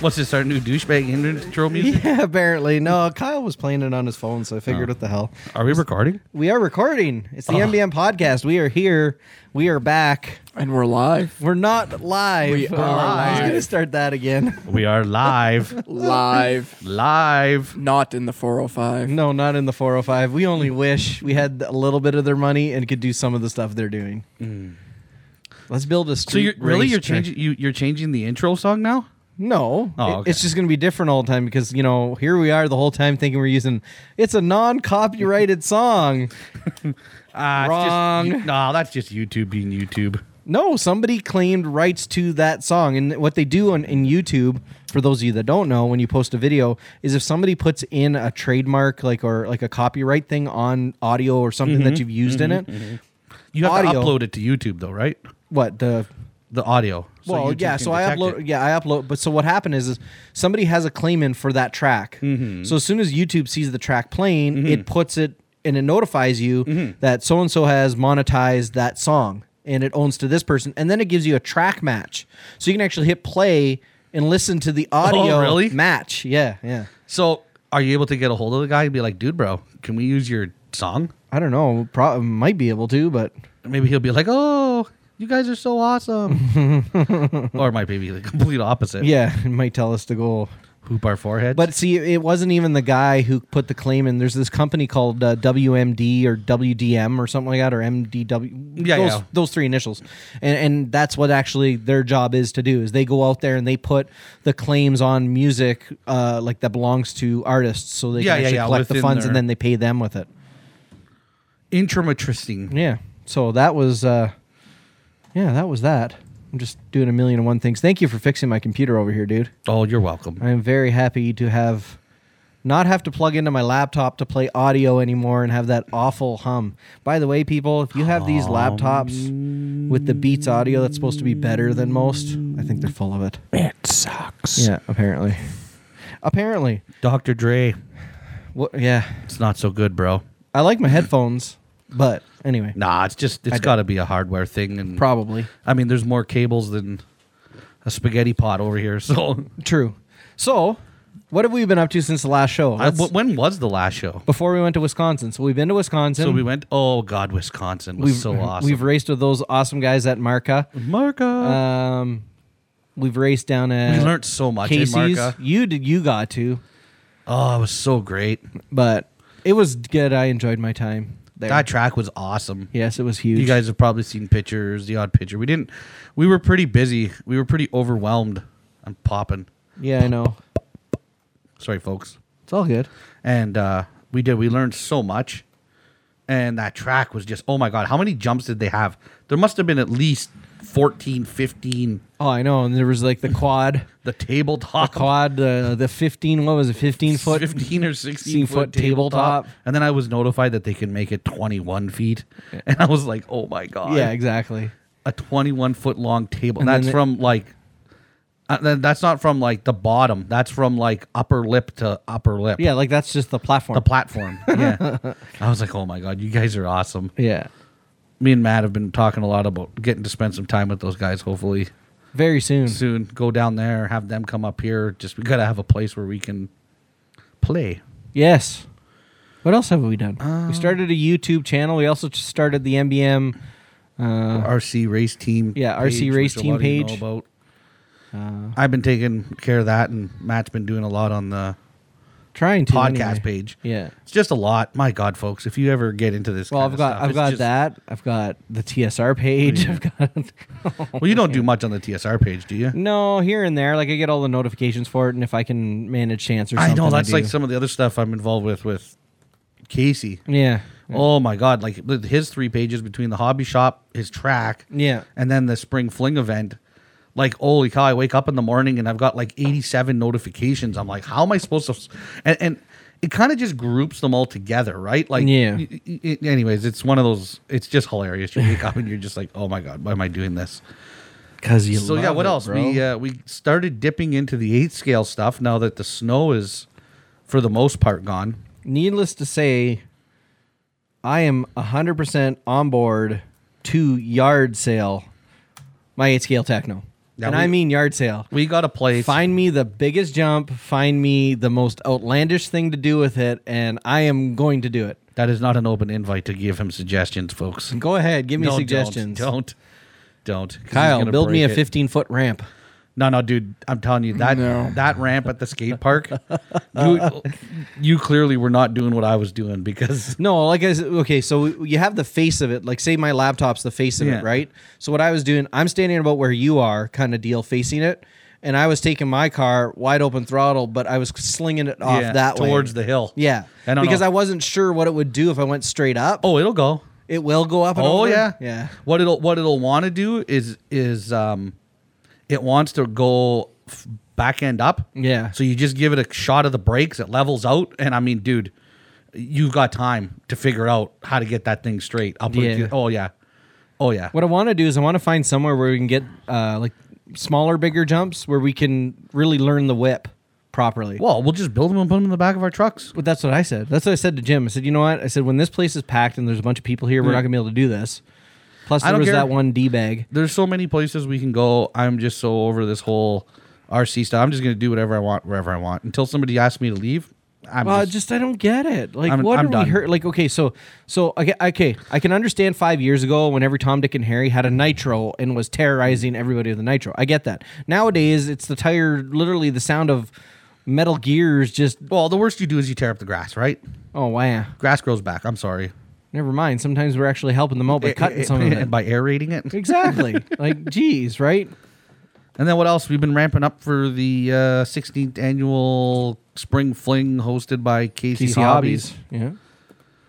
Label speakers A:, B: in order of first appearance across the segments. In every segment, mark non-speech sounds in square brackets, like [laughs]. A: What's this? Our new douchebag internet control music? Oh.
B: Yeah, apparently. No, Kyle was playing it on his phone, so I figured what the hell.
A: [laughs] Are we recording?
B: We are recording. It's the
A: Oh.
B: MBM podcast. We are here. We are back.
C: And we're live.
B: We're not live.
C: We
B: We're
C: are
B: He's
C: live.
B: gonna start that again.
A: We are live,
C: Live.
A: live.
C: Not in the 405.
B: No, not in the 405. We only wish we had a little bit of their money and could do some of the stuff they're doing. Let's build a street.
A: Mm. So you're really
B: race
A: you're
B: track.
A: changing you, you're changing the intro song now?
B: No,
A: Oh,
B: It-
A: okay.
B: it's just going to be different all the time because you know here we are the whole time thinking we're using it's a non-copyrighted song.
A: Uh,
B: Wrong.
A: no, that's just YouTube being YouTube.
B: No, somebody claimed rights to that song, and what they do on in YouTube for those of you that don't know, when you post a video, is if somebody puts in a trademark like or like a copyright thing on audio or something that you've used in it,
A: You have to
B: Audio.
A: upload it to YouTube though, right?
B: what the
A: The audio.
B: well,
A: YouTube
B: yeah.
A: can
B: So I
A: detect
B: upload.
A: it.
B: Yeah, I upload. But so what happened is, is somebody has a claim in for that track.
A: Mm-hmm.
B: So as soon as YouTube sees the track playing, it puts it and it notifies you
A: Mm-hmm.
B: that so and so has monetized that song and it owns to this person, and then it gives you a track match, so you can actually hit play and listen to the audio
A: Oh, really?
B: match. Yeah, yeah.
A: So are you able to get a hold of the guy and be like, dude, bro, can we use your song?
B: I don't know. Pro- might be able to, but
A: Maybe he'll be like, Oh, you guys are so awesome. [laughs] or it might be the complete opposite.
B: yeah, [laughs] it might tell us to go
A: Hoop our foreheads.
B: But see, it wasn't even the guy who put the claim in. There's this company called uh, WMD or WDM or something like that, or MDW.
A: Yeah,
B: those,
A: yeah.
B: those three initials, and and that's what actually their job is to do is they go out there and they put the claims on music uh, like that belongs to artists, so they
A: Yeah,
B: can
A: yeah,
B: actually
A: yeah,
B: collect the
A: within
B: funds
A: their-
B: and then they pay them with it.
A: intramatristing.
B: Yeah. So that was, uh, yeah, that was that. I'm just doing a million and one things. Thank you for fixing my computer over here, dude.
A: Oh, you're welcome.
B: I am very happy to have not have to plug into my laptop to play audio anymore and have that awful hum. By the way, people, if you have these laptops with the Beats audio that's supposed to be better than most, I think they're full of it.
C: It sucks.
B: Yeah, apparently. Apparently.
A: Dr. Dre,
B: Wha- yeah.
A: it's not so good, bro.
B: I like my headphones, but anyway,
A: Nah, it's just it's
B: I don't-
A: got to be a hardware thing, and
B: probably.
A: I mean, there's more cables than a spaghetti pot over here. [laughs] So,
B: True. So, what have we been up to since the last show?
A: I,
B: Let's-
A: wh- when was the last show?
B: before we went to Wisconsin. So, we've been to Wisconsin.
A: So we went. Oh God, Wisconsin was
B: We've-
A: so awesome. Uh,
B: We've raced with those awesome guys at Marca.
A: Marca,
B: Um, we've raced down at
A: we learned so much eh,
B: Casey's.
A: in Marca.
B: You did. You got to,
A: Oh, it was so great.
B: but it was good. I enjoyed my time there.
A: That track was awesome.
B: Yes, it was huge.
A: You guys have probably seen pictures, the odd picture. We didn't. We were pretty busy. We were pretty overwhelmed. I'm popping.
B: Yeah, I know.
A: Sorry, folks.
B: It's all good.
A: and uh, we did. We learned so much, and that track was just oh my god! How many jumps did they have? There must have been at least 14, 15.
B: Oh, I know. And there was like the quad,
A: The tabletop, [laughs]
B: quad, the the fifteen. What was it? Fifteen foot.
A: fifteen or sixteen
B: 16 foot
A: foot tabletop.
B: tabletop.
A: and then I was notified that they can make it twenty-one feet, and I was like, oh my god,
B: Yeah, exactly.
A: a twenty-one foot long table.
B: And then
A: that's
B: they-
A: from like. Uh, th- that's not from like the bottom. That's from like upper lip to upper lip.
B: Yeah, like that's just the platform.
A: The platform.
B: [laughs]
A: Yeah. I was like, oh my God, you guys are awesome.
B: yeah.
A: me and Matt have been talking a lot about getting to spend some time with those guys. Hopefully
B: Very soon.
A: soon, go down there, have them come up here. Just we gotta have a place where we can play.
B: Yes. What else have we done?
A: Um,
B: we started a YouTube channel. We also started the MBM. Uh,
A: RC race team,
B: Yeah, RC race
A: which a
B: team
A: lot of you know
B: page. Uh,
A: about. I've been taking care of that, and Matt's been doing a lot on the
B: trying to
A: podcast
B: anyway.
A: page.
B: Yeah.
A: It's just a lot. My God, folks, if you ever get into this,
B: Well,
A: kind
B: I've
A: of
B: got
A: stuff,
B: I've
A: it's
B: got
A: just- Oh,
B: that. I've got the TSR page. I've got [laughs]
A: Well, you don't do much on the TSR page, do you?
B: no here and there. Like I get all the notifications for it, and if I can manage chance or
A: I
B: something,
A: know that's
B: do.
A: like some of the other stuff I'm involved with with Casey.
B: yeah,
A: Oh my god! Like with his three pages between the hobby shop, his track,
B: Yeah.
A: and then the spring fling event. Like holy cow! I wake up in the morning and I've got like eighty-seven notifications. I'm like, how am I supposed to? s- And, and it kind of just groups them all together, right? Like,
B: Yeah.
A: y- y- y- anyways, it's one of those. It's just hilarious. You wake up and you're just like, oh my god, why am I doing this?
B: because you.
A: so yeah,
B: love
A: what
B: it,
A: else?
B: bro.
A: We uh, we started dipping into the eight scale stuff now that the snow is, for the most part, gone.
B: Needless to say, I am hundred percent on board to yard sale my eight scale techno.
A: Yeah,
B: and
A: we-
B: I mean yard sale.
A: We got to play.
B: Find me the biggest jump. Find me the most outlandish thing to do with it, and I am going to do it.
A: That is not an open invite to give him suggestions, folks.
B: Go ahead, give
A: [laughs]
B: me
A: No, don't,
B: suggestions.
A: Don't, don't, 'cause he's
B: Kyle,
A: gonna
B: build me a
A: break it.
B: 15 foot ramp.
A: No, no, dude. I'm telling you that
C: No.
A: that ramp at the skate
B: [laughs]
A: park, you, you clearly were not doing what I was doing because
B: No, like I said, okay, so you have the face of it. Like, say my laptop's the face of
A: Yeah.
B: it, right? So what I was doing, I'm standing about where you are, kind of deal, facing it, and I was taking my car wide open throttle, but I was slinging it
A: [laughs]
B: off
A: yeah,
B: that way
A: towards the hill.
B: yeah,
A: I don't
B: because
A: know.
B: I wasn't sure what it would do if I went straight up.
A: Oh, it'll go.
B: it will go up. And
A: Oh
B: over?
A: yeah,
B: yeah.
A: What it'll what it'll want to do is is um, it wants to go f- back end up.
B: Yeah.
A: So you just give it a shot of the brakes. It levels out, and I mean, dude, you've got time to figure out how to get that thing straight. I'll put
B: Yeah.
A: it. to you- Oh yeah, oh yeah.
B: What I want to do is I want to find somewhere where we can get uh, like smaller, bigger jumps where we can really learn the whip properly.
A: Well, we'll just build them and put them in the back of our trucks.
B: But that's what I said. That's what I said to Jim. I said, you know what? I said when this place is packed and there's a bunch of people here, we're not gonna be able to do this. Plus,
A: Hmm. I
B: there
A: don't
B: was
A: care.
B: that one d bag.
A: there's so many places we can go. I'm just so over this whole RC stuff. I'm just gonna do whatever I want, wherever I want, until somebody asks me to leave. I'm
B: Well,
A: just,
B: Uh, just I don't get it. Like,
A: I'm-
B: what
A: I'm
B: are
A: done.
B: we hurt? Like, okay, so so okay, okay, I can understand five years ago when every Tom, Dick, and Harry had a nitro and was terrorizing everybody with a nitro. I get that. Nowadays, it's the tire, literally the sound of metal gears. Just
A: well, the worst you do is you tear up the grass, right?
B: oh wow,
A: Grass grows back. I'm sorry,
B: never mind. Sometimes we're actually helping them out by cutting some of it.
A: Eh, by aerating it. [laughs]
B: Exactly. like, geez, right?
A: And then what else? We've been ramping up for the uh, 16th annual Spring Fling hosted by Casey,
B: PC
A: Hobbies.
B: hobbies. Yeah.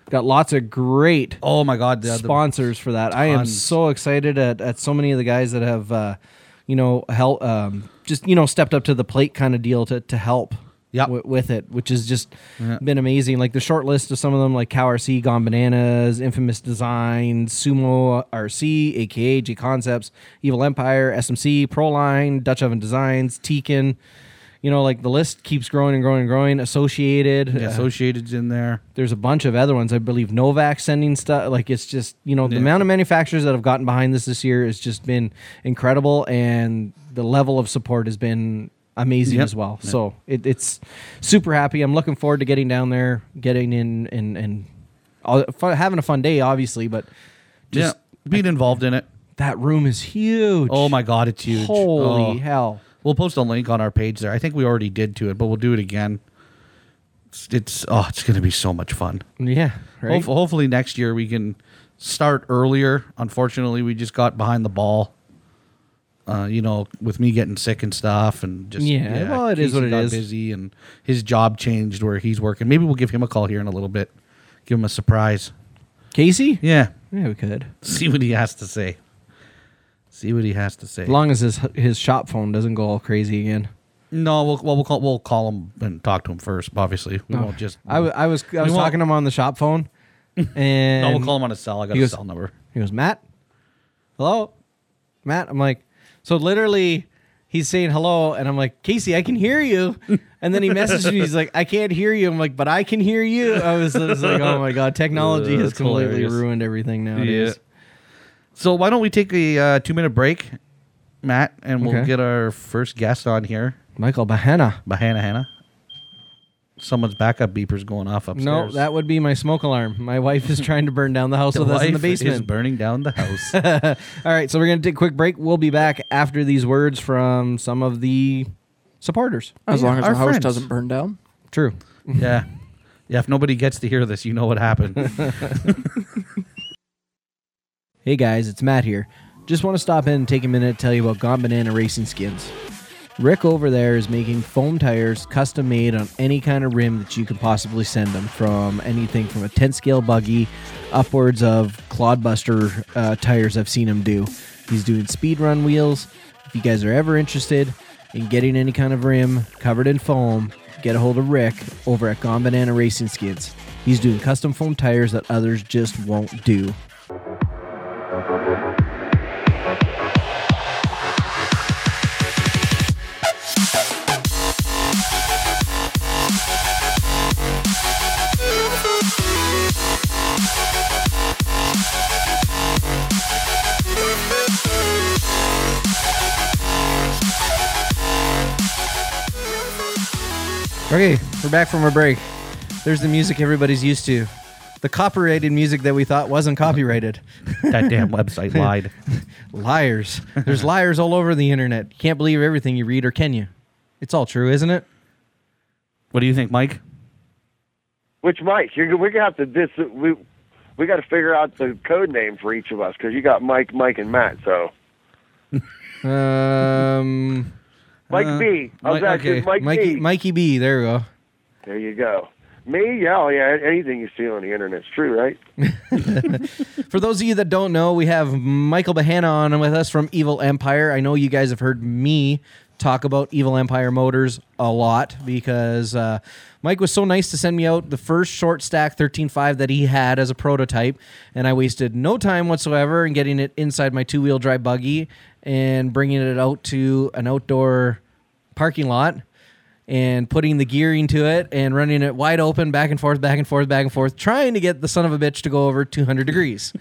B: Got lots of great
A: Oh my God, the, the
B: sponsors for that. I am
A: Tons.
B: so excited at, at so many of the guys that have, uh, you know, help, um, just, you know, stepped up to the plate kind of deal to, to help
A: Yep.
B: wi- with it, which has just
A: Yeah.
B: been amazing. Like the short list of some of them, like Cow RC, Gone Bananas, Infamous Design, Sumo RC, AKA G Concepts, Evil Empire, SMC, Proline, Dutch Oven Designs, Tekin. You know, like the list keeps growing and growing and growing. Associated,
A: yeah,
B: uh,
A: Associated's in there.
B: there's a bunch of other ones. I believe Novak sending stuff. Like it's just you know the
A: Yeah.
B: amount of manufacturers that have gotten behind this this year has just been incredible, and the level of support has been amazing
A: Yep.
B: as well. So it, it's super happy. I'm looking forward to getting down there, getting in and and all, fun, having a fun day, obviously. But just
A: yeah, being involved in it.
B: that room is huge.
A: Oh my God, it's huge.
B: Holy
A: Oh.
B: hell!
A: We'll post a link on our page there. I think we already did to it, but we'll do it again. It's, it's oh, it's going to be so much fun.
B: Yeah, right.
A: Hope- hopefully next year we can start earlier. Unfortunately, we just got behind the ball. Uh, you know, with me getting sick and stuff, and just
B: Yeah, well, it is
A: Casey
B: what it
A: got
B: is.
A: Busy, and his job changed where he's working. Maybe we'll give him a call here in a little bit. Give him a surprise.
B: Casey?
A: Yeah, [laughs]
B: Yeah, we could.
A: see what he has to say. See what he has to say.
B: As long as his his shop phone doesn't go all crazy again.
A: No, we'll well, we'll call we'll call him and talk to him first. Obviously, we won't just.
B: I, w- I was I was
A: won't-
B: talking to him on the shop phone,
A: [laughs]
B: and
A: no, we'll call him on a cell. I got
B: He
A: a
B: goes-
A: cell number.
B: he goes, Matt, hello, Matt. I'm like, so literally, he's saying hello, and I'm like, Casey, I can hear you.
A: [laughs]
B: And then he messaged me. He's like, I can't hear you. I'm like, but I can hear you. I was, I was like, oh my
A: [laughs]
B: god, technology
A: Uh,
B: has
A: that's
B: completely
A: hilarious.
B: ruined everything nowadays.
A: So why don't we take a uh, two minute break, Matt, and we'll
B: Okay.
A: get our first guest on here,
B: Michael Bahana.
A: Bahana Hannah. Someone's backup beeper's going off upstairs.
B: No, that would be my smoke alarm. My wife is trying to burn down the house
A: the
B: with us in the
A: wife is
B: basement.
A: burning down the house.
B: [laughs] All right, so we're going to take a quick break. We'll be back after these words from some of the supporters.
C: As
A: Yeah,
C: long as
A: our
C: the house
A: friends.
C: doesn't burn down.
B: True.
A: yeah, yeah. If nobody gets to hear this, you know what happened.
B: Hey guys, it's Matt here. Just want to stop in and take a minute to tell you about Gone Banana Racing Skins. Rick over there is making foam tires custom made on any kind of rim that you could possibly send them from anything from a 10 scale buggy upwards of clodbuster uh, tires I've seen him do. He's doing speed run wheels. If you guys are ever interested in getting any kind of rim covered in foam, get a hold of Rick over at Gone Banana Racing Skins. He's doing custom foam tires that others just won't do.
D: Thank
B: Okay, we're back from a break. There's the music everybody's used to. The copyrighted music that we thought wasn't copyrighted.
A: That damn website lied.
B: liars. There's liars all over the internet. You can't believe everything you read, or can you? It's all true, isn't it?
A: What do you think, Mike?
D: Which Mike, you're, we're gonna have to dis. We we got to figure out the code name for each of us because you got Mike, Mike, and Matt. So
B: [laughs] Um, uh,
D: Mike B.
A: Mike-
D: How's that?
A: okay.
D: dude? Mike
B: Mikey,
D: B.
B: Mikey B. There we go.
D: There you go. Me? Yeah, oh, yeah. Anything you see on the internet's true, right?
B: For those of you that don't know, we have Michael Bahana on with us from Evil Empire. I know you guys have heard me talk about Evil Empire Motors a lot because uh, Mike was so nice to send me out the first short stack 13.5 that he had as a prototype, and I wasted no time whatsoever in getting it inside my two wheel drive buggy and bringing it out to an outdoor parking lot and putting the gear into it and running it wide open back and forth back and forth back and forth trying to get the son of a bitch to go over 200
D: [laughs]
B: degrees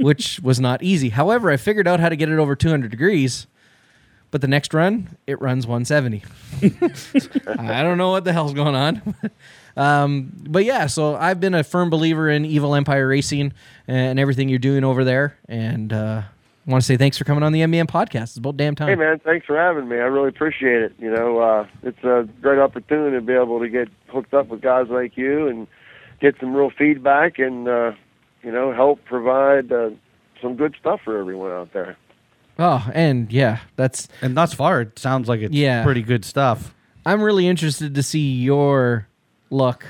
B: which was not easy however i figured out how to get it over 200 degrees but the next run it runs
D: [laughs]
B: 170 i don't know what the hell's going on [laughs] um, but yeah so i've been a firm believer in evil empire racing and everything you're doing over there and uh, i want to say thanks for coming on the mbm podcast it's about damn time
D: Hey, man, thanks for having me. I really appreciate it. You know, uh, it's a great opportunity to be able to get hooked up with guys like you and get some real feedback and, uh, you know, help provide uh, some good stuff for everyone out there.
B: oh and yeah that's
A: And thus far, it sounds like it's
B: Yeah.
A: pretty good stuff. [laughs]
B: I'm really interested to see your look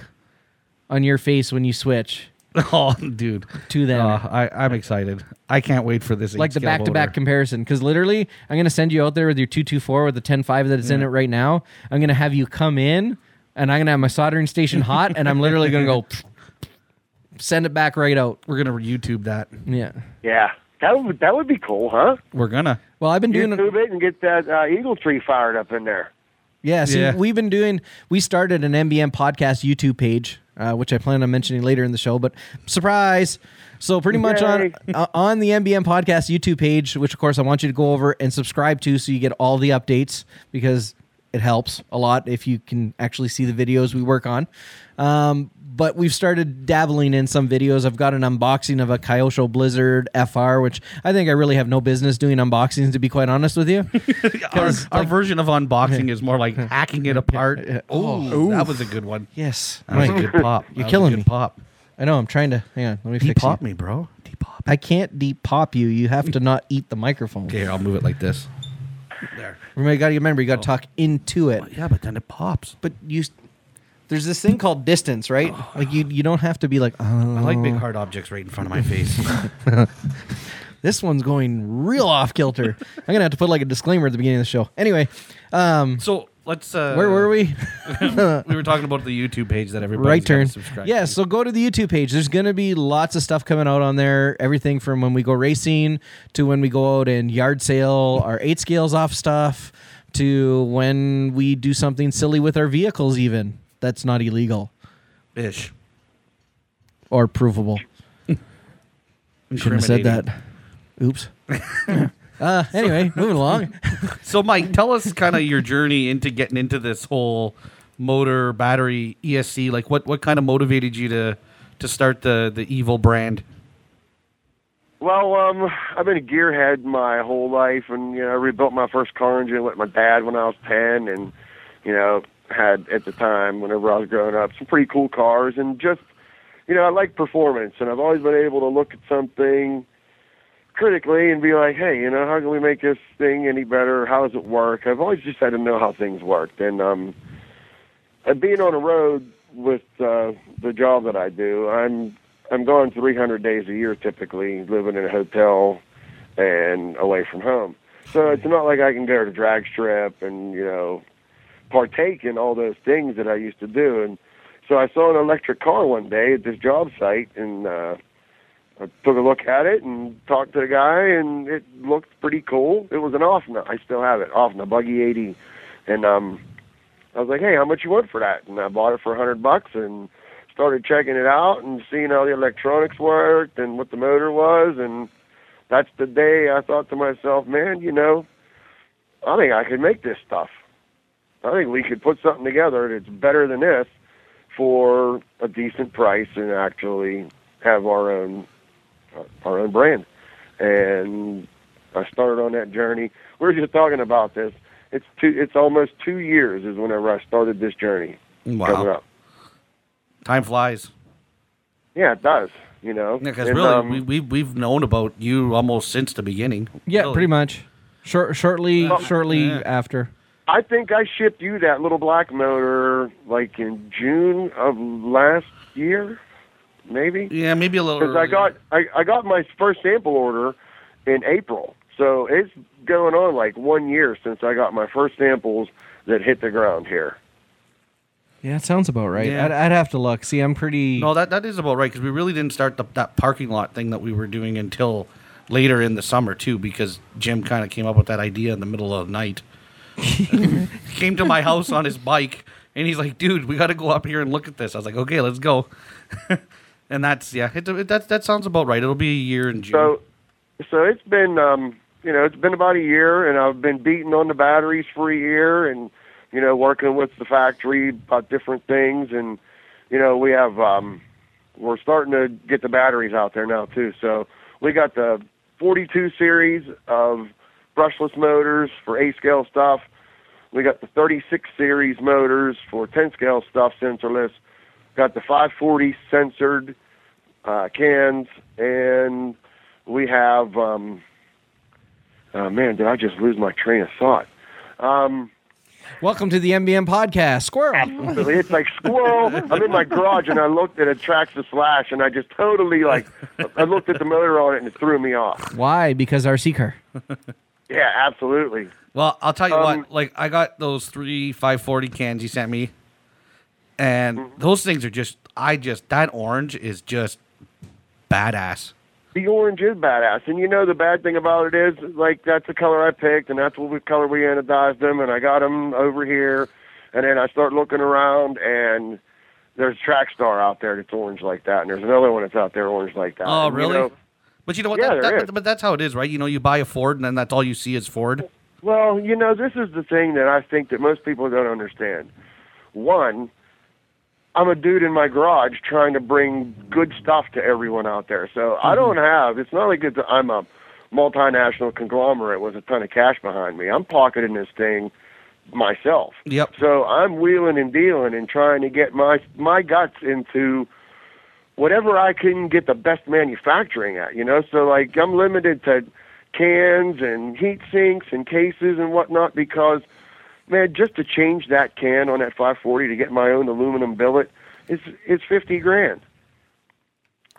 B: on your face when you switch
A: Oh, dude.
B: to them.
A: Uh, I, I'm excited. I can't wait for this.
B: like the
A: eight-scale
B: back to back
A: motor.
B: comparison. Because literally, I'm going to send you out there with your 224 with the 105 that is in it right now. I'm going to have you come in and I'm going to have my soldering station hot and I'm literally going to go [laughs] send it back right out.
A: We're gonna YouTube that.
B: Yeah.
D: Yeah. That would, that would be cool, huh?
A: We're gonna.
B: Well, I've been doing
D: YouTube it and get that uh, eagle tree fired up in there.
B: Yeah, see,
A: Yeah.
B: we've been doing. We started an MBM podcast YouTube page, uh, which I plan on mentioning later in the show. But surprise! So pretty much on
D: Yay.
B: uh, on the MBM podcast YouTube page, which of course I want you to go over and subscribe to, so you get all the updates because it helps a lot if you can actually see the videos we work on. Um, but we've started dabbling in some videos. I've got an unboxing of a Kyosho Blizzard FR, which I think I really have no business doing unboxings, to be quite honest
A: [laughs]
B: with you.
A: Our, our version of
B: [laughs]
A: unboxing is more like hacking it apart. Oh, that was a good one.
B: Yes,
A: That was a good pop. That was
B: You're
A: a
B: killing
A: good
B: me.
A: Pop.
B: I know. I'm trying to. Hang on. Let me fix
A: Depop
B: you.
A: me, bro. Depop.
B: I can't depop you. You have to not eat the microphone.
A: Okay, here, I'll move it like this. There.
B: Remember, you got to remember. You got to talk into it.
A: Oh. Yeah, but then it pops.
B: But you, there's this thing called distance, right?
A: Oh.
B: Like you, you don't have to be like, oh,
A: I like big hard objects right in front of my face.
B: [laughs] this one's going real
A: [laughs]
B: off kilter. I'm gonna have to put like a disclaimer at the beginning of the show. Anyway, um,
A: so let's. Uh,
B: where were we?
A: we were talking about the YouTube page that everybody
B: right turn.
A: Subscribe
B: Yeah,
A: to.
B: so go to the YouTube page. There's going to be lots of stuff coming out on there. Everything from when we go racing to when we go out and yard sale our eight scales off stuff to when we do something silly with our vehicles, even that's not illegal
A: ish.
B: or provable. Shouldn't have said that. Oops.
A: [laughs]
B: uh, anyway, moving along.
A: So, Mike, tell us kind of your journey into getting into this whole motor battery ESC. Like, what what kind of motivated you to to start the the evil brand?
D: Well, um, I've been a gearhead my whole life, and you know, I rebuilt my first car engine with my dad when I was ten, and you know, had at the time whenever I was growing up some pretty cool cars, and just you know, I like performance, and I've always been able to look at something critically and be like, hey, you know, how can we make this thing any better? How does it work? I've always just had to know how things worked, and um, and being on the road with uh, the job that I do, I'm I'm gone 300 days a year typically, living in a hotel and away from home. So it's not like I can go to drag strip and you know partake in all those things that I used to do. And so I saw an electric car one day at this job site, and uh, I took a look at it and talked to the guy, and it looked pretty cool. It was an Offna. I still have it, Offna Buggy 80, and um, I was like, hey, how much you want for that? And I bought it for a hundred bucks and started checking it out and seeing how the electronics worked and what the motor was. And that's the day I thought to myself, man, you know, I think I could make this stuff. I think we could put something together that's better than this for a decent price and actually have our own uh, our own brand. And I started on that journey. We were just talking about this. It's two. It's almost two years is whenever I started this journey coming
A: Wow.
D: up.
A: Time flies.
D: Yeah, it does. You know,
A: Because
D: And,
A: really,
D: um,
A: we, we, we've known about you almost since the beginning.
B: Yeah,
A: Really.
B: pretty much. Short, shortly,
D: Well-
B: shortly
A: Yeah.
B: after.
D: I think I shipped you that little black motor like in June of last year, maybe.
A: Yeah, maybe a little.
D: Because I
A: earlier.
D: got I, I got my first sample order in April, so it's going on like one year since I got my first samples that hit the ground here.
B: Yeah, it sounds about right.
A: Yeah.
B: I'd, I'd have to look. See, I'm pretty.
A: No, that that is about right because we really didn't start the, that parking lot thing that we were doing until later in the summer too, because Jim kind of came up with that idea in the middle of the night. came to my house on his bike and he's like, "Dude, we got to go up here and look at this." I was like, "Okay, let's go." [laughs] and that's yeah, it, it, that that sounds about right. It'll be a year in June.
D: So, so it's been, um, you know, it's been about a year, and I've been beating on the batteries for a year, and you know, working with the factory about different things, and you know, we have, um, we're starting to get the batteries out there now too. So we got the 42 series of brushless motors for A scale stuff. We got the 36 series motors for 10 scale stuff, sensorless. Got the 540 censored uh, cans, and we have. Um, oh man, did I just lose my train of thought? Um,
B: Welcome to the MBM podcast, Squirrel.
D: but it's like squirrel. I'm in my garage and I looked at a Traxxas Slash, and I just totally like I looked at the motor on it and it threw me off.
B: Why? Because our seeker.
D: Yeah, absolutely.
A: Well, I'll tell you
D: Um,
A: what. Like, I got those three 540 cans you sent me, and
D: Mm-hmm.
A: those things are just. I just that orange is just badass.
D: The orange is badass, and you know the bad thing about it is like that's the color I picked, and that's what we color we anodized them, and I got them over here, and then I start looking around, and there's a track star out there that's orange like that, and there's another one that's out there orange like that.
A: Oh,
D: And, you
A: really?
D: know-
A: but you know what?
D: Yeah,
A: that,
D: there
A: that,
D: is.
A: but, but that's how it is, right? You know, you buy a Ford, and then that's all you see is Ford.
D: Well, you know, this is the thing that I think that most people don't understand. One, I'm a dude in my garage trying to bring good stuff to everyone out there. So I don't have, it's not like it's, I'm a multinational conglomerate with a ton of cash behind me. I'm pocketing this thing myself.
A: Yep.
D: So I'm wheeling and dealing and trying to get my my guts into whatever I can get the best manufacturing at, you know? So like I'm limited to cans and heat sinks and cases and whatnot because man, just to change that can on that five forty to get my own aluminum billet is is fifty grand.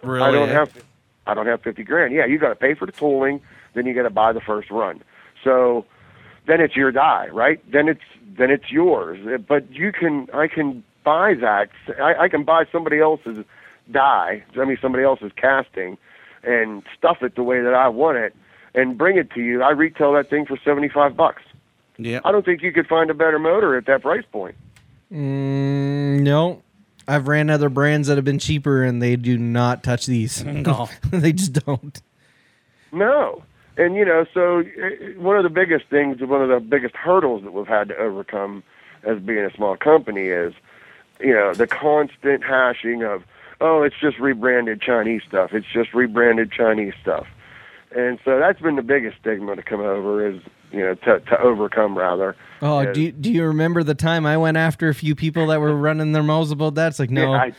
A: Really?
D: I don't
A: eh?
D: have I don't have fifty grand. Yeah, you got to pay for the tooling, then you got to buy the first run. So then it's your die, right? Then it's then it's yours. Uh, But you can I can buy that. I, I can buy somebody else's die. I mean somebody else's casting, and stuff it the way that I want it, and bring it to you. I retail that thing for seventy five bucks.
A: Yeah.
D: I don't think you could find a better motor at that price point.
B: Mm, no, I've ran other brands that have been cheaper, and they do not touch
D: [laughs]
B: these.
A: No.
B: [laughs] they just don't.
D: No. And, you know, so uh, one of the biggest things, one of the biggest hurdles that we've had to overcome as being a small company is, you know, the constant hashing of, oh, it's just rebranded Chinese stuff. It's just rebranded Chinese stuff. And so that's been the biggest stigma to come over is, you know, to, to overcome rather.
B: Oh,
D: Yeah.
B: do you, do you remember the time I went after a few people that were running their mouths about that? It's like, no,
D: [laughs] Yeah, I-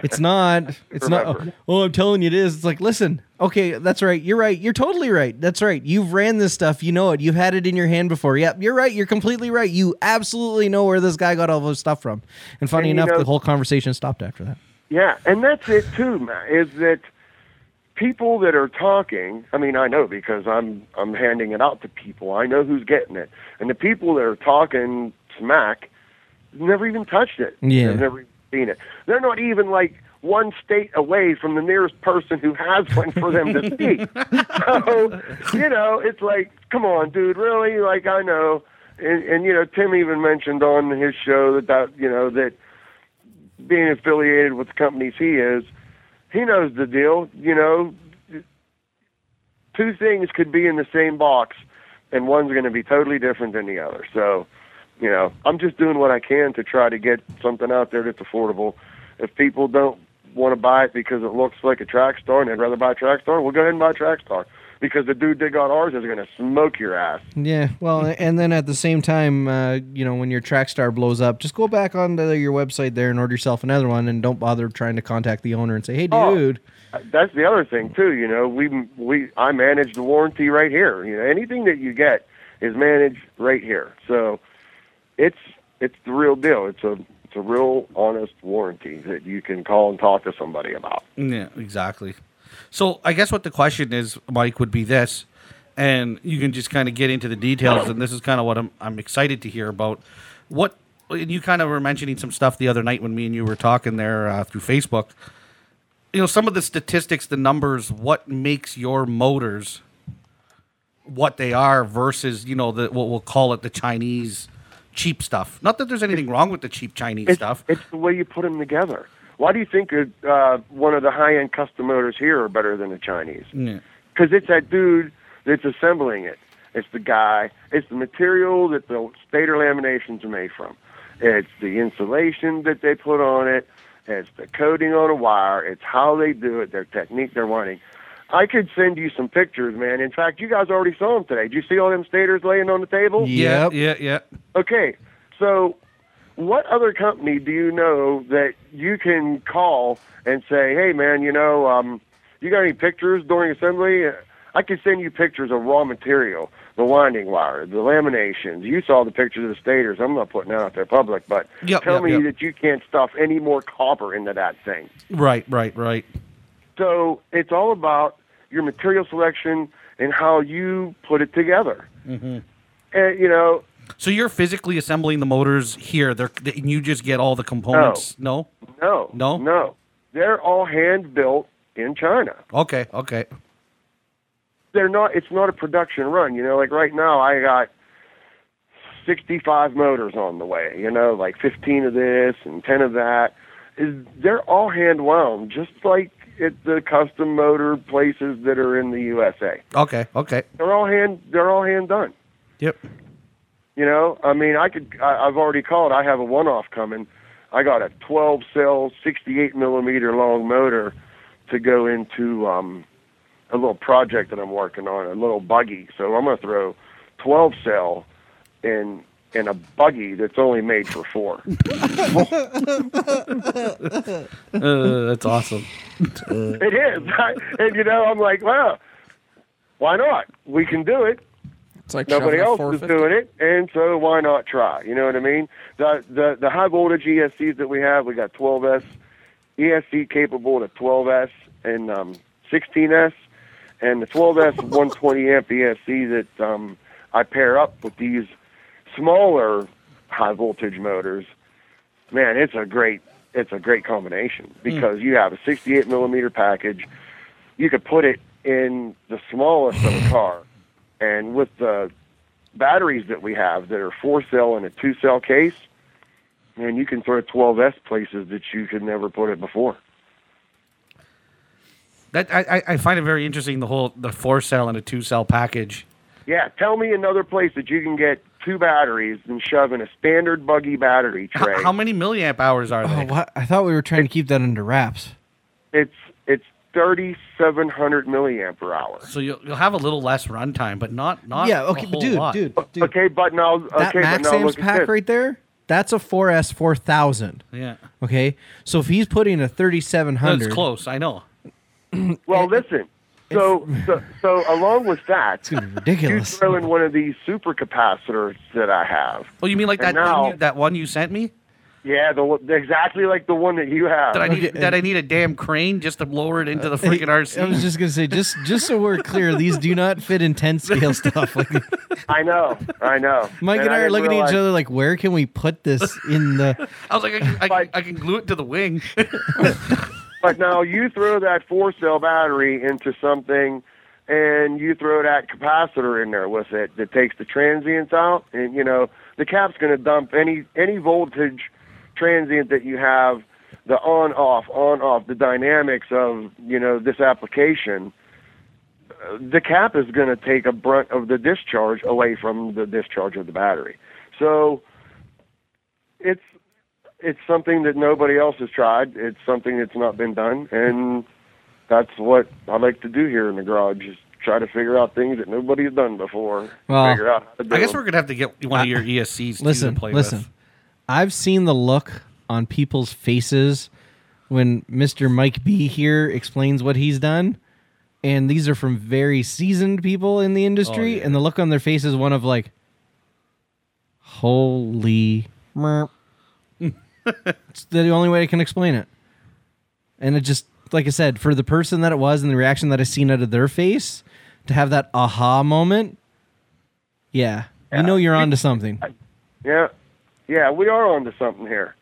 B: it's not. It's not. Oh,
D: Remember.
B: I'm telling you, it is. It's like, listen, okay, that's right. You're right. You're totally right. That's right. You've ran this stuff. You know it. You've had it in your hand before. Yep, you're right. You're completely right. You absolutely know where this guy got all this stuff from. And funny
D: And you
B: enough,
D: know-
B: the whole conversation stopped after that.
D: Yeah, and that's it too, Matt, is that people that are talking I mean I know because I'm I'm handing it out to people. I know who's getting it. And the people that are talking smack never even touched it.
B: Yeah.
D: They've never even seen it. They're not even like one state away from the nearest person who has [laughs] one for them to speak. so, you know, it's like, come on, dude, really? Like I know. And, and you know, Tim even mentioned on his show that that you know that being affiliated with the companies he is, he knows the deal. You know, two things could be in the same box, and one's going to be totally different than the other. So you know, I'm just doing what I can to try to get something out there that's affordable. If people don't want to buy it because it looks like a track star and they'd rather buy a track star, well, go ahead and buy a track star because the dude that got ours is going to smoke your ass.
B: Yeah, well, [laughs] and then at the same time, uh, you know, when your Trackstar blows up, just go back onto your website there and order yourself another one, and don't bother trying to contact the owner and say, "Hey,
D: Oh.
B: dude,
D: That's the other thing too. You know, we we I manage the warranty right here. You know, anything that you get is managed right here. So it's it's the real deal. It's a it's a real honest warranty that you can call and talk to somebody about.
A: Yeah, exactly. So I guess what the question is, Mike, would be this, and you can just kind of get into the details. And this is kind of what I'm I'm excited to hear about. What and you kind of were mentioning some stuff the other night when me and you were talking there uh, through Facebook. You know, some of the statistics, the numbers, what makes your motors what they are versus you know the what we'll call it the Chinese cheap stuff. Not that there's anything wrong with the cheap Chinese
D: It's,
A: stuff.
D: It's the way you put them together. Why do you think uh, one of the high end custom motors here are better than the Chinese?
A: Yeah.
D: because it's that dude that's assembling it. It's the guy. It's the material that the stator laminations are made from. It's the insulation that they put on it. It's the coating on a wire. It's how they do it. Their technique they're running. I could send you some pictures, man. In fact, you guys already saw them today. Did you see all them stators laying on the table?
B: Yep.
A: Yeah, yeah, yeah.
D: Okay, so what other company do you know that you can call and say, "Hey, man, you know, um, you got any pictures during assembly? I can send you pictures of raw material, the winding wire, the laminations. You saw the pictures of the stators. I'm not putting that out there public, but
A: Yep,
D: tell
A: yep,
D: me
A: yep.
D: that you can't stuff any more copper into that thing."
A: Right, right, right.
D: So it's all about your material selection and how you put it together.
A: Mm-hmm.
D: And you know,
A: So you're physically assembling the motors here. They're, they- and you just get all the components. No.
D: No.
A: No?
D: No. They're all hand built in China.
A: Okay. Okay.
D: They're not it's not a production run, you know, like right now I got 65 motors on the way, you know, like 15 of this and 10 of that. Is they're all hand wound just like at the custom motor places that are in the USA.
A: Okay. Okay.
D: They're all hand they're all hand done.
A: Yep.
D: You know, I mean, I could. I, I've already called. I have a one-off coming. I got a 12-cell, 68 millimeter long motor to go into um, a little project that I'm working on, a little buggy. So I'm gonna throw 12-cell in in a buggy that's only made for four.
A: Uh, that's awesome.
D: it is, [laughs] and you know, I'm like, wow, why not? We can do it.
C: It's like
D: Nobody
C: shoving a
D: else is
C: 450.
D: doing it, and so why not try? You know what I mean? The the the high voltage ESCs that we have, we got 12s, ESC capable to 12s and um, 16s, and the [laughs] 12s 120 amp ESC that um, I pair up with these smaller high voltage motors. Man, it's a great it's a great combination because you have a 68 millimeter package. You could put it in the smallest of a car. And with the batteries that we have that are four cell in a two cell case, and you can throw 12S places that you could never put it before.
A: That I, I- I find it very interesting. The whole the four cell and a two cell package.
D: Yeah, tell me another place that you can get two batteries and shove in a standard buggy battery
A: H-
D: tray.
A: How many milliamp hours are
B: oh,
A: they?
B: what? I thought we were trying to keep that under wraps."
D: It's it's 3,700 milliampere hour.
A: So you'll, you'll have a little less runtime, but not not
B: yeah.
A: a
B: Okay,
A: whole
B: dude,
A: lot.
B: dude, dude.
D: Okay, but now
B: that
D: okay, but
B: Max
D: now
B: Sam's
D: look
B: pack
D: at this.
B: right there. That's a 4S 4000.
A: Yeah,
B: Okay, so if he's putting a 3700,
A: that's close. I know.
D: Well, listen.
B: [laughs]
D: So, so so along with that,
B: It's gonna be
D: you
B: ridiculous.
D: throw in one of these supercapacitors that I have.
A: Oh, you mean like that
D: And now-
A: thing you, that one you sent me?
D: Yeah, the one- exactly like the one that you have.
A: That I need
B: Okay. uh,
A: that I need a damn crane just to lower it into the freaking
B: [laughs] I was
A: RC.
B: just gonna say, just just so we're
D: [laughs]
B: clear, these do not fit in 10 scale stuff. Like
D: I know, I know.
B: [laughs] Mike and I are
D: didn't
B: looking at
D: realize-
B: each other like, where can we put this in the?
A: I was like, I can, I, can,
D: Like-
A: I can glue it to the wing.
D: But now you throw that four cell battery into something, and you throw that capacitor in there with it that takes the transients out, and you know the cap's going to dump any any voltage transient that you have, the on off on off the dynamics of you know this application. uh, The cap is going to take a brunt of the discharge away from the discharge of the battery. So it's it's something that nobody else has tried. It's something that's not been done, and that's what I like to do here in the garage: is try to figure out things that nobody's done before.
B: Well,
D: figure out how to do
A: I guess
D: 'em.
A: we're gonna have to get one of your ESCs
B: Listen,
A: to play
B: listen.
A: with.
B: I've seen the look on people's faces when Mr. Mike B here explains what he's done. And these are from very seasoned people in the industry.
A: Oh, yeah.
B: And the look on their face is one of like, holy.
A: [laughs]
B: merp." it's the only way I can explain it. And it just, like I said, for the person that it was and the reaction that I seen out of their face to have that aha moment, yeah, you know you're onto something.
D: Yeah. Yeah, we are onto something here.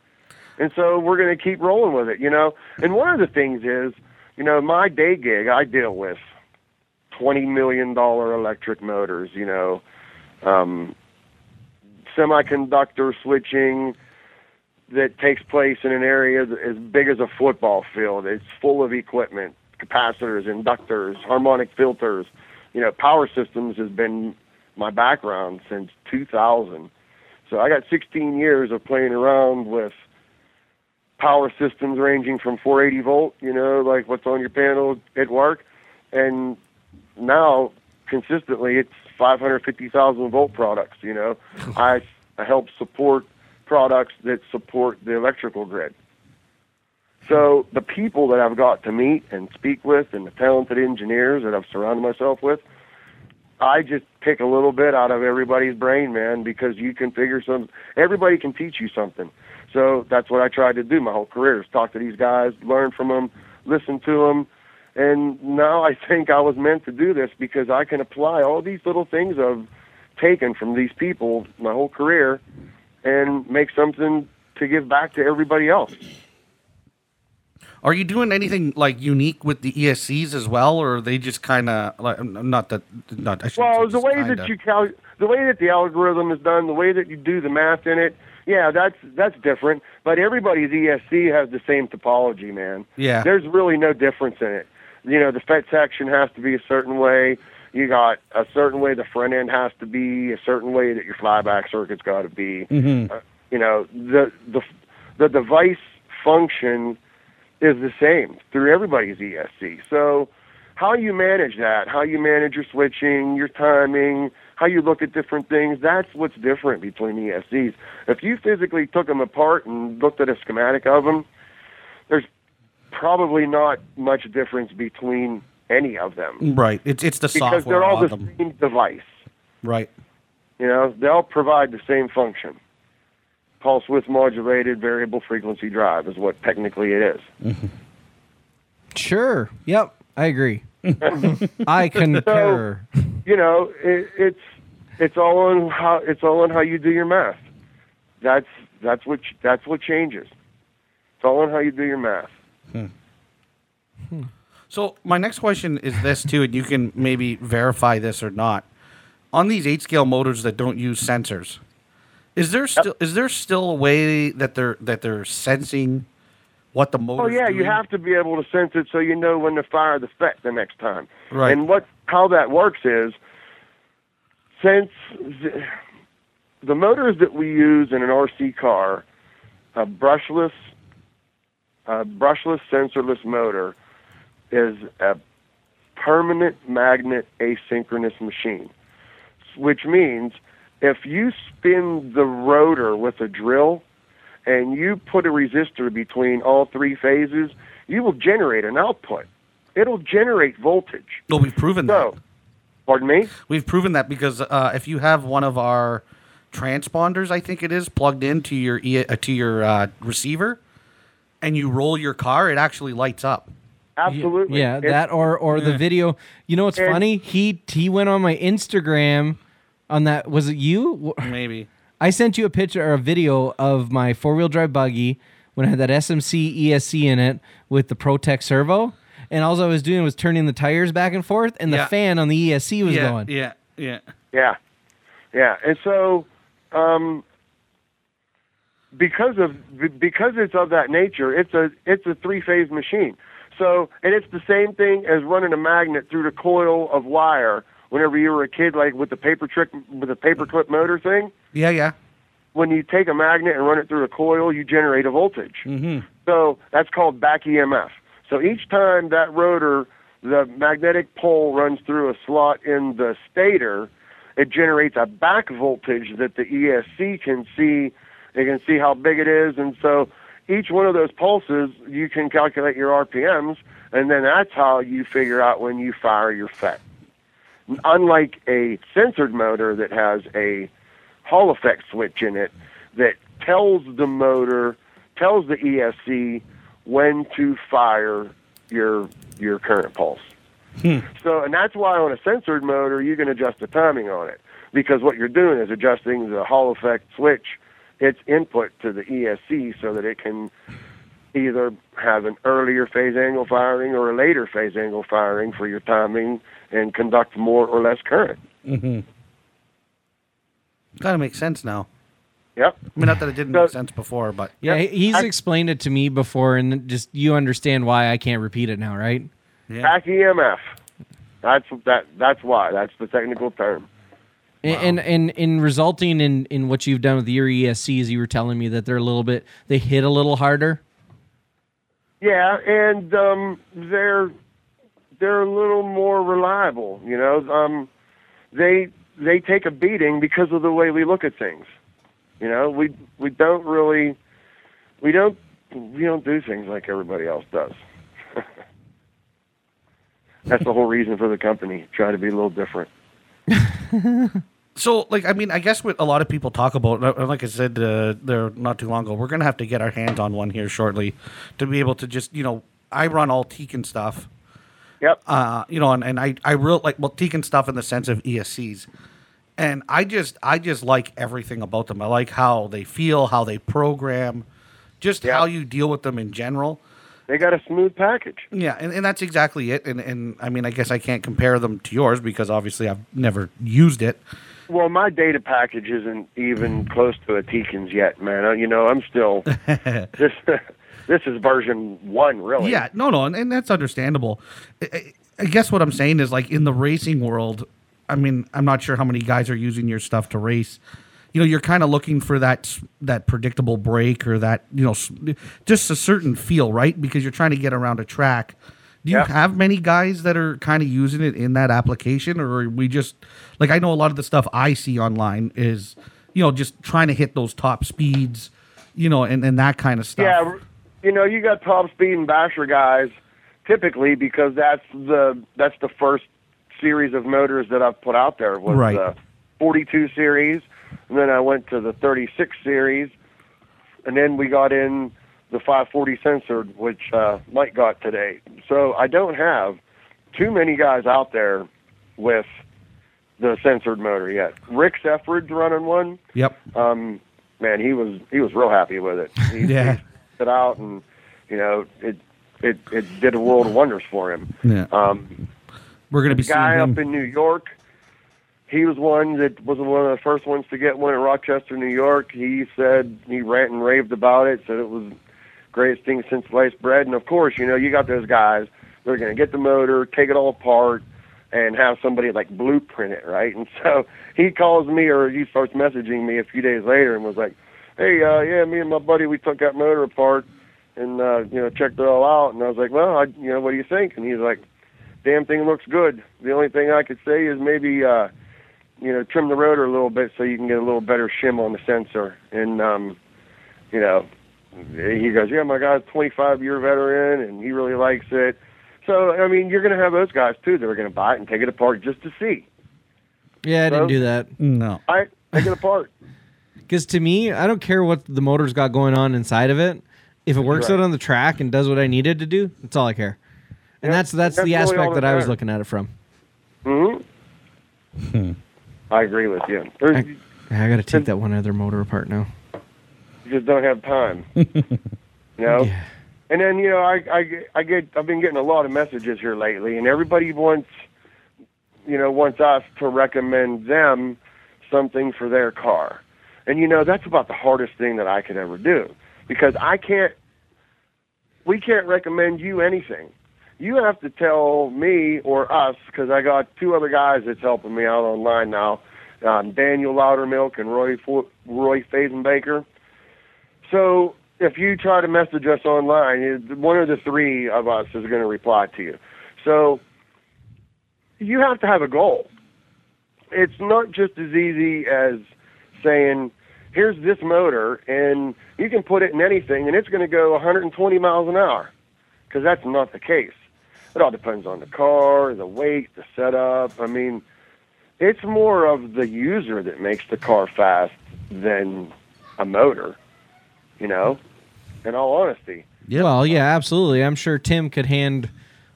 D: And so we're going to keep rolling with it, you know. And one of the things is, you know, my day gig, I deal with $20 million electric motors, you know, um, semiconductor switching that takes place in an area th- as big as a football field. It's full of equipment, capacitors, inductors, harmonic filters. You know, power systems has been my background since 2000. So I got 16 years of playing around with power systems ranging from 480 volt, you know, like what's on your panel at work, and now consistently it's 550,000 volt products. You know, I, I help support products that support the electrical grid. So the people that I've got to meet and speak with, and the talented engineers that I've surrounded myself with, I just pick a little bit out of everybody's brain, man, because you can figure some. Everybody can teach you something. So that's what I tried to do my whole career: is talk to these guys, learn from them, listen to them, and now I [laughs] think I was meant to do this because I can apply all these little things I've taken from these people my whole career, and make something to give back to everybody else.
A: Are you doing anything like unique with the ESCs as well, or are they just kind of like n- not that? Not I shouldn't say
D: Well, the
A: just
D: way
A: kinda.
D: that you cal- the way that the algorithm is done, the way that you do the math in it, yeah, that's that's different. But everybody's ESC has the same topology, man.
A: Yeah.
D: there's really no difference in it. You know, the FET section has to be a certain way. You got a certain way the front end has to be, a certain way that your flyback circuit's got to be.
A: Mm-hmm.
D: Uh, you know, the the the device function is the same through everybody's ESC. So how you manage that, how you manage your switching, your timing, how you look at different things, that's what's different between ESCs. If you physically took them apart and looked at a schematic of them, there's probably not much difference between any of them
A: right? It's it's the
D: because
A: Mm, software
D: they're all
A: on
D: the
A: them,
D: same device.
A: right?
D: You know, they all provide the same function. Pulse width modulated variable frequency drive is what technically it is.
B: Sure. Yep. I agree.
D: [laughs]
B: I concur.
D: you know, it, it's it's all on how it's all on how you do your math. That's that's what that's what changes. It's all on how you do your math.
A: So my next question is this too, and you can maybe verify this or not. On these eight scale motors that don't use sensors, is there still is there still a way that they're that they're sensing what the motor?
D: Oh yeah, you have to be able to sense it so you know when to fire the FET the next time.
A: Right.
D: And what how that works is since the, the motors that we use in an RC car, a brushless, a brushless sensorless motor is a permanent magnet asynchronous machine, which means if you spin the rotor with a drill and you put a resistor between all three phases, you will generate an output. It'll generate voltage.
A: Well, we've proven that.
D: So, pardon me?
A: We've proven that because uh, if you have one of our transponders, I think it is plugged into your e- uh, to your uh, receiver, and you roll your car, it actually lights up.
D: Absolutely.
B: Yeah,
D: It's-
B: that or or the video. You know what's
D: And-
B: funny? He he went on my Instagram on that was it you?
A: Maybe
B: I sent you a picture or a video of my four-wheel drive buggy when I had that SMC ESC E in it with the ProTech servo. And all I was doing was turning the tires back and forth, and the
A: Yeah.
B: fan on the ESC was
A: yeah,
B: going.
A: yeah, yeah.
D: Yeah, yeah, and so um, because of be- because it's of that nature, it's a it's a three phase machine. So and it's the same thing as running a magnet through the coil of wire. Whenever you were a kid, like with the paper trick with the paperclip motor thing,
A: Yeah, yeah.
D: when you take a magnet and run it through a coil, you generate a voltage. Mm-hmm. So that's called back EMF. So each time that rotor, the magnetic pole runs through a slot in the stator, it generates a back voltage that the ESC can see. It can see how big it is, and so each one of those pulses, you can calculate your RPMs, and then that's how you figure out when you fire your FET unlike a censored motor that has a Hall effect switch in it that tells the motor, tells the ESC when to fire your your current pulse. So, and that's why on a censored motor you can adjust the timing on it because what you're doing is adjusting the Hall effect switch, its input to the ESC so that it can either have an earlier phase angle firing or a later phase angle firing for your timing and conduct more or less current.
A: Kind of makes sense now.
D: Yep.
A: I mean, not that it didn't
D: So-
A: make sense before, but
B: Yeah,
D: Yep.
B: he- he's
D: I-
B: explained it to me before, and just you understand why I can't repeat it now, right?
A: yeah.
D: Back EMF. E That's that. That's why. That's the technical term.
B: And, and and in resulting in in what you've done with your E ESCs, you were telling me that they're a little bit they hit a little harder.
D: Yeah, and um, they're they're a little more reliable. You know, um, they they take a beating because of the way we look at things. You know, we we don't really we don't we don't do things like everybody else does. [laughs] That's the whole reason for the company, trying to be a little different.
A: So, like, I mean, I guess what a lot of people talk about, uh, like I said, uh, there not too long ago, we're gonna have to get our hands on one here shortly to be able to just, you know, I run all Teak and stuff.
D: Yep.
A: uh, you know, and, and I I real like well Teak and stuff in the sense of ESCs, and I just I just like everything about them. I like how they feel, how they program, just
D: Yeah.
A: how you deal with them in general.
D: They got a smooth package.
A: Yeah, and, and that's exactly it. And and I mean, I guess I can't compare them to yours because obviously I've never used it.
D: Well, my data package isn't even close to a Tekin's yet, man. Uh, You know, I'm still this. [laughs] this is version one, really.
A: Yeah, no, no, and, and that's understandable. I- I, I guess what I'm saying is like in the racing world, I mean, I'm not sure how many guys are using your stuff to race. You know, you're kind of looking for that s- that predictable break or that you know s- just a certain feel, right? Because you're trying to get around a track. Do you
D: Yeah.
A: have many guys that are kind of using it in that application, or are we just like I know a lot of the stuff I see online is you know just trying to hit those top speeds, you know, and, and that kind of stuff.
D: Yeah, r- you know, you got top speed and basher guys typically because that's the that's the first series of motors that I've put out there was
A: Right.
D: the 42 series, and then I went to the 36 series, and then we got in the 540 censored, which uh, Mike got today. So I don't have too many guys out there with the censored motor yet. Rick Sefford's running one
A: Yep.
D: um, man, he was he was real happy with it. He,
A: [laughs] Yeah.
D: he it out, and you know, it it it did a world of wonders for him.
A: Yeah.
D: Um,
A: We're gonna be seeing
D: guy
A: him.
D: up in New York, he was one that was one of the first ones to get one in Rochester, New York. He said he rant and raved about it, said it was greatest thing since sliced bread. And of course, you know, you got those guys. They're going to get the motor, take it all apart, and have somebody like blueprint it, right? And so he calls me, or he starts messaging me a few days later, and was like, "Hey, uh, yeah, me and my buddy, we took that motor apart, and uh, you know, checked it all out." And I was like, "Well, I, you know, what do you think?" And he's like, "Damn thing looks good. The only thing I could say is maybe." uh you know, trim the rotor a little bit so you can get a little better shim on the sensor. And um, you know, he goes, "Yeah, my guy's 25 year veteran, and he really likes it." So I mean, you're going to have those guys too that are going to buy it and take it apart just to see.
B: Yeah, I didn't
D: Well-
B: do that
A: No.
D: All right, take it apart.
B: because to me, I don't care what the motor's got going on inside of it. If it works
D: Right.
B: out on the track and does what I needed to do, that's all I care. And
D: Yeah,
B: that's that's,
D: that's
B: the
D: really
B: aspect
D: all
B: that
D: that
B: I was
D: matters.
B: looking at it from.
D: Mm-hmm. I agree with you. There's,
B: I, I got to take that one other motor apart now.
D: you just don't have time. you know.
B: Yeah.
D: And then you know, I, I get- I get I've been getting a lot of messages here lately, and everybody wants you know wants us to recommend them something for their car, and you know that's about the hardest thing that I could ever do because I can't we can't recommend you anything. You have to tell me or us because I got two other guys that's helping me out online now um, Daniel Loudermilk and Roy Fo- Roy Fazenbaker. So if you try to message us online, you- one of the three of us is going to reply to you. So you have to have a goal. It's not just as easy as saying, here's this motor, and you can put it in anything, and it's going to go 120 miles an hour, because that's not the case. It all depends on the car, the weight, the setup. I mean, it's more of the user that makes the car fast than a motor, you know, in all honesty.
A: Yep.
B: Well, yeah, absolutely. I'm sure Tim could hand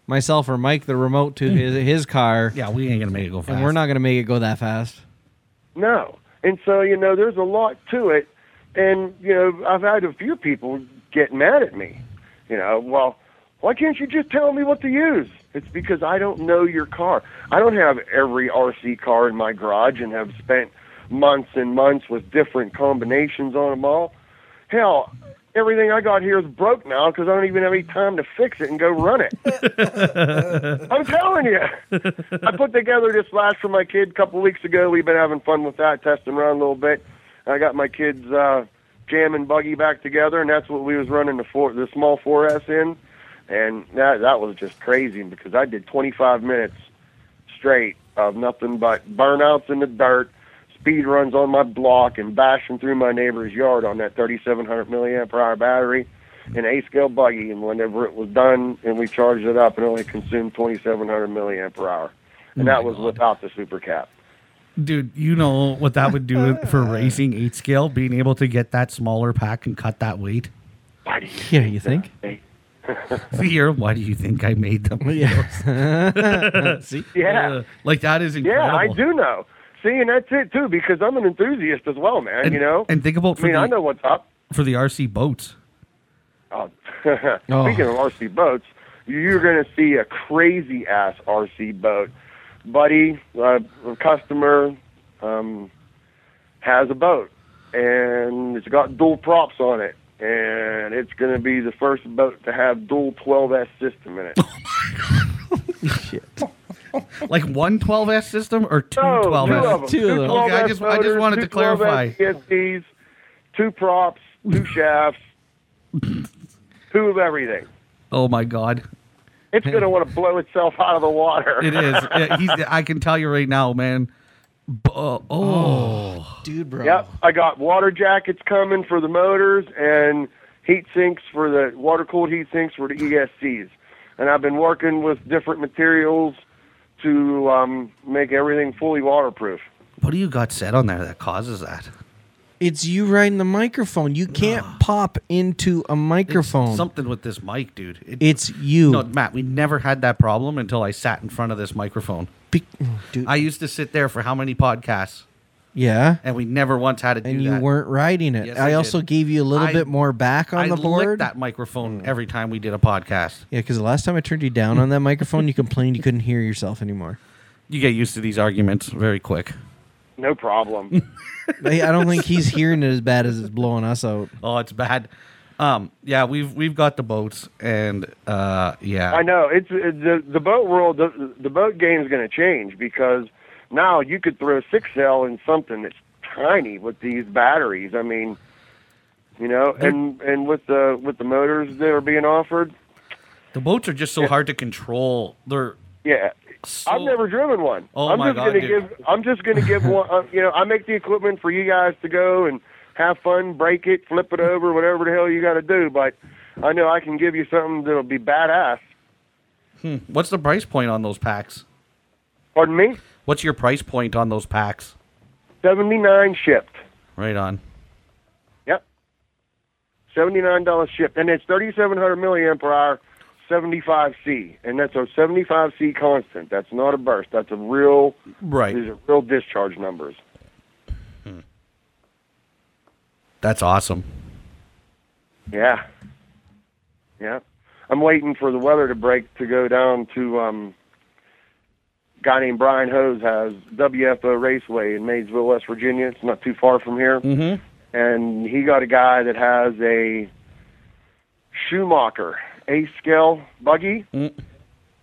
B: myself or Mike the remote to his, his car,
A: Yeah, we ain't gonna make it go fast.
B: and we're not going to make it go that fast.
D: No. And so, you know, there's a lot to it. And, you know, I've had a few people get mad at me. You know, well, why can't you just tell me what to use? It's because I don't know your car. I don't have every RC car in my garage and have spent months and months with different combinations on them all. Hell, everything I got here is broke now because I don't even have any time to fix it and go run it. I'm telling you. I put together this last for my kid a couple weeks ago. We've been having fun with that, testing around a little bit. I got my kids uh, jam and buggy back together, and that's what we was running the four, the small 4S in, and that that was just crazy because I did 25 minutes straight of nothing but burnouts in the dirt, speed runs on my block, and bashing through my neighbor's yard on that 3,700 milliamp hour battery an A scale buggy, and whenever it was done and we charged it up, it only consumed 2,700 milliamp per hour. And that was without the super cap.
A: Dude, you know what that would [laughs] do for racing eight scale, being able to get that smaller pack and cut that weight.
D: Why do you
B: Yeah, you think?
D: say?
A: Here, why do you think I made [laughs] them?
B: Yeah. See?
D: Yeah.
A: Uh, like that is incredible.
D: yeah, I do know. See, and that's it, too, because I'm an enthusiast as well, man,
A: And,
D: you know?
A: and think about
D: I
A: for
D: mean,
A: the
D: I know what's up.
A: for the RC boats.
D: Oh, speaking of RC boats, you're going to see a crazy ass RC boat. Buddy, uh, a customer, um, has a boat, and it's got dual props on it, and it's going to be the first boat to have dual 12S system in it.
A: Like one 12S system or two
D: No,
A: 12S?
D: two of them.
B: Two of
A: [laughs]
B: them.
A: Okay, I just- I just wanted to clarify.
D: CSDs, two props, two shafts, two of everything.
A: Oh my God.
D: It's going to want to blow itself out of the water.
A: It is. Yeah, he's, I can tell you right now, man. B- uh, oh.
B: Dude, bro.
D: Yep, I got water jackets coming for the motors and heat sinks for the water cooled heat sinks for the ESCs. And I've been working with different materials to um, make everything fully waterproof.
A: What do you got said on there that causes that?
B: It's you riding the microphone. You can't pop into a microphone. It's,
A: Something with this mic, dude. It,
B: Oh. you.
A: no, Matt, we never had that problem until I sat in front of this microphone.
B: Be- oh, dude.
A: I used to sit there for how many podcasts,
B: yeah.
A: and we never once had to do
B: And you
A: that.
B: weren't riding it.
A: Yes, I
B: I,
A: did.
B: also gave you a little
A: I-
B: bit more back on
A: I
B: the
A: licked
B: board. Hmm.
A: that microphone every time we did a podcast.
B: Yeah, because the last time I turned you down on that microphone, you complained you couldn't hear yourself anymore.
A: You get used to these arguments very quick.
D: No problem.
B: I I don't think he's hearing it as bad as it's blowing us out.
A: Oh, it's bad. Um, yeah, we've we've got the boats, and uh, yeah,
D: I know it's it, the the boat world. The, the boat game is going to change because now you could throw six L in something that's tiny with these batteries. I mean, you know, and and with the with the motors that are being offered,
A: the boats are just so hard to control. They're
D: yeah.
A: so,
D: I've never driven one.
A: Oh
D: I'm
A: my
D: just
A: God,
D: gonna
A: dude.
D: give. I'm just gonna give one. Uh, you know, I make the equipment for you guys to go and have fun, break it, flip it over, whatever the hell you got to do. But I know I can give you something that'll be badass.
A: What's the price point on those packs?
D: Pardon me.
A: What's your price point on those packs?
D: Seventy nine shipped.
A: Right on.
D: Yep. Seventy-nine dollars shipped, and it's thirty-seven hundred milliamp hour, seventy-five C, and that's a seventy-five C constant. That's not a burst. That's a real. These
A: Right.
D: are real discharge numbers.
A: That's awesome.
D: Yeah. Yeah. I'm waiting for the weather to break to go down to um a guy named Brian Hose has WFO Raceway in Maysville, West Virginia. It's not too far from here.
A: Mhm.
D: And he got a guy that has a Schumacher A scale buggy and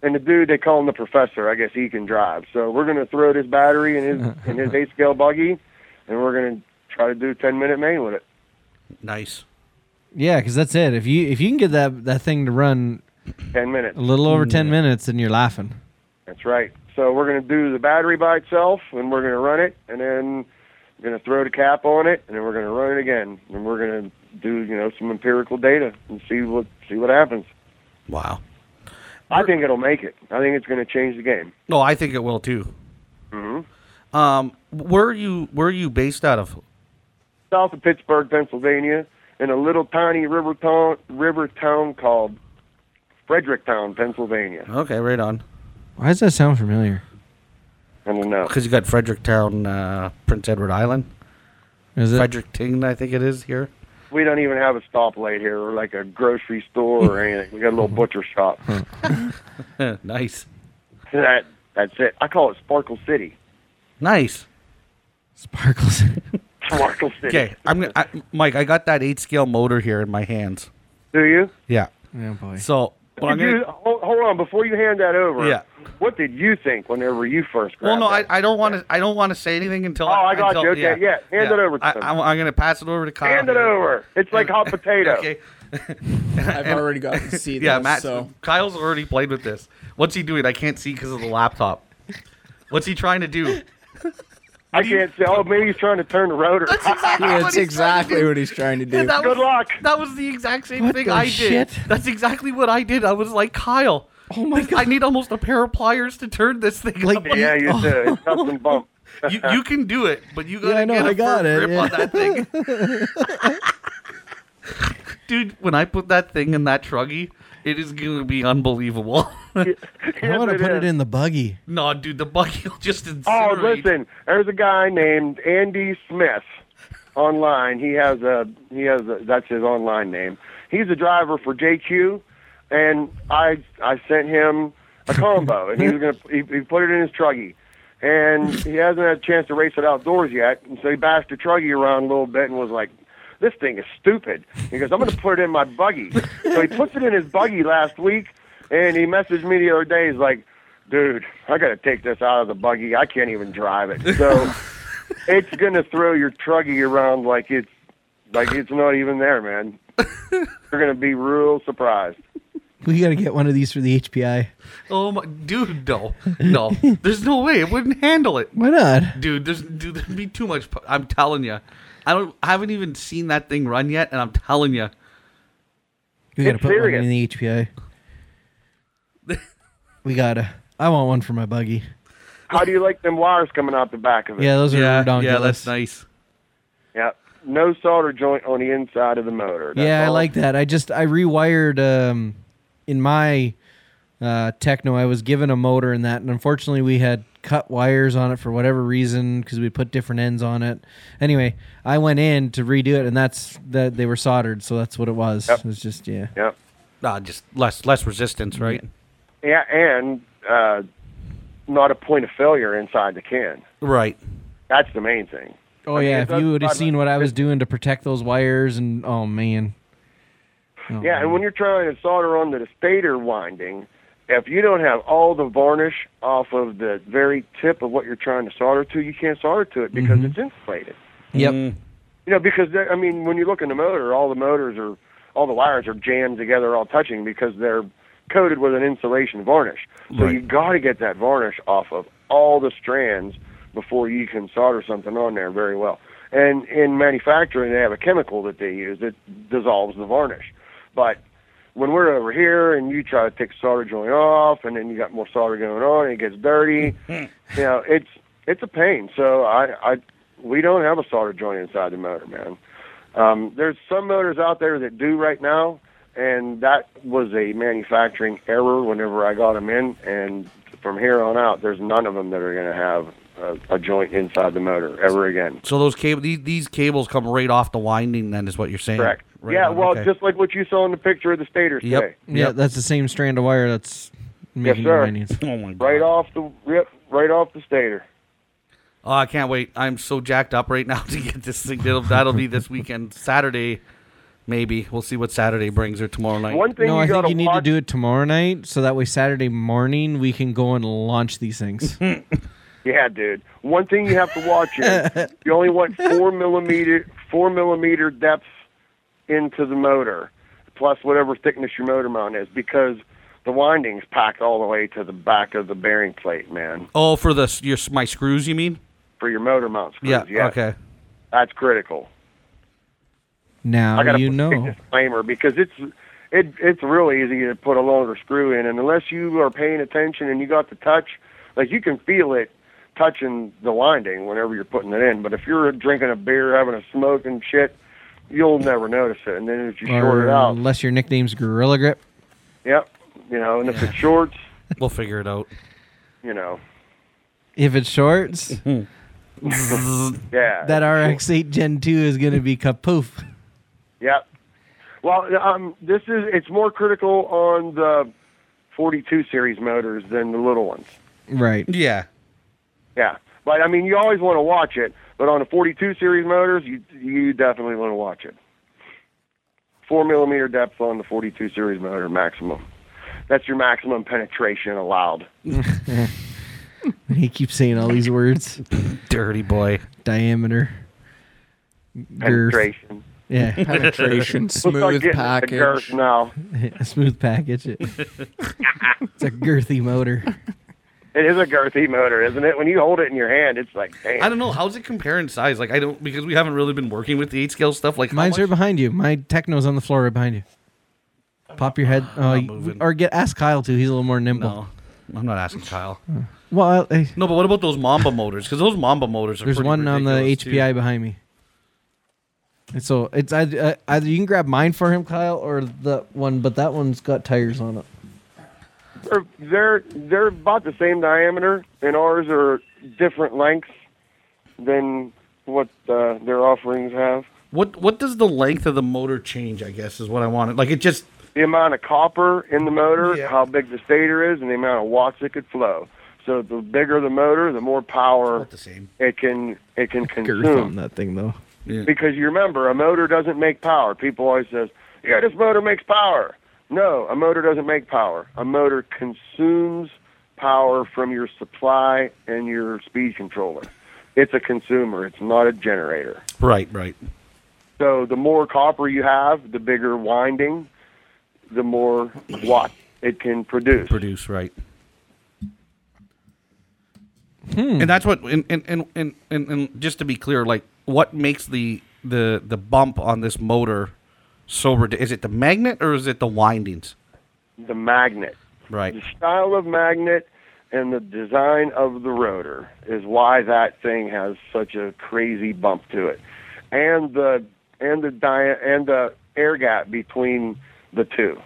D: the dude they call him the professor. I guess he can drive. So we're gonna throw this battery in his in his eight scale buggy, and we're gonna try to do ten minute main with it.
A: Nice.
B: Yeah, because that's it. If you if you can get that that thing to run
D: Ten minutes.
B: a little over ten minutes, then you're laughing.
D: That's right. So we're gonna do the battery by itself, and we're gonna run it, and then we're gonna throw the cap on it, and then we're gonna run it again, and we're gonna do you know some empirical data and see what see what happens.
A: Wow.
D: I think it'll make it. I think it's going to change the game.
A: No, Oh, I think it will too. Mm-hmm. Um, where are you where are you based out of?
D: South of Pittsburgh, Pennsylvania, in a little tiny river town, river town called Fredericktown, Pennsylvania.
A: Okay, right on.
B: Why does that sound familiar?
D: I don't know.
A: Because you got Fredericktown, uh, Prince Edward Island,
B: Is it?
A: Fredericton, I think it is here.
D: We don't even have a stoplight here, or like a grocery store or anything. We got a little butcher shop.
A: [laughs] nice,
D: that that's it. I call it Sparkle City.
A: nice.
B: [laughs] Sparkles.
D: Sparkle City.
A: Okay, I'm gonna, I, Mike. I got that eight scale motor here in my hands.
D: Do you?
A: Yeah.
B: oh boy.
A: So, but I'm
D: Did you
A: gonna,
D: hold, hold on before you hand that over?
A: Yeah.
D: What did you think whenever you first
A: well,
D: grabbed
A: no, I,
D: that?
A: I don't want to. I don't want to say anything until.
D: Oh, I got
A: until-
D: you. Okay, yeah. Hand it over to
A: I,
D: them.
A: I'm, I'm gonna pass it over to Kyle.
D: hand it
A: here.
D: over. It's like hot potato.
A: uh, [laughs] Okay.
C: I've already got to see this.
A: Yeah, Matt. [laughs]
C: So
A: Kyle's already played with this. What's he doing? I can't see because of the laptop. What's he trying
B: [laughs]
A: to do?
D: I can't say. Oh, maybe he's trying to turn the rotor.
C: yeah, that's exactly what he's trying to do.
A: that
D: [laughs]
A: was,
D: Good luck.
A: That was the exact same
B: What
A: thing
B: the
A: I
B: shit?
A: did. That's exactly what I did. I was like, Kyle,
B: Oh my
A: I
B: god.
A: need almost a pair of pliers to turn this thing.
B: Like-
A: up.
D: Yeah, you
A: Oh.
D: do. It's something bump.
A: you, you can do it, but you gotta
B: I know,
A: get a
B: I got
A: firm
B: it,
A: grip
B: yeah.
A: on that thing.
B: [laughs]
A: Dude, when I put that thing in that truggy, it is gonna be unbelievable. [laughs]
B: I want to
D: Yes,
B: put
D: it
B: it
D: is.
B: in the buggy.
A: no, dude, the buggy will just
D: Oh,
A: incinerate.
D: listen. There's a guy named Andy Smith online. He has a he has a, that's his online name. He's a driver for JQ, and I I sent him a combo, and he was gonna he, he put it in his truggy, and he hasn't had a chance to race it outdoors yet, and so he bashed the truggy around a little bit and was like. This thing is stupid. He goes, I'm going to put it in my buggy. So he puts it in his buggy last week, and he messaged me the other day. He's like, dude, I got to take this out of the buggy. I can't even drive it. So it's going to throw your truggy around like it's like it's not even there, man. You're going to be real surprised.
B: We got to get one of these for the HPI.
A: Oh my, dude, [laughs] no, no. There's no way it wouldn't handle it,
B: Why not?
A: dude. There's dude, there'd be too much. pu- I'm telling you, I don't. I haven't even seen that thing run yet, and I'm telling you,
B: We got to
D: It's
B: put
D: serious.
B: one in the HPI. we got to. I want one for my buggy.
D: How do you like them wires coming out the back of it?
B: Yeah, those are
A: yeah,
B: redonkulous.
A: yeah, that's nice.
D: Yeah. No solder joint on the inside of the motor. That's
B: yeah, I
D: all.
B: like that. I just I rewired um in my uh techno I was given a motor in that and unfortunately we had cut wires on it for whatever reason because we put different ends on it. Anyway, I went in to redo it and that's that they were soldered, so that's what it was.
D: Yep.
B: It was just yeah.
D: Yeah.
A: Nah, just less less resistance, right?
D: Yeah, and uh, not a point of failure inside the can.
A: Right.
D: That's the main thing.
B: Oh
D: I mean,
B: yeah,
D: it
B: if
D: does
B: you would have
D: provide-
B: seen what I was doing to protect those wires and oh man. Oh,
D: Yeah, and when you're trying to solder onto the stator winding, if you don't have all the varnish off of the very tip of what you're trying to solder to, you can't solder to it because it's insulated.
B: Yep.
D: You know, because they're- I mean, when you look in the motor, all the motors are, all the wires are jammed together, all touching because they're coated with an insulation varnish. So
A: Right.
D: you got to get that varnish off of all the strands before you can solder something on there very well. And in manufacturing, they have a chemical that they use that dissolves the varnish. But when we're over here and you try to take solder joint off, and then you got more solder going on, and it gets dirty. you know, it's it's a pain. So I, I we don't have a solder joint inside the motor, man. Um, there's some motors out there that do right now, and that was a manufacturing error whenever I got them in. And from here on out, there's none of them that are going to have a, a joint inside the motor ever again.
A: So those cable these, these cables come right off the winding. Then is what you're saying.
D: Correct.
A: Right
D: yeah,
A: on,
D: well,
A: okay.
D: just like what you saw in the picture of the stator
A: Yep.
D: today.
B: Yeah,
A: Yep.
B: that's the same strand of wire that's making the
D: sir.
B: windings.
A: [laughs] oh my god.
D: Right off the rip, right off the stator.
A: Oh, I [laughs] can't wait. I'm so jacked up right now to get this thing. That'll, that'll be this weekend, Saturday. Maybe we'll see what Saturday brings or tomorrow night.
D: One thing
B: no,
D: you
B: I think
D: gotta
B: you need to
D: watch,
B: do it tomorrow night, so that way Saturday morning we can go and launch these
D: [laughs]
B: things.
D: Yeah, dude. One thing you have to watch
A: [laughs]
D: is you only want four millimeter four millimeter depth into the motor, plus whatever thickness your motor mount is, because the windings pack all the way to the back of the bearing plate, man.
A: Oh, for the s- your my screws, you mean?
D: For your motor mount screws.
A: Yeah.
D: yes.
A: Uh, Okay.
D: That's critical.
B: now
D: I got
B: you
D: put a
B: know.
D: big disclaimer because it's it it's real easy to put a longer screw in, and unless you are paying attention and you got the touch, like you can feel it touching the winding whenever you're putting it in. But if you're drinking a beer, having a smoke and shit, you'll never notice it. And then if you short
B: Or
D: it out,
B: unless your nickname's Gorilla Grip.
D: yep, you know. And if it's shorts,
A: We'll figure it out.
D: you know,
B: If it's
D: [laughs]
B: shorts,
D: yeah,
B: that RX8 Gen 2 is going to be kapoof.
D: Yep. Well, um, this is it's more critical on the 42 series motors than the little ones.
B: Right.
A: Yeah.
D: Yeah, but I mean, you always want to watch it. But on the 42 series motors, you you definitely want to watch it. Four millimeter depth on the 42 series motor maximum. That's your maximum penetration allowed.
B: [laughs] He keeps saying all these
D: [laughs]
B: words.
A: Dirty boy.
B: Diameter. Girth.
D: Penetration. [laughs]
B: Yeah. [laughs]
C: Penetration,
D: We'll start
C: smooth
D: getting at the girth
C: package.
D: now.
B: A smooth package.
D: [laughs]
B: It- it's a girthy motor.
D: It is a girthy motor, isn't it? When you hold it in your hand, it's like damn.
A: I don't know. How's it compare in size? Like I don't because we haven't really been working with the eight scale stuff. Like how
B: Mine's right
A: much-
B: behind you. My techno's on the floor right behind you. Pop your head, uh,
A: moving.
B: or get ask Kyle too. He's a little more nimble.
A: No, I'm not asking Kyle.
B: Well, I,
A: No, but what about those Mamba motors? Because those Mamba motors are
B: there's
A: pretty
B: one on the
A: ridiculous, too.
B: HPI behind me. And so it's either, uh, either you can grab mine for him, Kyle, or the one, but that one's got tires on it.
D: They're, they're they're about the same diameter, and ours are different lengths than what uh, their offerings have.
A: What what does the length of the motor change? I guess is what I wanted. Like it just
D: the amount of copper in the motor,
A: Yeah.
D: how big the stator is, and the amount of watts it could flow. So the bigger the motor, the more power
A: about the same.
D: it can it can
B: Girth on
D: consume.
B: that thing though.
A: Yeah.
D: Because you remember, a motor doesn't make power. People always says, "Yeah, this motor makes power." No, a motor doesn't make power. A motor consumes power from your supply and your speed controller. It's a consumer. It's not a generator.
A: Right, right.
D: So the more copper you have, the bigger winding, the more watt it can produce.
A: Produce right. And that's what and and, and and and and just to be clear, like what makes the the the bump on this motor so ridiculous? Is it the magnet or is it the windings?
D: The magnet,
A: Right.
D: the style of magnet, and the design of the rotor is why that thing has such a crazy bump to it, and the and the dia- and the air gap between the two.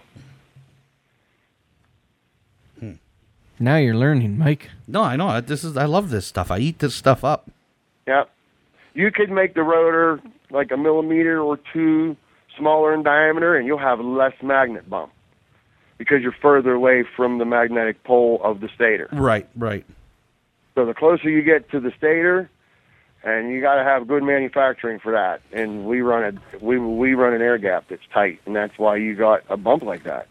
B: Now you're learning, Mike.
A: No, I know. I- This is I love this stuff. I eat this stuff up.
D: Yep. You could make the rotor like a millimeter or two smaller in diameter, and you'll have less magnet bump because you're further away from the magnetic pole of the stator.
A: Right, right.
D: So the closer you get to the stator, and you got to have good manufacturing for that. And we run a we we run an air gap that's tight, and that's why you got a bump like that.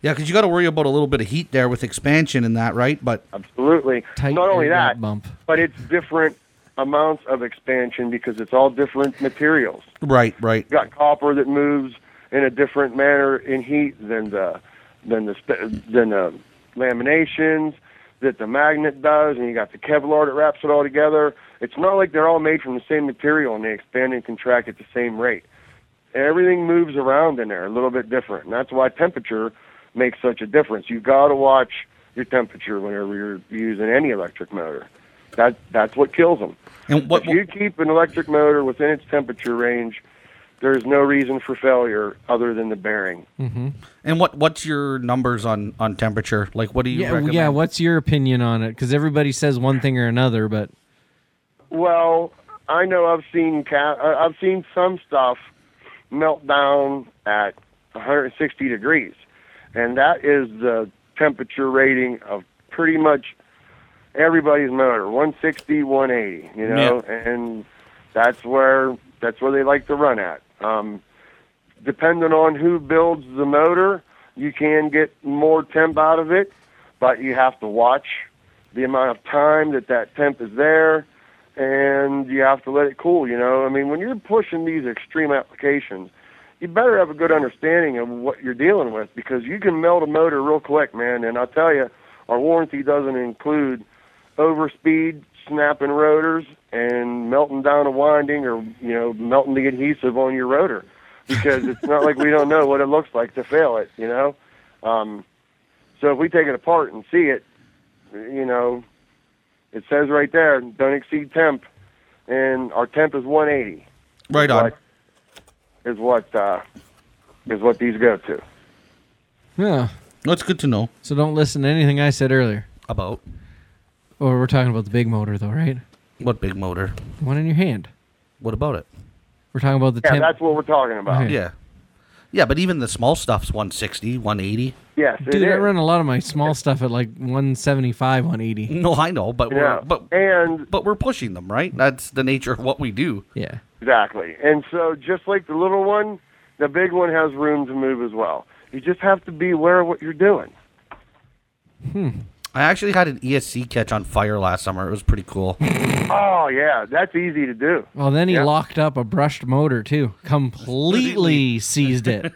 A: Yeah, because you got to worry about a little bit of heat there with expansion and that, right? But
D: Absolutely.
B: Tight
D: Not only
B: air gap
D: that,
B: bump.
D: but it's different amounts of expansion because it's all different materials.
A: right, right.
D: You got copper that moves in a different manner in heat than the than the sp- than the laminations that the magnet does, and you got the Kevlar that wraps it all together. It's not like they're all made from the same material and they expand and contract at the same rate. Everything moves around in there a little bit different, and that's why temperature makes such a difference. You got to watch your temperature whenever you're using any electric motor. That that's what kills them.
A: And what
D: If you keep an electric motor within its temperature range, there is no reason for failure other than the bearing.
A: and what what's your numbers on on temperature? Like, what do you?
B: Yeah,
A: recommend?
B: yeah. What's your opinion on it? Because everybody says one thing or another, but
D: Well, I know I've seen ca- I- I've seen some stuff melt down at 160 degrees, and that is the temperature rating of pretty much everybody's motor 160 180 you know and that's where that's where they like to run at um depending on who builds the motor, you can get more temp out of it, but you have to watch the amount of time that that temp is there, and you have to let it cool. You know, I mean, when you're pushing these extreme applications, you better have a good understanding of what you're dealing with because you can melt a motor real quick, man. And I tell you, our warranty doesn't include overspeed, snapping rotors, and melting down a winding or you know melting the adhesive on your rotor because it's not like we don't know what it looks like to fail it. You know, um, so if we take it apart and see it, you know, it says right there, don't exceed temp, and our temp is 180
A: Right on.
D: But- is what uh, is what these go to.
B: Yeah.
A: That's good to know
B: So don't listen to anything I said earlier.
A: about
B: Or we're talking about the big motor, though, right?
A: what big motor.
B: The one in your hand.
A: What about it?
B: We're talking about the
D: Yeah,
B: temp.
D: that's what we're talking about.
B: Okay.
A: Yeah. Yeah, but even the small stuff's 160, 180.
D: Yes, it
B: Dude, I
D: is.
B: run a lot of my small stuff at like 175, 180.
A: No, I know, but
D: yeah.
A: we're but
D: and
A: but we're pushing them, right? That's the nature of what we do.
B: Yeah.
D: exactly. And so just like the little one, the big one has room to move as well. You just have to be aware of what you're doing.
A: I actually had an ESC catch on fire last summer. It was pretty cool.
D: Oh yeah, that's easy to do.
B: Well, then he
D: Yeah.
B: locked up a brushed motor too. Completely seized it.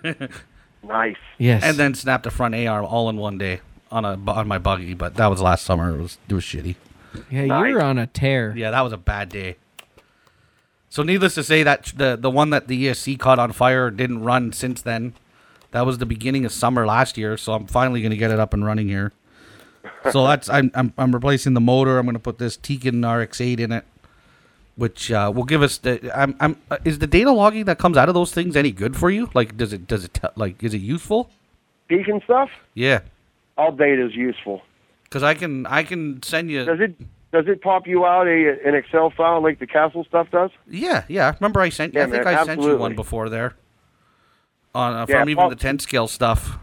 D: Nice.
B: Yes.
A: and then snapped a front A arm all in one day on a on my buggy, but that was last summer. It was it was shitty.
B: yeah,
D: Nice.
B: you were on a tear.
A: Yeah, that was a bad day. So needless to say that the the one that the ESC caught on fire didn't run since then. That was the beginning of summer last year, so I'm finally going to get it up and running here. So that's I'm I'm, I'm replacing the motor. I'm going to put this Tekin RX8 in it, which uh, will give us the I'm I'm uh, is the data logging that comes out of those things any good for you? Like does it does it te- like is it useful?
D: Beacon stuff,
A: Yeah.
D: all data is useful.
A: Cuz I can I can send you
D: Does it does it pop you out a an Excel file like the castle stuff does?
A: Yeah, yeah. I Remember, I sent.
D: Yeah,
A: I think
D: man,
A: I sent you
D: absolutely.
A: one before there. On uh,
D: Yeah,
A: from even
D: Paul-
A: the ten scale stuff.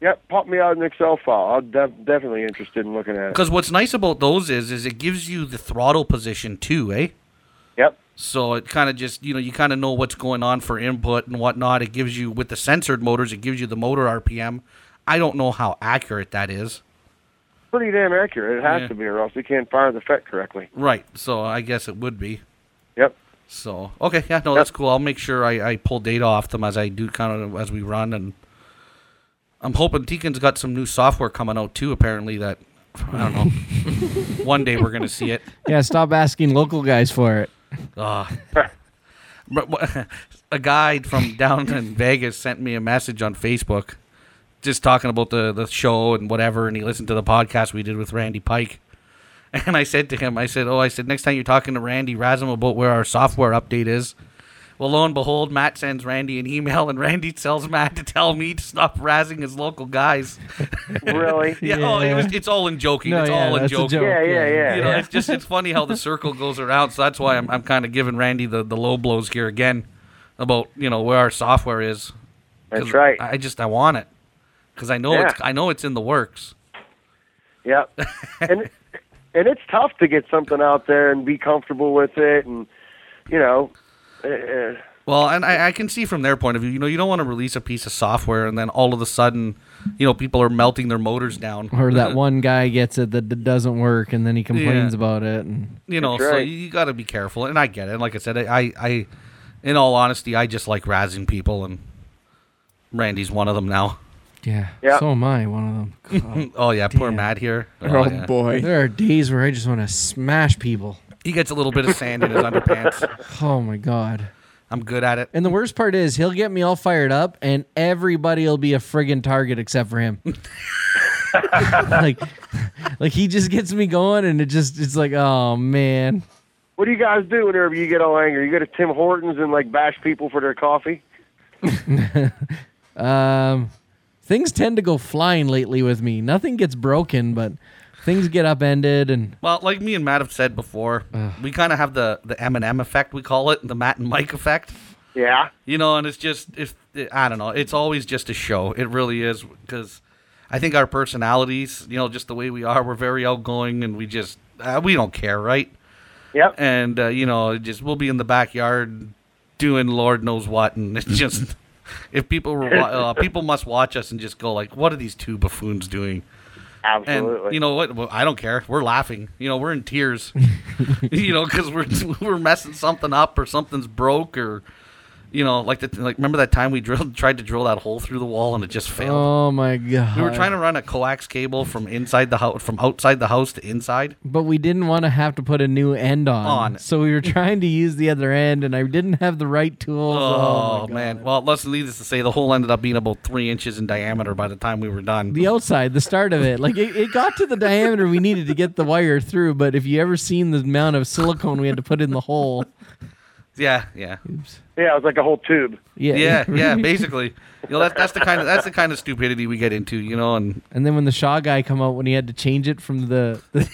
D: Yep, pop me out an Excel file. I'm def- definitely interested in looking at it.
A: Because what's nice about those is, is it gives you the throttle position too, eh?
D: Yep.
A: So it kind of just you know you kind of know what's going on for input and whatnot. It gives you with the censored motors, it gives you the motor RPM. I don't know how accurate that is.
D: Pretty damn accurate. It has
A: Yeah.
D: to be, or else you can't fire the FET correctly.
A: Right. So I guess it would be.
D: Yep.
A: So okay, yeah, no, that's cool. I'll make sure I, I pull data off them as I do kind of as we run, and I'm hoping Deacon's got some new software coming out too. Apparently, that I don't know. One day we're gonna see it.
B: Yeah, stop asking local guys for it.
A: Ah.
B: [laughs]
A: But wha- [laughs] a guy from down
B: [laughs]
A: in Vegas sent me a message on Facebook, just talking about the the show and whatever, and he listened to the podcast we did with Randy Pike. [laughs] And I said to him, I said, "Oh, I said next time you're talking to Randy Rasm about where our software update is." Well, lo and behold, Matt sends Randy an email, and Randy tells Matt to tell me to stop razzing his local guys. [laughs]
D: Really?
A: Yeah, oh, it
B: Yeah.
A: was, it's all in joking.
B: No,
A: it's
B: yeah,
A: all in
B: that's a
A: joking
B: joke.
D: Yeah, yeah, yeah.
A: you know, it's just it's funny how the circle goes around. So that's why I'm I'm kind of giving Randy the, the low blows here again about you know where our software is. 'Cause
D: That's right.
A: I just I want it because I know it's
D: Yeah.
A: I know it's in the works.
D: Yep. and and it's tough to get something out there and be comfortable with it, and you know, uh, uh,
A: Well, and I, I can see from their point of view, you know, you don't want to release a piece of software and then all of a sudden, you know, people are melting their motors down.
B: Or
A: [laughs]
B: that one guy gets it that d- doesn't work, and then he complains
A: Yeah.
B: about it. And
A: you know,
D: That's
A: so
D: right.
A: you, you got to be careful. And I get it. Like I said, I, I, I, in all honesty, I just like razzing people, and Randy's one of them now.
B: yeah,
D: Yeah.
B: so am I. One of them. God.
A: [laughs] Oh yeah, poor Matt here.
C: Oh,
A: yeah.
C: boy.
B: there are days where I just want to smash people.
A: He gets a little bit of sand in his underpants.
B: Oh my god.
A: I'm good at it.
B: And the worst part is he'll get me all fired up, and everybody will be a friggin' target except for him. [laughs] like, like he just gets me going, and it just it's like, oh man,
D: what do you guys do whenever you get all angry? You go to Tim Hortons and like bash people for their coffee.
B: um, things tend to go flying lately with me. Nothing gets broken, but things get upended, and
A: Well, like me and Matt have said before, we kind of have the the Eminem effect. We call it the Matt and Mike effect.
D: Yeah.
A: You know, and it's just if I don't know, it's always just a show. It really is because I think our personalities, you know, just the way we are, we're very outgoing and we just uh, we don't care, right?
D: Yep.
A: And uh, you know, it just [laughs] we'll be in the backyard doing Lord knows what, and it's just if people were wa- uh, people must watch us and just go like, what are these two buffoons doing? And
D: Absolutely.
A: you know what? Well, I don't care. We're laughing. You know, we're in tears. [laughs] you know, because we're [laughs] we're messing something up or something's broke or. You know, like the like. Remember that time we [laughs] drilled, tried to drill that hole through the wall and it just failed.
B: Oh my god.
A: We were trying to run a coax cable from inside the house, from outside the house to inside.
B: but we didn't want to have to put a new end on.
A: On.
B: So we were trying to use the other end, and I didn't have the right tools.
A: Oh,
B: my
A: man!
B: God.
A: Well, let's needless to say, the hole ended up being about three inches in diameter by the time we were done.
B: The outside, the start of it, like it, it got to the diameter we needed to get the wire through. But if you ever seen the amount of silicone we had to put in the hole,
A: yeah, yeah,
D: yeah, it was like a whole tube.
B: yeah,
A: yeah, yeah. Basically, you know that, that's the kind of that's the kind of stupidity we get into, you know. And
B: And then when the Shaw guy come out, when he had to change it from the, the [laughs]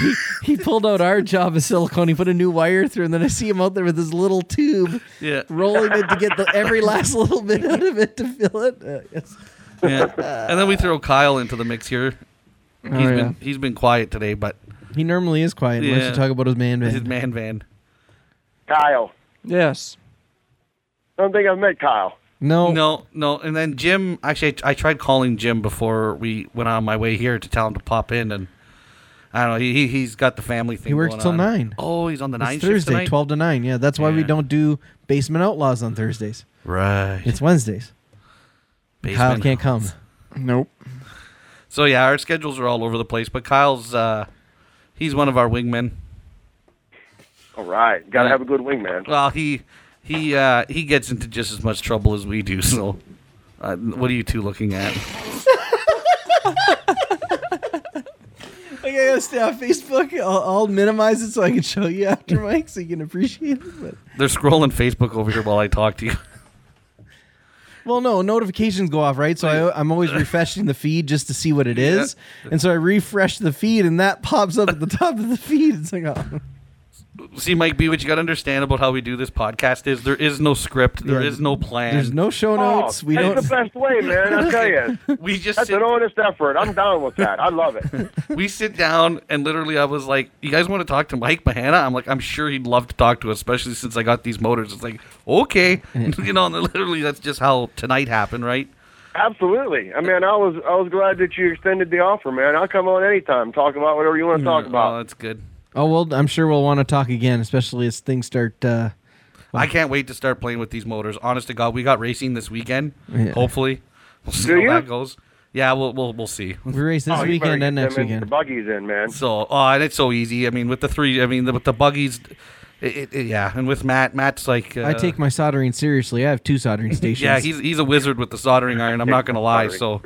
B: he, he pulled out our job of silicone, he put a new wire through, and then I see him out there with his little tube,
A: yeah,
B: rolling it to get the
A: [laughs]
B: every last little bit out of it to fill it. Uh, yes.
A: yeah. And then we throw Kyle into the mix here. He's
B: yeah.
A: been he's been quiet today, but
B: He normally is quiet unless
A: Yeah.
B: you talk about his man
A: his
B: van.
A: man van.
D: Kyle.
C: Yes.
D: I don't think I've met Kyle.
B: No,
A: No, no. And then Jim, actually, I, I tried calling Jim before we went on my way here to tell him to pop in, and I don't know. He he- he's got the family thing.
B: He works
A: going
B: till
A: on.
B: nine.
A: Oh, he's on the nine
B: it's
A: shift
B: Thursday,
A: tonight?
B: twelve to nine. Yeah, that's why we
A: Yeah.
B: don't do basement outlaws on Thursdays.
A: Right.
B: It's Wednesdays. Kyle
A: Basement.
B: can't come.
C: Nope.
A: So yeah, our schedules are all over the place. But Kyle's uh, he's one of our wingmen.
D: All right. Got to
A: Yeah.
D: have a good wingman.
A: Well, he he uh, he gets into just as much trouble as we do. So, uh, what are you two looking at?
B: Like I gotta stay on Facebook. I'll, I'll minimize it so I can show you after [laughs] Mike, so you can appreciate it. But
A: They're scrolling Facebook over here while I talk to you. [laughs]
B: Well, no, notifications go off, right? So I, I'm
D: [laughs]
B: always refreshing the feed just to see what it is. And so I refresh the feed, and that pops up at the top of the feed. It's like, oh.
A: See, Mike B, what you got to understand about how we do this podcast is there is no script, there is
B: Yeah.
A: no plan.
B: there's no show
D: Oh,
B: notes. we
D: that's
B: don't.
D: the best way, man. I tell you,
A: we just
D: that's
A: sit-
D: an honest effort. I'm down with that. I love it.
A: we sit down and literally I was like, "You guys want to talk to Mike Mahana?" I'm like, "I'm sure he'd love to talk to us, especially since I got these motors." It's like, okay, [laughs] you know, and literally that's just how tonight happened, right?
D: Absolutely. I mean, I was I was glad that you extended the offer, man. I'll come on anytime. Talk about whatever you want to talk
A: Oh,
D: about.
A: that's good.
B: Oh well, I'm sure we'll want to talk again, especially as things start. Uh,
A: I can't wait to start playing with these motors. Honest to God, we got racing this weekend.
B: Yeah.
A: Hopefully, we'll see
D: Do
A: how
D: you?
A: that goes. Yeah, we'll we'll we'll see.
B: we race this
D: Oh, you better
B: weekend and
D: get
B: next
D: them in- The
B: weekend.
D: buggies in, man.
A: So, oh, and it's so easy. I mean, with the three, I mean, the, with the buggies, it, it, it- yeah, and with Matt, Matt's like, uh,
B: I take my soldering seriously. I have two
D: [laughs]
B: soldering stations.
A: yeah, he's he's a wizard with the soldering iron. I'm not gonna lie. So,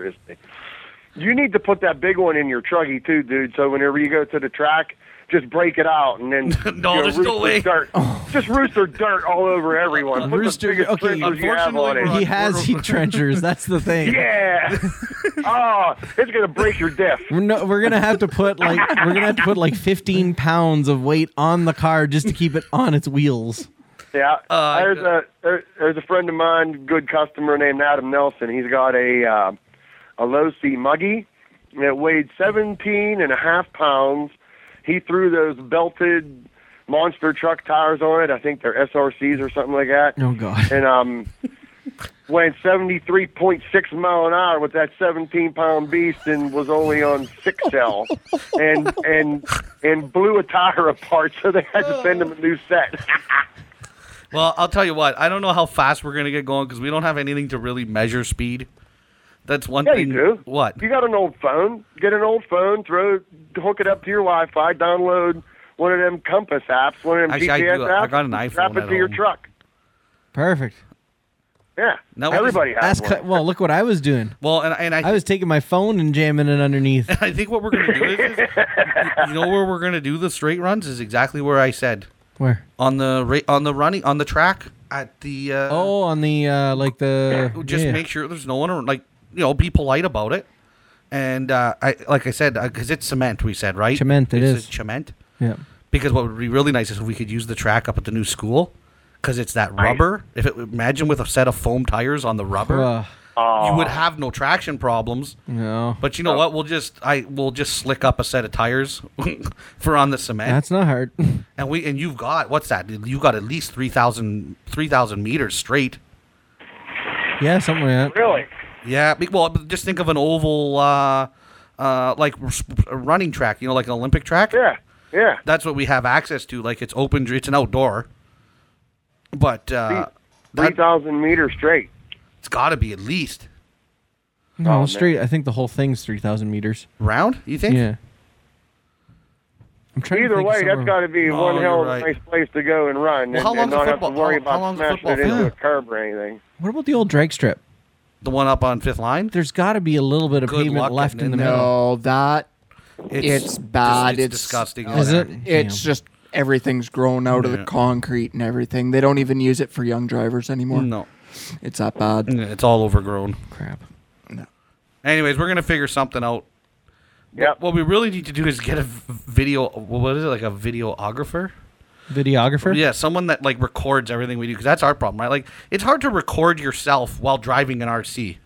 D: you need to put that big one in your truggy too, dude. So whenever you go to the track, just break it out and
A: [laughs]
D: then you know,
A: there's no
D: rooster
A: way. Oh.
D: Dirt. Just rooster dirt all over everyone. Put the
B: Rooster-
D: biggest
B: okay,
D: treasures you have on
A: unfortunately,
D: it.
A: we're on-
B: he has heat trenchers. That's
D: [laughs]
B: the thing.
D: Yeah. [laughs] oh, it's gonna break
A: [laughs]
D: your diff.
B: We're, no, we're gonna have to put like we're gonna have to put like 15 pounds of weight on the car just to keep it on its wheels.
D: Yeah.
A: Uh,
D: there's
A: uh,
D: a there, there's a friend of mine, good customer named Adam Nelson. He's got a uh, a low C muggy that weighed 17 and a half pounds. He threw those belted monster truck tires on it. I think they're SRCs or something like that.
B: Oh god.
D: And um. [laughs] Went 73.6 mile an hour with that 17 pound beast and was only on six cell and and and blew a tire apart so they had to send him a new set.
A: well, I'll tell you what. I don't know how fast we're gonna get going because we don't have anything to really measure speed. That's one
D: Yeah,
A: thing.
D: you do.
A: What?
D: You got an old phone? Get an old phone. Throw, hook it up to your Wi-Fi. Download one of them Compass apps, one of them
A: Actually, I
D: GPS
A: do.
D: apps.
A: I got an
D: and
A: iPhone
D: Strap it
A: at
D: to your
A: home.
D: truck.
B: Perfect.
D: Yeah.
A: Now what is-
D: Everybody has
B: That's
D: one.
B: cu- well. Look what I was doing.
A: Well, and and I,
B: I was taking my phone and jamming it underneath.
A: I think what we're gonna do is, is you know where we're gonna do the straight runs is exactly where I said
B: Where?
A: on the ra- on the running on the track at the uh,
B: Oh, on the uh, like the
A: just
B: yeah.
A: make sure there's no one around, like you know be polite about it and uh, I like I said because it's cement we said right
B: Cement, it
A: it's
B: is.
A: a cement
B: yeah.
A: because what would be really nice is if we could use the track up at the new school because it's that rubber if it imagine with a set of foam tires on the rubber
B: Ugh,
A: you would have no traction problems
B: no,
A: but you know what? We'll just I we'll just slick up a set of tires [laughs] for on the cement,
B: that's not hard. [laughs]
A: and we and you've got what's that? You've got at least 3,000 3,000 meters straight.
B: Yeah, something like that.
D: Really?
E: Yeah, be- well, but just think of an oval, uh, uh, like r- sp- a running track, you know, like an Olympic
A: [laughs]
E: track.
D: Yeah. Yeah.
E: That's what we have access to. Like it's open, it's an outdoor, but uh,
D: Three
E: that,
D: thousand meters straight.
E: it's got to be at least
B: No,
D: Oh, man.
B: straight. I think the whole thing's three thousand meters.
E: round. You think?
B: Yeah. I'm trying. to
D: Either
B: think of
D: way, that's
B: somewhere-
D: got to be
E: Oh,
D: one hell
E: you're
D: of a
E: right.
D: nice place to go and run,
E: Well, how
D: and,
E: long's
D: and
E: the
D: not have to
E: football-
D: worry
E: how- how
D: about
E: long's the
D: smashing it
E: football
D: into a
B: field?
D: curb or anything.
B: What about the old drag strip?
E: The one up on Fifth Line.
B: There's got to be a little bit of
E: Good luck
B: pavement left
E: getting
B: in
E: in
B: the
E: there.
B: middle.
C: No, that It's bad,
E: It's,
C: it's- oh,
E: disgusting.
B: Is
E: out
B: it?
E: there.
C: it's just everything's grown out of
E: Yeah.
C: the concrete and everything. They don't even use it for young drivers anymore.
E: No,
C: It's that bad.
E: it's all overgrown.
B: Crap.
E: Anyways, we're gonna figure something out.
D: Yep.
E: What we really need to do is get a v- video. What is it like a videographer?
B: Videographer.
E: Yeah, someone that like records everything we do because that's our problem, right? Like it's hard to record yourself while driving an RC.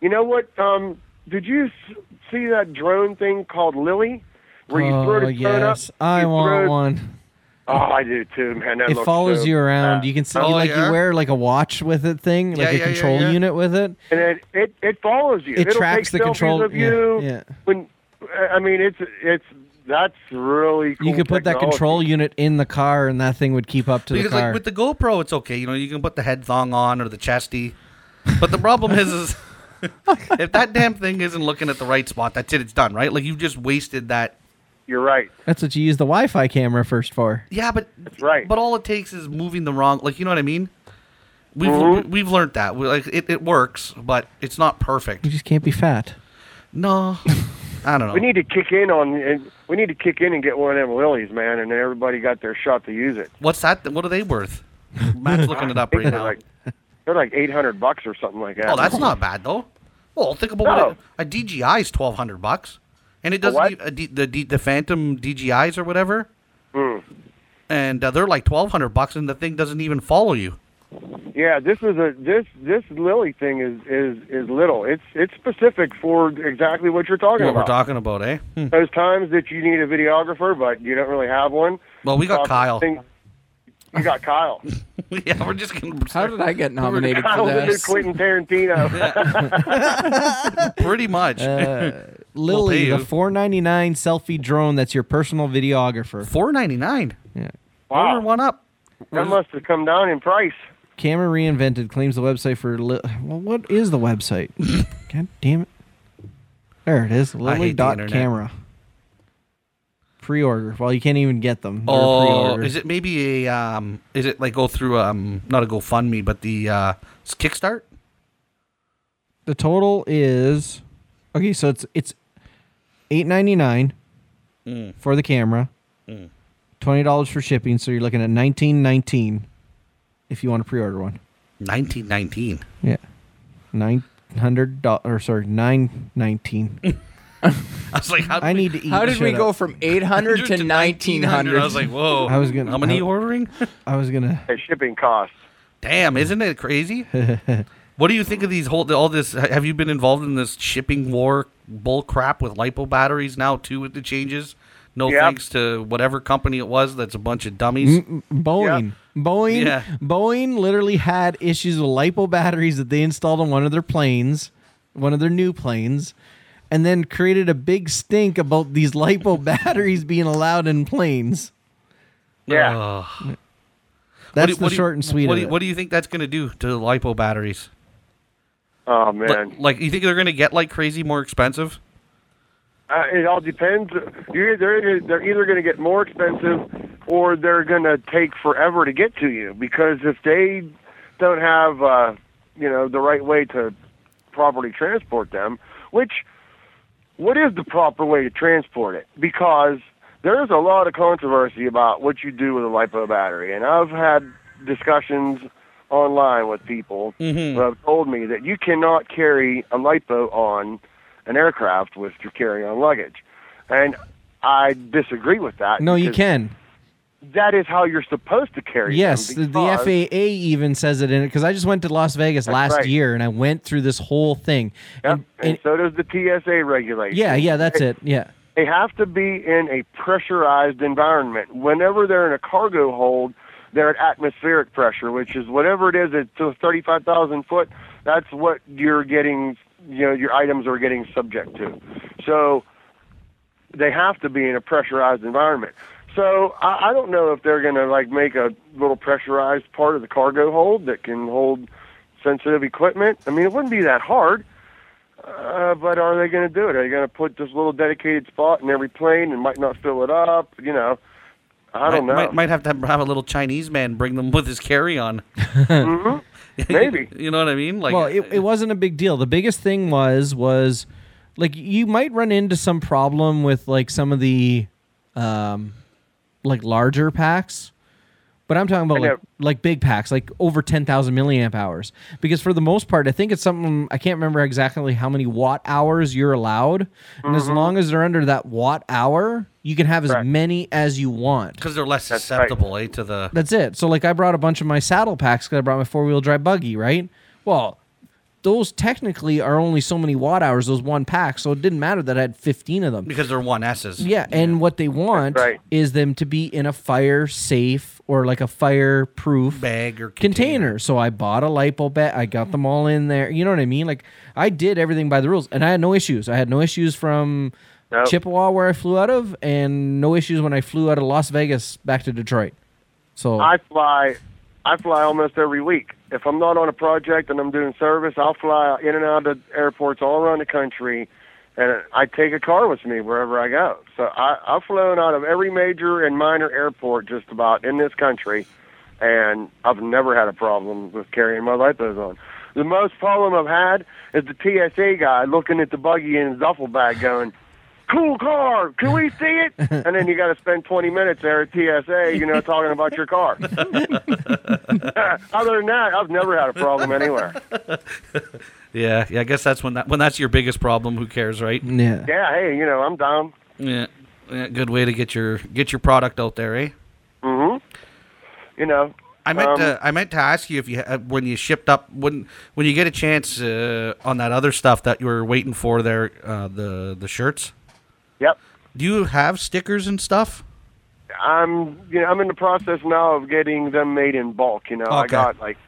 D: You know what? Um, did you s- see that drone thing called Lily? Where you throw
B: Oh
D: the drone up?
B: yes, I
D: you throw-
B: want one.
D: Oh, I do too, man. That
B: It
D: looks
B: follows
D: so
B: you around.
D: bad.
B: You can see,
E: Oh,
B: like,
E: yeah?
B: you wear like a watch with it thing, like
E: Yeah,
B: a
E: yeah, yeah,
B: control
E: yeah.
B: unit with it.
D: and it it, it follows you.
B: It
D: It'll
B: tracks
D: take
B: the
D: selfies
B: control-
D: of
B: yeah,
D: you.
B: yeah.
D: When I mean, it's it's that's really cool.
B: you could put that
D: technology.
B: control unit in the car, and that thing would keep up to
E: Because
B: the car.
E: like with the GoPro, it's okay. You know, you can put the head thong on or the chesty. But the problem is, is [laughs] if that damn thing isn't looking at the right spot, that's it. It's done, right? Like you've just wasted that.
D: You're right.
B: That's what you use the Wi-Fi camera first for.
E: Yeah, but
D: right.
E: But all it takes is moving the wrong. Like you know what I mean? We've
D: Mhm.
E: we've learned that. We, like it, it works, but it's not perfect.
B: You just can't be fat.
E: No, I don't know.
D: We need to kick in on and we need to kick in and get one of them lilies, man, and then everybody got their shot to use it.
E: What's that? What are they worth? Matt's looking it up right
D: They're
E: now.
D: like they're like eight hundred bucks or something like that.
E: Oh, that's
D: [laughs]
E: not bad though. Well, think about what
D: No.
E: a, a DJI is twelve hundred bucks, and it doesn't
D: what?
E: even- a D, the D, the Phantom DJI's or whatever,
D: Hmm.
E: and uh, they're like twelve hundred bucks, and the thing doesn't even follow you.
D: Yeah, this is a this this lily thing is is is little. It's it's specific for exactly what you're talking
E: What we're
D: about.
E: talking about, eh? Hmm.
D: Those times that you need a videographer, but you don't really have one.
E: Well, we got
D: Uh,
E: Kyle.
D: thing- you got Kyle.
E: [laughs] yeah, we're just gonna.
C: How did I get nominated
D: Kyle
C: for
D: the new
C: this?
D: Quentin Tarantino.
E: [laughs] Pretty much.
C: Uh,
B: Lily,
E: We'll uh, pay you.
B: the four ninety nine selfie drone. That's your personal videographer.
E: Four ninety nine.
B: Yeah.
E: Order
D: Wow,
E: one up.
D: that must have come down in price.
B: Camera reinvented claims the website for. Li- well, what is
E: [laughs]
B: the website? God damn it! There it is.
E: hate the
B: Lily dot
E: internet.
B: camera. Pre-order. Well, you can't even get them. They're
E: Oh,
B: pre-order.
E: is it maybe a um? Is it like go through um? Not a GoFundMe, but the uh Kickstart.
B: The total is okay. So it's it's eight ninety nine
E: Mm.
B: for the camera, twenty dollars for shipping. So you're looking at nineteen nineteen if you want to pre-order one.
E: Nineteen nineteen.
B: Yeah, nine hundred dollars. Sorry, nine
E: [laughs]
B: nineteen.
E: I was like, how
B: I
E: we-
B: need to eat.
C: How did
B: shut
C: we
B: up.
C: go [laughs] from 800 to 1900?
E: I was like, whoa.
B: I was gonna-
E: How many
B: I-
E: ordering? [laughs]
B: I was gonna.
D: The shipping costs.
E: Damn, isn't it crazy? what do you think of these whole all this? Have you been involved in this shipping war bull crap with lipo batteries now too with the changes? No
D: Yep.
E: thanks to whatever company it was that's a bunch of dummies.
B: Mm. Boeing. Boeing.
E: Yeah.
B: Boeing literally had issues with lipo batteries that they installed on one of their planes, one of their new planes, and then created a big stink about these lipo [laughs] batteries being allowed in planes.
D: Yeah.
E: Ugh. What
B: That's
E: do-
B: the
E: what do you-
B: short and sweet
E: What
B: of
E: do, you-
B: it.
E: what do you think that's going to do to the lipo batteries?
D: Oh
E: Like,
D: man,
E: like, you think they're going to get like crazy more expensive?
D: uh, it all depends. You're either they're either going to get more expensive, or they're going to take forever to get to you because if they don't have uh, you know the right way to properly transport them, which what is the proper way to transport it? Because there's a lot of controversy about what you do with a lipo battery, and I've had discussions online with people
B: Mm-hmm.
D: who have told me that you cannot carry a lipo on an aircraft with your carry-on luggage, and I disagree with that.
B: No, you
D: because
B: can.
D: That is how you're supposed to carry.
B: Yes, the,
D: them
B: the
D: because-
B: FAA even says it in it because I just went to Las Vegas last
D: right.
B: year and I went through this whole thing.
D: Yep,
B: And,
D: and,
B: and-
D: so does the TSA regulation.
B: yeah, yeah, that's it. Yeah.
D: they have to be in a pressurized environment. Whenever they're in a cargo hold, they're at atmospheric pressure, which is whatever it is, it's to 35,000 foot. that's what you're getting. You know, your items are getting subject to. So they have to be in a pressurized environment. So I, I don't know if they're going to like make a little pressurized part of the cargo hold that can hold sensitive equipment. I mean, it wouldn't be that hard. Uh, but are they going to do it? Are they going to put this little dedicated spot in every plane and might not fill it up? You know, I don't
A: might,
D: know.
A: Might, might have to have, a little Chinese man bring them with his carry on.
D: Maybe.
A: [laughs] you know what I mean? Like,
B: well it, it wasn't a big deal the biggest thing was was like you might run into some problem with like some of the um like larger packs but i'm talking about
D: I
B: like,
D: know.
B: like big packs like over 10000 milliamp hours because for the most part i think it's something i can't remember exactly how many watt hours you're allowed and as
D: Mm-hmm.
B: long as they're under that watt hour you can have as
D: Correct.
B: many as you want
A: because they're less
D: That's right.
A: susceptible, eh, to the.
B: that's it. So like I brought a bunch of my saddle packs because I brought my four wheel drive buggy, right? Well, those technically are only so many watt hours, those one pack. So it didn't matter that I had 15 of them.
A: Because they're one S's.
B: Yeah. And what they want
D: Right.
B: is them to be in a fire safe or like a fireproof
A: Bag or container.
B: container. So I bought a lipo bag. I got them all in there. You know what I mean? Like I did everything by the rules, and I had no issues. I had no issues from
D: Nope.
B: Chippewa where I flew out of, and no issues when I flew out of Las Vegas back to Detroit. So
D: I fly, I fly almost every week. If I'm not on a project and I'm doing service, I'll fly in and out of airports all around the country, and I take a car with me wherever I go. So I, I've flown out of every major and minor airport just about in this country, and I've never had a problem with carrying my lipos on. The most problem I've had is the TSA guy looking at the buggy in his duffel bag, going. Cool car. Can we see it? And then you got to spend 20 minutes there at TSA, you know, talking about your car. [laughs] Other than that, I've never had a problem anywhere.
A: Yeah, yeah. I guess that's when that when that's your biggest problem. Who cares, right?
B: yeah.
D: Yeah, hey, you know, I'm down.
A: Yeah. yeah good way to get your get your product out there, eh?
D: You know,
A: I meant
D: Um,
A: to I meant to ask you if you uh, when you shipped up when when you get a chance uh, on that other stuff that you were waiting for there uh, the the shirts.
D: yep.
A: Do you have stickers and stuff?
D: I'm, you know, I'm in the process now of getting them made in bulk. You know, I
A: Okay.
D: got like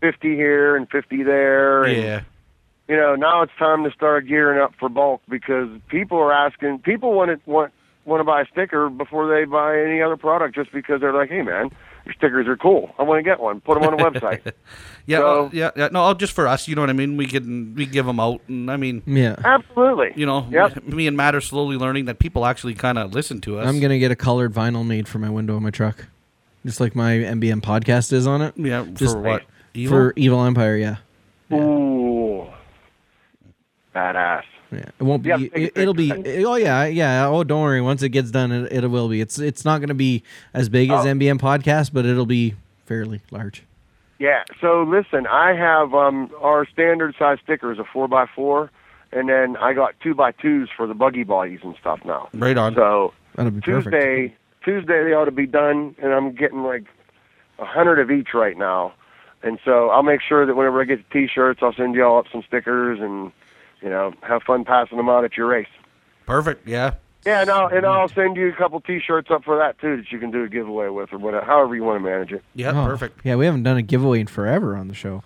D: 50 here and 50 there, and you know, now it's time to start gearing up for bulk because people are asking, people want to want want to buy a sticker before they buy any other product just because they're like, hey man, your stickers are cool. I want to get one. Put them on a website.
A: [laughs] Yeah,
D: So-
A: uh, yeah, yeah. No, just for us. You know what I mean. We can we give them out, and I mean,
B: Yeah.
D: Absolutely.
A: you know,
D: Yep.
A: me and Matt are slowly learning that people actually kind of listen to us.
E: I'm gonna get a colored vinyl made for my window of my truck, just like my MBM podcast is on it.
A: yeah,
E: just-
A: for what? Evil?
E: For Evil Empire, yeah,
D: Ooh, badass.
E: yeah. It won't be.
D: Yeah, take a
E: it, will be.
D: picture.
E: oh yeah, yeah. Oh, don't worry. Once it gets done, it, it will be. It's it's not gonna be as big as
D: Oh.
E: MBM podcast, but it'll be fairly large.
D: Yeah. So listen, I have um our standard size stickers, a four by four, and then I got two by twos for the buggy bodies and stuff now.
A: right on.
D: So
E: That'll be perfect.
D: Tuesday, Tuesday they ought to be done, and I'm getting like a hundred of each right now. And so I'll make sure that whenever I get the T-shirts, I'll send y'all up some stickers, and you know, have fun passing them out at your race.
A: Perfect. Yeah.
D: Yeah, and I'll, and I'll send you a couple T-shirts up for that too, that you can do a giveaway with or whatever, however you want to manage it.
A: Yeah.
E: Oh,
A: Perfect.
E: Yeah, we haven't done a giveaway in forever on the show.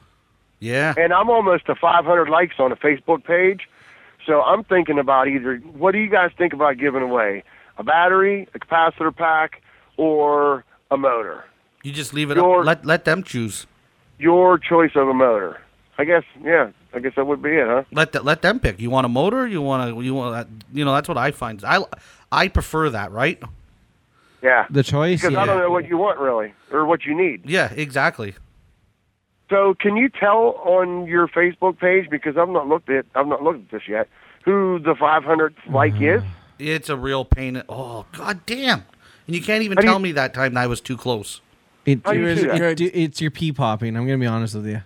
A: Yeah.
D: And I'm almost to 500 likes on the Facebook page, so I'm thinking about either. What do you guys think about giving away? A battery, a capacitor pack, or a motor?
A: You just leave it.
D: Your-
A: Up. Let let them choose.
D: your choice of a motor. I guess, yeah, I guess that would be it, huh?
A: Let the, let them pick. You want a motor? You want to? You want? A, you know, that's what I find. I I prefer that. Right?
D: Yeah.
E: The choice.
D: Because I
E: Yeah.
D: don't know what you want really, or what you need.
A: Yeah. Exactly.
D: So, can you tell on your Facebook page because I've not looked at I've not looked at this yet who the 500th like is?
A: It's a real pain. Oh god damn! And you can't even
D: How do
A: tell
D: you-
A: me that time that I was too close.
E: It,
D: How do you
E: it-
D: do that?
E: it- it- it's your pee popping. I'm gonna be honest with you.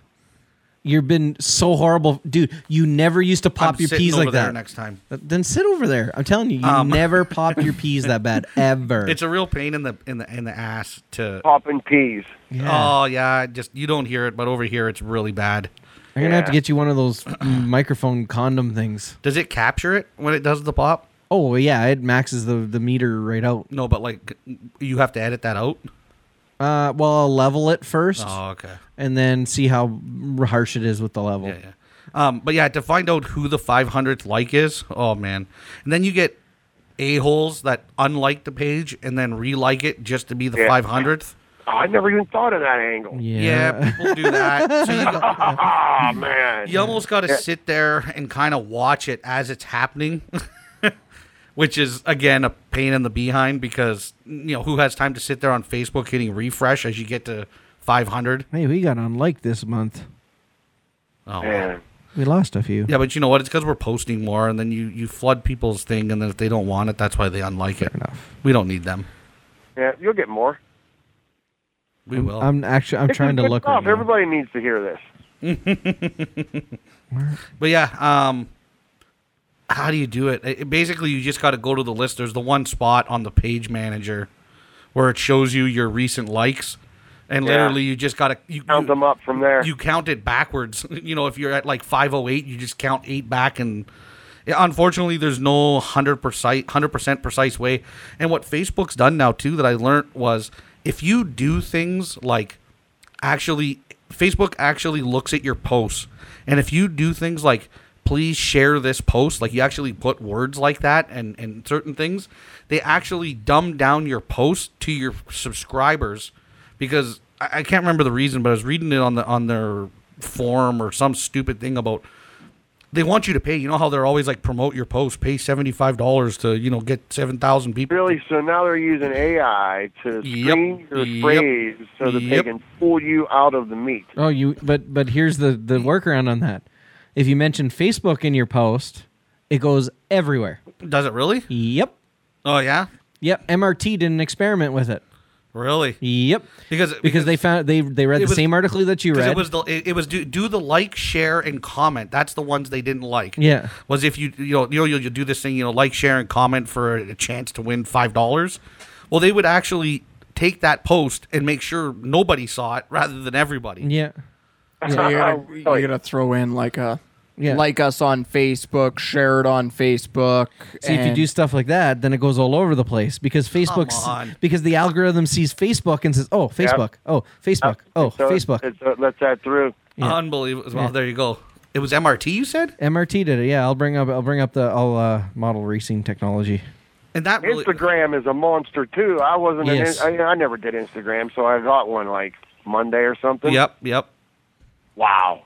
E: You've been so horrible, dude. You never used to pop
A: I'm
E: your
A: sitting
E: peas
A: over
E: like
A: there
E: that.
A: next time.
E: Th- Then sit over there. I'm telling you, you
A: Um. [laughs]
E: never popped your peas that bad ever.
A: It's a real pain in the in the in the ass to.
D: Popping peas.
E: yeah.
A: Oh yeah, just you don't hear it, but over here it's really bad.
E: I'm gonna have to
D: yeah.
E: get you one of those [clears throat] microphone condom things.
A: Does it capture it when it does the pop?
E: Oh well, yeah, it maxes the the meter right out.
A: No, but like you have to edit that out.
B: Uh, well, I'll level it first,
A: Oh, okay.
B: and then see how r- harsh it is with the level.
A: Yeah, yeah. Um, but yeah, to find out who the 500th like is, oh man. And then you get a holes that unlike the page and then relike it just to be the
D: Yeah.
A: 500th.
D: Oh, I never even thought of that angle.
A: Yeah, people
E: [laughs]
A: do that. So you,
D: Ah man.
A: you almost got to sit there and kind of watch it as it's happening, [laughs] which is again a pain in the behind because you know who has time to sit there on Facebook hitting refresh as you get to 500.
B: Hey, we got unlike this month.
A: Oh, wow.
D: Man.
B: We lost a few.
A: Yeah, but you know what? It's because we're posting more, and then you you flood people's thing, and then if they don't want it, that's why they unlike it.
B: enough.
A: We don't need them.
D: Yeah, you'll get more.
A: We will.
B: I'm actually I'm
D: This is
B: trying to
D: good
B: look.
D: stuff.
B: Right now.
D: Everybody needs to hear this.
A: but yeah, um, how do you do it? It- basically, you just got to go to the list. There's the one spot on the page manager where it shows you your recent likes, and
D: Yeah.
A: literally you just got to you
D: Count them up from there.
A: you count it backwards. [laughs] You know, if you're at like 508, you just count eight back and. Yeah, unfortunately, there's no hundred percent hundred percent precise way. And what Facebook's done now too that I learned was if you do things like actually Facebook actually looks at your posts, and if you do things like please share this post, like you actually put words like that and and certain things, they actually dumb down your post to your subscribers because I, I can't remember the reason, but I was reading it on the on their forum or some stupid thing about they want you to pay. You know how they're always like promote your post, pay seventy five dollars to you know get seven thousand people.
D: Really? So now they're using AI to
A: Yep.
D: screen your
A: Yep.
D: phrase so that
A: Yep.
D: they can pull you out of the meat.
B: Oh, you but but here's the
D: [laughs]
B: the workaround on that. If you mention Facebook in your post, it goes everywhere.
A: Does it really?
B: Yep.
A: Oh yeah,
B: Yep. MRT did an experiment with it.
A: really?
B: Yep.
A: Because
B: Because they found they they read
A: It
B: the
A: was-
B: same article that you
A: because
B: read.
A: it was the it, it was do, do the like share and comment. That's the ones they didn't like.
B: Yeah.
A: was if you you know you know you'll, you'll do this thing you know like share and comment for a chance to win five dollars. Well, they would actually take that post and make sure nobody saw it rather than everybody.
B: yeah.
C: So you're gonna,
D: Oh, really?
C: you're gonna throw in like a
B: Yeah.
C: like us on Facebook, share it on Facebook.
B: See, if you
C: and-
B: do stuff like that, then it goes all over the place because Facebook's
A: on.
B: because the algorithm sees Facebook and says, "Oh, Facebook, oh, Facebook, oh,
D: So it's-
B: Facebook."
D: It's, uh, lets that through.
A: Unbelievable. Well, there you go. It was MRT. You said,
B: MRT did it. Yeah, I'll bring up I'll bring up the I'll uh, model racing technology.
A: and that really
D: Instagram is a monster too. I wasn't.
B: Yes.
D: An, I, I never did Instagram, so I got one like Monday or something.
A: Yep, yep.
D: Wow.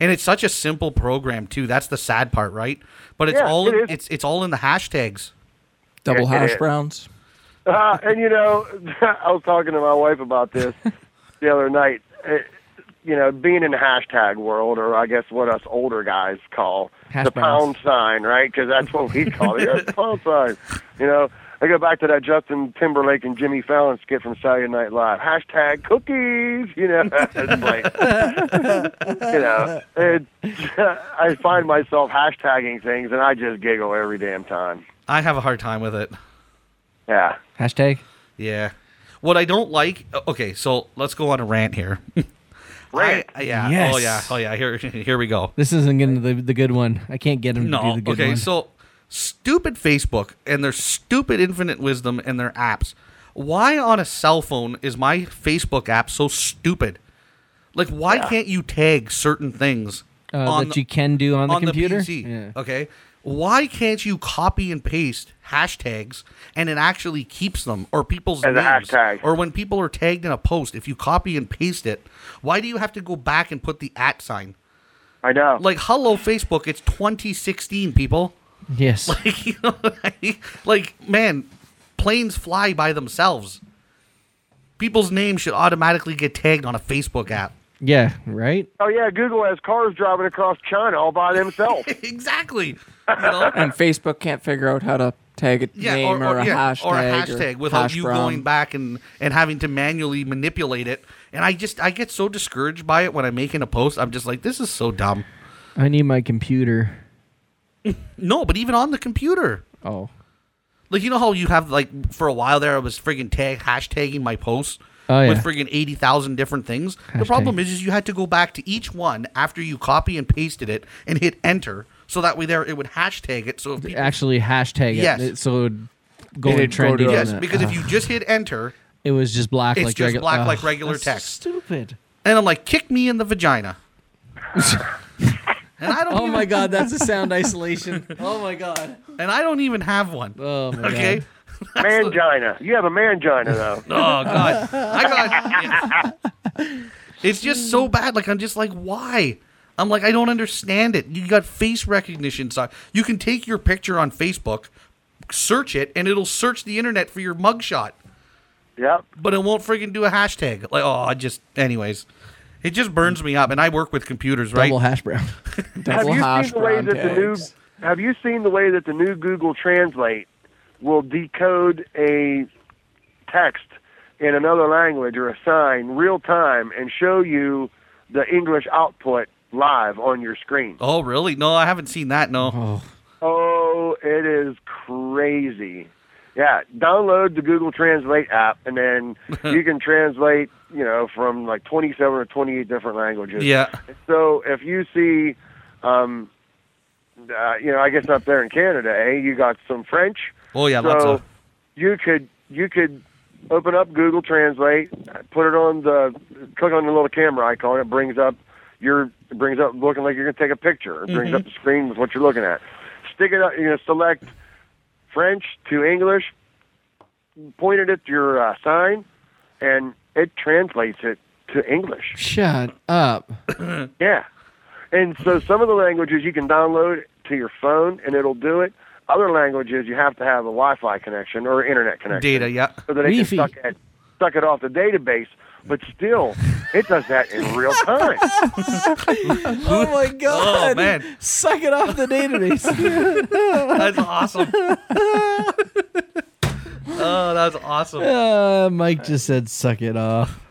A: And it's such a simple program too. That's the sad part, right? But it's
D: Yeah,
A: all
D: it
A: in,
D: is.
A: it's it's all in the hashtags.
C: double
D: Yeah, it
C: hash
D: is.
C: browns.
D: Uh, and you know, [laughs] I was talking to my wife about this the other night. Uh you know, being in the hashtag world, or I guess what us older guys call
B: Hash
D: the
B: browns.
D: pound sign, right? Because that's what we call it. Yeah, the pound sign. You know, I go back to that Justin Timberlake and Jimmy Fallon skit from Saturday Night Live. Hashtag cookies. You know, [laughs] it's like, you know, it, [laughs] I find myself hashtagging things, and I just giggle every damn time.
A: I have a hard time with it.
D: Yeah.
B: Hashtag.
A: Yeah. What I don't like. Okay, so let's go on a rant here.
D: Rant.
A: I- yeah. Oh yeah. [laughs]
B: Yes.
A: Oh yeah. Here here we go.
B: This isn't gonna the, the good one. I can't get him to do
A: No.
B: the good
A: Okay.
B: one.
A: So stupid Facebook and their stupid infinite wisdom and their apps. Why on a cell phone is my Facebook app so stupid? Like, why can't you tag certain things
B: uh, that
A: the-
B: you can do on the
A: on
B: computer.
A: PC.
B: Yeah.
A: Okay. Why can't you copy and paste hashtags and it actually keeps them or people's
D: As a
A: names
D: hashtag.
A: or when people are tagged in a post? If you copy and paste it, why do you have to go back and put the at sign?
D: I know.
A: Like, hello Facebook, it's 2016, people. [laughs]
B: Yes.
A: Like, you know what I mean? like man, planes fly by themselves. People's names should automatically get tagged on a Facebook app. [laughs]
B: yeah. Right.
D: Oh yeah, Google has cars driving across China all
C: [laughs]
D: by themselves.
A: exactly. You know?
E: Uh,
C: And Facebook can't figure out how to tag a
A: yeah,
C: name
A: or, or,
C: a
A: yeah,
C: hashtag
A: or a hashtag without
C: hash
A: you
C: brown.
A: going back and, and having to manually manipulate it. And I just I get so discouraged by it when I'm making a post. I'm just like, this is so dumb.
B: I need my computer.
A: No, but even on the computer,
B: Oh.
A: like you know how you have like for a while there, I was friggin' tag hashtagging my posts
B: Oh,
A: with
B: yeah.
A: friggin' eighty thousand different things. The problem is, is you had to go back to each one after you copy and pasted it and hit enter, so that way there it would hashtag it. So if people
B: Actually, hashtag
A: Yes.
B: it. So it would go
C: It'd
B: and trend
C: go to-
B: it on
A: Yes,
B: that.
A: because if you just hit enter, It was just black
E: It's
A: like
E: just
A: regu-
E: black
B: uh,
A: Ugh,
B: [laughs]
E: like regular
A: that's so
E: text.
A: stupid.
E: And I'm like, kick me in the vagina. and I don't.
A: Oh
E: even,
A: my god, that's a sound isolation. Oh my god.
E: And I don't even have one.
A: Oh my
E: okay.
A: god.
D: Mangina. You have a
C: [laughs]
D: mangina though.
E: Oh god. I got. yeah. It's just so bad. Like I'm just like, why? I'm like, I don't understand it. You got face recognition. So you can take your picture on Facebook, search it, and it'll search the internet for your mugshot.
D: Yep.
E: but it won't friggin' do a hashtag. Like, oh, I just, anyways, it just burns me up. And I work with computers, right?
A: Double
E: [laughs]
A: hash brown.
D: Have
C: Double
D: you
C: hash
D: seen the way
C: brown
D: that the new
C: tags.
D: Have you seen the way that the new Google Translate will decode a text in another language or a sign real time and show you the English output live on your screen?
E: oh, really? No, I haven't seen that. No.
D: Oh, it is crazy. Yeah, download the Google Translate app, and then you can translate, you know, from like 27 or 28 different languages.
E: Yeah.
D: So if you see, um, uh, you know, I guess up there in Canada, eh, you got some French.
E: Oh, yeah,
D: so
E: lots of.
D: you could you could open up Google Translate, put it on the click on the little camera icon. It brings up your it brings up looking like you're gonna take a picture. It brings
E: Mm-hmm.
D: up the screen with what you're looking at. Stick it up. You know, select French to English. Point it at your uh, sign, and it translates it to English.
B: Shut up.
D: Yeah. And so
E: Hmm.
D: some of the languages you can download to your phone and it'll do it. Other languages you have to have a Wi Fi connection or internet connection.
E: Data, yeah.
D: So that it can
B: Wi-Fi.
D: suck it, suck it off the database. But still, it does that in real time.
B: Oh my god.
E: Oh, [laughs] man.
B: Suck it off the database.
E: That's awesome. oh, that's awesome.
B: uh, Mike just said suck it off. [laughs]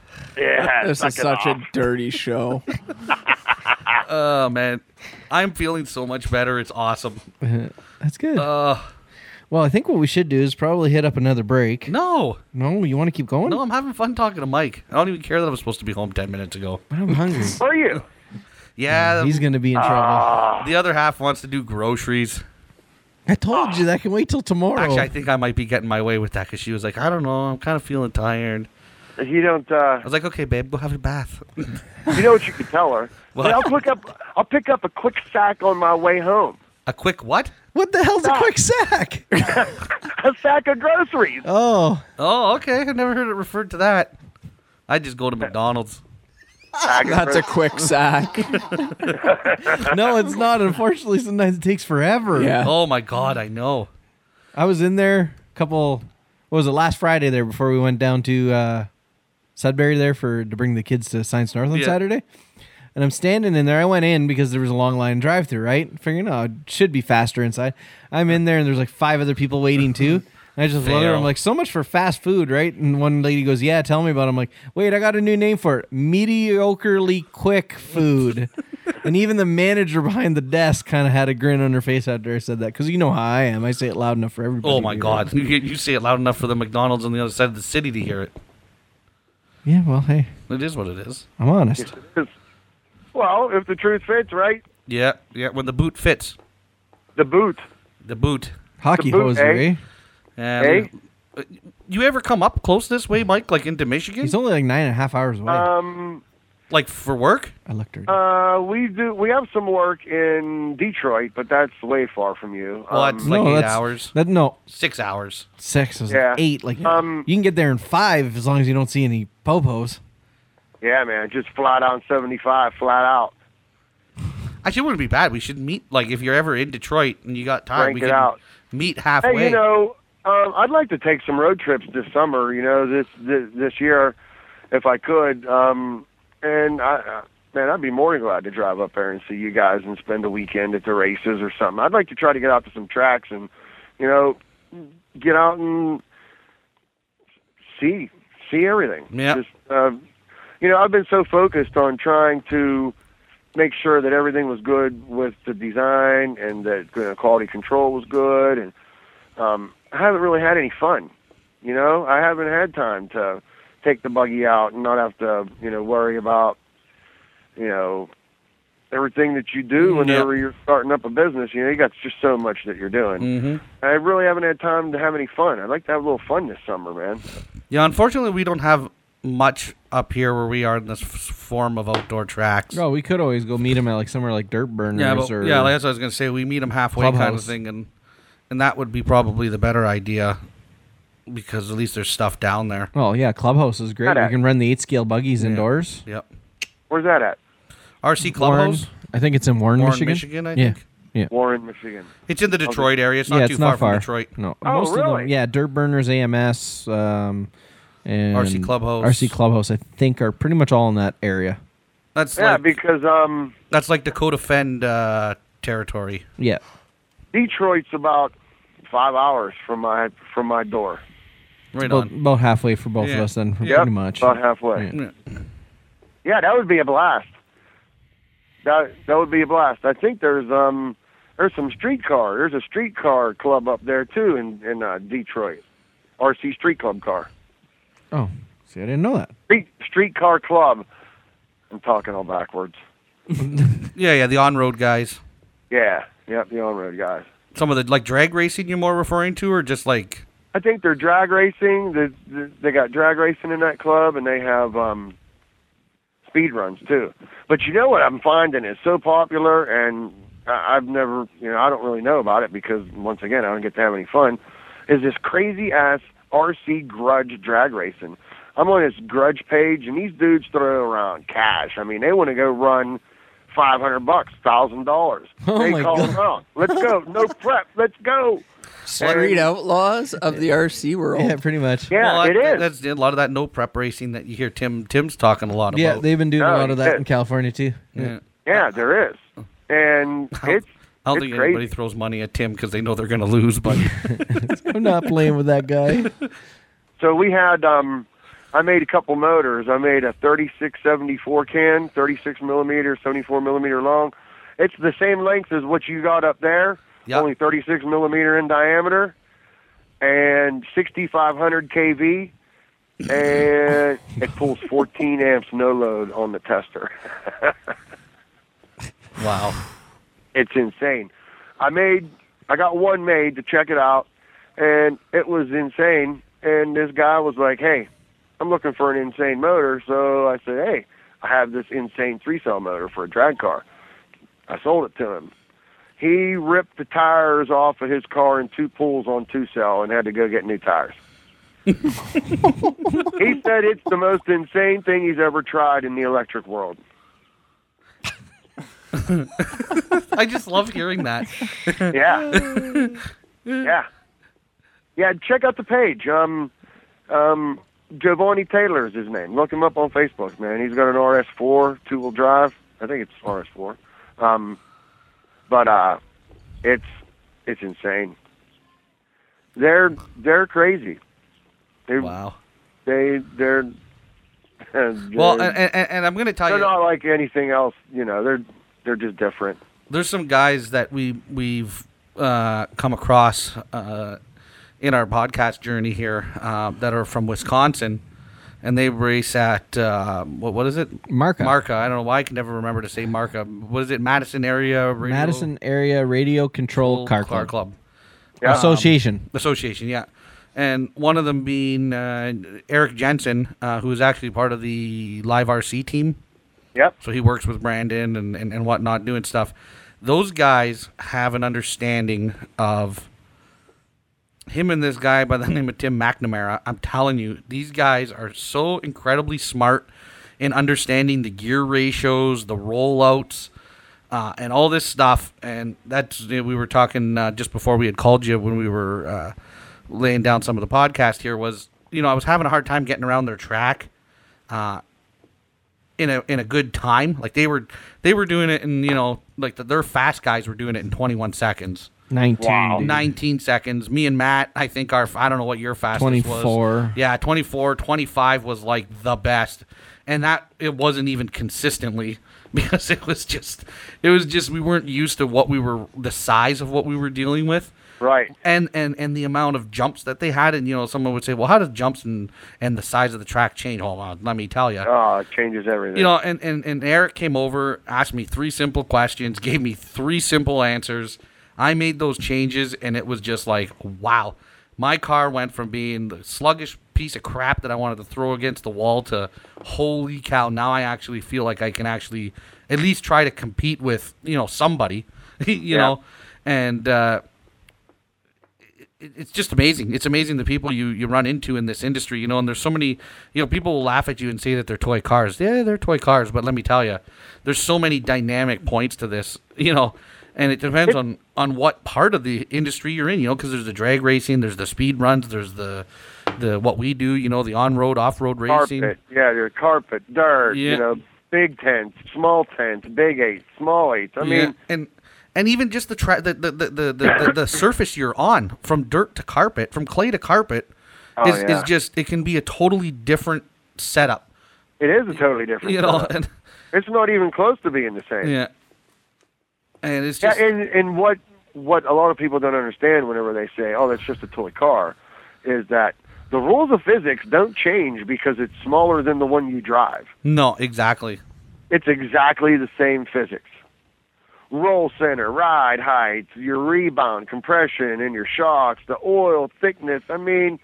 C: [laughs]
D: Yeah.
C: This
D: suck
C: is
D: it
C: such
D: off.
C: a dirty show.
E: Oh, man. I'm feeling so much better. It's awesome.
B: That's good.
E: Uh,
B: well, I think what we should do is probably hit up another break.
E: no.
B: No, you want to keep going?
E: No, I'm having fun talking to Mike. I don't even care that I was supposed to be home 10 minutes ago.
B: I'm
E: [laughs]
B: hungry.
D: Are you?
E: Yeah.
B: He's going to
E: uh,
B: be in trouble.
E: the other half wants to do groceries.
B: I told you that can wait till tomorrow.
E: Actually, I think I might be getting my way with that because she was like, I don't know. I'm kind of feeling tired.
D: You don't. Uh,
E: I was like, okay, babe, go have a bath.
D: you know what you could tell her?
E: What?
D: Hey, I'll pick up. I'll pick up a quick sack on my way home.
E: a quick what?
B: what the hell's a quick sack?
E: [laughs]
D: A sack of groceries.
B: oh,
E: Oh, okay. I never heard it referred to that. I just go to McDonald's.
D: Sack of
C: That's a
D: groceries.
C: quick sack.
B: no, it's not. Unfortunately, sometimes it takes forever.
C: Yeah.
E: Oh my god, I know.
B: I was in there a couple. What was it last Friday there before we went down to uh, Sudbury there for to bring the kids to Science North on
E: Yeah.
B: Saturday? And I'm standing in there. I went in because there was a long line drive through, right? Figuring, oh, it should be faster inside. I'm in there and there's like five other people
E: [laughs]
B: waiting too. And I just love her.
E: Fail.
B: I'm like, so much for fast food, right? And one lady goes, yeah, tell me about it. I'm like, wait, I got a new name for it mediocrely quick
E: [laughs]
B: food. and even the manager behind the desk kind of had a grin on her face after I said that because you know how I am. I say it loud enough for everybody.
E: Oh
B: to
E: my
B: hear.
E: god, [laughs] you, you say it loud enough for the McDonald's on the other side of the city to hear it.
B: Yeah, well, hey,
E: It is what it is.
B: I'm honest.
D: [laughs] Well, if the truth fits, right?
E: Yeah, yeah. When the boot fits,
D: The boot.
E: the boot.
B: Hockey
D: The boot,
B: hoser,
D: eh?
B: eh?
E: And
D: Hey.
E: you ever come up close this way, Mike? Like into Michigan?
B: He's only like nine and a half hours away.
D: Um.
E: like for work?
B: I looked her.
D: Uh, we do. We have some work in Detroit, but that's way far from you.
E: Well,
D: Um,
E: it's like eight
B: that's-
E: hours,
B: That, no,
E: six hours.
B: six was
D: Yeah.
B: like eight. Like
D: Um,
B: you can get there in five as long as you don't see any popos.
D: yeah, man, just flat on seventy-five, flat out.
E: Actually, it wouldn't be bad. We should meet. Like if you're ever in Detroit and you got time,
D: Crank
E: we
D: it
E: can
D: out.
E: meet
D: Hey,
E: halfway.
D: you know, um, I'd like to take some road trips this summer. You know, this this, this year, if I could. Um, and I, uh, man, I'd be more than glad to drive up there and see you guys and spend a weekend at the races or something. I'd like to try to get out to some tracks and, you know, get out and see see everything.
E: Yeah.
D: Just, uh, you know, I've been so focused on trying to make sure that everything was good with the design and that you know, quality control was good, and um, I haven't really had any fun. You know, I haven't had time to take the buggy out and not have to, you know, worry about, you know, everything that you do whenever you're starting up a business. You know, you got just so much that you're doing.
E: Mhm.
D: I really haven't had time to have any fun. I'd like to have a little fun this summer, man.
A: Yeah, unfortunately, we don't have much up here where we are in this f- form of outdoor tracks.
E: Oh, we could always go meet him at like somewhere like Dirt Burners
A: yeah, but,
E: or
A: yeah, that's what I was gonna say. We meet them halfway, kind of
E: Clubhouse.
A: thing, and and that would be probably the better idea because at least there's stuff down there.
E: well, yeah, Clubhouse is great.
D: Not
E: We
D: at-
E: can run the eight scale buggies indoors.
A: Yep.
D: Where's that at?
A: RC
E: Warren,
A: Clubhouse,
E: I think it's in Warren,
A: Warren,
E: Michigan.
A: Michigan, I
E: yeah.
A: think.
D: Warren, Michigan.
A: It's in the Detroit area. It's not
E: Oh, yeah,
A: too
E: it's not far
A: far, from Detroit.
E: No,
D: Oh,
E: most of them.
D: really?
E: Yeah, Dirt Burners, AMS, um, and
A: RC Clubhouse.
E: RC Clubhouse. I think are pretty much all in that area.
A: That's
D: Yeah,
A: like
D: because um,
A: that's like Dakota Fend uh, territory.
E: Yeah.
D: Detroit's about five hours from my from my door.
A: Right
E: About,
A: on.
E: about halfway for both
A: Yeah.
E: of us, then
A: Yeah.
E: pretty much.
D: About halfway.
E: Yeah.
A: Yeah.
D: Yeah, that would be a blast. That that would be a blast. I think there's um there's some streetcar. There's a streetcar club up there too in in uh, Detroit. RC Street Club Car.
E: Oh, see, I didn't know that.
D: Street Streetcar Club. I'm talking all backwards.
A: yeah, yeah, the on-road guys.
D: Yeah, yeah, the on road guys.
A: Some of the like drag racing you're more referring to, or just like
D: I think they're drag racing. They, they got drag racing in that club, and they have um, speed runs too. But you know what I'm finding is so popular, and I, I've never, you know, I don't really know about it because once again, I don't get to have any fun. Is this crazy ass RC grudge drag racing? I'm on this grudge page, and these dudes throw around cash. I mean, they want to go run. Five hundred bucks, thousand dollars. They
E: my
D: call them out. Let's go. No prep. Let's go.
C: Street outlaws of the RC
D: Oh.
C: world.
E: Yeah, pretty much.
D: Yeah,
A: well,
D: it
A: that-
D: is.
A: That's a lot of that no prep racing that you hear Tim Tim's talking a lot
E: Yeah,
A: about.
E: they've been doing
D: No,
E: a lot of
D: you
E: that
D: did.
E: in California too.
A: yeah.
D: Yeah, there is, and it's
A: I don't
D: it's
A: think
D: crazy.
A: anybody throws money at Tim because they know they're going to
E: [laughs]
A: lose. But
E: I'm not playing with that guy.
D: So we had um, I made a couple motors. I made a 3674 can, 36 millimeter, 74 millimeter long. It's the same length as what you got up there,
A: Yeah.
D: only 36 millimeter in diameter, and 6500 kV. And it pulls 14 amps no load on the tester.
A: wow,
D: it's insane. I made I got one made to check it out and it was insane and this guy was like, Hey, I'm looking for an insane motor so I said, Hey, I have this insane three cell motor for a drag car. I sold it to him. He ripped the tires off of his car in two pulls on two cell and had to go get new tires. he said it's the most insane thing he's ever tried in the electric world.
A: I just love hearing that.
D: Yeah.
A: [laughs]
D: yeah. Yeah, check out the page. Um, um, Giovanni Taylor is his name. Look him up on Facebook, man. He's got an RS4 two wheel drive. I think it's RS4. Um, but uh, it's it's insane. They're they're crazy. They
A: Wow.
D: they they're, they're
A: [laughs] Well, and, and, and I'm going to tell
D: they're
A: you,
D: not like anything else. You know, they're they're just different.
A: there's some guys that we we've uh, come across uh, in our podcast journey here uh, that are from Wisconsin, and they race at uh, what what is it?
E: Marca.
A: Marca. I don't know why I can never remember to say Marca. What is it? Madison area. Radio
E: Madison Area Radio Control Car Club.
A: Club
D: Yeah.
E: Association.
A: Association. Yeah. And one of them being uh, Eric Jensen, uh, who is actually part of the live RC team.
D: Yep.
A: So he works with Brandon and, and, and whatnot, doing stuff. Those guys have an understanding of him and this guy by the [laughs] name of Tim McNamara. I'm telling you, these guys are so incredibly smart in understanding the gear ratios, the rollouts, uh, and all this stuff. And that's we were talking uh, just before we had called you when we were uh, laying down some of the podcast here. Was you know I was having a hard time getting around their track in a in a good time. Like they were they were doing it in you know like the, their fast guys were doing it in 21 seconds,
E: 19.
D: Wow.
E: dude.
A: 19 seconds. Me and Matt, I think our I don't know what your fastest was.
E: 24.
A: Yeah, 24, 25 was like the best. And that it wasn't even consistently [laughs] because it was just it was just we weren't used to what we were the size of what we were dealing with
D: Right.
A: and and and the amount of jumps that they had and you know someone would say well how does jumps and and the size of the track change hold on let me tell you
D: Oh, it changes everything.
A: you know, and, and, and Eric came over, asked me three simple questions, [laughs] gave me three simple answers. I made those changes, and it was just like, wow. my car went from being the sluggish piece of crap that I wanted to throw against the wall to holy cow, now I actually feel like I can actually at least try to compete with, you know, somebody, [laughs] you know. And uh it- it's just amazing. It's amazing the people you, you run into in this industry, you know, and there's so many, you know, people will laugh at you and say that they're toy cars. Yeah, they're toy cars, but let me tell you, there's so many dynamic points to this, [laughs] you know, and it depends on, on what part of the industry you're in, you know, because there's the drag racing, there's the speed runs, there's the, the what we do, you know, the on road, off road racing.
D: Carpet, yeah, there's carpet, dirt,
A: Yeah.
D: you know, big tents, small tents, big eights, small eights. I mean,
A: yeah. and and even just the tra- the, the, the, the, the, the the surface you're on from dirt to carpet from clay to carpet is,
D: yeah.
A: is just it can be a totally different setup
D: it is a
A: [laughs]
D: totally different.
A: you know
D: setup.
A: and,
D: it's not even close to being the same.
A: yeah and it's
D: Yeah,
A: just
D: and and what what a lot of people don't understand whenever they say, "Oh, that's just a toy car," is that the rules of physics don't change because it's smaller than the one you drive.
A: no exactly
D: It's exactly the same physics. Roll center, ride height, your rebound, compression, and your shocks, the oil thickness. I mean,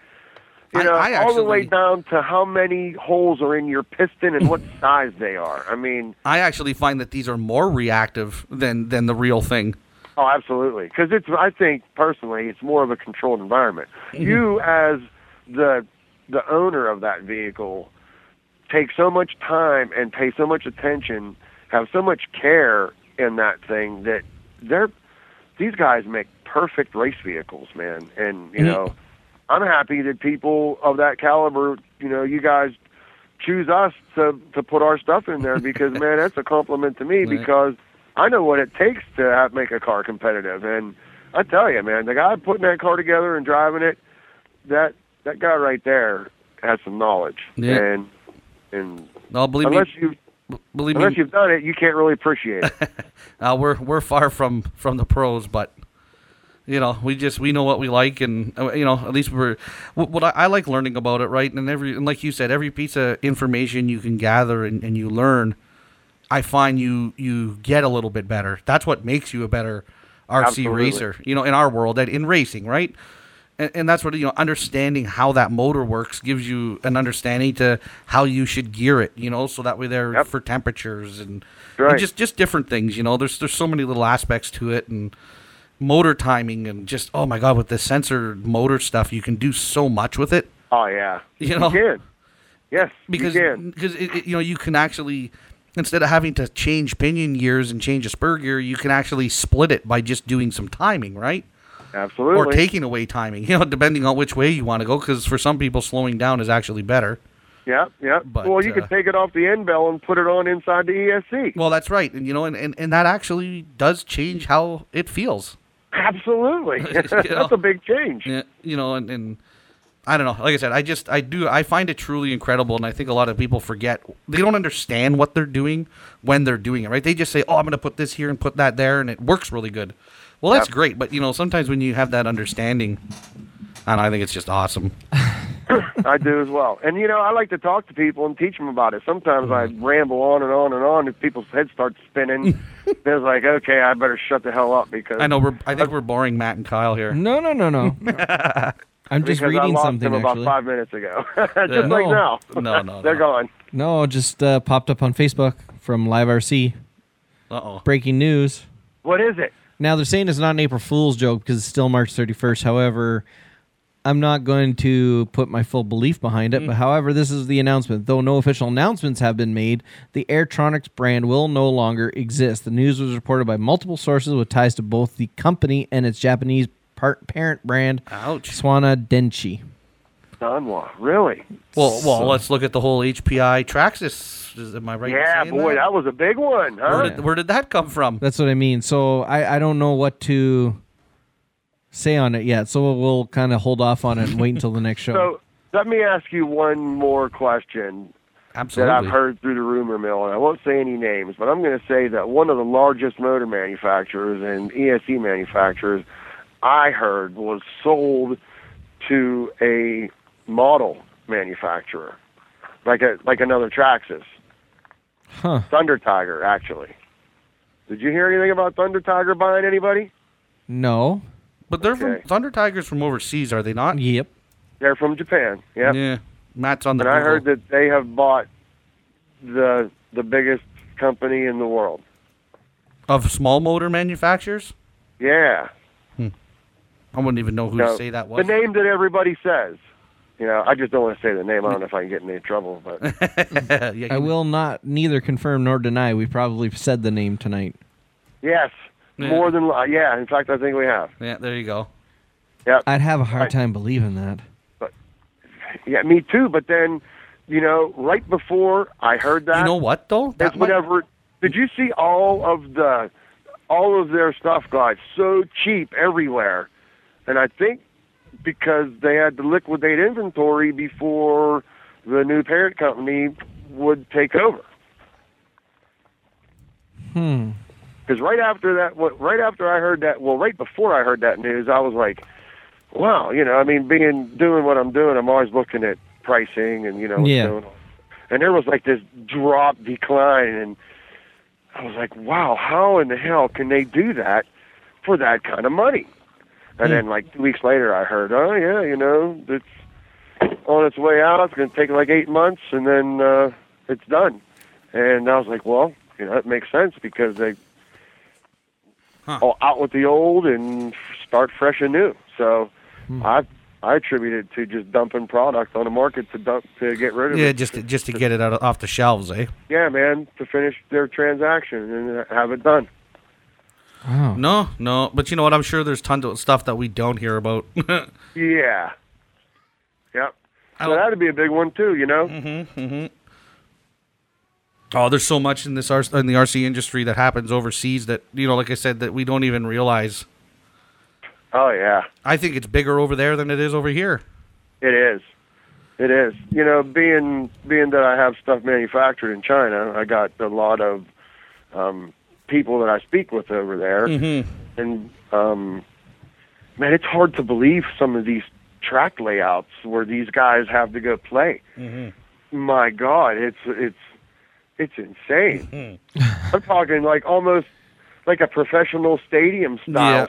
D: you
A: I-
D: know,
A: I
D: all the way
A: actually-
D: down to how many holes are in your piston and what size they are. I mean,
A: i actually find that these are more reactive than than the real thing
D: Oh, absolutely. Because it's, I think personally, it's more of a controlled environment. You, as the the owner of that vehicle, take so much time and pay so much attention, have so much care in that thing that they're these guys make perfect race vehicles, man. And you know, I'm happy that people of that caliber, you know, you guys choose us to to put our stuff in
A: [laughs]
D: there because man, that's a compliment to me
A: Right.
D: because I know what it takes to have, make a car competitive. And I tell you, man, the guy putting that car together and driving it, that that guy right there has some knowledge.
A: Yeah.
D: And and
A: no believe
D: unless
A: me
D: you
A: b- believe
D: unless
A: me
D: you've done it, you can't really appreciate it.
A: [laughs] uh, we're we're far from from the pros but you know we just we know what we like and uh, you know at least we're what, what I, I like learning about it right and every and like you said every piece of information you can gather and, and you learn i find you you get a little bit better that's what makes you a better rc
D: Absolutely.
A: racer you know in our world that in racing right and, and that's what you know understanding how that motor works gives you an understanding to how you should gear it you know so that way they're
D: Yep.
A: for temperatures and,
D: Right.
A: and just just different things you know there's there's so many little aspects to it and motor timing and just oh my god with the sensor motor stuff you can do so much with it
D: Oh yeah,
A: You know?
D: can. Yes,
A: because
D: you can.
A: because it, it- you know you can actually instead of having to change pinion gears and change a spur gear you can actually split it by just doing some timing right
D: Absolutely.
A: or taking away timing [laughs] you know depending on which way you want to go because for some people slowing down is actually better
D: yeah, yeah.
A: but,
D: well, you
A: uh,
D: could take it off the end bell and put it on inside the E ESC.
A: well that's right and you know and, and, and that actually does change how it feels [laughs]
D: Absolutely. [laughs] That's a big change.
A: Yeah, you know, and, and I don't know. Like I said, I just I do I find it truly incredible, and I think a lot of people forget they don't understand what they're doing when they're doing it. Right? They just say, "Oh, I'm going to put this here and put that there," and it works really good. Well, that's great, but you know, sometimes when you have that understanding, and I think it's just awesome.
D: I do as well. And you know, I like to talk to people and teach them about it. Sometimes I
A: Mm-hmm.
D: ramble on and on and on, and people's heads start
A: [laughs]
D: spinning. They're like, "Okay, I better shut the hell up because
A: I know we're I think we're boring Matt and Kyle [laughs] here.
E: No, no, no,
D: [laughs]
E: no. I'm just
D: because I
E: reading
D: lost
E: something
D: them
E: actually.
D: about five minutes ago, [laughs] just like
E: No.
D: now.
A: Uh, No, no,
D: [laughs] they're
A: no.
D: gone.
E: No, just uh, popped up on Facebook from Live RC.
A: Uh oh.
E: Breaking news.
D: What is it?
E: Now they're saying it's not an April Fool's joke because it's still March 31st. However, I'm not going to put my full belief behind it. But however, this is the announcement. Though no official announcements have been made, the Airtronics brand will no longer exist. The news was reported by multiple sources with ties to both the company and its Japanese par- parent brand,
A: Ouch.
E: Swana Denchi.
D: Donwa, really?
A: Well, well, let's look at the whole HPI Traxxas. Is, am I right? in
D: yeah,
A: saying
D: boy, that? was a big one, huh?
A: Where did, where did that come from?
E: That's what I mean. So I, I don't know what to say on it yet. So we'll, we'll kind of hold off on it and wait until the next show.
D: So let me ask you one more question that
A: Absolutely.
D: I've heard through the rumor mill, and I won't say any names, but I'm going to say that one of the largest motor manufacturers and ESC manufacturers I heard was sold to a model manufacturer, like a like another Traxxas,
E: Huh.
D: Thunder Tiger, actually. Did you hear anything about Thunder Tiger buying anybody?
E: no.
A: But they're from
D: Okay.
A: Thunder Tigers from overseas, are they not?
E: Yep.
D: They're from Japan. Yep.
A: Yeah. Matt's on the.
D: And I
A: Google.
D: heard that they have bought the the biggest company in the world.
A: of small motor manufacturers.
D: Yeah.
A: I wouldn't even know who
D: No,
A: to say that was.
D: The name that everybody says. You know, I just don't want to say the name.
A: Mm.
D: I don't know if I can get in any trouble,
A: [laughs]
D: but
A: [laughs] Yeah, you-
E: I will not neither confirm nor deny. We probably said the name tonight.
D: yes,
A: Yeah.
D: more than li- uh, yeah. In fact, I think we have.
A: Yeah, there you go.
E: I'd have a hard time believing that.
D: Yeah, me too. But then, you know, right before I heard that,
A: you know what though?
D: that's
A: might-
D: whatever. Did you see all of the all of their stuff got so cheap everywhere? And I think because they had to liquidate inventory before the new parent company would take over.
E: Hmm.
D: Because right after that, what- right after I heard that, well, right before I heard that news, I was like, wow, you know, I mean, being doing what I'm doing, I'm always looking at pricing and you know what's
E: Yeah.
D: going on. And there was like this drop decline, and I was like, wow, how in the hell can they do that for that kind of money? And then like two weeks later, I heard, oh yeah, you know, it's on its way out. It's going to take like eight months, and then uh, it's done. And I was like, well, you know, it makes sense because they
A: Huh.
D: all out with the old and start fresh and new. So I I attribute it to just dumping product on the market to dump to get rid of
A: Yeah,
D: it.
A: just to, just to get it out of, off the shelves, eh?
D: yeah, man, to finish their transaction and have it done.
E: Wow.
A: No, no. But you know what? I'm sure there's tons of stuff that we don't hear about. [laughs]
D: Yeah. Yep.
A: I
D: So
A: don't-
D: that'd be a big one too, you know.
A: oh, there's so much in this R- in the RC industry that happens overseas that you know, like I said, that we don't even realize.
D: Oh yeah,
A: I think it's bigger over there than it is over here.
D: it is. It is. You know, being being that I have stuff manufactured in China, I got a lot of um, people that I speak with over there,
A: Mm-hmm.
D: and um, man, it's hard to believe some of these track layouts where these guys have to go play.
A: Mm-hmm.
D: My God, it's it's it's insane.
A: Mm-hmm.
D: I'm talking like almost like a professional stadium style.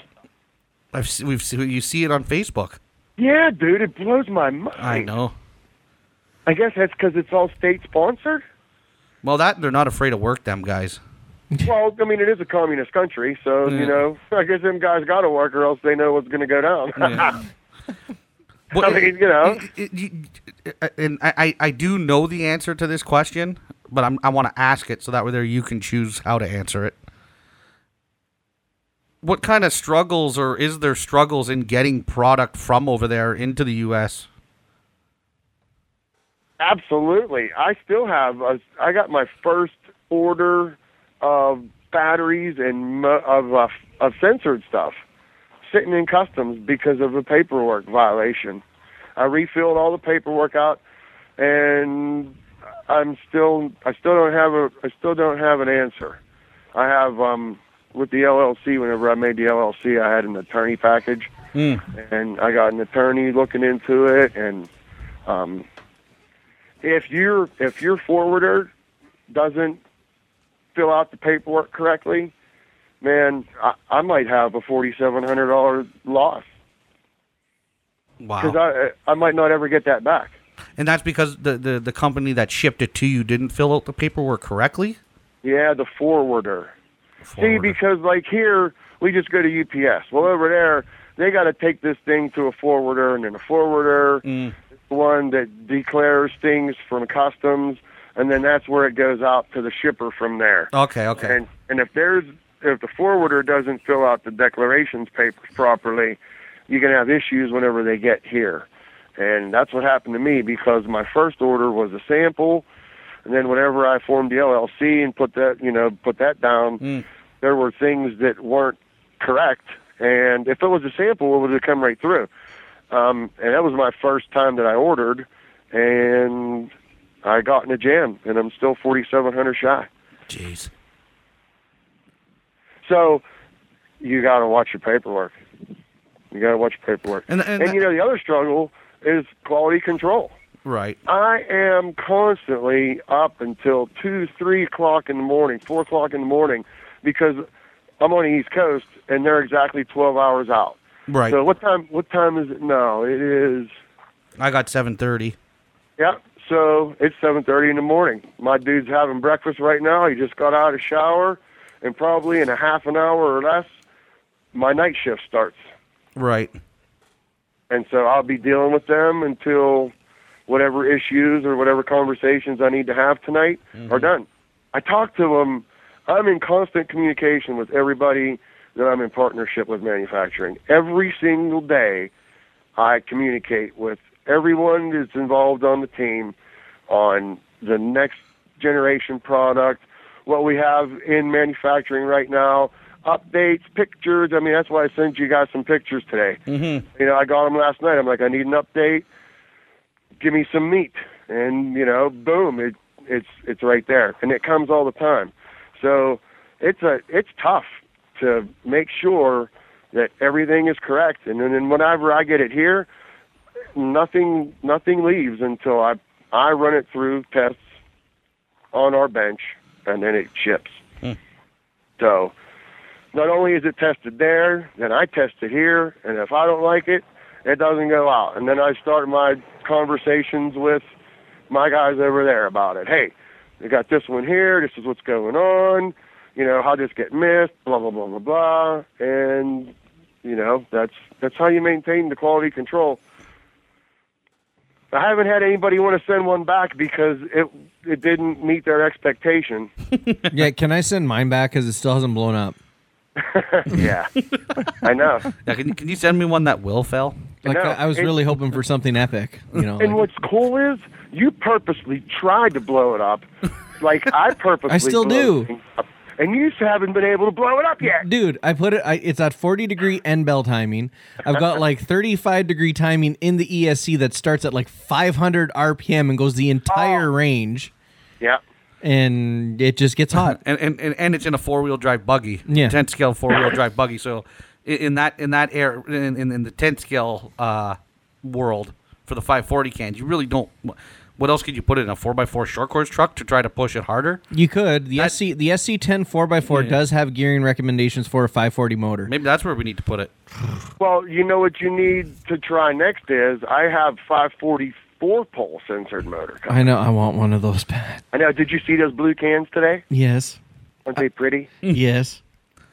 A: I've se- we've se- you see it on Facebook.
D: Yeah, dude, it blows my mind.
A: I know.
D: I guess that's because it's all state sponsored.
A: Well, that they're not afraid of work. Them guys.
D: [laughs] Well, I mean, it is a communist country, so
A: Yeah.
D: you know, [laughs] I guess them guys got to work, or else they know what's going to go down. [laughs]
A: Yeah.
D: I mean, you know.
A: it- it- it- and I, I I do know the answer to this question, but I'm, I want to ask it so that way there you can choose how to answer it. What kind of struggles or is there struggles in getting product from over there into the U.S.?
D: Absolutely. I still have. A, I got my first order of batteries and mo- of uh, of censored stuff sitting in customs because of a paperwork violation. I refilled all the paperwork out, and I'm still. I still don't have a. I still don't have an answer. I have um with the LLC. Whenever I made the LLC, I had an attorney package, and I got an attorney looking into it and. Um, if your if your forwarder doesn't fill out the paperwork correctly, man, I, I might have a forty seven hundred dollar loss because
A: Wow.
D: I I might not ever get that back.
A: and that's because the, the, the company that shipped it to you didn't fill out the paperwork correctly?
D: Yeah, the forwarder. See,
A: Forwarder.
D: because like here we just go to UPS. Well, over there they got to take this thing to a forwarder, and then a forwarder
A: Mm.
D: is the one that declares things from customs, and then that's where it goes out to the shipper from there.
A: Okay, okay.
D: And and if there's if the forwarder doesn't fill out the declarations papers properly, you can have issues whenever they get here. And that's what happened to me because my first order was a sample, and then whenever I formed the LLC and put that you know put that down,
A: Mm.
D: there were things that weren't correct. And if it was a sample, it would have come right through. Um, and that was my first time that I ordered, and I got in a jam, and I'm still 4,700 shy.
A: Jeez.
D: So you got to watch your paperwork. You got to watch your paperwork.
A: And-
D: And,
A: and-
D: you know, the other struggle is quality control.
A: Right.
D: I am constantly up until 2, 3 o'clock in the morning, 4 o'clock in the morning, because I'm on the East Coast and they're exactly 12 hours out.
E: Right.
D: So what time? What time is it now? It is.
E: I got seven thirty.
D: Yeah. So it's 7:30 in the morning. My dude's having breakfast right now. He just got out of shower, and probably in a half an hour or less, my night shift starts.
E: Right.
D: And so I'll be dealing with them until whatever issues or whatever conversations I need to have tonight are done. I talk to them. I'm in constant communication with everybody that I'm in partnership with manufacturing. Every single day, I communicate with everyone that's involved on the team on the next generation product, what we have in manufacturing right now, updates, pictures. I mean, that's why I sent you guys some pictures today. You know, I got them last night. I'm like, I need an update. Give me some meat, and you know, boom, it it's it's right there, and it comes all the time. So it's a it's tough to make sure that everything is correct, and then and whenever I get it here, nothing nothing leaves until I I run it through tests on our bench, and then it ships. So not only is it tested there, then I test it here, and if I don't like it, it doesn't go out. And then I start my conversations with my guys over there about it. Hey, we got this one here. This is what's going on. You know, how'd this get missed? Blah blah blah blah blah. And you know, that's that's how you maintain the quality control. I haven't had anybody want to send one back because it it didn't meet their expectation.
B: [laughs] yeah, can I send mine back because it still hasn't blown up?
D: yeah, I know.
E: Now, can, can you send me one that will fail?
B: Like
D: know.
B: I, I was
D: It-
B: really hoping for something epic, you know.
D: [laughs] And
B: like-
D: what's cool is you purposely tried to blow
B: [laughs]
D: it up, like I purposely.
B: still
D: blew
B: do.
D: things up. and you just haven't been able to blow it up yet.
B: dude i put it I, it's at 40 degree end bell timing i've got
D: [laughs]
B: like 35 degree timing in the esc that starts at like 500 rpm and goes the
D: Oh.
B: entire range
D: Yeah,
B: and it just
E: [laughs]
B: gets hot
E: And and, and, and it's in a four wheel drive buggy.
B: Yeah.
E: Ten scale four wheel drive buggy. So i- in that in that air in, in, in the ten scale uh, world for the five forty cans, you really don't. What else could you put in a four x four short course truck to try to push it harder?
B: you could the sc the sc10 4x4 does have gearing recommendations for a 540 motor
E: Maybe that's where we need to put it.
D: Well, you know what you need to try next is I have 544 pole censored motor.
B: i know i want one of those bad
D: I know. Did you see those blue cans today?
B: yes
D: Aren't they pretty?
B: yes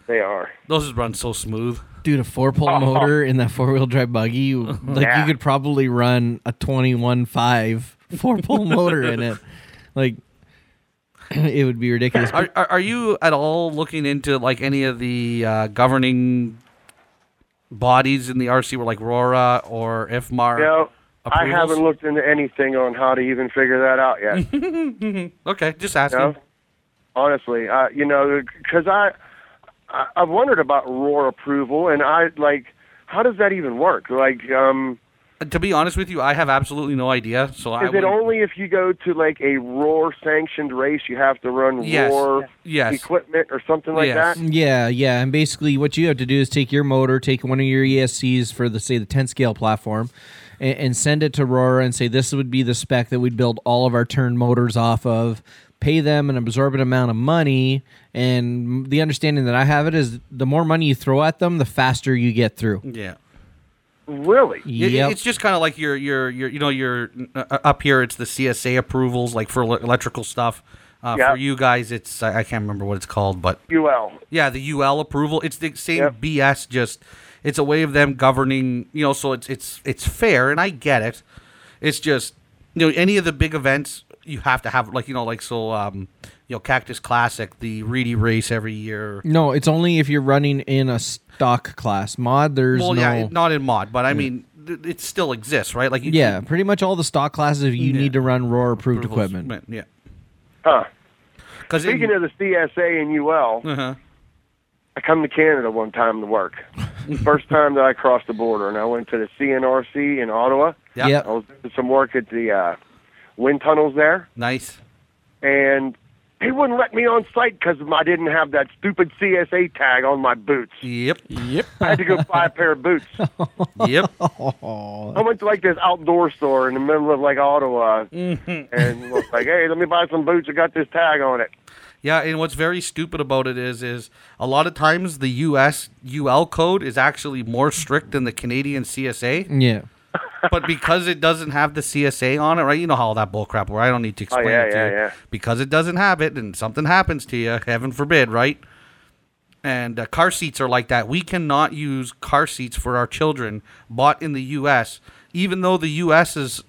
D: They are.
E: Those run so smooth.
B: dude a four-pole motor in that four-wheel drive buggy like
D: Yeah.
B: you could probably run a 21.5 [laughs] four-pole motor in it like [clears throat] it would be ridiculous
E: Are, are, are you at all looking into like any of the uh, governing bodies in the RC, were like RORA or IFMAR?
D: You know, I
E: Approvals?
D: haven't looked into anything on how to even figure that out yet.
E: Okay, just asking.
D: know? Honestly, uh, you know, because I, I I've wondered about roar approval, and I like, how does that even work? Like, um,
E: To be honest with you, I have absolutely no idea. So I
D: is it
E: wouldn't-
D: only if you go to like a roar sanctioned race you have to run
E: Yes.
D: roar
E: Yes.
D: equipment or something like
E: Yes.
D: that?
B: Yeah, yeah, and basically what you have to do is take your motor, take one of your ESCs for the say the 10 scale platform, and, and send it to Rora and say this would be the spec that we'd build all of our turn motors off of. Pay them an absorbent amount of money, and the understanding that I have it is the more money you throw at them, the faster you get through.
E: Yeah.
D: Really?
E: It-
B: Yep.
E: It's just kind of like your, your your you know your uh, up here. It's the CSA approvals, like for ele- electrical stuff. Uh,
D: Yeah.
E: For you guys, it's I, I can't remember what it's called, but
D: UL.
E: Yeah, the UL approval. It's the same
D: Yep.
E: BS. Just it's a way of them governing. You know, so it's it's it's fair, and I get it. It's just you know any of the big events you have to have like you know like so um you know Cactus Classic, the Reedy race every year.
B: no, it's only if you're running in a stock class mod. There's
E: Well,
B: no.
E: yeah, not in mod, but I mean th- it still exists, right? Like you,
B: yeah, pretty much all the stock classes you
E: Yeah.
B: need to run Roar approved
E: approvals,
B: equipment.
E: man, Yeah,
D: Huh.
E: because
D: Speaking of the CSA and UL,
E: uh
D: I come to Canada one time
E: [laughs]
D: to work. First time that I crossed the border, and I went to the CNRC in Ottawa.
E: yeah, Oh.
B: Yep.
D: I was doing some work at the uh, wind tunnels there,
E: nice.
D: and they wouldn't let me on site because I didn't have that stupid CSA tag on my boots.
E: Yep, yep,
D: I had to go buy a pair
E: [laughs]
D: of boots.
E: Oh,
B: [laughs]
E: yep.
D: I went to like this outdoor store in the
E: Mm-hmm.
D: middle of like Ottawa, and was like, "Hey, let me buy some boots. I got this tag on it."
E: Yeah, and what's very stupid about it is is a lot of times the US UL code is actually more strict than the Canadian CSA,
B: Yeah.
E: but because it doesn't have the CSA on it, right? You know how all that bullcrap where I don't need to explain
D: yeah,
E: it to
D: yeah,
E: you.
D: yeah.
E: Because it doesn't have it and something happens to you, heaven forbid, right? And uh, car seats are like that. We cannot use car seats for our children bought in the US, even though the US's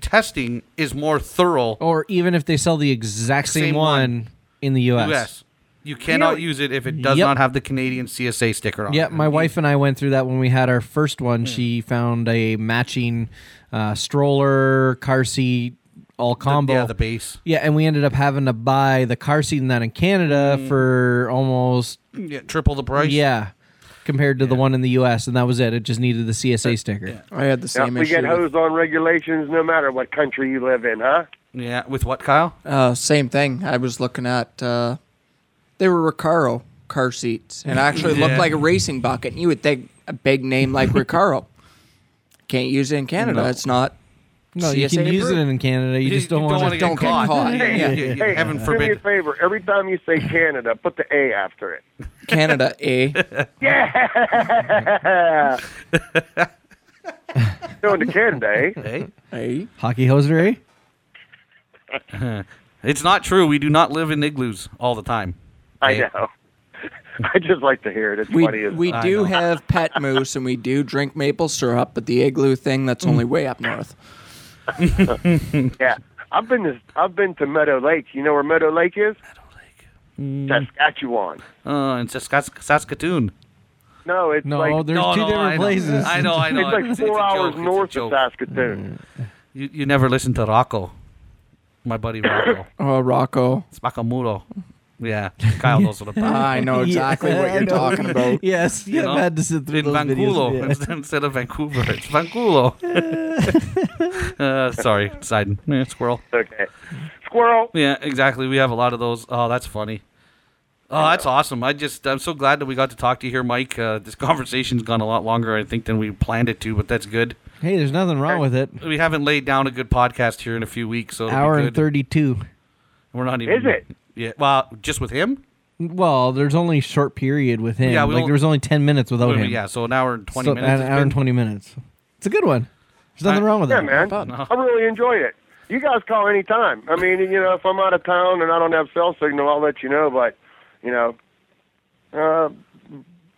E: testing is more thorough
B: Or even if they sell the exact same,
E: Same
B: one,
E: one.
B: in the U.S.
E: U.S. You cannot use it if it does
B: Yep.
E: not have the Canadian CSA sticker on.
B: Yeah,
E: it.
B: my wife and I went through that when we had our first
E: Hmm.
B: one. She found a matching uh, stroller, car seat, all combo.
E: Yeah, the base.
B: Yeah, and we ended up having to buy the car seat and that in Canada
E: Hmm.
B: for almost
E: Yeah, triple the price.
B: yeah, compared to the one in the U.S. And that was it. It just needed the CSA sticker.
C: I had the
D: Yeah,
C: same
D: we
C: issue.
D: get
C: with-
D: hosed on regulations no matter what country you live in, huh?
E: Yeah, with what, Kyle?
C: Uh, same thing. I was looking at. Uh, they were Recaro car seats, and actually
E: Yeah.
C: looked like a racing bucket. And you would think a big name like Recaro can't use it in Canada. It's not.
B: No, you can
C: CSA
B: use it
C: approved.
B: in Canada. You, just don't, want
E: wanna
B: to.
C: don't get caught.
E: Yeah, yeah,
C: Yeah.
E: yeah, yeah, Heaven
D: Do me a
E: forbid.
D: favor. Every time you say Canada, put the A after it.
B: [laughs]
C: Canada. eh? A.
D: Going to Canada, eh?
E: [laughs] Hey,
C: A.
B: Hockey hoser, eh?
E: [laughs] it's not true. We do not live in igloos all the time.
D: I
E: Hey.
D: know. [laughs] I just like to hear it. It's
C: We,
D: funny. As
C: we
E: I
C: do
E: know.
C: have pet
B: [laughs]
C: moose and we do drink maple syrup, but the igloo thing that's
B: Mm.
C: only way up north.
D: yeah. I've been to I've been to Meadow Lake. You know where Meadow Lake is? Saskatchewan.
E: Uh, in Saskask- Saskatoon.
D: No, it's
B: No,
D: like
B: there's
E: No,
B: two
E: no,
B: different
E: I know.
B: places.
E: I know, I know.
D: it's like
E: It's- it's
D: four
E: a
D: hours
E: joke. It's a
D: north of
E: joke. Mm.
D: Saskatoon.
E: You, you never listen to Rocco, my
D: [coughs]
E: buddy Rocco.
C: Oh, Rocco.
E: it's Makamuro. Yeah, Kyle knows what I'm
B: [laughs]
E: talking
C: I know exactly what
B: I
C: you're
B: know.
C: talking about.
B: [laughs] Yes, yeah,
E: know?
B: I've had to sit through
E: in
B: those
E: Vancouver [laughs]
B: videos. Yeah.
E: instead- instead of Vancouver. It's
B: [laughs]
E: Vancouver. [laughs] uh, sorry, side yeah, squirrel.
D: Okay. Squirrel.
E: Yeah, exactly. We have a lot of those. Oh, that's funny. Oh, that's awesome. I just I'm so glad that we got to talk to you here, Mike. Uh, this conversation's gone a lot longer, I think, than we planned it to, but that's good.
B: Hey, there's nothing wrong with it.
E: We haven't laid down a good podcast here in a few weeks, so it'll be
B: Hour and
E: good.
B: thirty-two.
E: We're not even.
D: Is it?
E: Yeah. Well, just with him.
B: Well, there's only a short period with him.
E: Yeah, we
B: like
E: don't-
B: there was only ten minutes without him.
E: Yeah. So an hour and twenty
B: So,
E: minutes. Uh,
B: An
E: it's
B: hour and
E: been.
B: twenty minutes. It's a good one. There's nothing
E: I-
B: wrong with
D: Yeah,
B: it.
D: man. I really enjoyed it. You guys call any time. I mean, you know, if I'm out of town and I don't have cell signal, I'll let you know. But, you know, uh,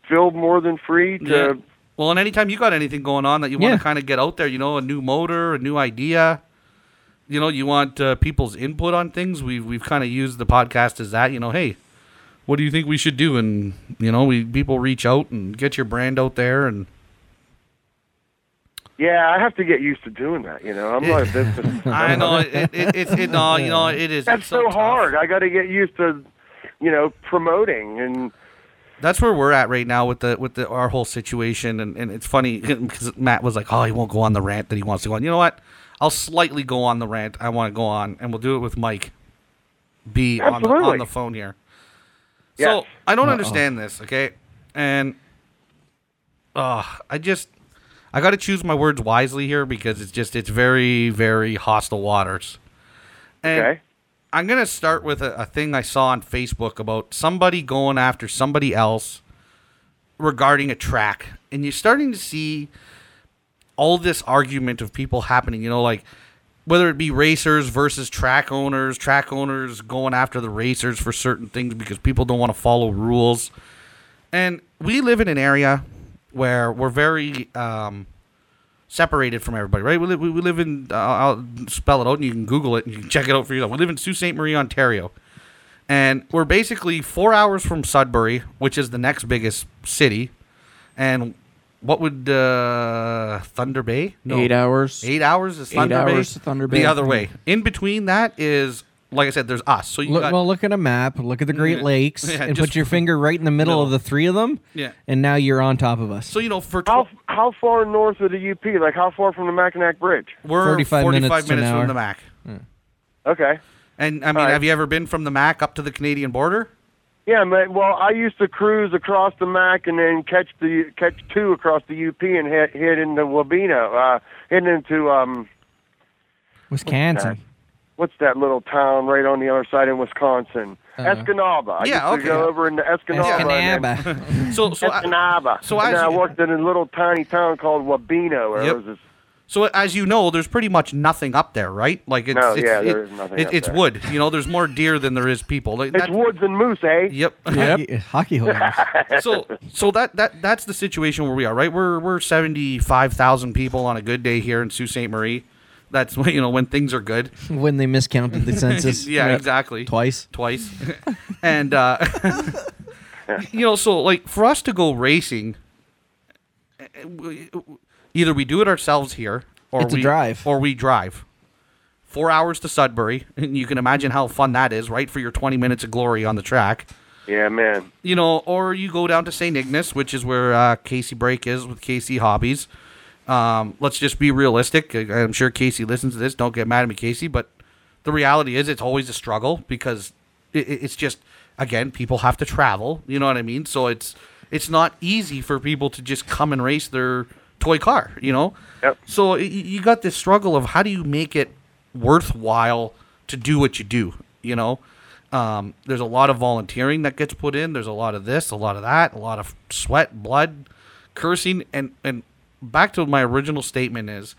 D: feel more than free
E: Yeah.
D: to.
E: Well, and anytime you got anything going on that you want
B: Yeah.
E: to kind of get out there, you know, a new motor, a new idea, you know, you want uh, people's input on things. We've we've kind of used the podcast as that, you know, hey, what do you think we should do? And you know, we people reach out and get your brand out there, and
D: Yeah, I have to get used to doing that. You know, I'm
E: [laughs]
D: not a business.
E: I know it it it, it, it no, you know, it is
D: That's
E: it's
D: so
E: tough.
D: hard. I got to get used to, you know, promoting and
E: that's where we're at right now with the with the our whole situation and, and it's funny [laughs] because matt was like oh he won't go on the rant that he wants to go on you know what i'll slightly go on the rant i want to go on and we'll do it with mike b on the,
D: Absolutely.
E: on the phone here
D: Yes.
E: so i don't understand this okay and uh i just i gotta choose my words wisely here because it's just it's very very hostile waters and
D: okay.
E: I'm gonna start with a, a thing I saw on Facebook about somebody going after somebody else regarding a track, and you're starting to see all this argument of people happening. You know, like whether it be racers versus track owners, track owners going after the racers for certain things because people don't want to follow rules. And we live in an area where we're very um, separated from everybody, right? We live, we we live in, uh, I'll spell it out and you can Google it and you can check it out for yourself. We live in Sault Ste. Marie, Ontario. And we're basically four hours from Sudbury, which is the next biggest city. And what would uh, Thunder Bay? No.
C: Eight hours.
E: Eight hours is Thunder Bay.
C: hours to Thunder Bay.
E: The other way. In between that is, like I said, there's us. So you
B: Look,
E: got
B: well, look at a map. Look at the Great
E: Yeah. [laughs]
B: Lakes,
E: Yeah,
B: and
E: just-
B: put your finger right in the middle of
E: Middle.
B: the three of them.
E: Yeah.
B: And now you're on top of us.
E: so you know for
D: How
E: 12,
D: how far north of the UP? Like how far from the Mackinac Bridge?
E: we're
B: 45
E: 45, minutes,
B: minutes to an hour.
E: from the Mac.
D: Okay.
E: And I mean,
D: Alright.
E: have you ever been from the Mac up to the Canadian border?
D: Yeah, man. Well, I used to cruise across the Mac and then catch the catch two across the UP and head head into Wabino, uh, heading into um,
B: Wisconsin.
E: [laughs]
D: what's that little town right on the other side in Wisconsin? Escanaba. I
E: Uh-huh. Yeah,
D: used to
E: okay.
D: go over in the Escanaba. and-
E: [laughs]
F: Escanaba.
E: So so I,
D: Escanaba.
E: so as
D: and I
E: you-
D: worked in a little tiny town called Wabino. Where
E: Yep.
D: it was this,
E: so as you know, there's pretty much nothing up there, right? Like it's
D: No,
E: it's,
D: yeah,
E: it-
D: there is nothing
E: it-
D: up
E: it's
D: there.
E: wood. You know, there's more deer than there is people. Like,
D: it's
E: that-
D: woods and moose, eh? [laughs]
E: Yep.
B: [laughs] Hockey, hockey
E: [laughs]
B: holders.
E: so so that that that's the situation where we are, right? We're we're seventy five thousand people on a good day here in Sault Ste. Marie. That's [laughs] when you know when things are good.
B: when they miscounted the census.
E: [laughs] yeah,
B: Yep.
E: exactly.
B: Twice.
E: Twice. [laughs] and uh you know, so like for us to go racing eh, we- either we do it ourselves here or
B: It's a
E: we
B: drive.
E: or we drive. 4 hours to Sudbury, and you can imagine how fun that is, right? For your 20 minutes of glory on the track.
D: Yeah, man.
E: you know, or you go down to St. Ignace, which is where uh, Casey Brake is with Casey Hobbies. Um, let's just be realistic. I- I'm sure Casey listens to this. Don't get mad at me, Casey. But the reality is, it's always a struggle because it, it's just again, people have to travel. You know what I mean? So it's it's not easy for people to just come and race their toy car. You know.
D: Yep.
E: So y- y- you got this struggle of how do you make it worthwhile to do what you do? You know, um, there's a lot of volunteering that gets put in. There's a lot of this, a lot of that, a lot of sweat, blood, cursing, and and back to my original statement is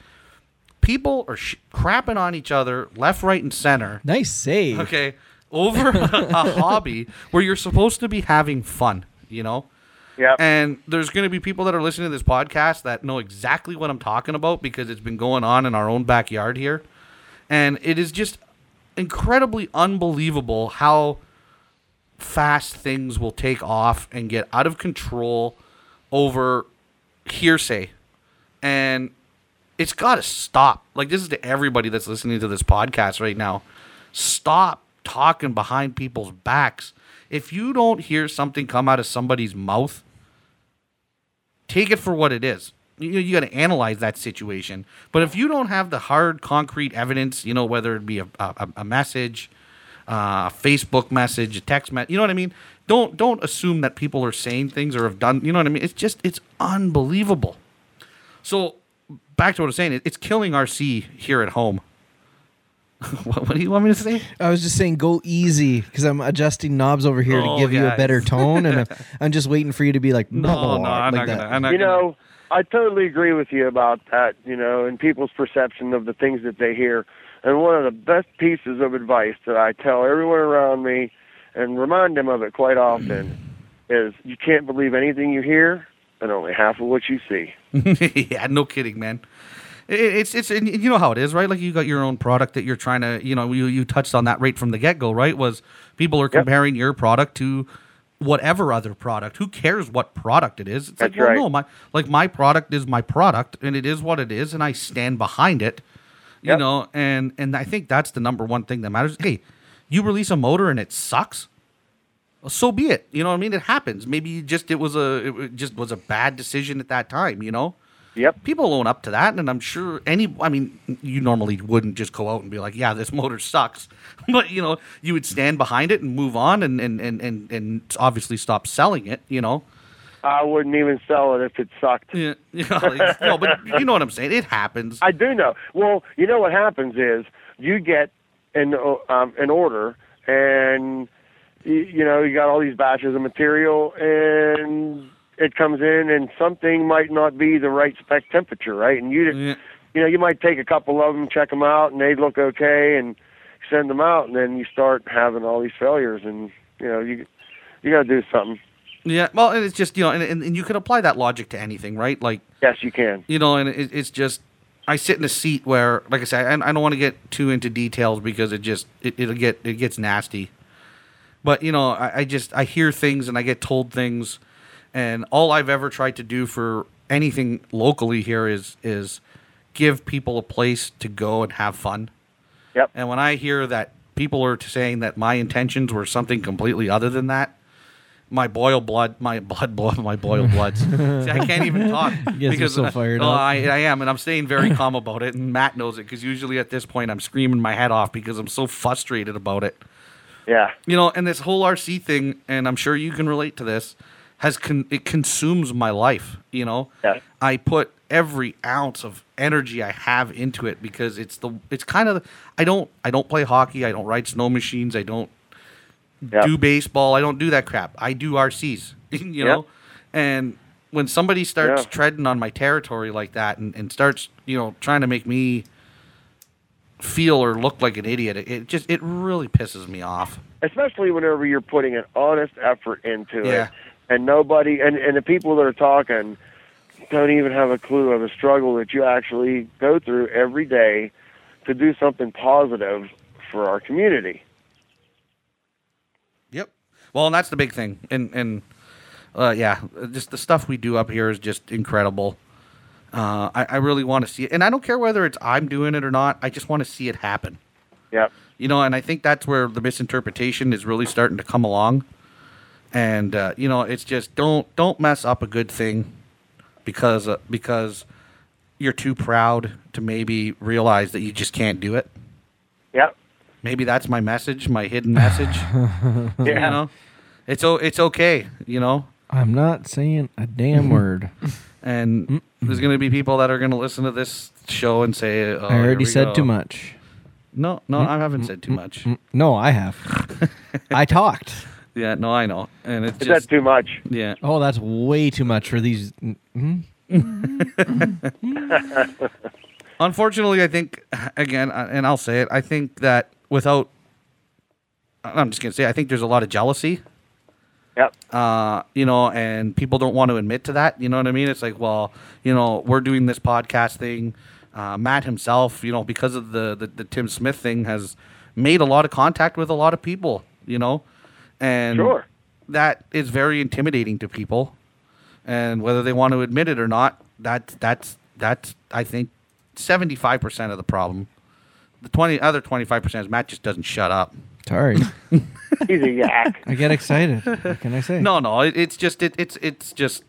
E: people are sh- crapping on each other left, right, and center.
B: Nice save.
E: [laughs] Okay, over [laughs] a, a hobby where you're supposed to be having fun. You know.
D: Yep.
E: And there's going to be people that are listening to this podcast that know exactly what I'm talking about because it's been going on in our own backyard here. And it is just incredibly unbelievable how fast things will take off and get out of control over hearsay. And it's got to stop. Like, this is to everybody that's listening to this podcast right now. Stop talking behind people's backs. If you don't hear something come out of somebody's mouth, take it for what it is. You, you got to analyze that situation. But if you don't have the hard, concrete evidence, you know, whether it be a, a, a message, uh, a Facebook message, a text message, you know what I mean? Don't don't assume that people are saying things or have done. You know what I mean? It's just it's unbelievable. So back to what I was saying, it, it's killing RC here at home. [laughs] what, what do you want me to say?
B: I was just saying go easy because I'm adjusting knobs over here
E: Oh,
B: to give you
E: guys.
B: a better tone,
E: [laughs]
B: and I'm, I'm just waiting for you to be like,
E: Oh, No, no, I'm not
B: like that.
E: gonna. I'm not
D: you
E: gonna.
D: know, I totally agree with you about that, you know, and people's perception of the things that they hear. And one of the best pieces of advice that I tell everyone around me and remind them of it quite often is you can't believe anything you hear and only half of what you see.
E: [laughs] yeah, no kidding, man. It- It's it's and you know how it is, right? Like you got your own product that you're trying to, you know, you you touched on that right from the get go, right? Was people are comparing your product to whatever other product. Who cares what product it is? It's like,
D: That's
E: well,
D: right.
E: no, my like my product is my product, and it is what it is, and I stand behind it. You
D: Yep.
E: know, and and I think that's the number one thing that matters. Hey, you release a motor and it sucks so be it. You know what I mean? It happens. Maybe just it was a it wa- just was a bad decision at that time. You know.
D: Yep.
E: People own up to that, and I'm sure any. I mean, you normally wouldn't just go out and be like, "Yeah, this motor sucks," [laughs] but you know, you would stand behind it and move on, and and and and, and obviously stop selling it. You know.
D: I wouldn't even sell it if it sucked.
E: Yeah. [laughs] You know, like- no, but you know what I'm saying. It happens.
D: I do know. Well, you know what happens is you get an um, an order, and you, you know you got all these batches of material, and it comes in, and something might not be the right spec temperature, right? And you,
E: Yeah.
D: didn't you know, you might take a couple of them, check them out, and they look okay, and send them out, and then you start having all these failures, and you know you you got to do something.
E: yeah. Well, and it's just you know, and, and and you can apply that logic to anything, right? Like
D: Yes, you can.
E: you know, and it, it's just I sit in a seat where, like I said, I, I don't want to get too into details because it just it, it'll get it gets nasty. But you know, I, I just I hear things and I get told things, and all I've ever tried to do for anything locally here is is give people a place to go and have fun.
D: Yep.
E: And when I hear that people are saying that my intentions were something completely other than that, my boil blood, my [laughs] blood, blood my boil bloods. See, I can't even
B: [laughs]
E: talk
B: guys are so fired
E: Oh, [laughs]
B: up.
E: I, I am, and I'm staying very calm about it. And Matt knows it because usually at this point I'm screaming my head off because I'm so frustrated about it
D: Yeah.
E: you know, and this whole RC thing, and I'm sure you can relate to this, has con- it consumes my life. You know,
D: Yeah.
E: I put every ounce of energy I have into it because it's the it's kind of I don't I don't play hockey, I don't ride snow machines, I don't
D: Yeah.
E: do baseball. I don't do that crap. I do RCs, [laughs] you know? And when somebody starts
D: Yeah.
E: treading on my territory like that and, and starts, you know, trying to make me feel or look like an idiot, it, it just, it really pisses me off.
D: especially whenever you're putting an honest effort into
E: Yeah.
D: it and nobody and, and the people that are talking don't even have a clue of the struggle that you actually go through every day to do something positive for our community
E: Yep. Well, and that's the big thing, and and uh, yeah, just the stuff we do up here is just incredible. Uh, I, I really want to see it, and I don't care whether it's I'm doing it or not. I just want to see it happen,
D: yep
E: you know. And I think that's where the misinterpretation is really starting to come along. And uh, you know, it's just don't don't mess up a good thing because uh, because you're too proud to maybe realize that you just can't do it.
D: yep
E: Maybe that's my message, my hidden
B: [laughs]
E: message.
D: yeah
E: You know, it's o- it's okay. You know,
B: I'm not saying a damn [laughs] word.
E: and there's going to be people that are going to listen to this show and say, oh,
B: I
E: here we
B: already said
E: go.
B: too much. Mm,
E: No, no, I haven't said too much.
B: No, I have.
E: [laughs]
B: I talked.
E: Yeah, no, I know, and it's
D: is
E: just
D: that too much
E: yeah.
B: Oh, that's way too much for these. Mhm.
E: Unfortunately, I think again, I- and I'll say it. I think that without, I'm just going to say, I think there's a lot of jealousy.
D: yep
E: Uh, you know, and people don't want to admit to that. You know what I mean? It's like, well, you know, we're doing this podcast thing. Uh, Matt himself, you know, because of the, the the Tim Smith thing, has made a lot of contact with a lot of people. You know, and
D: Sure.
E: that is very intimidating to people, and whether they want to admit it or not, that that's that's I think seventy five percent of the problem. The twenty other twenty five percent is Matt just doesn't shut up.
B: Sorry,
D: he's a yak
B: I get excited. What can I
E: [laughs]
B: say?
E: No, no, it, it's just it, it's it's just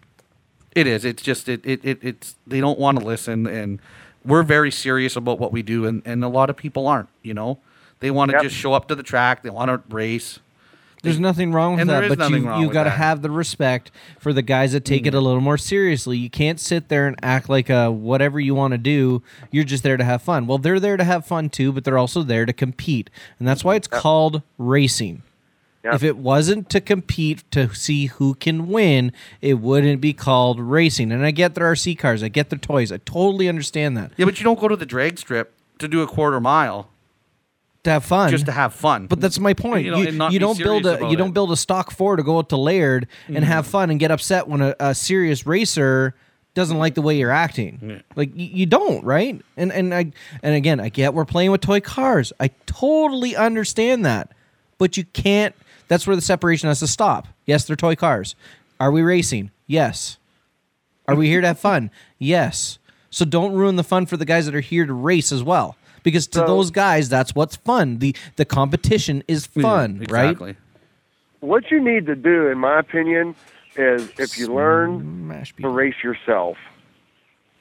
E: it is. It's just it, it, it it's they don't want to listen, and we're very serious about what we do, and and a lot of people aren't. You know, they want to
D: Yep.
E: just show up to the track. They want to race.
B: There's nothing wrong with
E: And
B: that,
E: there is
B: but
E: nothing
B: you
E: wrong
B: you
E: with
B: got to
E: that. Mm-hmm.
B: have the respect for the guys that take it a little more seriously. You can't sit there and act like a whatever you want to do. You're just there to have fun. Well, they're there to have fun too, but they're also there to compete, and that's why it's called racing.
D: Yeah.
B: If it wasn't to compete to see who can win, it wouldn't be called racing. And I get their RC cars, I get their toys, I totally understand that.
E: Yeah, but you don't go to the drag strip to do a quarter mile
B: To have fun,
E: just to have fun.
B: But that's my point.
E: You
B: You,
E: know, and not
B: you
E: be
B: don't build
E: serious
B: a
E: about
B: you don't
E: it. Mm.
B: build a stock four to go out to Laird and have fun and get upset when a, a serious racer doesn't like the way you're acting. Like y- you don't, right? And and I and again, I get we're playing with toy cars. I totally understand that. But you can't that's where the separation has to stop. Yes, they're toy cars. Are we racing? Yes. Are we here to have fun? Yes. So don't ruin the fun for the guys that are here to race as well. Because to those guys, that's what's fun. The the competition is fun,
E: exactly.
D: what you need to do in my opinion is if you learn
B: right? Mash
D: to
B: people.
D: race yourself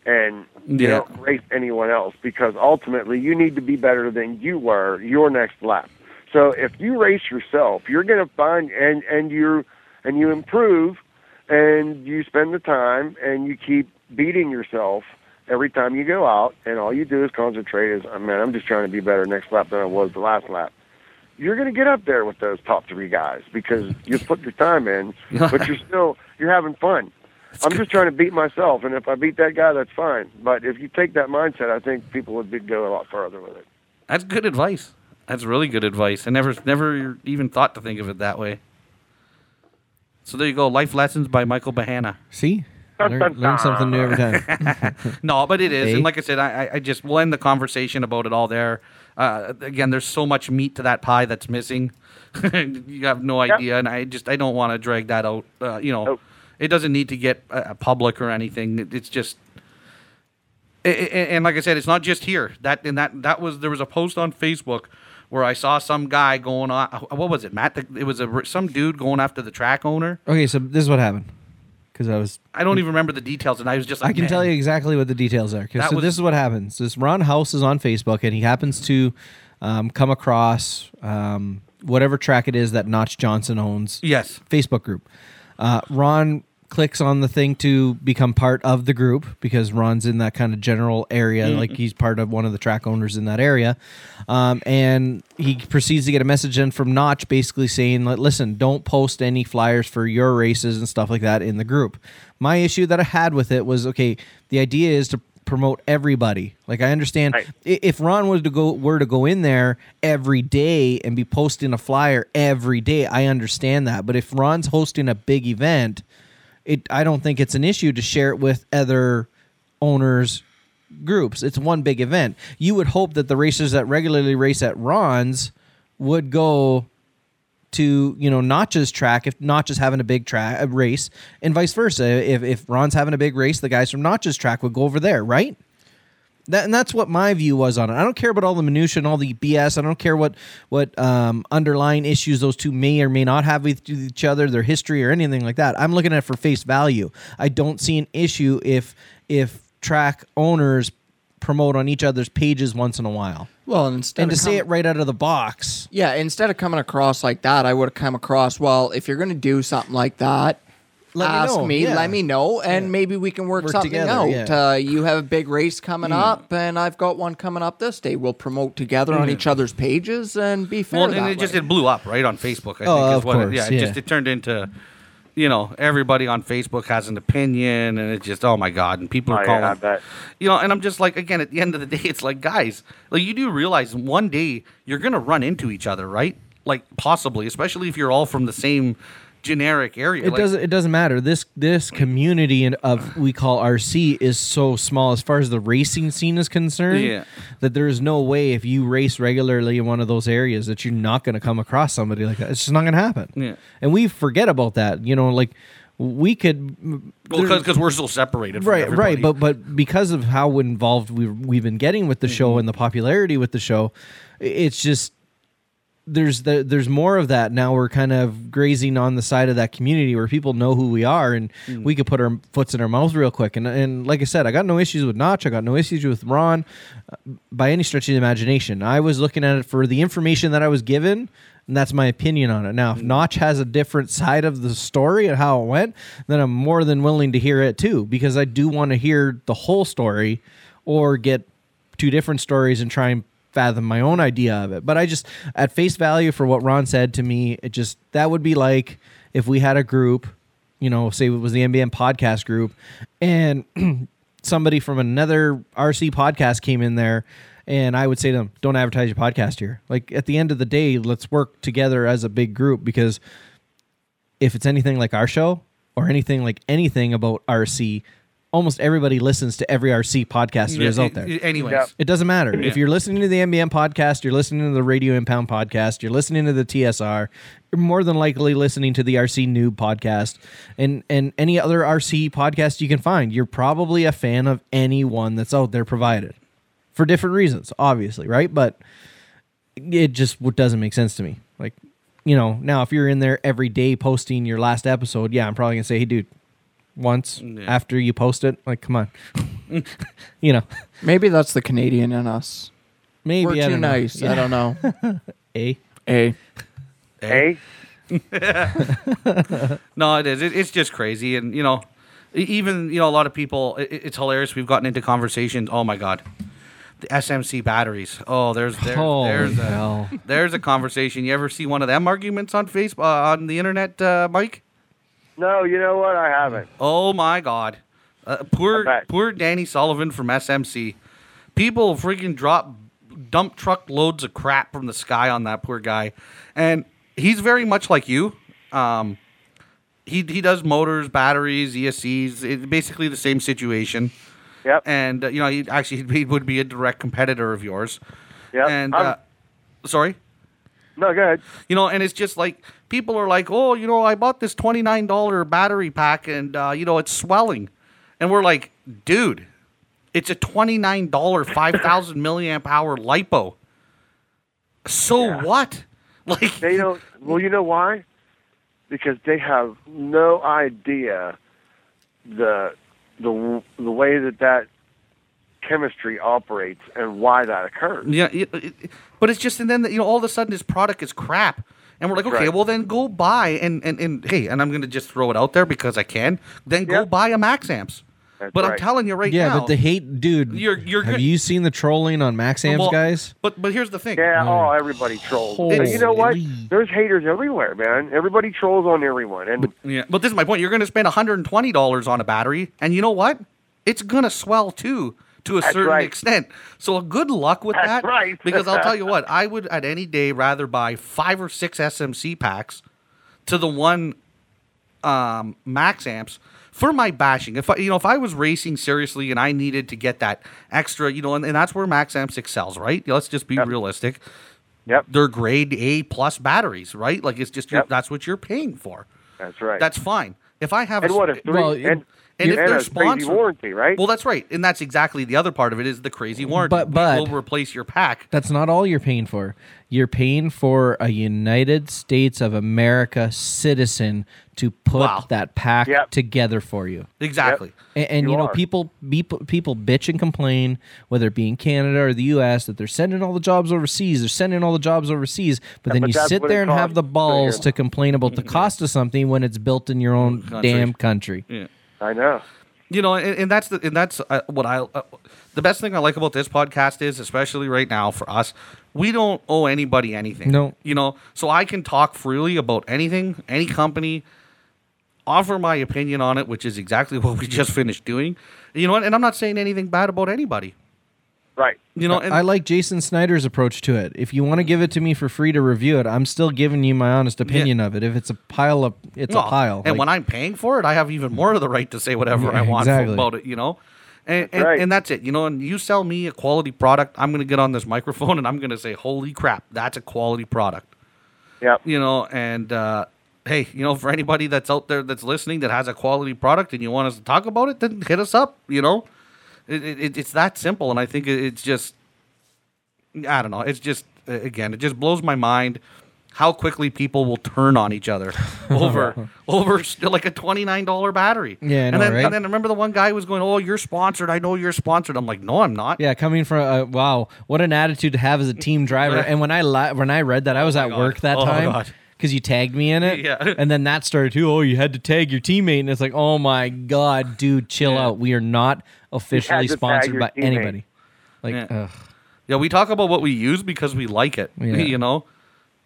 D: and you
E: Yeah.
D: don't race anyone else because ultimately you need to be better than you were your next lap. So if you race yourself, you're going to find and and you and you improve and you spend the time and you keep beating yourself every time you go out and all you do is concentrate is I mean I'm just trying to be better next lap than I was the last lap. You're going to get up there with those top 3 guys because you put your
E: [laughs]
D: time in, but you're still you're having fun. I'm just trying to beat myself, and if I beat that guy, that's fine. But if you take that mindset, I think people would be, go a lot further with it.
E: That's good advice. That's really good advice. I never never even thought to think of it that way. So there you go. Life lessons by Michael Bahana.
B: See, learn, learn something new every
E: [laughs]
B: time.
E: No, but it is,
B: Eh?
E: and like I said, I, I- I just we'll end the conversation about it all there. Uh, again, there's so much meat to that pie that's missing. [laughs] you have no idea, and I just I don't want to drag that out. Uh, you know,
D: Nope.
E: it doesn't need to get uh, public or anything. It, it's just, a- a- and like I said, it's not just here. That and that that was there was a post on Facebook where I saw some guy going on. uh, What was it, Matt? It was a some dude going after the track owner.
B: Okay, so this is what happened. Because I was,
E: I don't even remember the details, and I was just like,
B: Hmm. I can
E: "Man."
B: tell you exactly what the details are. 'Cause-
E: That
B: So
E: was-
B: this is what happens. This Ron House is on Facebook, and he happens to um, come across um, whatever track it is that Notch Johnson owns.
E: Yes.
B: Facebook group. Uh, Ron clicks on the thing to become part of the group because Ron's in that kind of general area, like he's part of one of the track owners in that area. Um, and he proceeds to get a message in from Notch basically saying, like, listen, don't post any flyers for your races and stuff like that in the group. My issue that I had with it was okay, the idea is to promote everybody. Like I understand
D: Right.
B: i- if Ron was to go were to go in there every day and be posting a flyer every day, I understand that. But if Ron's hosting a big event, it I don't think it's an issue to share it with other owners groups. It's one big event. You would hope that the racers that regularly race at Ron's would go to you know Notch's track if Notch is having a big track a race, and vice versa. If if Ron's having a big race, the guys from Notch's track would go over there, right? That, and that's what my view was on it. I don't care about all the minutia and all the BS. I don't care what what um, underlying issues those two may or may not have with each other, their history or anything like that. I'm looking at it for face value. I don't see an issue if if track owners promote on each other's pages once in a while.
C: Well, instead
B: And to
C: of
B: say
C: com-
B: it right out of the box,
C: yeah, instead of coming across like that, I would have come across. Well, if you're going to do something like that,
B: Let me
C: ask
B: know,
C: me,
B: yeah.
C: let me know, and maybe we can work,
B: Work
C: something
B: together,
C: out.
B: yeah. Mm.
C: Uh, you have a big race coming up, and I've got one coming up this day. We'll promote together
B: Mm.
C: on each other's pages and be fair.
E: Well,
C: that
E: and it just
C: way.
E: it blew up right on Facebook. I
B: Oh,
E: think
B: of
E: is what
B: course,
E: it, yeah,
B: yeah.
E: It just it turned into, you know, everybody on Facebook has an opinion, and it just oh my god, and people are
D: Oh, yeah,
E: calling.
D: I bet.
E: You know, and I'm just like again at the end of the day, it's like guys, like you do realize one day you're gonna run into each other, right? Like possibly, especially if you're all from the same generic area.
B: It
E: like,
B: doesn't. It doesn't matter. This this community in, of we call RC is so small as far as the racing scene is concerned.
E: Yeah.
B: That there is no way if you race regularly in one of those areas that you're not going to come across somebody like that. It's just not going to happen.
E: Yeah.
B: And we forget about that. You know, like we could
E: because we're so separated. From
B: right
E: everybody.
B: right but but because of how involved we've, we've been getting with the show and the popularity with the show i- it's just there's the, there's more of that now we're kind of grazing on the side of that community where people know who we are and we could put our foots in our mouths real quick and and like i said i got no issues with notch i got no issues with ron uh, by any stretch of the imagination i was looking at it for the information that i was given and that's my opinion on it now if notch has a different side of the story and how it went then i'm more than willing to hear it too because i do want to hear the whole story or get two different stories and try and fathom my own idea of it but i just at face value for what ron said to me it just that would be like if we had a group you know say it was the nbm podcast group and [clears throat] somebody from another RC podcast came in there and I would say to them, don't advertise your podcast here. Like at the end of the day, let's work together as a big group because if it's anything like our show or anything like anything about RC, almost everybody listens to every RC podcast there is out there.
E: Anyways,
D: Yep.
B: It doesn't matter. If
E: Yeah.
B: you're listening to the MBM podcast, you're listening to the Radio Impound podcast, you're listening to the TSR, you're more than likely listening to the RC Noob podcast and, and any other RC podcast you can find. You're probably a fan of any one that's out there provided for different reasons, obviously, right? But it just w- doesn't make sense to me. Like, you know, now if you're in there every day posting your last episode, yeah, I'm probably going to say, hey, dude, once after you post it, like, come on. [laughs] you know,
C: maybe that's the Canadian in us.
B: maybe
C: We're
B: I
C: too
B: don't know.
C: nice. I don't
B: [laughs]
C: know.
B: Eh?
C: A
D: Hey,
E: No, it is. It, it's just crazy, and you know, e- even you know, a lot of people. It, it's hilarious. We've gotten into conversations. Oh my god, the SMC batteries. Oh, there's there's
B: Holy
E: there's a
B: hell.
E: there's a conversation. You ever see one of them arguments on Facebook uh, on the internet, uh, Mike?
D: no, you know what? I haven't.
E: Oh my god, uh, poor
D: I bet.
E: poor Danny Sullivan from SMC. People freaking drop dump truck loads of crap from the sky on that poor guy, and he's very much like you. Um, he he does motors, batteries, ESCs, it, basically the same situation.
D: Yep.
E: And uh, you know, he actually he'd be- he would be a direct competitor of yours.
D: Yep.
E: And
D: I'm-
E: uh, sorry.
D: no, go ahead.
E: You know, and it's just like people are like, oh, you know, I bought this twenty nine dollar battery pack, and uh, you know, it's swelling, and we're like, dude, it's a twenty nine dollar five thousand milliamp hour lipo. So what? [laughs] Like,
D: They don't. Well, you know why? Because they have no idea the the the way that that chemistry operates and why that occurs.
E: Yeah, it, it, but it's just and then you know all of a sudden this product is crap, And we're like, okay,
D: Right.
E: well then go buy and, and and hey, and I'm gonna just throw it out there because I can. Then go
D: Yeah.
E: buy a Max Amps.
D: That's
E: but I'm
D: right.
E: telling you right
B: Yeah,
E: now,
B: but the hate, dude.
E: You're- you're
B: have
E: good-
B: you seen the trolling on Max Amps,
E: well,
B: guys?
E: But but here's the thing.
D: Yeah, oh, everybody trolls. But you know what? There's haters everywhere, man. Everybody trolls on everyone. And
E: Yeah, but this is my point. You're going to spend 120 dollars on a battery, and you know what? It's going to swell too to a certain
D: right.
E: extent. So good luck with
D: That's
E: that,
D: right. [laughs]
E: because I'll tell you what, I would at any day rather buy five or six SMC packs to the one um, max amps for my bashing. If I, you know, if I was racing seriously and I needed to get that extra, you know, and, and that's where max amps excels, right? Let's just be realistic.
D: Yep.
E: They're grade A plus batteries, right? Like it's just your,
D: Yep.
E: that's what you're paying for.
D: that's right.
E: That's fine. If I have
D: and
E: a,
D: what if three
B: Well,
D: and,
B: and
E: if they're
D: a crazy
E: sponsored-
D: warranty, right?
E: well, that's right, and that's exactly the other part of it is the crazy warranty.
B: But- but-
E: we'll replace your pack.
B: That's not all you're paying for. You're paying for a United States of America citizen to put
E: Wow.
B: that pack
D: Yep.
B: together for you.
E: Exactly.
B: And, and you,
D: You
B: know,
D: are.
B: people, people people bitch and complain, whether it be in Canada or the U.S., that they're sending all the jobs overseas. They're sending all the jobs overseas, but then
D: but
B: you
D: that's
B: sit
D: what
B: there
D: it
B: and have
D: costs
B: the
D: to
B: balls
D: hear.
B: to complain about the cost of something when it's built in your own damn country.
D: I know.
E: you know and, and that's the and that's uh, what i uh, the best thing i like about this podcast is especially right now for us we don't owe anybody anything
B: No.
E: you know so i can talk freely about anything any company offer my opinion on it which is exactly [laughs] what we just finished doing you know and i'm not saying anything bad about anybody
D: Right.
E: you know and
B: I like Jason Snyder's approach to it. If you want to give it to me for free to review it, I'm still giving you my honest opinion of it. If it's a pile of, it's
E: No,
B: a pile.
E: And
B: Like,
E: when I'm paying for it, I have even more of the right to say whatever
B: Yeah,
E: I want
B: exactly.
E: about it, you know? And, and,
D: right.
E: and that's it, you know. And you sell me a quality product, I'm going to get on this microphone and I'm going to say, holy crap, that's a quality product,
D: Yep.
E: you know? And uh, hey, you know, for anybody that's out there that's listening that has a quality product and you want us to talk about it, then hit us up, you know? It, it, it- it's that simple. And I think it, it's just, I don't know. It's just uh, again, it just blows my mind how quickly people will turn on each
B: [laughs]
E: other over over st- like a twenty nine dollar battery.
B: Yeah, I know,
E: and then
B: right?
E: and then I remember the one guy was going, "Oh, you're sponsored. I know you're sponsored." I'm like, "No, I'm not."
B: Yeah, coming from uh, wow, what an attitude to have as a
E: [laughs]
B: team driver.
E: Yeah.
B: And when I li- when I read that, I was at
E: God.
B: work that
E: Oh,
B: time
E: God.
B: because you tagged me in it.
E: [laughs] Yeah.
B: and then that started too. Oh, you had to tag your teammate, and it's like, oh my god, dude, chill out. We are not officially
D: to tag
B: sponsored
D: your
B: by
D: teammate.
B: anybody. Like,
E: Yeah.
B: ugh.
E: Yeah, we talk about what we use because we like it. [laughs]
B: Yeah.
E: You know.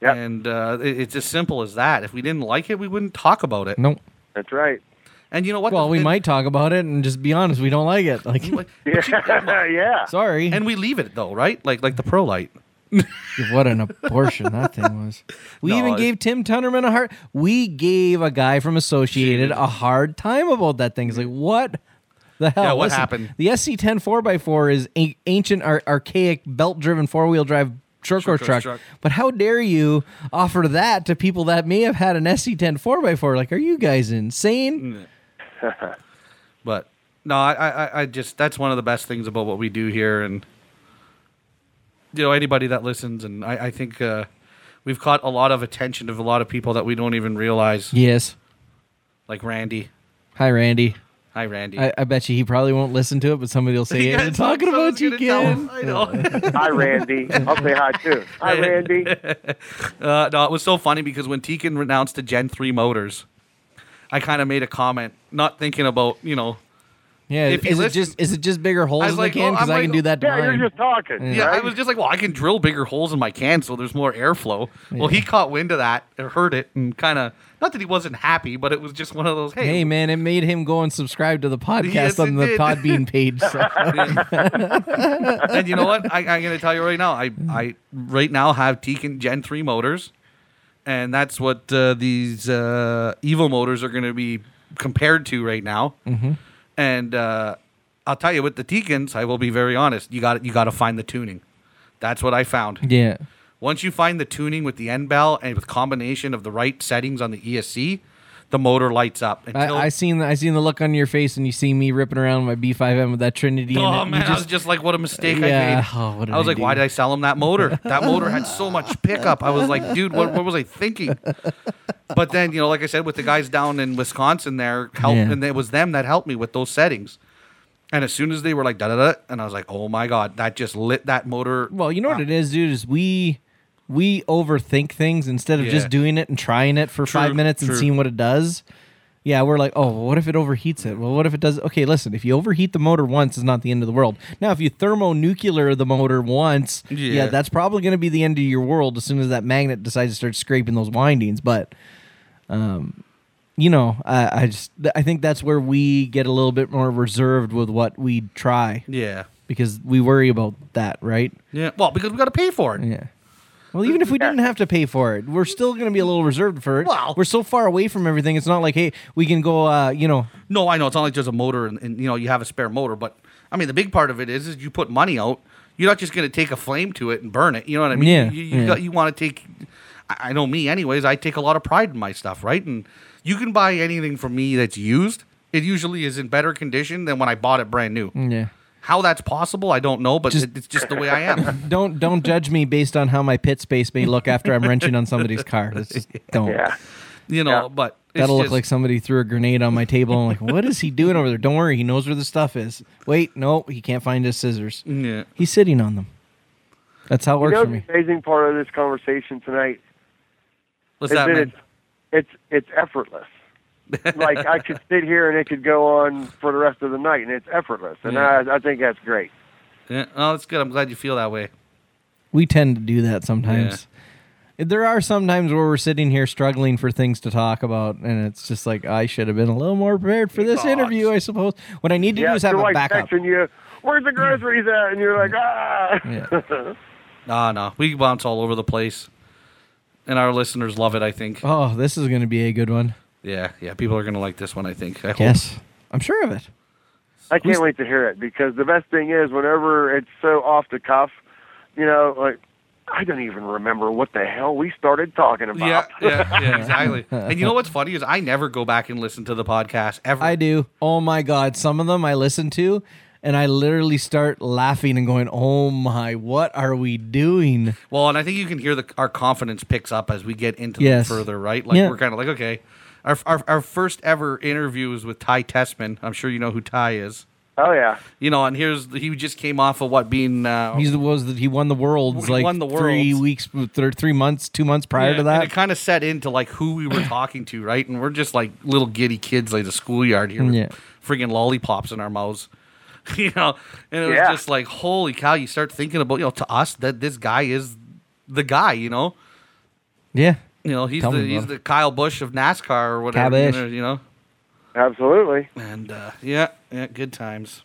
D: Yeah.
E: And uh, it- it's as simple as that. If we didn't like it, we wouldn't talk about it.
B: no.
E: [laughs]
D: That's right.
E: And you know what?
B: Well,
E: The-
B: we
E: it-
B: might talk about it and just be honest. We don't
E: [laughs]
B: like it. Like,
E: but you-
D: Yeah. [laughs] yeah.
B: sorry.
E: and we leave it though, right? Like like the pro light.
B: what an abortion that
E: [laughs]
B: thing was. We
E: No,
B: even
E: it-
B: gave Tim Tunnerman a hard. We gave a guy from Associated a hard time about that thing. It's like what the hell?
E: Yeah, what
B: Listen,
E: happened?
B: The SC10 4x4 is an- ancient, ar- archaic, belt-driven four-wheel drive. Truck or
E: Truck or
B: truck.
E: truck.
B: but how dare you offer that to people that may have had an SC10 4x4? Like, are you guys insane?
E: But no, I, I, I just that's one of the best things about what we do here, and you know anybody that listens, and I, I think uh, we've caught a lot of attention of a lot of people that we don't even realize,
B: Yes.
E: like Randy.
B: Hi, Randy.
E: Hi, Randy.
B: I, I bet you he probably won't listen to it, but
E: [laughs]
B: somebody will say,
E: Yeah,
B: "Hey, they're
E: that's
B: talking
E: what I
B: about
E: was
B: you
E: gonna tell
B: again."
E: him. I know.
D: Hi, Randy. I'll say hi too. Hi,
E: [laughs]
D: Randy.
E: Uh, no, it was so funny because when Tekin renounced the Gen three motors, I kind of made a comment, not thinking about you know.
B: Yeah,
E: If he
B: is it
E: listens-
B: just is it just bigger holes
E: was
B: in
E: like,
B: the can?
E: oh,
B: Because
E: I'm
B: I can
E: like-
B: do that to
D: Yeah,
B: mine.
D: you're just talking.
E: Yeah, I
D: right?
E: was just like, well, I can drill bigger holes in my can, so there's more airflow. Well, he caught wind of that, or heard it, and kind of not that he wasn't happy, but it was just one of those.
B: hey man, it made him go and subscribe to the podcast
E: Yes,
B: on
E: it
B: the
E: did.
B: [laughs] Podbean page. So.
E: and you know what? I, I'm going to tell you right now. I, I right now have Tekin Gen three motors, and that's what uh, these uh, Evo motors are going to be compared to right now.
B: Mm-hmm.
E: And uh, I'll tell you, with the Tekins, I will be very honest. You got you got to find the tuning. That's what I found.
B: yeah,
E: Once you find the tuning with the end bell and with combination of the right settings on the ESC, the motor lights up.
B: I,
E: Until,
B: I seen I seen the look on your face, and you see me ripping around with my B5M with that Trinity. in it,
E: Oh
B: and
E: man,
B: you
E: I was just like, what a mistake
B: Yeah,
E: I
B: oh, what
E: made.
B: did
E: I was
B: I
E: like, why
B: do?
E: did I sell him that motor? That motor had so much pickup. I was like, dude, what, what was I thinking? But then, you know, like I said, with the guys down in Wisconsin there, helped,
B: Yeah.
E: and it was them that helped me with those settings. And as soon as they were like, da da da, and I was like, oh my God, that just lit that motor.
B: well, you know what it is, dude. Is we we overthink things instead of
A: Yeah.
B: just doing it and trying it for five
A: True,
B: minutes and
A: true.
B: seeing what it does. Yeah, we're like, oh, what if it overheats it? Well, what if it does? Okay, listen, if you overheat the motor once, it's not the end of the world. Now, if you thermonuclear the motor once, yeah,
A: Yeah.
B: that's probably going to be the end of your world as soon as that magnet decides to start scraping those windings. But, um, you know, I, I just I think that's where we get a little bit more reserved with what we try
A: Yeah.
B: because we worry about that, right?
A: Yeah. Well, because we got to pay for it.
B: Yeah. Well, even if we didn't have to pay for it, we're still going to be a little reserved for it.
A: Well-
B: we're so far away from everything. It's not like, hey, we can go, uh, you know,
A: No, I know it's not like there's a motor and, and you know you have a spare motor, but I mean the big part of it is is you put money out. You're not just going to take a flame to it and burn it. You know what I mean?
B: Yeah,
A: You you,
B: yeah.
A: Got, you want to take. I I know me, anyways. I take a lot of pride in my stuff, right? And you can buy anything from me that's used. It usually is in better condition than when I bought it brand new.
B: yeah.
A: How that's possible, I don't know, but
B: Just-
A: it, it's just the way I am.
B: Don't don't judge me based on how my pit space may look after I'm wrenching on somebody's car. That's just, don't.
D: Yeah.
A: You know,
D: [laughs] Yeah.
A: but it's
B: That'll look
A: just-
B: like somebody threw a grenade on my table. I'm like, what is he doing over there? Don't worry, he knows where the stuff is. Wait, no, he can't find his scissors.
A: yeah.
B: He's sitting on them. That's how it
D: You
B: works
D: know
B: for me.
D: the amazing part of this conversation tonight
A: What's
D: is
A: that?
D: that
A: man?
D: it's it's it's effortless. like I
E: [laughs]
D: could sit here and it could go on for the rest of the night, and it's effortless, and
A: Yeah.
D: I I think that's great.
E: uh,
A: Yeah. Oh, that's good. I'm glad you feel that way.
B: We tend to do that sometimes. There are some times where we're sitting here struggling for things to talk about, and it's just like I should have been a little more prepared for this interview, I suppose. What I need to
D: yeah,
B: do is have
D: your
B: a
D: wife's
B: backup.
D: texting you, "Where's the groceries at?" And you're
B: [laughs]
D: like, "Ah."
A: [laughs] Nah, nah. We bounce all over the place, and our listeners love it. I think.
B: Oh, this is going to be a good one.
A: Yeah, yeah. People are gonna like this one. I think. I hope.
B: Yes, I'm sure of it.
D: I can't wait to hear it because the best thing is whenever it's so off the cuff, you know, like I don't even remember what the hell we started talking about.
A: Yeah, yeah,
D: [laughs]
A: yeah, exactly. And you know what's funny is I never go back and listen to the podcast ever.
B: I do. Oh my God, some of them I listen to, and I literally start laughing and going, "Oh my, what are we doing?"
A: well, and I think you can hear the our confidence picks up as we get into
B: Yes.
A: them further, right? Like
B: Yeah.
A: we're kind of like, okay, our, our our first ever interview was with Ty Tessman. I'm sure you know who Ty is.
D: Oh yeah.
A: You know, and here's he just came off of what being uh,
B: He's the was that he won the worlds
A: He
B: like
A: won the
B: three
A: worlds.
B: weeks, th- three months, two months prior
A: Yeah,
B: to
A: And
B: that.
A: it kind of set into like who we were talking to, right? And we're just like little giddy kids, like the schoolyard here, with
B: Yeah.
A: friggin' lollipops in our mouths, [laughs] you know. And it was
D: Yeah.
A: just like, holy cow! You start thinking about, you know, to us that this guy is the guy, you know.
B: yeah,
A: You know, he's
B: Tell
A: the
B: me
A: he's
B: about
A: the Kyle Bush of NASCAR or whatever,
B: Kyle
A: you
B: Busch.
A: know, you know.
D: Absolutely.
A: And uh, yeah, yeah, good times.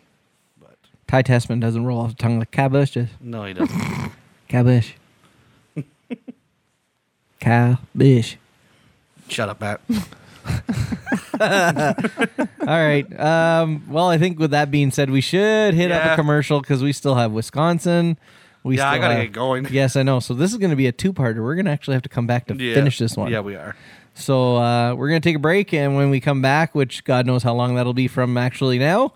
B: Ty Tessman doesn't roll off the tongue like Cabush does.
A: No, he doesn't.
B: [laughs] Cabush. Cabush.
A: Shut up, Matt. [laughs]
B: All right. Um, well, I think with that being said, we should hit up
A: Yeah.
B: a commercial because we still have Wisconsin. We
A: Yeah, I
B: still
A: gotta
B: have-
A: get going. [laughs]
B: Yes, I know. So this is going to be a two-parter. We're going to actually have to come back to
A: Yeah.
B: finish this one.
A: Yeah, we are.
B: So uh, we're going to take a break, and when we come back, which God knows how long that'll be from actually now,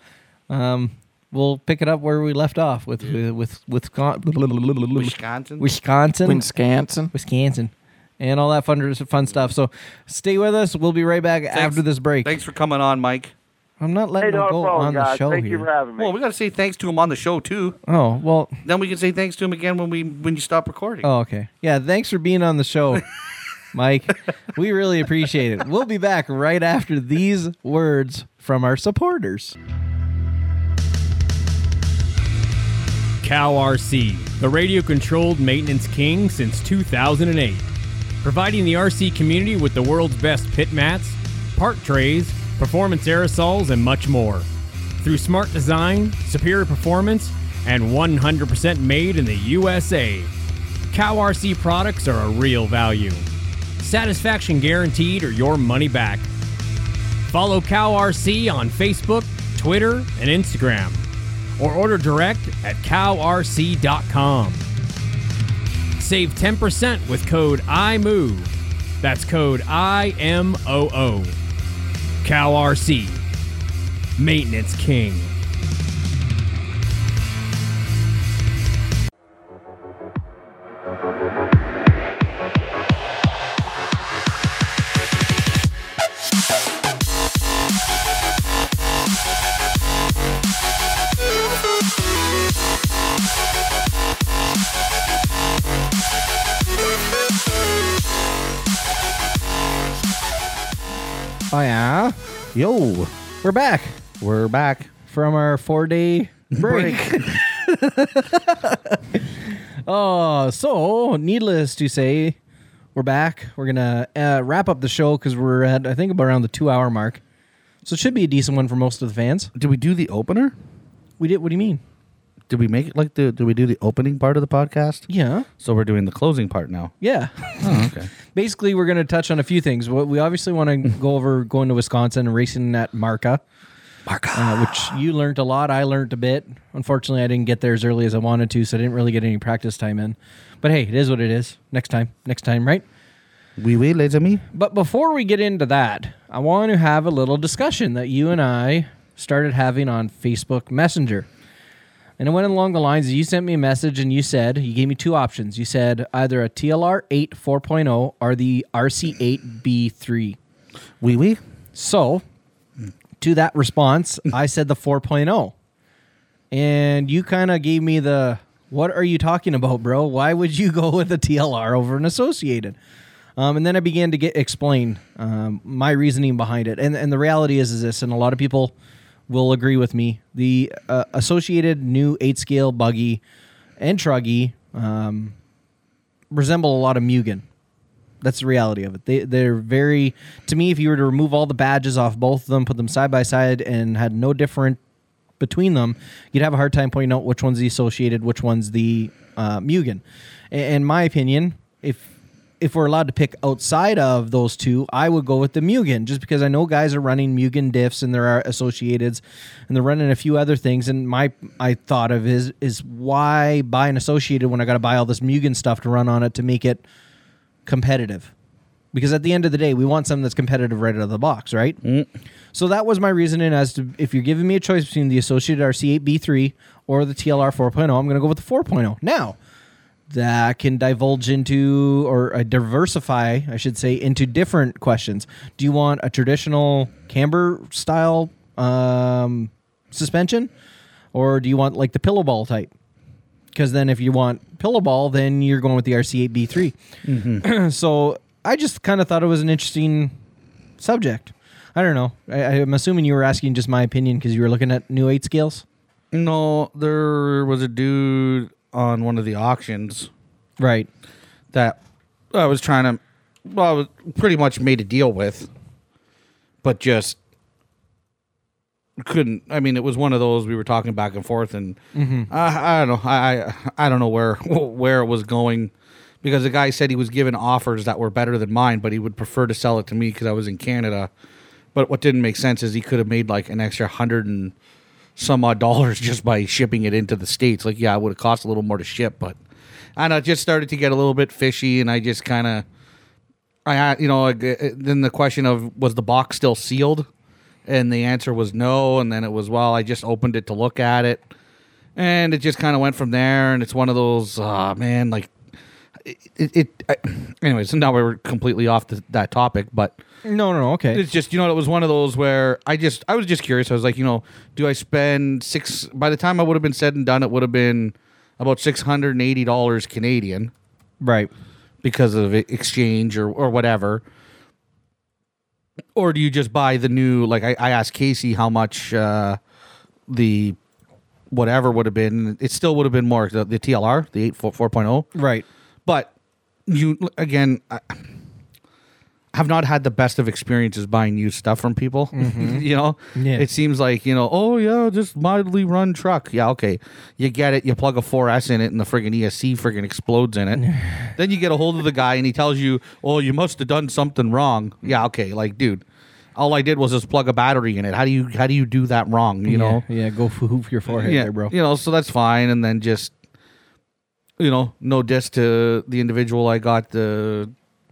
B: um, we'll pick it up where we left off with with with, [laughs] with
A: Wisconsin.
B: Wisconsin.
C: Wisconsin.
B: Wisconsin, and all that fun, fun stuff. So stay with us. We'll be right back after this break.
A: Thanks for coming on, Mike.
B: I'm not
D: Hey,
B: letting
D: no
B: him go
D: problem,
B: on
D: guys.
B: the show
D: Thank
B: here.
D: you for having me.
A: Well, we got to say thanks to him on the show too.
B: oh well.
A: Then we can say thanks to him again when we when you stop recording.
B: Oh okay. Yeah. Thanks for being on the
D: [laughs]
B: show, Mike. We really appreciate it. We'll be back right after these words from our supporters.
G: Cow RC, the radio controlled maintenance king since 2008. Providing the RC community with the world's best pit mats, park trays, performance aerosols, and much more. Through smart design, superior performance, and 100% made in the USA, Cow RC products are a real value. Satisfaction guaranteed or your money back. Follow Cow RC on Facebook, Twitter, and Instagram or order direct at cowrc.com. Save 10% with code IMOVE. That's code I M O O. CowRC. Maintenance King.
B: Oh yeah,
E: Yo,
B: we're back
E: we're back.
B: from our four-day [laughs] break. [laughs] Uh, so needless to say, we're back. We're gonna uh, wrap up the show because we're at I think about around the two-hour mark. So it should be a decent one for most of the fans.
A: Did we do the opener?
B: We did. What do you mean?
A: Did we make it like the? Did we do the opening part of the podcast?
B: Yeah.
A: So we're doing the closing part now.
B: [laughs] Yeah.
A: [laughs] Oh, okay.
B: Basically, we're going to touch on a few things. What we obviously want to go over going to Wisconsin and racing at Marca. Marca. which you learned a lot. I learned a bit. Unfortunately, I didn't get there as early as I wanted to, so I didn't really get any practice time in. But hey, it is what it is. Next time. Next time, right?
A: We wait, later me.
B: But before we get into that, I want to have a little discussion that you and I started having on Facebook Messenger. And it went along the lines that you sent me a message and you said, you gave me two options. You said either a TLR 8 4.0 or the RC8 B3.
A: We wait.
B: So, to that response, I said the 4.0. And you kind of gave me the, what are you talking about, bro? Why would you go with a TLR over an Associated? Um, and then I began to get explain um, my reasoning behind it. And, and the reality is, is this, and a lot of people will agree with me, the uh, Associated new 8 scale buggy and truggy um, resemble a lot of Mugen. That's the reality of it. They they're very to me. If you were to remove all the badges off both of them, put them side by side, and had no different between them, you'd have a hard time pointing out which one's the associated, which one's the uh, Mugen. A- In my opinion, if if we're allowed to pick outside of those two, I would go with the Mugen just because I know guys are running Mugen diffs and there are associateds and they're running a few other things. And my I thought of is is why buy an associated when I got to buy all this Mugen stuff to run on it to make it competitive. Because at the end of the day, we want something that's competitive right out of the box, right? So that was my reasoning as to if you're giving me a choice between the Associated RC8B3 or the TLR 4.0, oh, I'm going to go with the 4.0. Now, that can divulge into or uh, diversify, I should say, into different questions. Do you want a traditional camber style um, suspension, or do you want like the pillow ball type? Because then, if you want pillow ball, then you're going with the RC8B3. so I just kind of thought it was an interesting subject. I don't know. I, I'm assuming you were asking just my opinion because you were looking at new eight scales,
A: No, there was a dude on one of the auctions
B: right?
A: that I was trying to, well, I was pretty much made a deal with, but just couldn't. I mean, it was one of those we were talking back and forth, and I, I don't know. I I I don't know where [laughs] where it was going because the guy said he was given offers that were better than mine, but he would prefer to sell it to me because I was in Canada. But what didn't make sense is he could have made like an extra hundred and some odd dollars just by shipping it into the states. Like, yeah, it would have cost a little more to ship, but I know it just started to get a little bit fishy, and I just kind of, I had- you know, like, uh, uh, then the question of was the box still sealed, and the answer was no, and then it was well, I just opened it to look at it, and it just kind of went from there, and it's one of those, ah, man, like. It, it, it I, anyways, now we're completely off the, that topic, but
B: No, no, no. Okay.
A: it's just you know it was one of those where I just I was just curious. I was like, you know, do I spend six? By the time I would have been said and done, it would have been about six hundred and eighty dollars Canadian
B: right.
A: because of e- exchange or or whatever. Or do you just buy the new? Like I, I asked Casey how much uh, the whatever would have been. It still would have been more the, the TLR the eight four four point oh.
B: Right.
A: But you again, I have not had the best of experiences buying used stuff from people. [laughs] you know,
B: Mm-hmm. Yeah.
A: it seems like you know, oh yeah, just mildly run truck. Yeah, okay, you get it. You plug a 4S in it, and the friggin' ESC friggin' explodes in
B: [laughs]
A: it. then you get a hold of the guy, and he tells you, oh, you must have done something wrong. Yeah, okay, like dude. All I did was just plug a battery in it. How do you how do you do that wrong? You know,
B: Yeah, yeah, go [laughs] hoof your forehead there, bro.
A: you know, so that's fine. And then just, you know, no diss to the individual I got the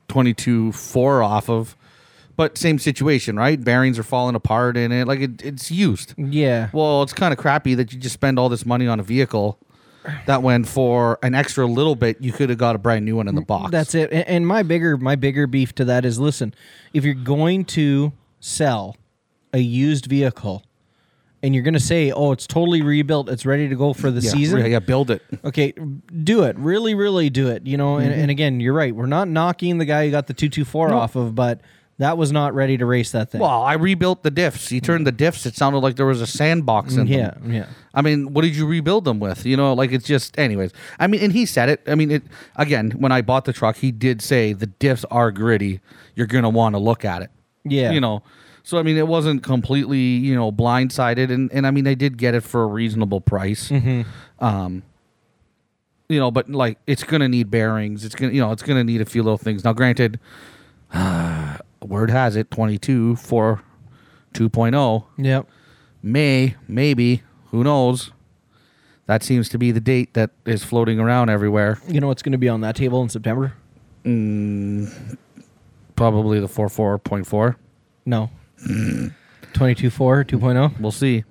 A: 22 4 off of. But same situation, right? Bearings are falling apart in it. Like it, it's used.
B: Yeah.
A: Well, it's kind of crappy that you just spend all this money on a vehicle that when for an extra little bit you could have got a brand new one in the box.
B: That's it. A- And my bigger my bigger beef to that is listen, if you're going to sell a used vehicle and you're going to say, "Oh, it's totally rebuilt. It's ready to go for the
A: yeah,
B: season."
A: Yeah, build it.
B: Okay, do it.
A: Mm-hmm.
B: Really, really do it. You know, and, and again, you're right. We're not knocking the guy who got the 224 off of, but That was not ready to race that thing.
A: Well, I rebuilt the diffs. You turned the diffs. It sounded like there was a sandbox in
B: yeah,
A: them.
B: yeah.
A: I mean, what did you rebuild them with? You know, like it's just, anyways. I mean, and he said it. I mean, it again. When I bought the truck, he did say the diffs are gritty. You're gonna want to look at it.
B: Yeah.
A: You know. So I mean, it wasn't completely you know blindsided, and and I mean, I did get it for a reasonable price. Um. You know, but like it's gonna need bearings. It's gonna you know it's gonna need a few little things. Now, granted, [sighs] word has it 22 for 2.0
B: Yep.
A: May, maybe, who knows? That seems to be the date that is floating around everywhere.
B: You know what's going to be on that table in September?
A: Probably the 44.4.
B: No.
A: Mm.
B: 22.4, 2.0.
A: We'll see.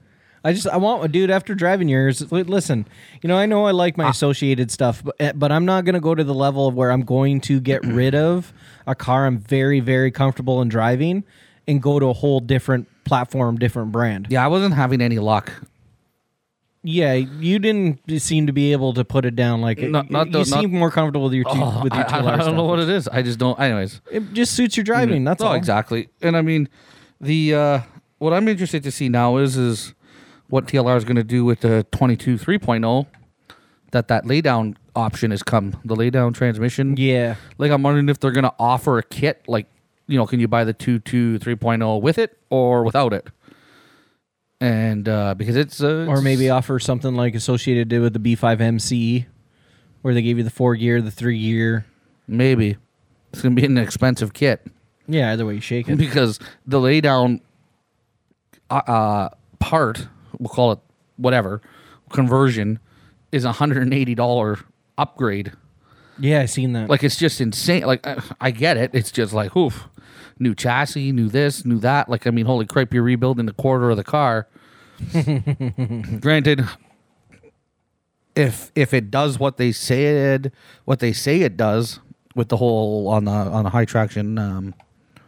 B: I just I want a dude after driving yours. li- Listen, you know I know I like
A: Ah.
B: my associated stuff, but eh, but I'm not gonna go to the level of where I'm going
A: [clears throat]
B: to get rid of a car I'm very very comfortable in driving, and go to a whole different platform, different brand.
A: Yeah, I wasn't having any luck.
B: Yeah, you didn't seem to be able to put it down like
A: Not- not
B: you
A: the- not-
B: seem more comfortable with your two,
A: Oh, [laughs]
B: with
A: I,
B: your two
A: I, I don't know what it is. I just don't. Anyways.
B: It just suits your driving. That's
A: oh,
B: all.
A: exactly. And I mean, the uh, what I'm interested to see now is is what TLR is going to do with the 22 3.0 that that laydown option has come. The laydown transmission.
B: Yeah,
A: Like I'm wondering if they're gonna offer a kit, like you know, can you buy the two two three oh with it or without it? And uh, because it's uh,
B: or
A: it's-
B: maybe offer something like Associated did with the B5MC, E, where they gave you the four gear, the three gear.
A: maybe it's gonna be an expensive kit
B: Yeah, either way you shake it.
A: because the laydown uh, uh, part, we'll call it whatever conversion, is a hundred and eighty dollar upgrade.
B: Yeah, I seen that.
A: Like it's just insane. Like I, I get it. It's just like oof, new chassis, new this, new that. Like I mean, holy crap, you're rebuilding the quarter of the car. Granted, if if it does what they said, what they say it does with the whole on the on the high traction um,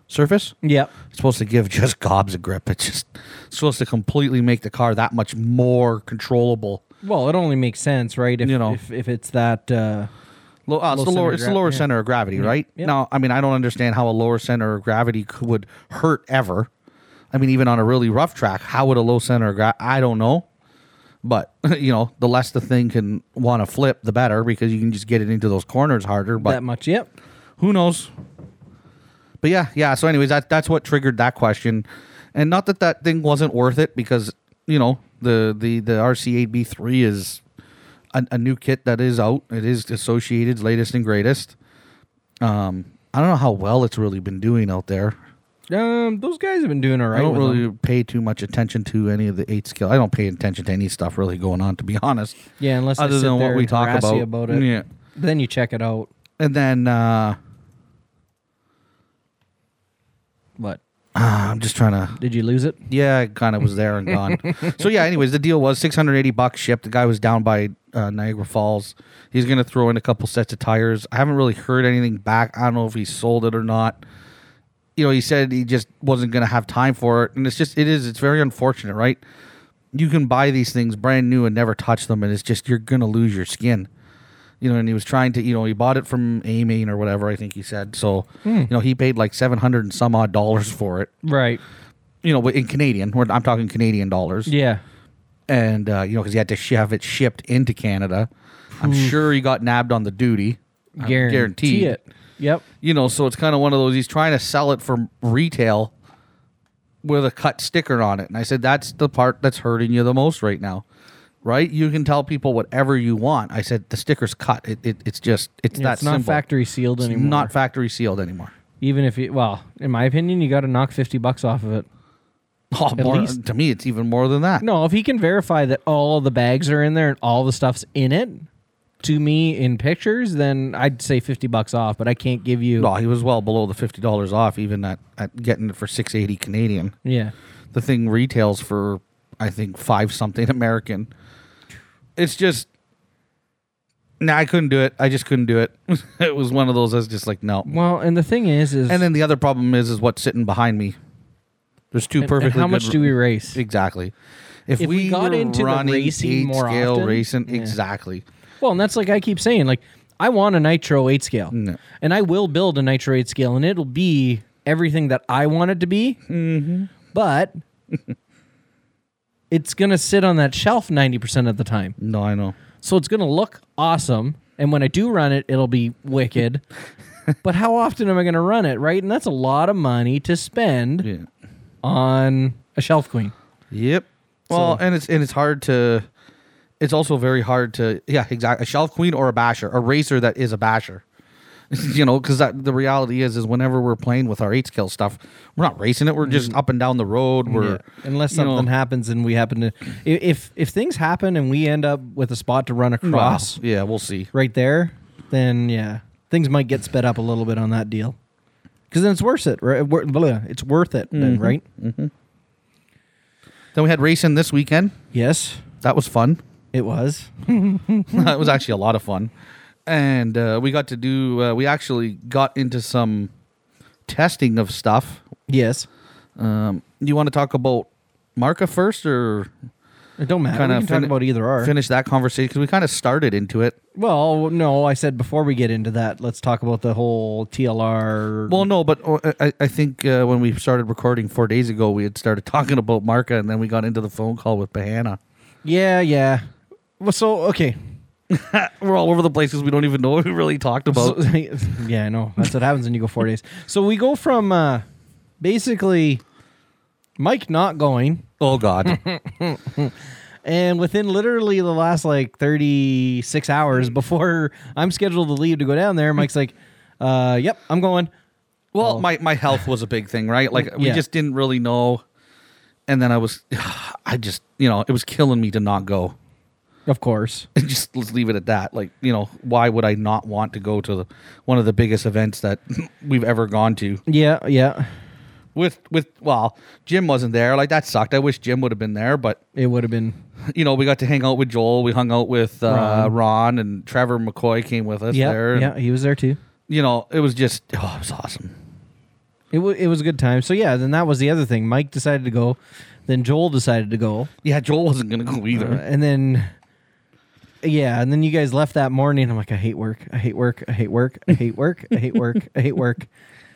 A: surface,
B: yep.
A: it's supposed to give just gobs of grip. It's just it's supposed to completely make the car that much more controllable.
B: Well, it only makes sense, right? If
A: You know.
B: if, if it's that uh,
A: Low, uh, it's
B: Low
A: the lower,
B: center
A: it's the
B: gra-
A: lower
B: yeah. Mm-hmm.
A: center of gravity, right?
B: Yeah.
A: Now, I mean, I don't understand how a lower center of gravity could, would hurt ever. I mean, even on a really rough track, how would a low center of gravity? I don't know. But [laughs] you know, the less the thing can want to flip, the better because you can just get it into those corners harder. But
B: that much. Yep.
A: who knows? But yeah, yeah. So, anyways, that that's what triggered that question, and not that that thing wasn't worth it because you know the the the RC8B three is a, a new kit that is out. It is Associated's latest and greatest. Um, I don't know how well it's really been doing out there.
B: Um, those guys have been doing all right.
A: I don't
B: with
A: really
B: them.
A: pay too much attention to any of the eight skill. I don't pay attention to any stuff really going on, to be honest.
B: Yeah, unless they
A: other
B: sit
A: than
B: there
A: what we
B: and
A: talk
B: harass
A: about.
B: you about it.
A: Yeah.
B: Then you check it out.
A: And then uh,
B: What
A: ah, I'm just trying to
B: did you lose it?
A: Yeah, it kind of was there and gone. so yeah, anyways, the deal was 680 bucks shipped. The guy was down by uh, Niagara Falls. He's gonna throw in a couple sets of tires. I haven't really heard anything back. I don't know if he sold it or not. You know, he said he just wasn't gonna have time for it, and it's just it is. It's very unfortunate, right? You can buy these things brand new and never touch them, and it's just you're gonna lose your skin. You know, and he was trying to, you know, he bought it from Aiming or whatever I think he said. So, you know, he paid like seven hundred and some odd dollars for it
B: Right.
A: you know, in Canadian. We're, I'm talking Canadian dollars.
B: Yeah.
A: And, uh, you know, because he had to sh- have it shipped into Canada. I'm sure he got nabbed on the duty. I
B: Guarantee
A: guaranteed.
B: Hmm. it. Yep.
A: You know, so it's kind of one of those, he's trying to sell it for retail with a cut sticker on it. And I said, that's the part that's hurting you the most right now. Right, you can tell people whatever you want. I said the sticker's cut. It, it it's just it's
B: Yeah,
A: that
B: it's not
A: simple.
B: factory sealed
A: It's
B: anymore.
A: not factory sealed anymore.
B: Even if you, well, in my opinion, you got to knock fifty bucks off of it.
A: Oh, more,
B: least-
A: to me, it's even more than that.
B: No, if he can verify that all the bags are in there and all the stuff's in it, to me in pictures, then I'd say fifty bucks off. But I can't give you.
A: No, he was well below the fifty dollars off, even at, at getting it for six eighty Canadian.
B: Yeah.
A: The thing retails for I think five something [laughs] American. It's just nah, I couldn't do it. I just couldn't do it. [laughs] it was one of those I was just like, no.
B: Well, and the thing is, is
A: And then the other problem is is what's sitting behind me. There's two
B: and
A: perfectly
B: how
A: good
B: much do we race?
A: Exactly. If,
B: If we got
A: were
B: into the
A: running
B: racing
A: eight
B: more
A: scale
B: often-
A: racing,
B: Yeah.
A: exactly.
B: Well, and that's like I keep saying, like I want a nitro eight scale,
A: No.
B: and I will build a nitro eight scale, and it'll be everything that I want it to be,
A: Mm-hmm.
B: but
A: [laughs]
B: it's going to sit on that shelf 90% of the time.
A: No, I know.
B: So it's going to look awesome. And when I do run it, it'll be [laughs] wicked. but how often am I going to run it, right? And that's a lot of money to spend
A: Yeah.
B: on a shelf queen.
A: Yep. Well, and it's and it's hard to. It's also very hard to yeah exactly a shelf queen or a basher a racer that is a basher, [laughs] you know because the reality is is whenever we're playing with our eight scale stuff we're not racing it we're just up and down the road we're
B: Mm-hmm. Unless
A: you know,
B: something happens and we happen to, i- if if things happen and we end up with a spot to run
A: well,
B: across
A: yeah we'll see
B: right there, then yeah, things might get sped up a little bit on that deal. Because then it's worth it, right? Wor- blah, It's worth it,
A: Mm-hmm.
B: then, right?
A: then we had racing this weekend
B: Yes,
A: that was fun [laughs]
B: it was.
A: it was actually a lot of fun and uh, we got to do uh, we actually got into some testing of stuff
B: Yes,
A: um, you want to talk about Marca first or
B: it don't matter.
A: Kinda
B: we can talk
A: fin-
B: about either or.
A: finish that conversation because we kind of started into it.
B: well, no, I said before we get into that, let's talk about the whole TLR.
A: Well, no, but uh, I, I think uh, when we started recording four days ago, we had started [laughs] talking about Marca, and then we got into the phone call with Bahana.
B: yeah, yeah. Well, so okay,
A: We're all over the place because we don't even know what we really talked about.
B: So- [laughs] yeah, I know. That's what happens when you go four days. So we go from uh, basically Mike not going,
A: oh God,
B: and within literally the last like 36 hours before I'm scheduled to leave to go down there, Mike's like, uh, yep, I'm going.
A: [laughs] Well, my, my health was a big thing, right? Like we
B: Yeah.
A: just didn't really know. And then I was, [sighs] I just, you know, it was killing me to not go. [laughs]
B: Of course.
A: just let's leave it at that. Like, you know, why would I not want to go to the, one of the biggest events that [laughs] we've ever gone to?
B: Yeah, yeah.
A: With with well, Jim wasn't there. Like that sucked. I wish Jim would have been there, but
B: It would have been.
A: you know, we got to hang out with Joel. We hung out with uh, Ron. and Trevor McCoy came with us there.
B: Yeah,
A: and,
B: yeah. He was there too.
A: You know, it was just oh, it was awesome.
B: It, w- it was a good time. So yeah, then that was the other thing. Mike decided to go. Then Joel decided to go.
A: Yeah, Joel wasn't gonna go either.
B: Uh, and then yeah and then you guys left that morning i'm like i hate work i hate work i hate work i hate work i hate work i hate work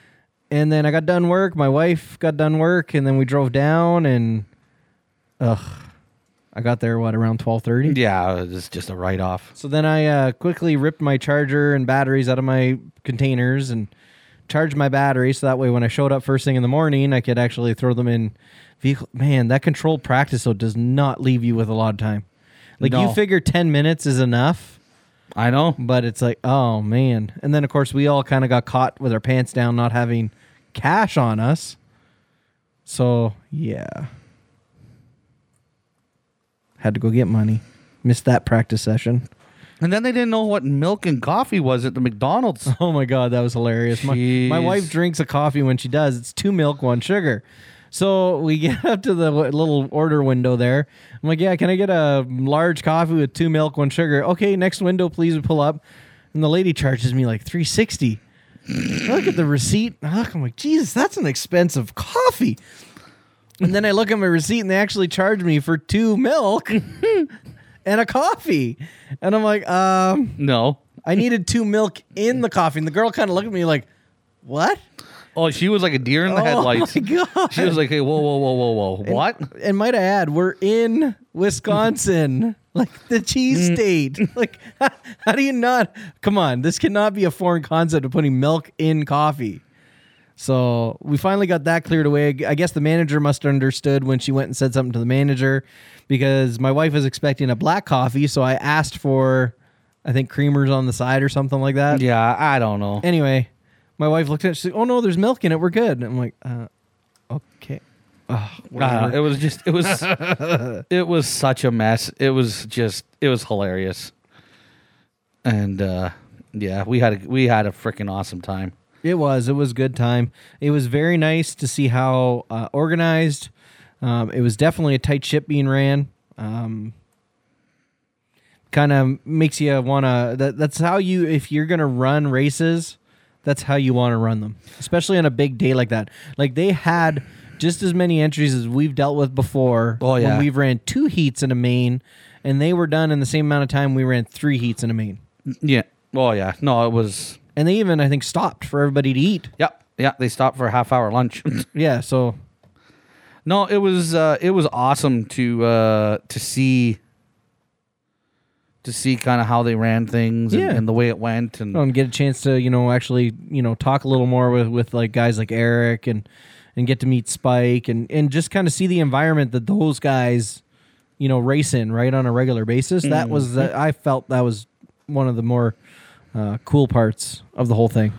B: [laughs] and then i got done work my wife got done work and then we drove down and ugh i got there what around 12.30
A: Yeah, it's just a write off.
B: so then I uh, quickly ripped my charger and batteries out of my containers and charged my battery so that way when I showed up first thing in the morning, I could actually throw them in vehicle. Man, that controlled practice though does not leave you with a lot of time. Like
A: No.
B: you figure 10 minutes is enough,
A: I know.
B: but it's like, oh man. And then of course we all kind of got caught with our pants down not having cash on us. So, yeah. Had to go get money. Missed that practice session.
A: And then they didn't know what milk and coffee was at the McDonald's.
B: [laughs] Oh my god, that was hilarious. My, my
A: Jeez.
B: wife drinks a coffee when she does. It's two milk, one sugar. So we [laughs] get up to the w- little order window there. I'm like, yeah, can I get a large coffee with two milk, one sugar? Okay, next window, please. We pull up, and the lady charges me like 360. I look at the receipt. and I look, I'm like, Jesus, that's an expensive coffee. And then I look at my receipt, and they actually charge me for two milk [laughs] and a coffee. And I'm like, um.
A: No.
B: I needed two milk in the coffee. And the girl kind of looked at me like, what?
A: Oh, she was like a deer in the headlights.
B: Oh my God.
A: She was like, "Hey, whoa, whoa, whoa, whoa, whoa! What?
B: And might I add, we're in Wisconsin, [laughs] like the
A: Mm.
B: cheese state.
A: [laughs]
B: Like, [laughs] how do you not? Come on, this cannot be a foreign concept of putting milk in coffee. So we finally got that cleared away. I guess the manager must have understood when she went and said something to the manager because my wife was expecting a black coffee. So I asked for, I think, creamers on the side or something like that.
A: Yeah, I don't know.
B: Anyway, my wife looked at it. She's like, "Oh no, there's milk in it. We're good." And I'm like, uh, "Okay." Ugh,
A: Uh,
B: whatever.
A: it was just it was it was such a mess. It was just it was hilarious. And uh yeah, we had a we had a freaking awesome time.
B: It was. It was a good time. It was very nice to see how uh, organized. Um, it was definitely a tight ship being ran. Um, kind of makes you want to. That, that's how you, if you're going to run races, that's how you want to run them, especially on a big day like that. Like they had just as many entries as we've dealt with before.
A: Oh, yeah.
B: When we've ran two heats in a main, and they were done in the same amount of time we ran three heats in a main.
A: Yeah. Oh yeah. No, it was
B: And they even, I think, stopped for everybody to eat.
A: yep. Yeah, they stopped for a half hour lunch. [laughs]
B: Yeah, so
A: no, it was uh, it was awesome to uh, to see to see kind of how they ran things and,
B: Yeah.
A: and the way it went and
B: um, get a chance to you know actually you know talk a little more with with like guys like Eric and and get to meet Spike and and just kind of see the environment that those guys you know race in right on a regular basis. That was the, I felt that was one of the more uh, cool parts of the whole thing.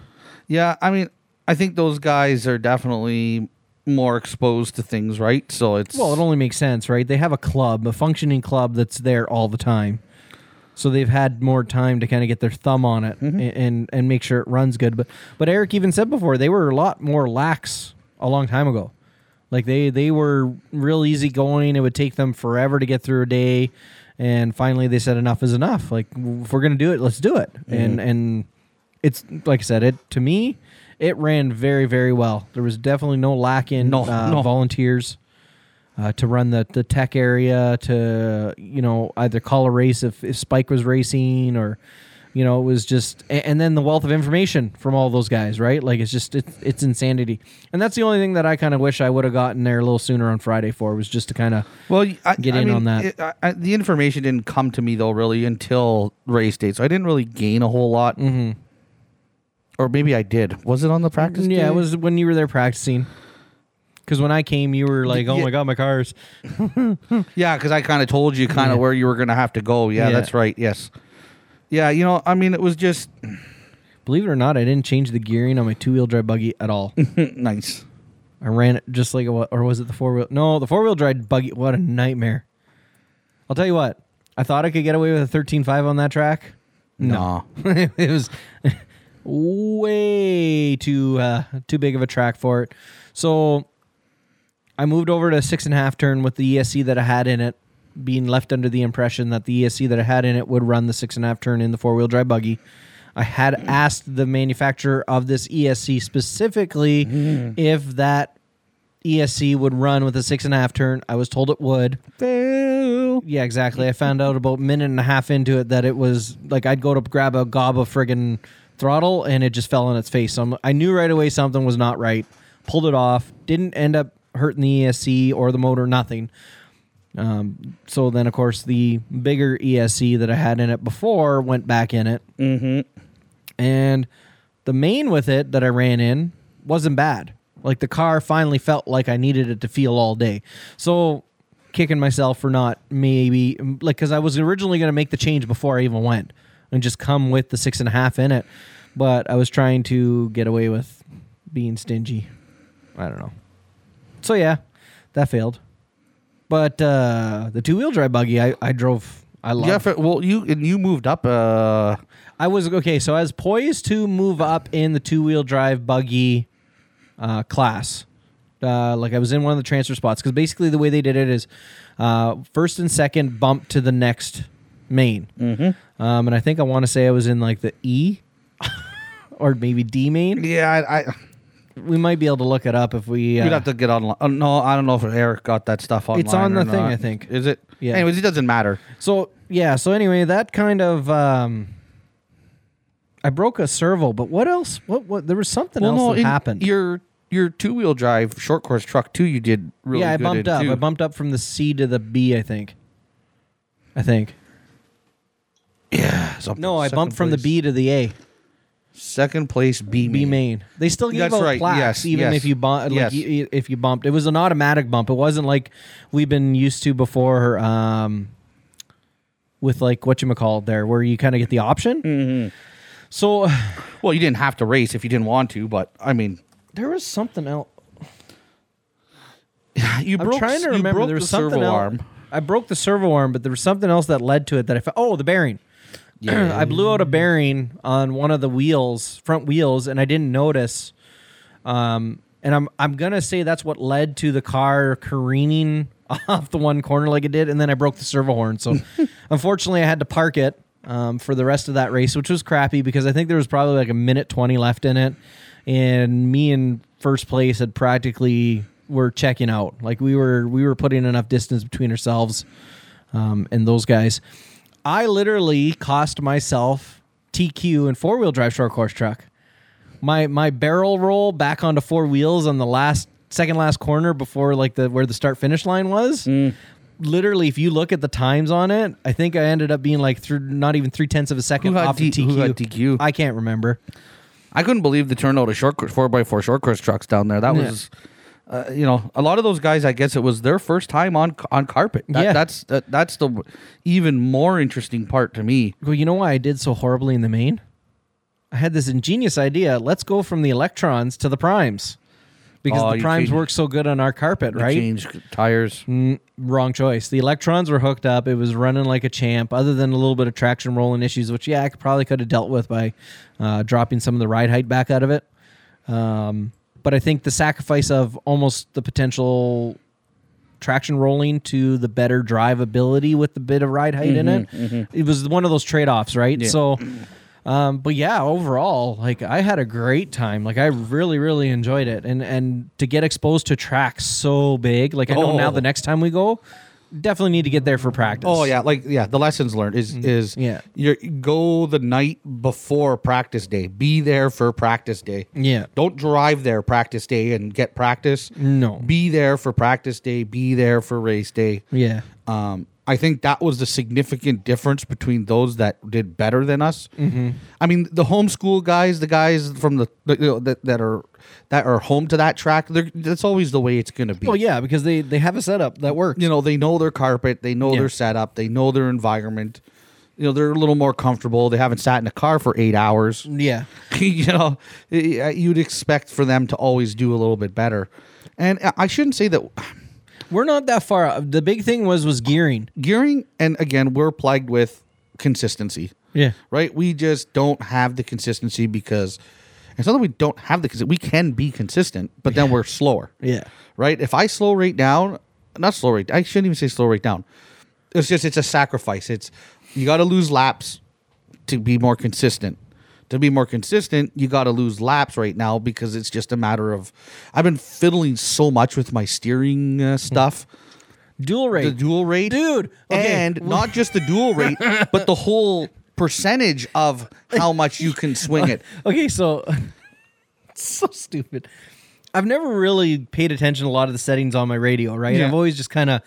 A: Yeah, I mean, I think those guys are definitely more exposed to things, right? So it's
B: Well, it only makes sense, right? They have a club, a functioning club that's there all the time. So they've had more time to kind of get their thumb on it
A: Mm-hmm.
B: a- and and make sure it runs good. But but Eric even said before they were a lot more lax a long time ago. Like they they were real easy going. It would take them forever to get through a day, and finally they said enough is enough. Like if we're gonna do it, let's do it.
A: Mm-hmm.
B: And and it's like I said, it to me, it ran very very well. There was definitely no lack in
A: No,
B: uh,
A: no.
B: volunteers uh, to run the, the tech area to you know either call a race if, if spike was racing or you know it was just a- and then the wealth of information from all those guys right like it's just it's, it's insanity and that's the only thing that i kind of wish i would have gotten there a little sooner on friday for was just to kind of
A: well, y- I,
B: Get
A: I
B: in
A: mean,
B: on that.
A: it- I, I, the information didn't come to me though, really, until race day, so I didn't really gain a whole lot. Mm-hmm. Or maybe I did. Was it on the practice?
B: yeah
A: day?
B: it was when you were there practicing because when i came you were like oh
A: yeah.
B: my god my cars
A: Yeah, because I kind of told you kind of where you were going to have to go. Yeah,
B: Yeah.
A: that's right. Yes. Yeah, you know, I mean, it was just
B: believe it or not i didn't change the gearing on my two-wheel drive buggy at all
A: nice.
B: I ran it just like a, wa- or was it the four wheel? No, the four wheel drive buggy. What a nightmare! I'll tell you what. I thought I could get away with a thirteen five on that track.
A: No.
B: [laughs] it was way too uh, too big of a track for it. So I moved over to a six and a half turn with the ESC that I had in it, being left under the impression that the ESC that I had in it would run the six and a half turn in the four wheel drive buggy. I had asked the manufacturer of this ESC specifically if that ESC would run with a six and a half turn. I was told it would. Yeah, exactly. I found out about a minute and a half into it that it was like I'd go to grab a gob of friggin' throttle and it just fell on its face. So I'm, I knew right away something was not right. Pulled it off. Didn't end up hurting the ESC or the motor, nothing. Um, so then, of course, the bigger ESC that I had in it before went back in it. Mm-hmm. And the main with it that I ran in wasn't bad. Like the car finally felt like I needed it to feel all day. So kicking myself for not maybe like because I was originally going to make the change before I even went and just come with the six and a half in it, but I was trying to get away with being stingy. I don't know. So yeah, that failed. But uh, the two wheel drive buggy, I, I drove. I loved.
A: Yeah, for, well, you and you moved up. Uh,
B: I was okay, so I was poised to move up in the two wheel drive buggy uh, class. Uh, like I was in one of the transfer spots because basically the way they did it is uh, first and second bump to the next main, mm-hmm. um, and I think I want to say I was in like the E [laughs] or maybe D main.
A: yeah, I, I
B: We might be able to look it up if we. Uh,
A: You'd have to get online. Uh, no, I don't know if Eric got that stuff online.
B: It's on
A: or
B: the thing,
A: not.
B: I think.
A: Is it?
B: Yeah.
A: Anyways, it doesn't matter.
B: So yeah, so anyway, that kind of um I broke a servo, but what else? What what there was something else that
A: in
B: happened.
A: Your your two wheel drive short course truck too. You did really.
B: yeah, I
A: good
B: bumped
A: in,
B: up.
A: too.
B: I bumped up from the C to the B, I think. I think.
A: So
B: No, I
A: second
B: bumped from the
A: place-
B: B to the A.
A: Second place B
B: B
A: main.
B: main. They still gave
A: That's
B: out
A: right,
B: plaques
A: yes,
B: even
A: yes,
B: if you bumped.
A: yes.
B: Like, y- y- if you bumped, it was an automatic bump. It wasn't like we've been used to before. Um, with like what you call there, where you kind of get the option.
A: Mm-hmm.
B: So [sighs]
A: Well, you didn't have to race if you didn't want to, but I mean,
B: there was something else.
A: you
B: I'm
A: broke.
B: trying to
A: you
B: remember.
A: broke
B: There was
A: the
B: something
A: servo
B: else.
A: arm.
B: I broke the servo arm, but there was something else that led to it that I felt. Oh, the bearing.
A: Yeah.
B: [clears throat] I blew out a bearing on one of the wheels, front wheels, and I didn't notice. Um, and I'm I'm gonna say that's what led to the car careening [laughs] off the one corner like it did, and then I broke the servo horn. So unfortunately, I had to park it um, for the rest of that race, which was crappy because I think there was probably like a minute twenty left in it, and me in first place had practically were checking out. Like we were we were putting enough distance between ourselves um, and those guys. I literally cost myself TQ and four wheel drive short course truck. my my barrel roll back onto four wheels on the last second last corner before like the where the start finish line was.
A: Mm.
B: Literally, if you look at the times on it, I think I ended up being like through not even three tenths of a second
A: Who had
B: off
A: D-
B: of TQ.
A: who had DQ?
B: I can't remember.
A: I couldn't believe the turnout of short course, four by four short course trucks down there. That was, uh, you know, a lot of those guys. I guess it was their first time on on carpet. That,
B: Yeah.
A: that's that, that's the even more interesting part to me.
B: Well, you know why I did so horribly in the main? I had this ingenious idea. Let's go from the electrons to the primes because
A: Oh,
B: the
A: you
B: primes
A: changed-
B: work so good on our carpet,
A: They
B: right?
A: Changed tires.
B: Wrong choice. The electrons were hooked up. It was running like a champ, other than a little bit of traction rolling issues, which, yeah, I could- probably could have dealt with by uh, dropping some of the ride height back out of it. Um, but I think the sacrifice of almost the potential traction rolling to the better drivability with the bit of ride height in it, it was one of those trade offs, right? So. Um, but yeah, overall, like I had a great time. Like I really, really enjoyed it, and and to get exposed to tracks so big. Like I know now
A: Oh.
B: the next time we go, definitely need to get there for practice. Mm-hmm.
A: Oh yeah, like yeah, the lessons learned is is
B: Yeah.
A: you go the night before practice day. Be there for practice day.
B: Yeah.
A: Don't drive there practice day and get practice.
B: No.
A: Be there for practice day, be there for race day.
B: yeah,
A: Um, I think that was the significant difference between those that did better than us.
B: Mm-hmm.
A: I mean, the homeschool guys, the guys from the, the you know, that, that are that are home to that track, they're, that's always the way it's going to be.
B: Well, yeah, because they they have a setup that works.
A: You know, they know their carpet, they know
B: Yeah.
A: their setup, they know their environment. You know, they're a little more comfortable. They haven't sat in a car for eight hours.
B: Yeah,
A: [laughs] you know, y- uh, you'd expect for them to always do a little bit better. And uh, I- I shouldn't say that [sighs]
B: we're not that far. Out. The big thing was was gearing.
A: gearing and again we're plagued with consistency
B: Yeah,
A: right we just don't have the consistency because it's not that we don't have the consi- we can be consistent but then we're slower
B: yeah,
A: right if i slow rate down not slow rate i shouldn't even say slow rate down it's just it's a sacrifice it's you got to lose laps to be more consistent to be more consistent you got to lose laps right now because it's just a matter of i've been fiddling so much with my steering
B: Hmm.
A: uh, stuff
B: dual rate.
A: the dual rate,
B: Dude, okay.
A: and not just the dual
B: [laughs]
A: rate, but the whole percentage of how much you can swing
B: [laughs]
A: it.
B: okay, so so stupid. I've never really paid attention to a lot of the settings on my radio, right?
A: Yeah.
B: I've always just kind of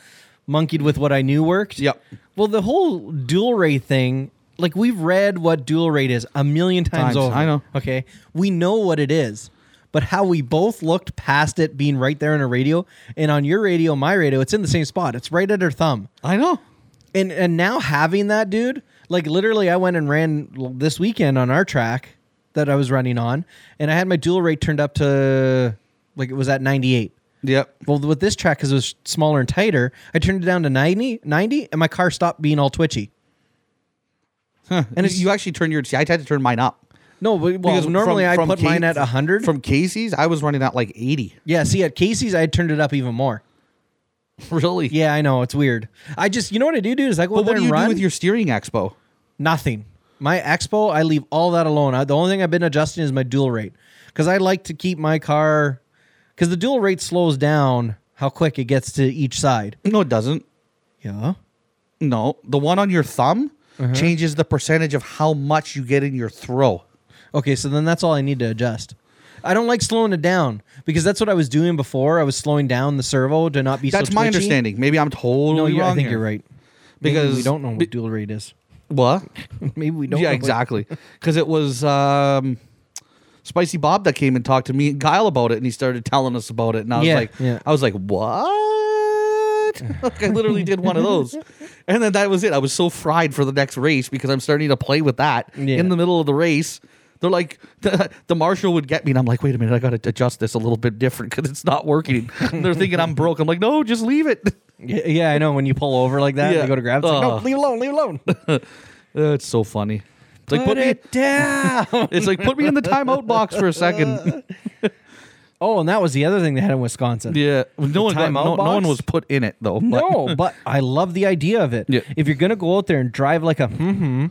B: monkeyed with what I knew worked.
A: Yep.
B: Well, the whole dual rate thing, like we've read what dual rate is a million times,
A: Times,
B: over.
A: I know.
B: Okay. We know what it is. But how we both looked past it being right there in a radio and on your radio, my radio, it's in the same spot. It's right at her thumb
A: I know.
B: and and now having that dude like literally i went and ran l- this weekend on our track that i was running on and i had my dual rate turned up to like it was at 98
A: Yep.
B: well with this track because it was smaller and tighter i turned it down to 90 90 and my car stopped being all twitchy
A: And you actually turned your. See, I tried to turn mine up.
B: no but, well
A: Because
B: normally
A: from-
B: i
A: from
B: put
A: Ca-
B: mine at 100
A: From Casey's, I was running out like eighty.
B: yeah see at casey's i had turned it up even more
A: [laughs] Really?
B: yeah i know it's weird i just you know what i do do is i go
A: But
B: out there
A: what do
B: and
A: you
B: run
A: do with your steering expo?
B: Nothing. My expo, I leave all that alone. I, the only thing I've been adjusting is my dual rate because I like to keep my car because the dual rate slows down how quick it gets to each side.
A: No, it doesn't.
B: Yeah.
A: No, the one on your thumb
B: Uh-huh.
A: changes the percentage of how much you get in your throw.
B: Okay, so then that's all I need to adjust. I don't like slowing it down because that's what I was doing before. I was slowing down the servo to not be. so
A: That's my
B: twitchy.
A: understanding. Maybe I'm totally
B: No, you,
A: wrong.
B: I think
A: here.
B: you're right Maybe
A: Because
B: we don't know what
A: be-
B: dual rate is. [laughs]
A: what.
B: Maybe we don't.
A: yeah,
B: [laughs] know what-
A: exactly. Because it was um, Spicy Bob that came and talked to me and Kyle about it, and he started telling us about it, and I was
B: Yeah,
A: like,
B: yeah.
A: I was like,
B: [laughs]
A: what? like I literally did one of those, and then that was it. I was so fried for the next race because I'm starting to play with that
B: Yeah.
A: in the middle of the race. They're like [laughs] the, the marshal would get me, and I'm like, wait a minute, I got to adjust this a little bit different because it's not
B: [laughs]
A: working. And They're thinking I'm broke. I'm like, no, just leave it. [laughs]
B: Yeah, [laughs] yeah, I know. When you pull over like that,
A: Yeah.
B: you go to grab. It's like, no,
A: Ugh.
B: leave it alone. Leave it alone.
A: Uh, it's so funny. It's like put, me.
B: [laughs] down.
A: [laughs] It's like put me in the timeout box for a
B: [laughs]
A: second.
B: Oh, and that was the other thing they had in Wisconsin.
A: Yeah, Well, no one, got-
B: timeout
A: no, no one
B: box?
A: was put in it though. but-
B: [laughs] No, but I love the idea of it.
A: Yeah.
B: If you're gonna go out there and drive like a hmm,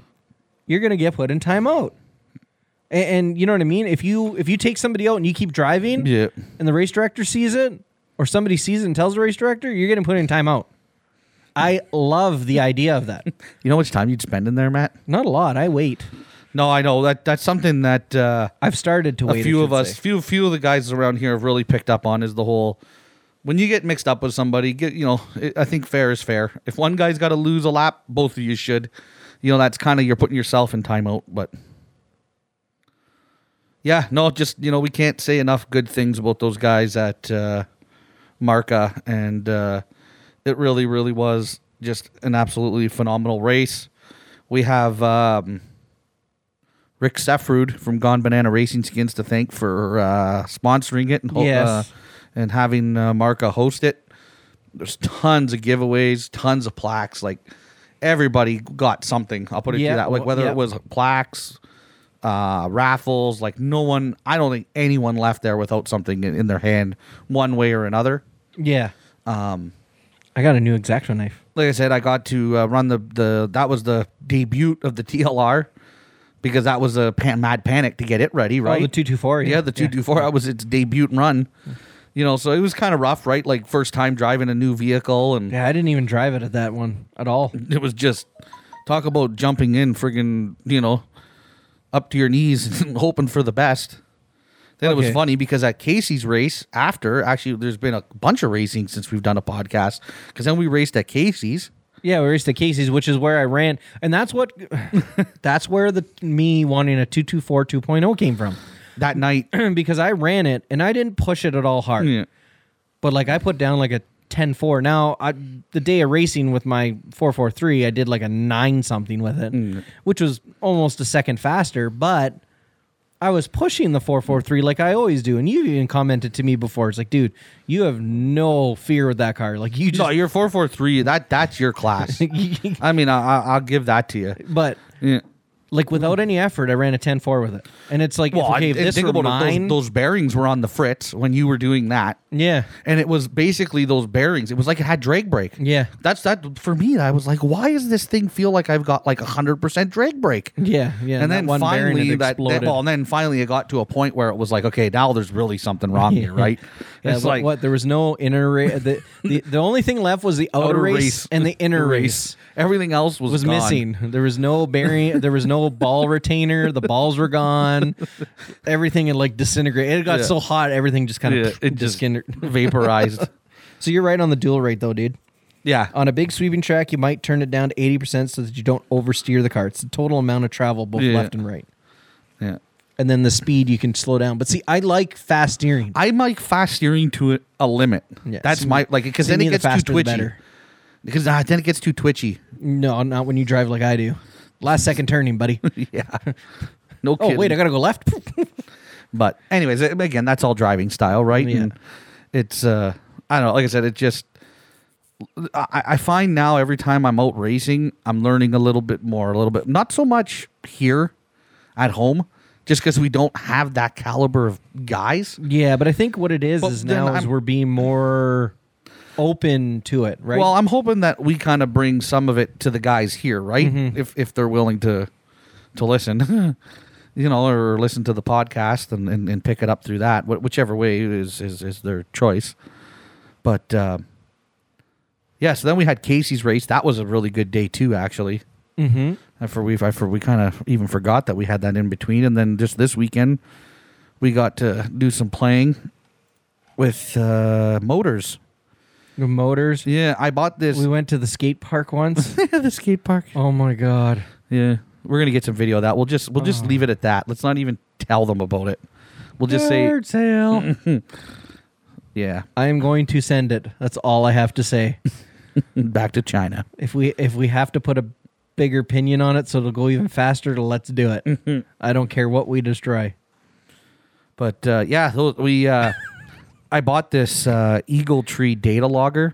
B: you're gonna get put in timeout. A- And, you know what I mean. If you if you take somebody out and you keep driving,
A: Yeah.
B: and the race director sees it, or somebody sees it and tells the race director, you're getting put in timeout. I love the idea of that.
A: you know how much time you'd spend in there, Matt?
B: Not a lot. I wait.
A: No, I know that that's something that uh,
B: I've started to wait.
A: a
B: I
A: few
B: should
A: of us,
B: say.
A: few few of the guys around here have really picked up on is the whole when you get mixed up with somebody, get you know, it, I think fair is fair. If one guy's got to lose a lap, both of you should. You know, that's kind of you're putting yourself in timeout, but yeah, no, just you know, we can't say enough good things about those guys at uh, Marca, and uh, it really, really was just an absolutely phenomenal race. We have um, Rick Seffrud from Gone Banana Racing Skins to thank for uh, sponsoring it and ho-
B: Yes.
A: uh, and having uh, Marca host it. There's tons of giveaways, tons of plaques. Like everybody got something. I'll put it to you
B: Yeah,
A: that. Like
B: wh-
A: whether
B: yeah.
A: it was plaques, uh, raffles. Like no one, I don't think anyone left there without something in, in their hand, one way or another.
B: yeah. Um, I got a new exacto knife.
A: Like I said, I got to uh, run the the that was the debut of the TLR because that was a pan, mad panic to get it ready, right?
B: the 224,
A: yeah,
B: yeah.
A: the two two four. That was its debut run. You know, so it was kind of rough, right? Like first time driving a new vehicle, and
B: Yeah, I didn't even drive it at that one at all.
A: it was just talk about jumping in, friggin', you know, up to your knees [laughs] and hoping for the best. Then it was
B: Okay.
A: funny because at Casey's race after, actually, there's been a bunch of racing since we've done a podcast. Because then we raced at
B: [laughs]
A: Casey's.
B: Yeah, we raced the Casey's, which is where I ran, and that's what [laughs] that's where the me wanting a 224 2.0 came from.
A: That night,
B: [clears throat] because I ran it and I didn't push it at all hard.
A: Yeah.
B: But like I put down like a 10 4. Now, I, the day of racing with my 443, I did like a 9 something with it,
A: Mm.
B: which was almost a second faster, but I was pushing the 443 like I always do. And you even commented to me before. It's like, dude, you have no fear with that car. Like you
A: no,
B: just
A: you're four four three. That that's your class. I mean, I, I, I'll give that to you.
B: but
A: Yeah.
B: like without any effort, I ran a 10 4 with it. And it's like,
A: Hmm. Well,
B: okay,
A: I,
B: if this
A: think
B: were
A: about it.
B: mine,
A: Those, those bearings were on the fritz when you were doing that.
B: yeah.
A: and it was basically those bearings. It was like it had drag brake.
B: Yeah.
A: that's that for me. I was like, why does this thing feel like I've got like hundred percent drag brake?
B: Yeah, yeah.
A: And,
B: that
A: then
B: one bearing, it
A: finally, that, that
B: exploded.
A: well, and then finally, it got to a point where it was like, okay, now there's really something wrong here, right?
B: [laughs] Yeah,
A: it's
B: what,
A: like
B: what? There was no inner race. The, the, the only thing
A: [laughs]
B: left was the outer, race, and the inner race,
A: Everything else was
B: was
A: gone.
B: missing. There was no bearing. there
A: [laughs]
B: was no ball retainer. The balls were gone. Everything had like disintegrated. It got
A: Yeah.
B: so hot, everything just kind of
A: Yeah, it just [laughs] vaporized.
B: So you're right on the dual rate though, dude.
A: yeah,
B: On a big sweeping track, you might turn it down to eighty percent so that you don't oversteer the car. It's the total amount of travel both
A: Yeah.
B: left and right,
A: yeah.
B: and then the speed you can slow down. But see, I like fast steering.
A: I like fast steering to a- a limit.
B: Yeah,
A: That's
B: see
A: my
B: me-
A: like because
B: see
A: then
B: me,
A: it
B: the
A: gets too
B: faster the
A: twitchy.
B: better.
A: Because ah, then it gets too twitchy. [laughs]
B: No, not when you drive like I do. Last second turning,
A: [laughs]
B: buddy.
A: yeah. No.
B: Oh
A: kidding.
B: wait, I gotta go left.
A: But anyways, a- again, that's all driving style, right?
B: Yeah.
A: And it's uh I don't know, like I said, it just I, I find now every time I'm out racing, I'm learning a little bit more, a little bit not so much here at home, just because we don't have that caliber of guys.
B: yeah, but I think what it is
A: But
B: is
A: then
B: now is
A: I'm-
B: we're being more open to it, right?
A: Well, I'm hoping that we kind of bring some of it to the guys here, right? If if they're willing to to listen, [laughs] you know, or listen to the podcast and, and, and pick it up through that, wh- whichever way is is, is their choice. But uh, yeah, so then we had Casey's race. That was a really good day too, actually. Mm-hmm. For we, for we kind of even forgot that we had that in between, and then just this weekend we got to do some playing with uh, motors.
B: the motors.
A: Yeah, I bought this.
B: We went to the skate park
A: [laughs]
B: once.
A: the skate park.
B: [laughs] oh my god.
A: Yeah, we're gonna get some video of that. We'll just we'll just leave it at that. Let's not even tell them about it. We'll just say
B: Yard sale.
A: yeah, [laughs]
B: I am going to send it. That's all I have to say.
A: back to China.
B: If we if we have to put a bigger pinion on it so it'll go even faster, let's do it. I don't care what we destroy.
A: But uh, yeah, tho- we uh, [laughs] I bought this uh, Eagle Tree data logger,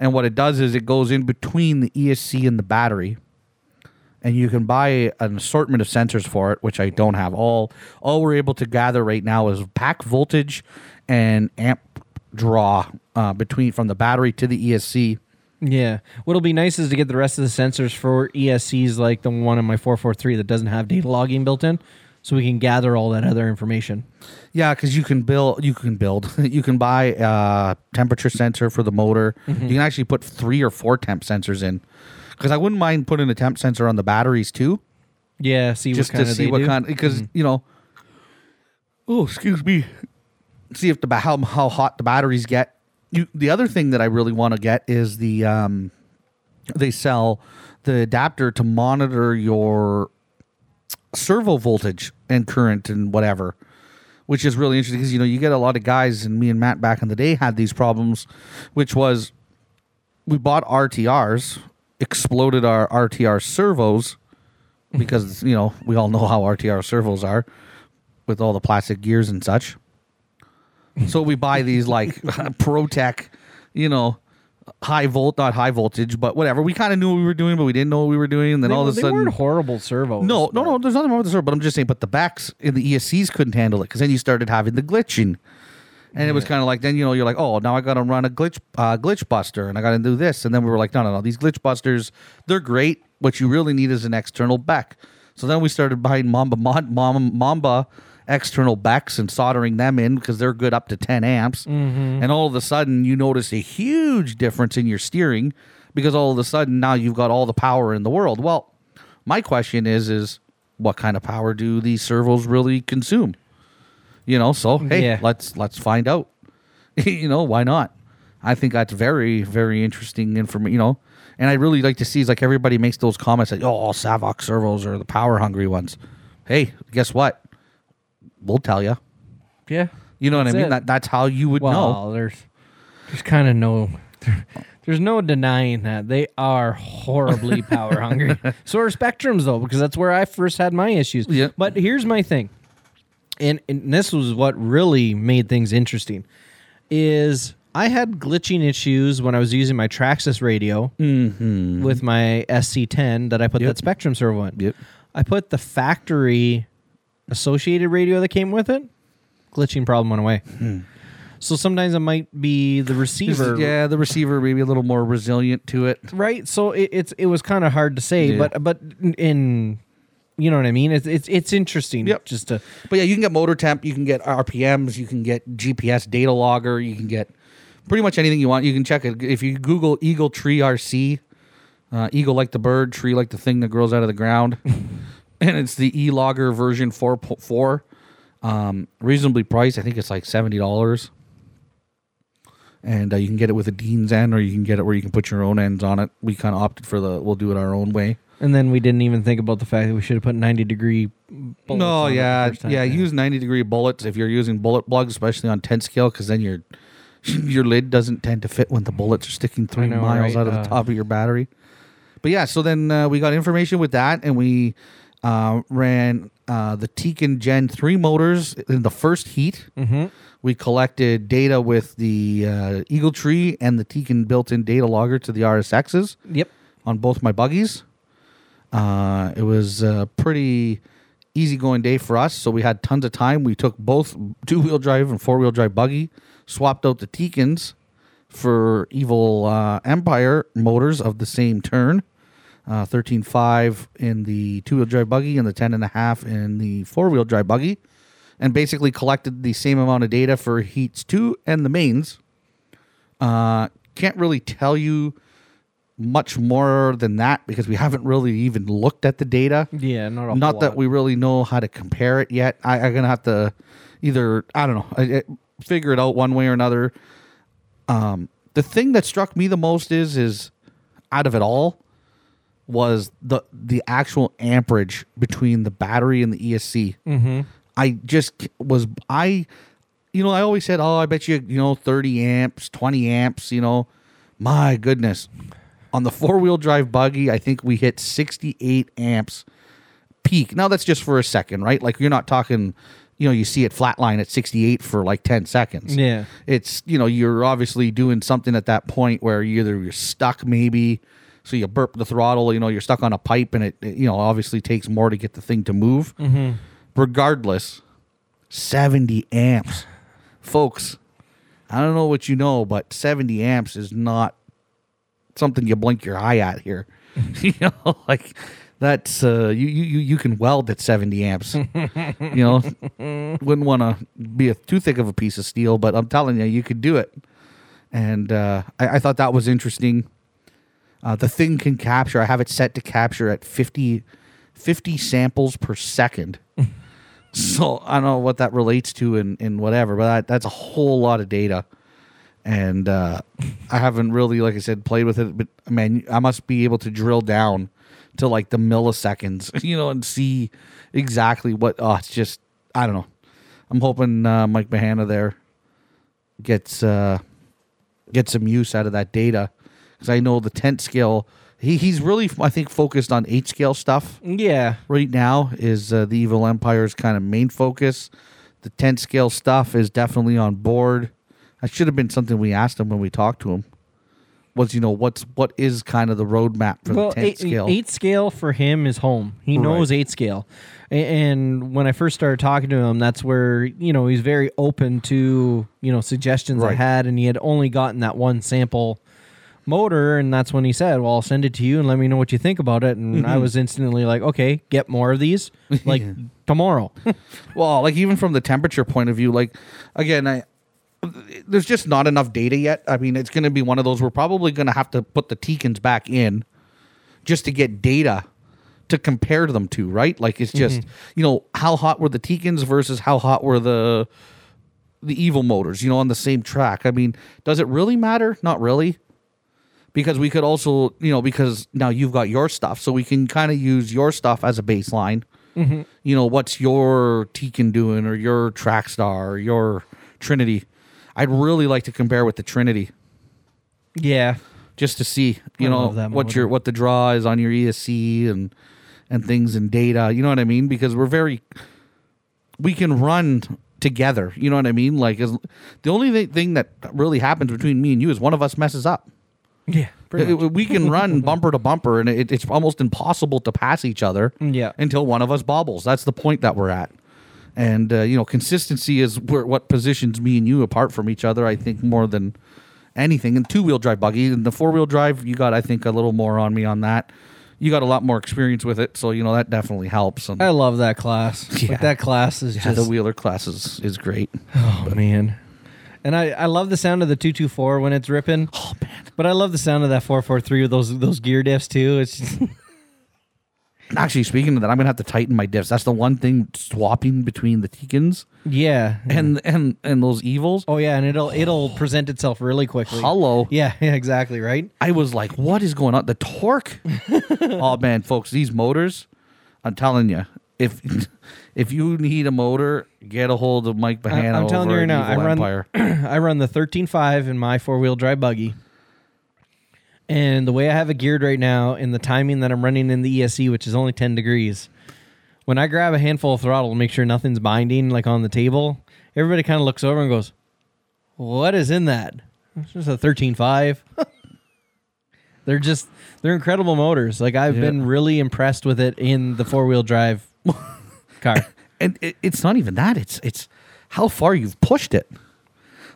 A: and what it does is it goes in between the ESC and the battery, and you can buy an assortment of sensors for it, which I don't have. All all we're able to gather right now is pack voltage and amp draw uh, between from the battery to the E ESC.
B: Yeah. What'll be nice is to get the rest of the sensors for ESCs like the one in my 443 that doesn't have data logging built in so we can gather all that other information.
A: Yeah, because you can build, you can build, [laughs] you can buy a temperature sensor for the motor.
E: Mm-hmm.
A: You can actually put three or four temp sensors in. Because I wouldn't mind putting a temp sensor on the batteries too,
E: Yeah, see
A: just
E: what kind
A: to
E: of
A: see
E: they
A: what
E: do. Mm-hmm.
A: kind because you know oh excuse me see if the ba- how, how hot the batteries get you the other thing that i really want to get is the um they sell the adapter to monitor your servo voltage and current and whatever which is really interesting because you know you get a lot of guys and me and matt back in the day had these problems which was we bought rtrs exploded our
E: [laughs]
A: rtr servos because you know we all know how RTR servos are with all the plastic gears and such. So we buy these like [laughs] ProTech, you know, high volt, not high voltage, but whatever. We kind of knew what we were doing, but we didn't know what we were doing. And then
E: They,
A: all of a
E: they
A: sudden,
E: weren't horrible servos.
A: no, no, no. There's nothing wrong with the server, but I'm just saying. But the backs in the ESCs couldn't handle it because then you started having the glitching, and it was kind of like then you know you're like oh now I got to run a glitch uh, glitch buster and I got to do this, and then we were like no no no these glitch busters they're great. What you really need is an external back. So then we started buying Mamba Mon- Mom- Mamba external backs and soldering them in because they're good up to 10 amps. And all of a sudden you notice a huge difference in your steering because all of a sudden now you've got all the power in the world. Well, my question is is what kind of power do these servos really consume you know so hey
E: Yeah.
A: let's let's find out [laughs] you know why not i think that's very very interesting information you know and i really like to see is like everybody makes those comments like oh savoc servos are the power hungry ones hey guess what we'll tell you
E: Yeah.
A: you know what
E: That's
A: i mean
E: it.
A: that, that's how you would
E: Well,
A: know
E: there's there's kind of no [laughs] there's no denying that they are
A: [laughs]
E: horribly power hungry. So are spectrums though, because that's where I first had my issues.
A: Yeah.
E: But here's my thing, and, and this was what really made things interesting, is I had glitching issues when I was using my Traxxas radio with my SC10 that I put that spectrum servo in.
A: Mm-hmm. Yep.
E: I put the factory associated radio that came with it. Glitching problem went away.
A: Hmm.
E: So sometimes it might be the receiver,
A: yeah the receiver maybe a little more resilient to it
E: right? So it, it's it was kind of hard to say,
A: Yeah.
E: but but in you know what I mean. It's it's it's interesting.
A: Yep.
E: Just to
A: But yeah, you can get motor temp, you can get RPMs, you can get GPS data logger, you can get pretty much anything you want. You can check it if you Google Eagle Tree RC. Uh, eagle like the bird, tree like the thing that grows out of the ground, [laughs] and it's the e logger version four point four, um, reasonably priced. I think it's like seventy dollars, and uh, you can get it with a Dean's end, or you can get it where you can put your own ends on it. We kind of opted for the we'll do it our own way.
E: and then we didn't even think about the fact that we should have put ninety degree. bullets
A: No,
E: on it the
A: yeah,
E: first time.
A: yeah. Use ninety degree bullets if you're using bullet plugs, especially on ten scale, because then your [sniffs] your lid doesn't tend to fit when the bullets are sticking three
E: know,
A: miles
E: right?
A: out of the
E: Uh,
A: top of your battery. But yeah, so then uh, we got information with that, and we uh, ran uh, the Tekin Gen three motors in the first heat.
E: Mm-hmm.
A: We collected data with the uh, Eagle Tree and the Tekin built-in data logger to the RSXs
E: Yep.
A: on both my buggies. Uh, it was a pretty easygoing day for us, so we had tons of time. We took both two wheel drive and four wheel drive buggy, swapped out the Tekins for Evil uh, Empire motors of the same turn. Uh, 13.5 in the two wheel drive buggy and the 10.5 in the four wheel drive buggy, and basically collected the same amount of data for heats two and the mains. Uh, can't really tell you much more than that because we haven't really even looked at the data.
E: Yeah, not a whole
A: Not that
E: lot.
A: we really know how to compare it yet. I, I'm gonna have to either I don't know I, I- figure it out one way or another. Um, the thing that struck me the most is is out of it all was the the actual amperage between the battery and the ESC. Mm-hmm. I just c- was I, you know, I always said, oh, I bet you you know 30 amps, 20 amps, you know, my goodness. On the four wheel drive buggy, I think we hit 68 amps peak. Now that's just for a second, right? Like you're not talking, you know, you see it flatline at 68 for like 10 seconds.
E: Yeah.
A: It's, you know, you're obviously doing something at that point where you either you're stuck maybe, so you burp the throttle, you know, you're stuck on a pipe and it, it, you know, obviously takes more to get the thing to move. Regardless, 70 amps. Folks, I don't know what you know, but 70 amps is not something you blink your eye at here. [laughs] you know, like that's uh you you you you can weld at 70 [laughs] amps. you know, wouldn't want to be a, too thick of a piece of steel, but I'm telling you, you could do it. And uh, I, I thought that was interesting. Uh, the thing can capture. I have it set to capture at 50, 50 samples per [laughs] second. so I don't know what that relates to and, and whatever, but I, that's a whole lot of data. And uh, I haven't really, like I said, played with it, but man, I must be able to drill down to like the milliseconds, [laughs] you know, and see exactly what. Oh, it's just, I don't know. I'm hoping uh, Mike Mahana there gets uh, get some use out of that data because I know the tent scale. He, he's really I think focused on eight scale stuff
B: Yeah.
A: right now. Is uh, the Evil Empire's kind of main focus? The tent scale stuff is definitely on board. That should have been something we asked him when we talked to him. Was you know what's what is kind of the roadmap for
B: Well,
A: the tent
B: eight,
A: scale?
B: eight scale for him is home. He knows eight scale, A- and when I first started talking to him, that's where you know he's very open to you know suggestions I
A: Right.
B: had, and he had only gotten that one sample motor, and that's when he said, "Well, I'll send it to you and let me know what you think about it." And
A: Mm-hmm.
B: I was instantly like, "Okay, get more
A: [laughs]
B: of these like tomorrow."
A: Well, like even from the temperature point of view, like again, I there's just not enough data yet. I mean, it's going to be one of those we're probably going to have to put the Tekins back in just to get data to compare them to, right? Like it's just you know how hot were the Tekins versus how hot were the the evil motors, you know, on the same track. I mean, does it really matter? Not really. Because we could also, you know, because now you've got your stuff, so we can kind of use your stuff as a baseline
B: Mm-hmm.
A: you know, what's your Tekin doing or your Trackstar or your Trinity? I'd really like to compare with the Trinity
B: yeah,
A: just to see, you
B: I
A: know,
B: love that
A: what your what the draw is on your ESC and and things and data. You know what I mean? Because we're very we can run together. You know what I mean? Like is, the only thi- thing that really happens between me and you is one of us messes up.
B: yeah,
A: Uh, We can
B: [laughs]
A: run bumper to bumper, and it, it's almost impossible to pass each other.
B: Yeah.
A: Until one of us bobbles. That's the point that we're at. And uh, you know, consistency is where, what positions me and you apart from each other. I think more than anything. And two wheel drive buggy and the four wheel drive, you got I think a little more on me on that. You got a lot more experience with it, so you know that definitely helps. And
B: I love that class. Like,
A: Yeah.
B: that class is
A: the
B: Oh, just
A: wheeler class is, is great.
B: Oh man. And I, I love the sound of the two two four when it's ripping. Oh man. But I love the sound of that four four three with those those gear diffs too. It's [laughs] just,
A: Actually, speaking of that, I'm gonna have to tighten my diffs. That's the one thing swapping between the Tekins
B: yeah.
A: and and and those evils.
B: Oh yeah, and it'll it'll present itself really quickly.
A: Hello.
B: Yeah, [laughs] yeah, exactly, right?
A: I was like, what is going on? The torque.
B: [laughs]
A: oh man, folks, these motors, I'm telling you, if [laughs] if you need a motor, get a hold of Mike
B: I,
A: Bahana.
B: am telling you
A: over
B: right
A: at
B: now, I
A: Evil
B: run
A: Empire.
B: I run the thirteen five in my four wheel drive buggy. And the way I have it geared right now and the timing that I'm running in the ESC, which is only ten degrees, when I grab a handful of throttle to make sure nothing's binding, like on the table, everybody kind of looks over and goes, "What is in that?" It's just a thirteen five. [laughs] they're just they're incredible motors. Like I've been really impressed with it in the four wheel drive [laughs] car.
A: and it, it's not even that. It's it's how far you've pushed it.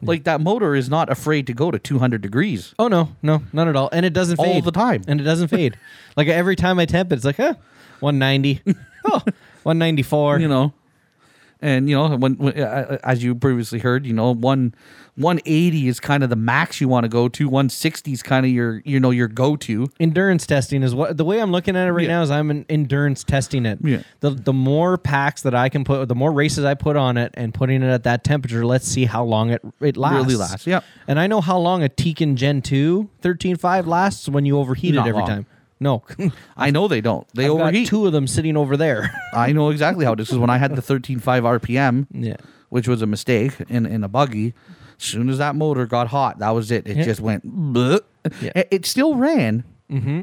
A: Like that motor is not afraid to go to 200 degrees.
B: Oh no, no, not at all. And it doesn't
A: All
B: fade
A: the time.
B: And it
A: [laughs]
B: doesn't fade. like every time I temp it, it's like, huh, 190. oh, 194.
A: You know. And you know when, when uh, as you previously heard, you know one, one eighty is kind of the max you want to go to. One sixty is kind of your you know your go to.
B: endurance testing is what the way I'm looking at it right
A: Yeah.
B: now is I'm an endurance testing it.
A: Yeah.
B: The the more packs that I can put, the more races I put on it, and putting it at that temperature, let's see how long it it lasts.
A: lasts, yep.
B: And I know how long a Tekin Gen 2 13.5 lasts when you overheat
A: Not
B: it every
A: long.
B: time. No, [laughs]
A: I know they don't. They
B: I've got
A: overheat.
B: two of them sitting over there.
A: I know exactly how this is when I
B: [laughs]
A: had the 13.5 RPM,
B: Yeah.
A: which was a mistake in, in a buggy. soon as that motor got hot, that was it. It just went. bleh.
B: Yeah. Mm-hmm.
A: It, it still ran,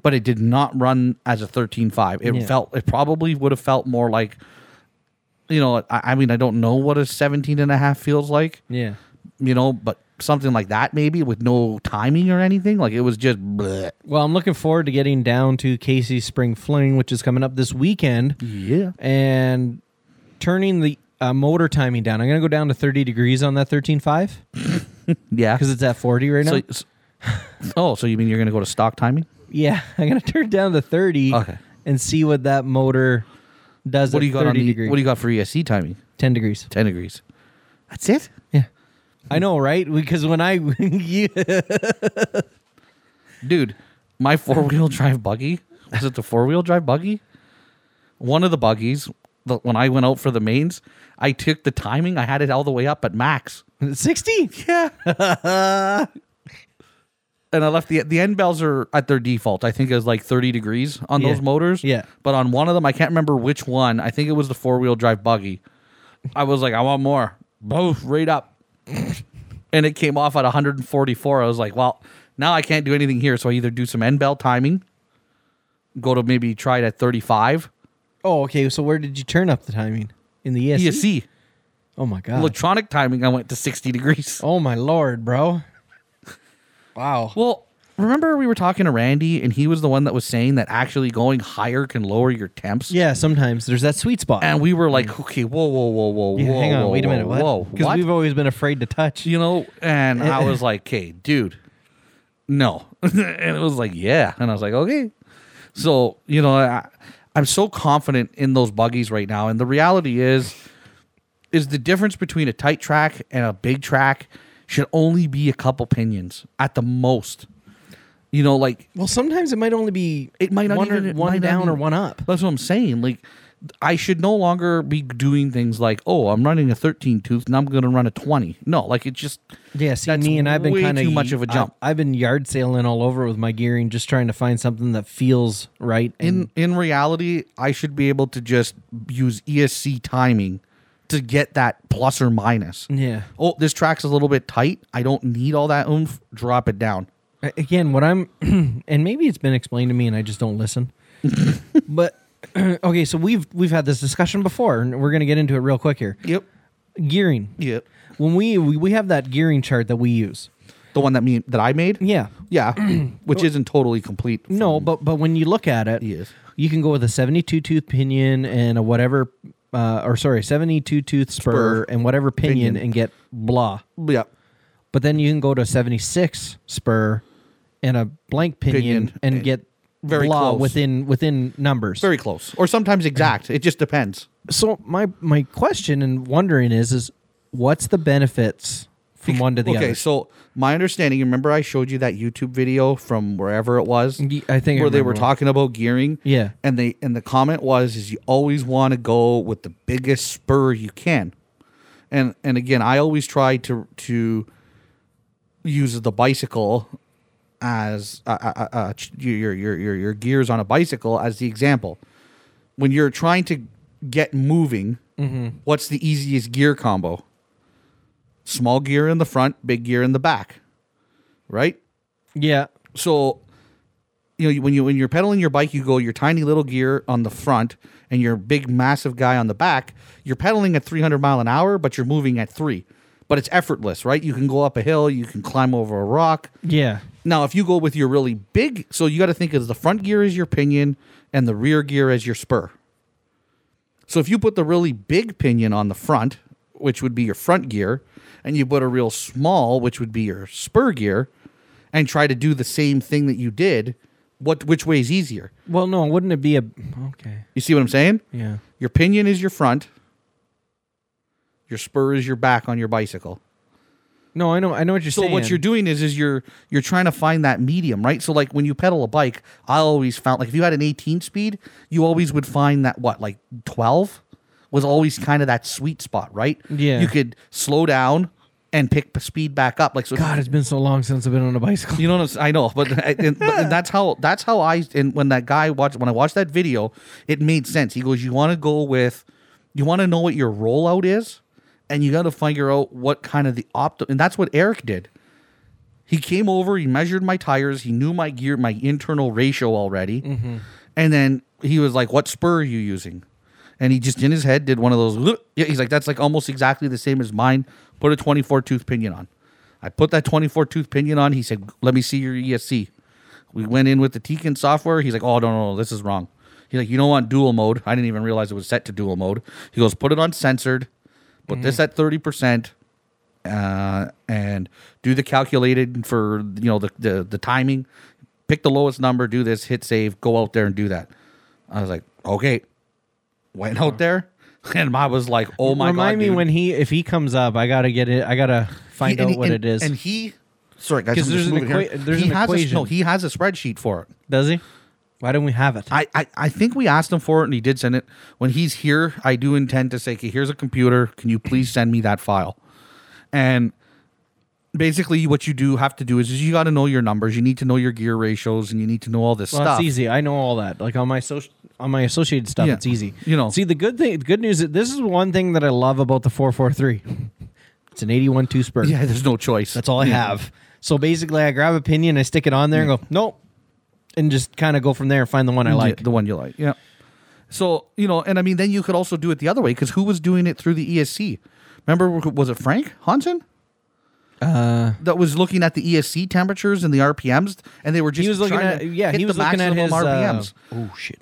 A: but it did not run as a 13.5. It
B: Yeah.
A: felt, it probably would have felt more like, you know, I, I mean, I don't know what a 17 and a half feels like,
B: [laughs] yeah.
A: you know, but something like that maybe with no timing or anything. Like it was just. bleh.
B: Well, I'm looking forward to getting down to Casey's Spring Fling, which is coming up this weekend,
A: Yeah.
B: and turning the uh, motor timing down. I'm going to go down to 30 degrees on that 13.5
A: Yeah.
B: because it's at 40 right now.
A: So, s- [laughs] oh, so you mean you're going to go to stock timing?
B: yeah, [laughs] I'm going to turn down to 30
A: Okay.
B: and see what that motor does
A: What
B: at
A: do you got
B: 30
A: on the,
B: degrees.
A: What do you got for ESC timing?
B: 10 degrees.
A: Ten degrees. That's it.
B: Yeah. I know, right? Because when I [laughs] you,
A: Dude, my four wheel drive buggy was it the four wheel drive buggy one of the buggies, the, when I went out for the mains, I took the timing. I had it all the way up at max.
B: 60?
A: Yeah. and I left the the end bells are at their default. I think it was like 30 degrees on those motors.
B: Yeah.
A: But on one of them, I can't remember which one. I think it was the four wheel drive buggy. I was like, I want more. Both right up. and it came off at 144. I was like, well, now I can't do anything here. So I either do some end bell timing, go to maybe try it at 35.
B: Oh, okay. So where did you turn up the timing? In the ESC?
A: ESC.
B: Oh my god.
A: E? Electronic timing, I went to 60 degrees.
B: oh my lord, bro. Wow.
A: Well, remember we were talking to Randy, and he was the one that was saying that actually going higher can lower your temps.
B: Yeah, sometimes there's that sweet spot.
A: And we were like, okay, whoa, whoa, whoa, whoa,
B: Yeah,
A: whoa,
B: hang on,
A: whoa,
B: wait a minute.
A: whoa, whoa,
B: What? Because
A: what?
B: we've always been afraid to touch.
A: you know, and I was like, okay, dude, no, [laughs] and it was like, yeah, and I was like, okay, so you know, I, I'm so confident in those buggies right now, and the reality is, is the difference between a tight track and a big track should only be a couple pinions at the most. You know, like
B: Well, sometimes it might only be
A: It might not
B: one, or-
A: even- it
B: one
A: might not
B: down or
A: even-
B: one up.
A: That's what I'm saying. Like, I should no longer be doing things like, oh, I'm running a 13 tooth and I'm going to run a 20. No, like it just,
B: Yeah, see,
A: That's
B: me and I've been
A: way
B: kind
A: too much of a jump.
B: I've been yard sailing all over with my gearing, just trying to find something that feels right. And
A: in in reality, I should be able to just use ESC timing to get that plus or minus.
B: yeah,
A: Oh, this track's a little bit tight. I don't need all that oomph. Drop it down.
B: A- again, what I'm, [clears throat] and maybe it's been explained to me, and I just don't [laughs] listen. but [clears throat] okay, so we've we've had this discussion before, and we're gonna get into it real quick here.
A: Yep.
B: Gearing.
A: Yep.
B: When we, we we have that gearing chart that we use.
A: The one that me that I made.
B: Yeah. [clears throat]
A: Yeah. Which isn't totally complete.
B: No, but but when you look at it,
A: Yes.
B: you can go with a 72 tooth pinion and a whatever, uh, or sorry, 72 tooth spur,
A: Spur.
B: and whatever pinion,
A: Pinion.
B: and get blah.
A: Yeah.
B: But then you can go to a 76 spur and a blank pinion,
A: Pinion,
B: and
A: and
B: get
A: very
B: blah
A: close.
B: within within numbers.
A: Very close. Or sometimes exact. It just depends.
B: so my my question and wondering is is what's the benefits from one to the
A: okay,
B: other?
A: so my understanding, remember I showed you that YouTube video from wherever it was?
B: Ye- I think I
A: where they were
B: remember.
A: talking about gearing.
B: Yeah.
A: And they and the comment was is you always want to go with the biggest spur you can. And and again, I always try to to use the bicycle as uh, uh, uh, uh, ch- your your your your gears on a bicycle as the example. When you're trying to get moving,
B: Mm-hmm.
A: what's the easiest gear combo? Small gear in the front, big gear in the back, right?
B: Yeah.
A: So, you know, you- when you when you're pedaling your bike, you go your tiny little gear on the front and your big massive guy on the back. You're pedaling at 300 mile an hour, but you're moving at three. But it's effortless, right? You can go up a hill, you can climb over a rock,
B: Yeah.
A: now, if you go with your really big, so you got to think of the front gear as your pinion and the rear gear as your spur. So if you put the really big pinion on the front, which would be your front gear, and you put a real small, which would be your spur gear, and try to do the same thing that you did, what which way is easier?
B: Well, no, wouldn't it be a okay?
A: You see what I'm saying?
B: Yeah.
A: Your pinion is your front. Your spur is your back on your bicycle.
B: No, I know, I know what you're
A: so
B: saying.
A: what you're doing is is you're you're trying to find that medium right so like when you pedal a bike i always found like if you had an 18 speed you always would find that what like 12 was always kind of that sweet spot right
B: Yeah.
A: you could slow down and pick p- speed back up like so
B: God, it's been so long since I've been on a bicycle.
A: [laughs] you know what I'm, s- i know but, I- and, but
B: [laughs]
A: and that's how that's how i and when that guy watched when i watched that video it made sense he goes you want to go with you want to know what your rollout is and you got to figure out what kind of the opt and that's what eric did he came over, he measured my tires, he knew my gear, my internal ratio already. And then he was like, What spur are you using? And he just in his head did one of those. [laughs] "Look." Yeah, He's like, That's like almost exactly the same as mine. Put a 24 tooth pinion on. I put that 24 tooth pinion on. He said, Let me see your ESC. We went in with the Tekin software. He's like, Oh, no, no, no, this is wrong. He's like, You don't want dual mode. I didn't even realize it was set to dual mode. He goes, Put it on censored, put this at 30% uh, and do the calculated for you know the, the the timing. Pick the lowest number, do this, hit save, go out there and do that. I was like, okay. Went out there, [laughs] and I was like, [laughs] oh my god!
B: Remind me
A: dude.
B: when he if he comes up, I gotta get it. I gotta find
A: He- and-
B: out what
A: and-
B: it is.
A: And he, sorry guys,
B: 'Cause
A: I'm just
B: there's an
A: moving here.
B: equa- there's
A: he
B: an
A: has a, no,
B: equation.
A: he has a spreadsheet for it.
B: Does he? Why don't we have it?
A: I, I, I think we asked him for it and he did send it. When he's here, I do intend to say, okay, here's a computer. Can you please send me that file? And basically, what you do have to do is, is you got to know your numbers. You need to know your gear ratios and you need to know all this
B: well,
A: stuff.
B: it's easy. I know all that. Like on my social, on my associated stuff,
A: Yeah.
B: it's easy.
A: You know.
B: See the good thing. The good news. is This is one thing that I love about the four four three. [laughs] It's an eighty one two
A: [laughs]
B: spur.
A: Yeah, there's no choice.
B: That's all I have. So basically, I grab a pinion, I stick it on there, and go nope, and just kind of go from there and find the one I
A: Yeah,
B: like.
A: the one you like. Yeah. So you know, and I mean, then you could also do it the other way because who was doing it through the E ESC? Remember, was it Frank Hansen? Uh, that was looking at the ESC temperatures and the RPMs, and they were just
B: he was looking
A: trying
B: at
A: to
B: yeah.
A: hit
B: He
A: the
B: was looking at
A: maximum
B: his uh,
A: RPMs.
B: oh shit!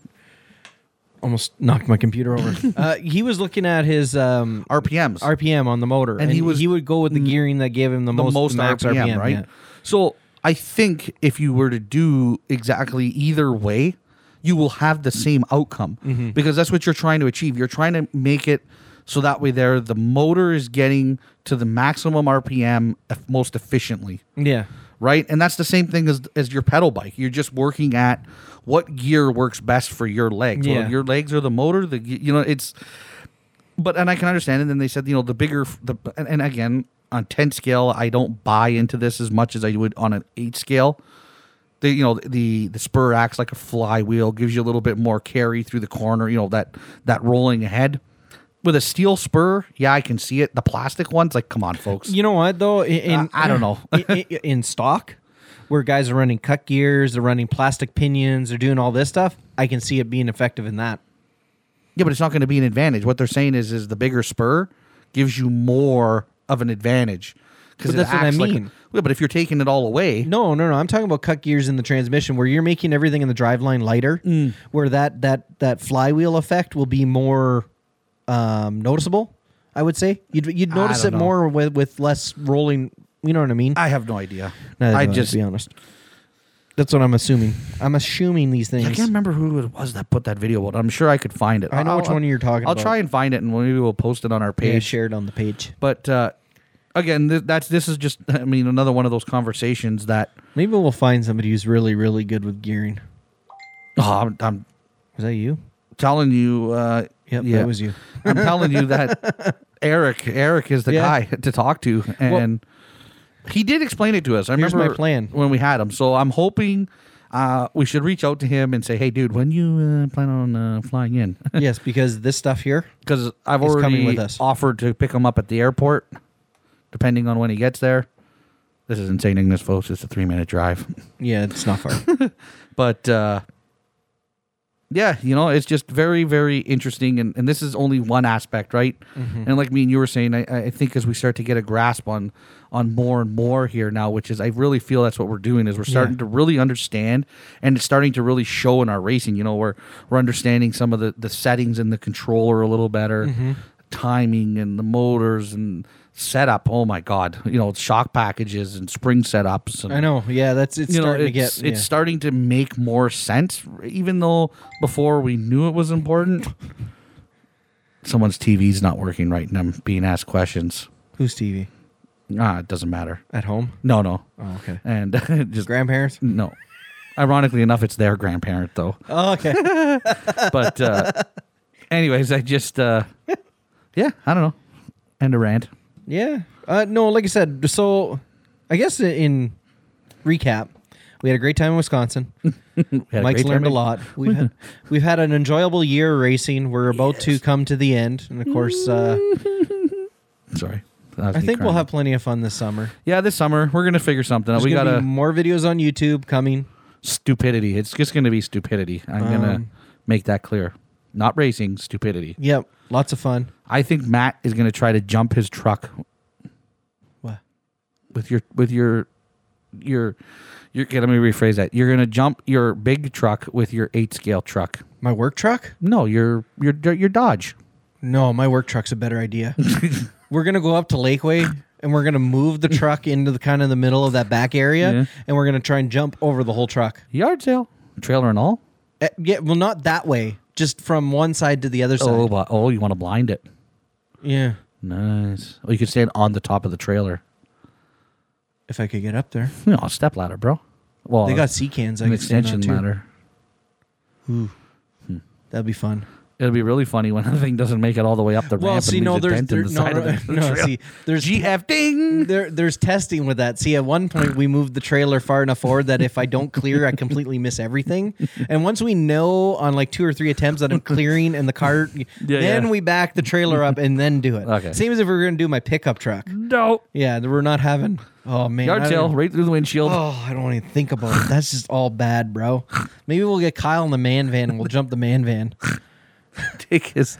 B: Almost knocked my computer over.
A: [laughs]
B: uh, he was looking at his um,
A: RPMs
B: RPM on the motor, and,
A: he
B: he
A: was-
B: was he would go with the gearing that gave him the,
A: the most,
B: most, the max
A: RPM,
B: RPM,
A: right?
B: yeah.
A: So I think if you were to do exactly either way, you will have the same outcome
B: Mm-hmm.
A: because that's what you're trying to achieve. You're trying to make it so that way there the motor is getting to the maximum RPM eff- e-, most efficiently
B: Yeah.
A: right? And that's the same thing as as your pedal bike. You're just working at what gear works best for your legs. Well,
B: Yeah.
A: your legs are the motor. The ge- you know it's, but and I can understand. And then they said you know the bigger f- the and, and again on ten scale I don't buy into this as much as I would on an eight scale. The, you know the the spur acts like a flywheel, gives you a little bit more carry through the corner. You know that that rolling ahead. With a steel spur, yeah, I can see it. The plastic ones, like, come on, folks.
B: You know what though? In, in-
A: I- I don't know.
B: [laughs] in, in- in stock, where guys are running cut gears, they're running plastic pinions, they're doing all this stuff. I can see it being effective in that.
A: Yeah, but it's not going to be an advantage. What they're saying is, is the bigger spur gives you more of an advantage because
B: But that's what I mean.
A: yeah, but if you're taking it all away,
B: No, no, no. I'm talking about cut gears in the transmission where you're making everything in the driveline lighter,
A: Mm.
B: where that that that flywheel effect will be more um, noticeable. I would say you'd you'd notice
A: don't
B: it
A: know.
B: more with with less rolling. You know what I mean?
A: I have no idea.
B: Neither
A: I
B: do
A: just
B: to be honest. That's what I'm assuming. I'm assuming these things.
A: I can't remember who it was that put that video out. I'm sure I could find it.
B: I know which one you're talking
A: I'll
B: about.
A: try and find it, and maybe we'll post it on our
B: Yeah,
A: page.
B: shared on the page.
A: But uh, again, th- that's this is just. [laughs] I mean, another one of those conversations that
B: Maybe we'll find somebody who's really, really good with gearing.
A: oh, I'm, I'm
B: Is that
A: [laughs]
B: you?
A: telling you. Uh,
B: Yep,
A: yeah.
B: that was you.
A: [laughs] I'm telling you that Eric, Eric is the
B: Yeah.
A: guy to talk to, and he did explain it to us. I
B: Here's
A: remember
B: my plan.
A: when we had him. So I'm hoping uh, we should reach out to him and say, "Hey, dude, when you uh, plan on uh, flying in?" [laughs]
B: yes, because this stuff here.
A: Because I've
B: He's
A: already
B: coming with us.
A: offered to pick him up at the airport, depending on when he gets there. This is insane Ignis, folks. It's a three minute drive,
B: Yeah, it's not
A: [laughs]
B: far.
A: but. Uh, yeah, you know, it's just very, very interesting. And, and this is only one aspect, right? And like me and you were saying, I, I think as we start to get a grasp on on more and more here now, which is I really feel that's what we're doing is we're starting to really understand and it's starting to really show in our racing. You know, we're we're understanding some of the, the settings in the controller a little better, timing and the motors and setup. Oh my god. You know, shock packages and spring setups and
B: I know. Yeah, that's it's
A: you know,
B: starting
A: it's,
B: to get.
A: it's starting to make more sense, even though before we knew it was important. [laughs] Someone's TV's not working right, and I'm being asked questions.
B: yeah. Who's TV
A: Ah, it doesn't matter.
B: at home?
A: No, no,
B: Oh, okay.
A: and [laughs] just
B: Grandparents.
A: no. Ironically enough, it's their grandparent
B: [laughs]
A: though.
B: Oh, okay.
A: But uh, anyways, I just uh, yeah, I don't know. End of rant.
B: yeah. Uh, no, like I said. So, I guess in recap, we had a great time in Wisconsin.
A: [laughs] We had a
B: Mike's
A: great time.
B: learned a lot.
A: [laughs]
B: We've had, we've had an enjoyable year racing. We're about to come to the end, and of course, uh,
A: Mm. Sorry, That was
B: I
A: me
B: think we'll
A: crying.
B: have plenty of fun this summer.
A: yeah this summer we're gonna figure something out.
B: There's
A: We
B: gonna
A: gotta
B: be more videos on YouTube coming.
A: stupidity. It's just going to be stupidity. I'm going to
B: Um,
A: make that clear. Not racing, stupidity.
B: Yep, lots of fun.
A: I think Matt is going to try to jump his truck.
B: What?
A: With your with your your your okay, let me rephrase that. You're going to jump your big truck with your 8 scale truck.
B: My work truck?
A: No, your your your Dodge.
B: No, my work truck's a better
A: [laughs]
B: idea. we're gonna go up to Lakeway and we're gonna move the truck into the kind of the middle of that back area,
A: Yeah.
B: and we're gonna try and jump over the whole truck.
A: Yard sale, trailer and all.
B: Eh, yeah, well, not that way. Just from one side to the other side.
A: Oh, but, oh, you want to blind it.
B: Yeah,
A: Nice. Oh, you can stand on the top of the trailer.
B: if I could get up there,
A: You know, a step ladder, bro. Well,
B: they got sea cans. I
A: an
B: could stand on
A: extension
B: too.
A: ladder.
B: That'd be fun.
A: It'll be really funny when [laughs] the thing doesn't make it all the way up the
B: Well,
A: ramp.
B: see,
A: and
B: no,
A: leaves a
B: there's
A: dent in
B: there,
A: the
B: no,
A: side
B: no,
A: of the
B: [laughs] no,
A: trail.
B: see, there's
A: GF ding.
B: there, there's testing with that. See, at one point we moved the trailer far enough forward that if I don't clear, I completely miss everything. And once we know on like two or three attempts that I'm clearing and the cart,
A: [laughs]
B: then
A: yeah.
B: we back the trailer up and then do it.
A: Okay.
B: Same as if we were going to do my pickup truck.
A: No
B: Yeah, that we're not having. Oh man, I
A: yard
B: don't
A: tail
B: even-
A: right through the windshield.
B: Oh, I don't want to even think about it. That's just all bad, bro. Maybe we'll get Kyle in the man van and we'll jump the man van.
A: [laughs] Take his.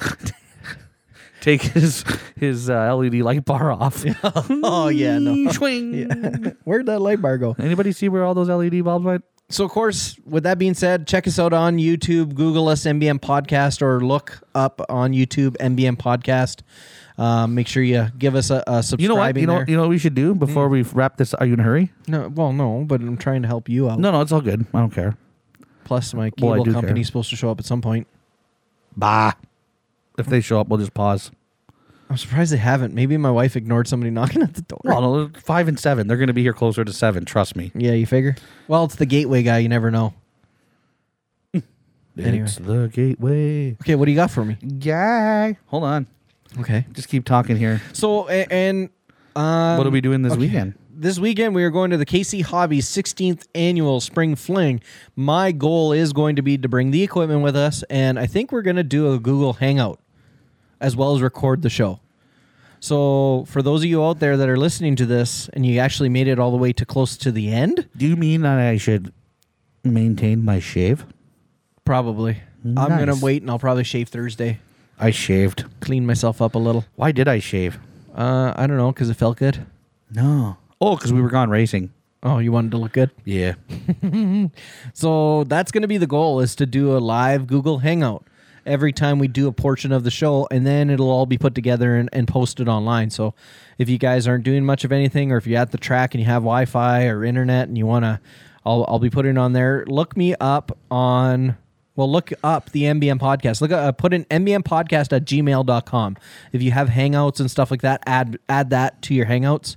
A: [laughs] Take his
B: [laughs]
A: his uh, LED light bar off. [laughs]
B: Oh yeah, no.
A: Swing.
B: Where'd that light bar go?
A: Anybody see where all those LED bulbs went?
B: So, of course, with that being said, check us out on YouTube, Google us MBM Podcast, or look up on YouTube MBM Podcast. Um, make sure you give us a, a subscribing
A: You know what? You know
B: there.
A: you know what we should do before we wrap this. Are you in a hurry?
B: no, well, no, but I'm trying to help you out.
A: No, no, it's all good. I don't care.
B: Plus, my
A: Well, I
B: cable
A: do care.
B: company's supposed to show up at some point.
A: Bah. If they show up, we'll just pause.
B: I'm surprised they haven't. Maybe my wife ignored somebody [laughs] knocking at the door.
A: Well, no, five and seven. They're going to be here closer to seven. Trust me.
B: yeah, you figure. Well, it's the gateway guy. You never know. Anyway.
A: It's the gateway.
B: Okay, what do you got for me?
A: Yeah. Hold on.
B: Okay.
A: Just keep talking here.
B: So, a- and um,
A: what are we doing this weekend?
B: this weekend we are going to the KC Hobby 16th annual spring fling. My goal is going to be to bring the equipment with us, and I think we're going to do a Google Hangout as well as record the show. So, for those of you out there that are listening to this and you actually made it all the way to close to the end,
A: Do you mean that I should maintain my shave?
B: probably I'm going
A: Nice.
B: to wait and I'll probably shave Thursday,
A: I shaved.
B: clean myself up a little.
A: Why did I shave?
B: Uh, I don't know because it felt good.
A: No. Oh, because we were gone racing.
B: Oh, you wanted to look good.
A: Yeah.
B: So that's going to be the goal is to do a live Google Hangout every time we do a portion of the show and then it'll all be put together and, and posted online. So if you guys aren't doing much of anything or if you're at the track and you have Wi-Fi or internet and you want to I'll, I'll be putting it on there. Look me up on well, look up the MBM podcast. Look, uh, put in MBM podcast at gmail.com. If you have Hangouts and stuff like that, add add that to your Hangouts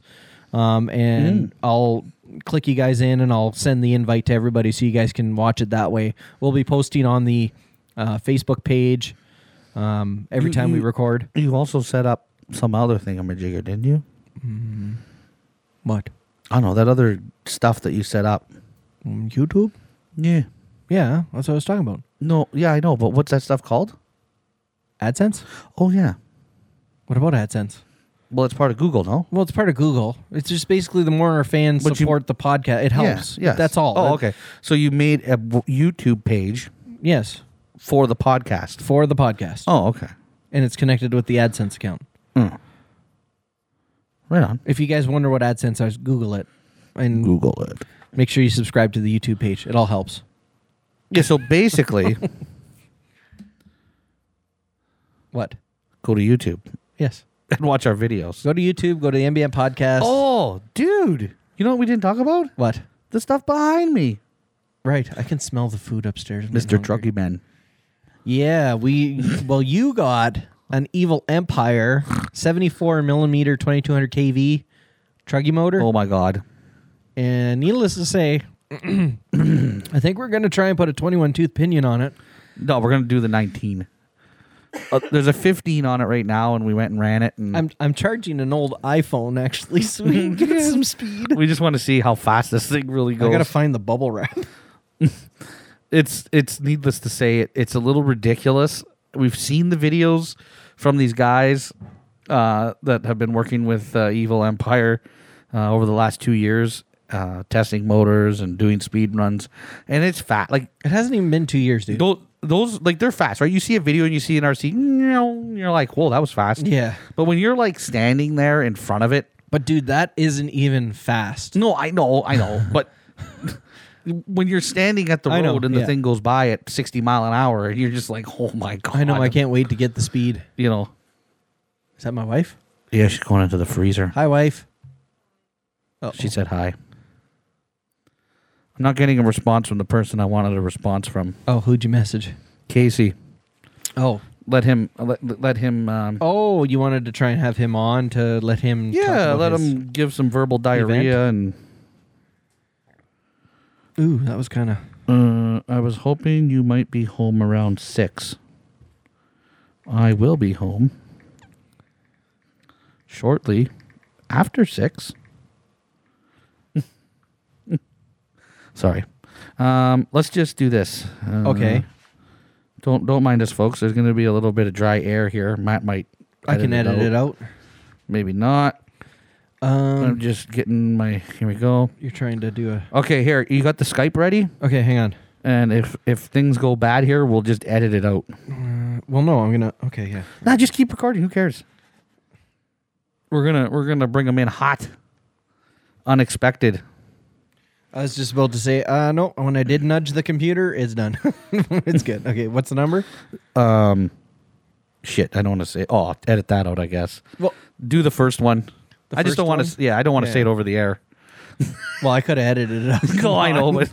B: um, and
A: Hmm.
B: I'll click you guys in and I'll send the invite to everybody so you guys can watch it that way. We'll be posting on the uh, Facebook page um, every
A: You-
B: time we
A: you-
B: record.
A: You also set up some other thing, I'm a jigger, didn't you?
B: What
A: I don't know. That other stuff that you set up.
B: YouTube?
A: Yeah.
B: Yeah, that's what I was talking about.
A: No, yeah, I know. But what's that stuff called?
B: AdSense?
A: Oh, yeah.
B: What about AdSense?
A: Well, it's part of Google, no?
B: Well, it's part of Google. It's just basically the more our fans
A: But you-
B: support the podcast, it helps.
A: Yes, yes.
B: that's all.
A: Oh,
B: That-
A: okay. So you made a w- YouTube page
B: Yes,
A: for the podcast.
B: for the podcast,
A: Oh, okay.
B: and it's connected with the AdSense account.
A: Right on.
B: If you guys wonder what AdSense is, Google it, and
A: Google it.
B: make sure you subscribe to the YouTube page. It all helps.
A: Yeah. So [laughs] basically,
B: What?
A: go to YouTube
B: Yes.
A: and watch our videos.
B: Go to YouTube, go to the MBM podcast.
A: Oh, dude. You know what we didn't talk about?
B: What?
A: The stuff behind me,
B: Right. I can smell the food upstairs. I'm
A: Mr.
B: getting hungry.
A: Trucky Man.
B: Yeah, we well you got an Evil Empire 74 millimeter 2200 kV truggy motor.
A: Oh my God.
B: And needless to [coughs] say, I think we're going to try and put a 21 tooth pinion on it.
A: No, we're gonna do the 19. Uh, there's a 15 on it right now, and we went and ran it, and
B: I'm I'm charging an old iPhone actually so we can [laughs] get some speed.
A: we just want to see how fast this thing really goes.
B: I got to find the bubble wrap.
A: it's it's needless to say it, it's a little ridiculous. We've seen the videos from these guys uh, that have been working with uh, Evil Empire uh, over the last two years, uh, testing motors and doing speed runs, and it's fat. Like
B: [laughs] It hasn't even been 2 years, dude.
A: those, those like they're fast, right? You see a video and you see an RC, and you're like, "Whoa, that was fast."
B: Yeah.
A: But when you're like standing there in front of it,
B: But dude, that isn't even fast.
A: no, I know, I
B: [laughs]
A: know, but. When you're standing at the
B: I
A: road
B: know,
A: and the
B: yeah.
A: thing goes by at 60 mile an hour, and you're just like, "Oh my god!"
B: I know I can't wait to get the speed.
A: you know.
B: Is that my wife?
A: Yeah, she's going into the freezer.
B: Hi, wife.
A: She said hi. I'm not getting a response from the person I wanted a response from.
B: Oh, who'd you message?
A: Casey,
B: Oh,
A: let him let, let him. Um,
B: oh, you wanted to try and have him on to let him. talk
A: yeah,
B: about
A: let
B: his-
A: him give some verbal diarrhea and
B: Ooh, that was kind of.
A: uh, Uh, I was hoping you might be home around six. I will be home shortly after six. [laughs] Sorry. Um, let's just do this. Uh,
B: Okay.
A: Don't don't mind us, folks. There's going to be a little bit of dry air here. Matt might.
B: I can edit it out.
A: Maybe not.
B: Um,
A: I'm just getting my. Here we go.
B: you're trying to do a.
A: Okay, here you got the Skype ready,
B: Okay, hang on.
A: and if if things go bad here, we'll just edit it out.
B: Well, no, I'm gonna. Okay, yeah.
A: Nah, just keep recording. Who cares? We're gonna we're gonna bring them in hot, unexpected.
B: I was just about to say, uh, no. When I did nudge the computer, it's done. [laughs] it's good. Okay, what's the number?
A: Um, shit, I don't want to say. Oh, edit that out. I guess.
B: Well,
A: Do the first one. I
B: first
A: just don't want
B: one?
A: to. Yeah, I don't want to
B: Yeah.
A: say it over the [laughs] air.
B: well, I could have edited it. [laughs] Up.
A: No, I know, but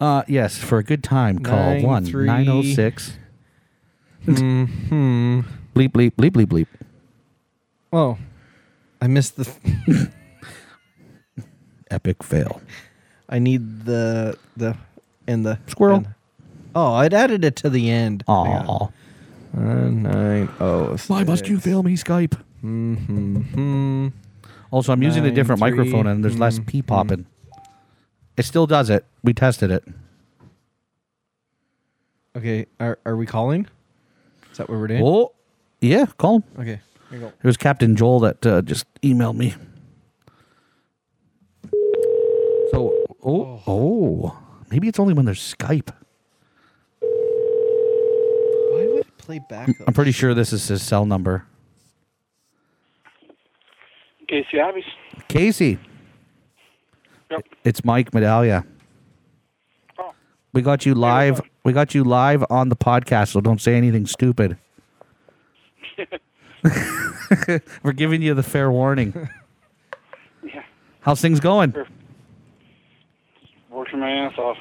A: uh, yes, for a good time, call
B: Nine,
A: one
B: three-
A: nine zero six.
B: Hmm.
A: Bleep bleep bleep bleep bleep.
B: Oh, I missed the.
A: Epic fail.
B: I need the the and the
A: Squirrel.
B: and- oh, I'd added it to the end.
A: Aw.
B: Nine oh.
A: Why must you fail me, Skype?
B: Mm-hmm.
A: Also, I'm using a
B: Nine,
A: different
B: three. mm,
A: microphone and there's less pee popping. It still does it. We tested it.
B: Okay, are are we calling? Is that what we're doing?
A: Oh, yeah, call him.
B: Okay, here you go.
A: It was Captain Joel that uh, just emailed me. So, oh, oh, maybe it's only when there's Skype.
B: Why would it play back?
A: I'm pretty sure this is his cell number.
H: Casey Abbey's.
A: Casey.
H: Yep.
A: It's Mike Medallia.
H: Oh.
A: We got you live. We got you live on the podcast, so don't say anything stupid.
H: [laughs]
A: We're giving you the fair warning.
H: [laughs] Yeah,
A: How's things going?
H: working my ass off.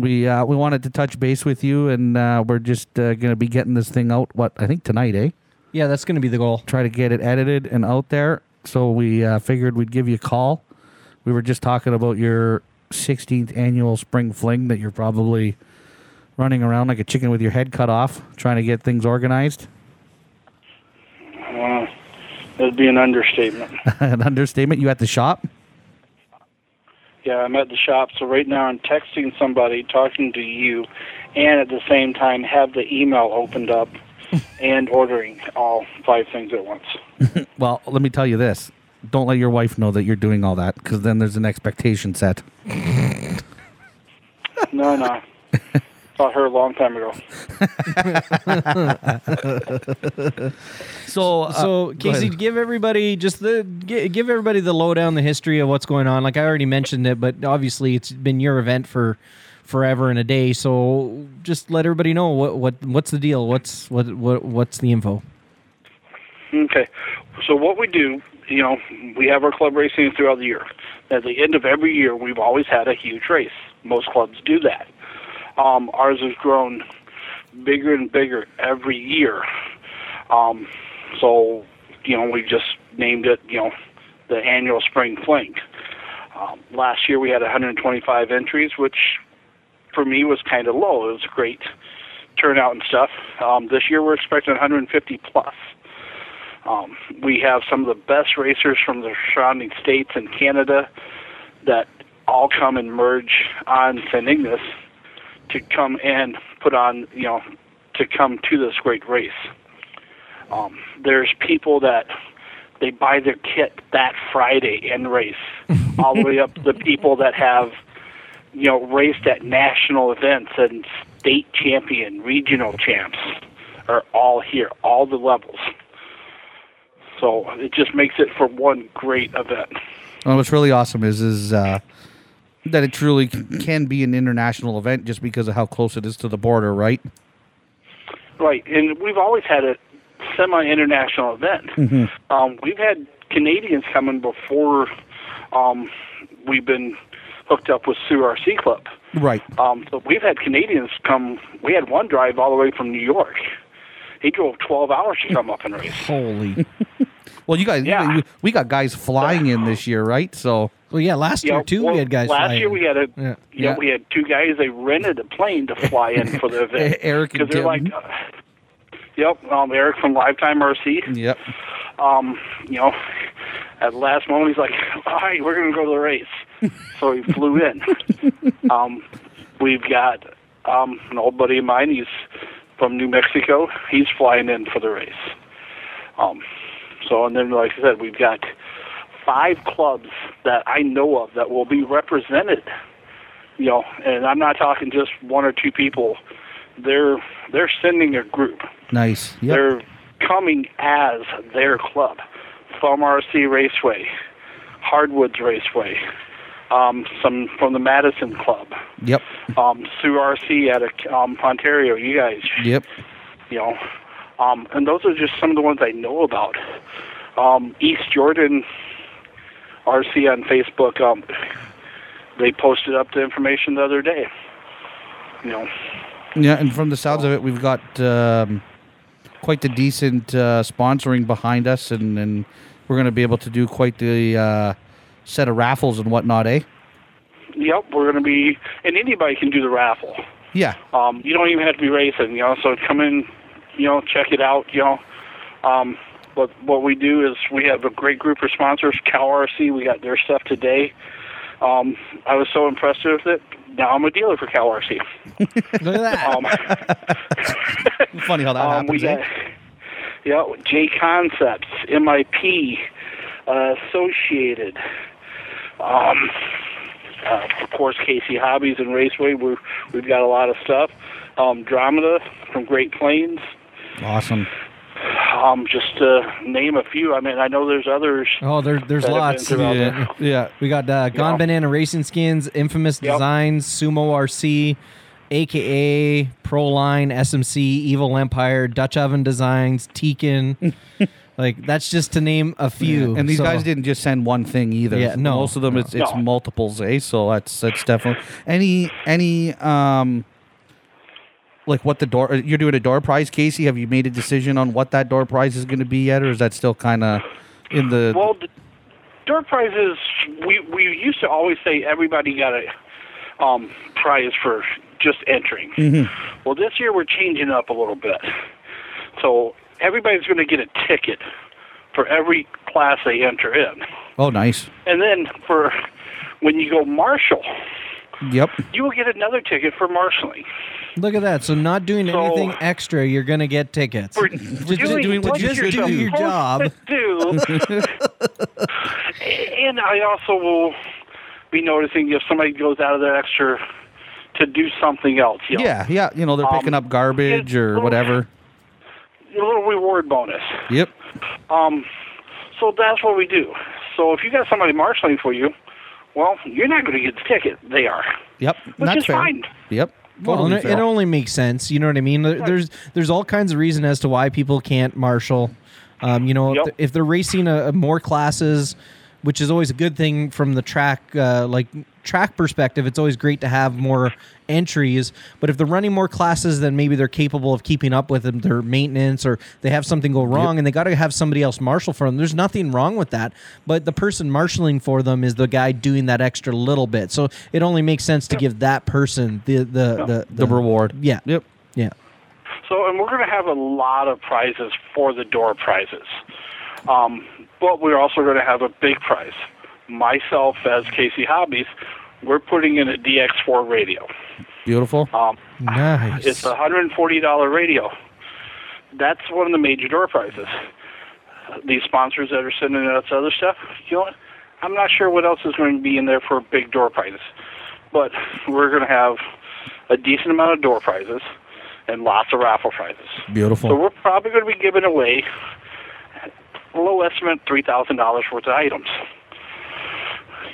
A: We uh, we wanted to touch base with you, and uh, we're just uh, going to be getting this thing out. What I think tonight, eh?
B: [laughs] Yeah, that's gonna be the goal.
A: Try to get it edited and out there. So we uh, figured we'd give you a call. We were just talking about your 16th annual spring fling that you're probably running around like a chicken with your head cut off, trying to get things organized. [laughs]
H: Well, that'd be an understatement.
A: An understatement. You at the shop?
H: yeah, I'm at the shop, so right now I'm texting somebody, talking to you, and at the same time have the email opened up and ordering all five things at once.
A: Well, let me tell you this. Don't let your wife know that you're doing all that because then there's an expectation set.
H: No, no. Taught her a long time ago.
A: So, uh,
B: So,
A: go
B: Casey,
A: ahead.
B: give everybody just the gi- give everybody the lowdown, the history of what's going on. Like I already mentioned it, but obviously it's been your event for forever and a day. So, just let everybody know what what what's the deal. What's what what what's the info?
H: Okay. So what we do, you know, we have our club racing throughout the year. At the end of every year, we've always had a huge race. Most clubs do that. Um, ours has grown bigger and bigger every year. Um, so, you know, we just named it, you know, the annual Spring Fling. Um, last year we had 125 entries, which for me was kind of low. It was a great turnout and stuff. Um, this year we're expecting 150 plus. Um, we have some of the best racers from the surrounding states and Canada that all come and merge on St. Ignace to come and put on, you know, to come to this great race. Um, there's people that they buy their kit that Friday and race, all the way up to the people that have, you know, raced at national events and state champion, regional champs are all here, all the levels. So it just makes it for one great event.
A: Well, what's really awesome is is uh, that it truly c- can be an international event just because of how close it is to the border, right?
H: Right, and we've always had a semi-international event. Um, we've had Canadians coming before um, we've been hooked up with Sioux RC Club.
A: Right.
H: Um, so we've had Canadians come. We had
A: [laughs]
H: one drive all the way from New York. He drove 12 hours to come up and race.
B: Holy
A: Well, you guys,
H: Yeah.
A: you- we got guys flying in this year, right? So
B: Well, yeah, last
H: Yeah,
B: year too,
H: well,
B: we had guys.
H: Last
B: flying.
H: year we had a
B: Yeah.
H: yeah.
A: Yeah.
H: we had two guys. They rented a plane to fly in
B: [laughs]
H: for the event.
A: Eric and
H: 'Cause they're
A: Tim.
H: like, uh, yep, um, Eric from Lifetime RC.
A: yep,
H: Um, you know, at the last moment he's like, all right, we're going to go to the race. so he flew in. um, we've got um, an old buddy of mine. He's from New Mexico. He's flying in for the race. Um, so and then, like I said, we've got five clubs that I know of that will be represented. You know, and I'm not talking just one or two people. They're they're sending a group.
A: nice. Yep.
H: They're coming as their club. Foam RC Raceway, Hardwoods Raceway, um, some from the Madison Club,
A: Yep.
H: um, Sue RC out of um, Ontario, you guys,
A: Yep.
H: you know. Um, and those are just some of the ones I know about. Um, East Jordan RC on Facebook, um, they posted up the information the other day. You know,
A: Yeah, and from the sounds of it, we've got um, quite the decent uh, sponsoring behind us, and, and we're going to be able to do quite the uh, set of raffles and whatnot, eh?
H: yep, we're going to be, and anybody can do the raffle.
A: Yeah,
H: Um, you don't even have to be racing, you know. So come in, you know, check it out, you know. Um, but what we do is we have a great group of sponsors, Cal RC. We got their stuff today. Um, I was so impressed with it. Now I'm a dealer for Cal RC.
B: Look at
H: [laughs]
B: that.
A: [laughs]
H: Um,
A: funny how that
H: um, we
A: happens. eh?
H: got yeah, J Concepts, MIP, uh, Associated. Um, uh, of course, Casey Hobbies and Raceway. We're, we've got a lot of stuff. Um, Dramata from Great Plains.
A: Awesome.
H: Um, just to name a few. I mean, I know there's others.
B: Oh, there, there's
H: that have
B: lots.
H: been throughout
A: Yeah, yeah.
B: We got uh, Gone
H: Yeah.
B: Banana Racing Skins, Infamous
H: Yep.
B: Designs, Sumo RC, AKA Proline, SMC, Evil Empire, Dutch Oven Designs,
H: [laughs]
B: Tekken. like that's just to name a few.
A: And these
B: So-
A: guys didn't just send one thing either.
B: Yeah, no,
A: Most of them, it's, it's
H: No.
A: multiples, eh? So that's that's definitely any any um like what the door you're doing a door prize, Casey. Have you made a decision on what that door prize is going to be yet, or is that still kind of in the
H: Well, the dirt prizes. We we used to always say everybody got a um, prize for just entering. Well, this year we're changing up a little bit. So everybody's going to get a ticket for every class they enter in,
A: oh nice
H: and then for when you go marshal,
A: yep
H: you will get another ticket for marshaling.
B: Look at that. So not doing
H: So-
B: anything extra, you're gonna get
A: [laughs]
B: tickets.
H: for
A: doing
H: doing,
A: what
H: what
A: you
H: you're
A: should do.
H: supposed
B: Your job.
H: to do. [laughs] and I also will be noticing if somebody goes out of their extra to do something else. You know,
A: yeah yeah you know they're picking
H: Um,
A: up garbage
H: yeah,
A: or
H: well-
A: whatever
H: A little reward bonus.
A: yep
H: Um, so that's what we do. So if you got somebody marshaling for you, well, you're not going to get the ticket. They are.
A: yep
H: Which
A: that's
H: is
A: fair
H: fine.
A: yep
B: Well,
A: totally
B: and it,
A: fair.
B: it only makes sense. You know what I mean? There- There's there's all kinds of reason as to why people can't marshal. Um, you know,
H: Yep.
B: if, if they're racing uh, more classes, which is always a good thing from the track uh, like track perspective, it's always great to have more entries. But if they're running more classes, then maybe they're capable of keeping up with them, their maintenance, or they have something go wrong, and they got to have somebody else marshal for them. There's nothing wrong with that, but the person marshaling for them is the guy doing that extra little bit. So it only makes sense to give that person the the the,
A: the reward
B: Yeah.
A: yep
B: Yeah.
H: So, and we're going to have a lot of prizes for the door prizes. Um, but we're also going to have a big prize. Myself, as Casey Hobbies, we're putting in a DX4 radio.
A: beautiful
H: Um,
B: Nice.
H: it's a $140 radio. That's one of the major door prizes. These sponsors that are sending us other stuff, you know, what? I'm not sure what else is going to be in there for big door prizes, but we're going to have a decent amount of door prizes and lots of raffle prizes.
A: beautiful
H: So we're probably going to be giving away, low estimate, three thousand dollars worth of items.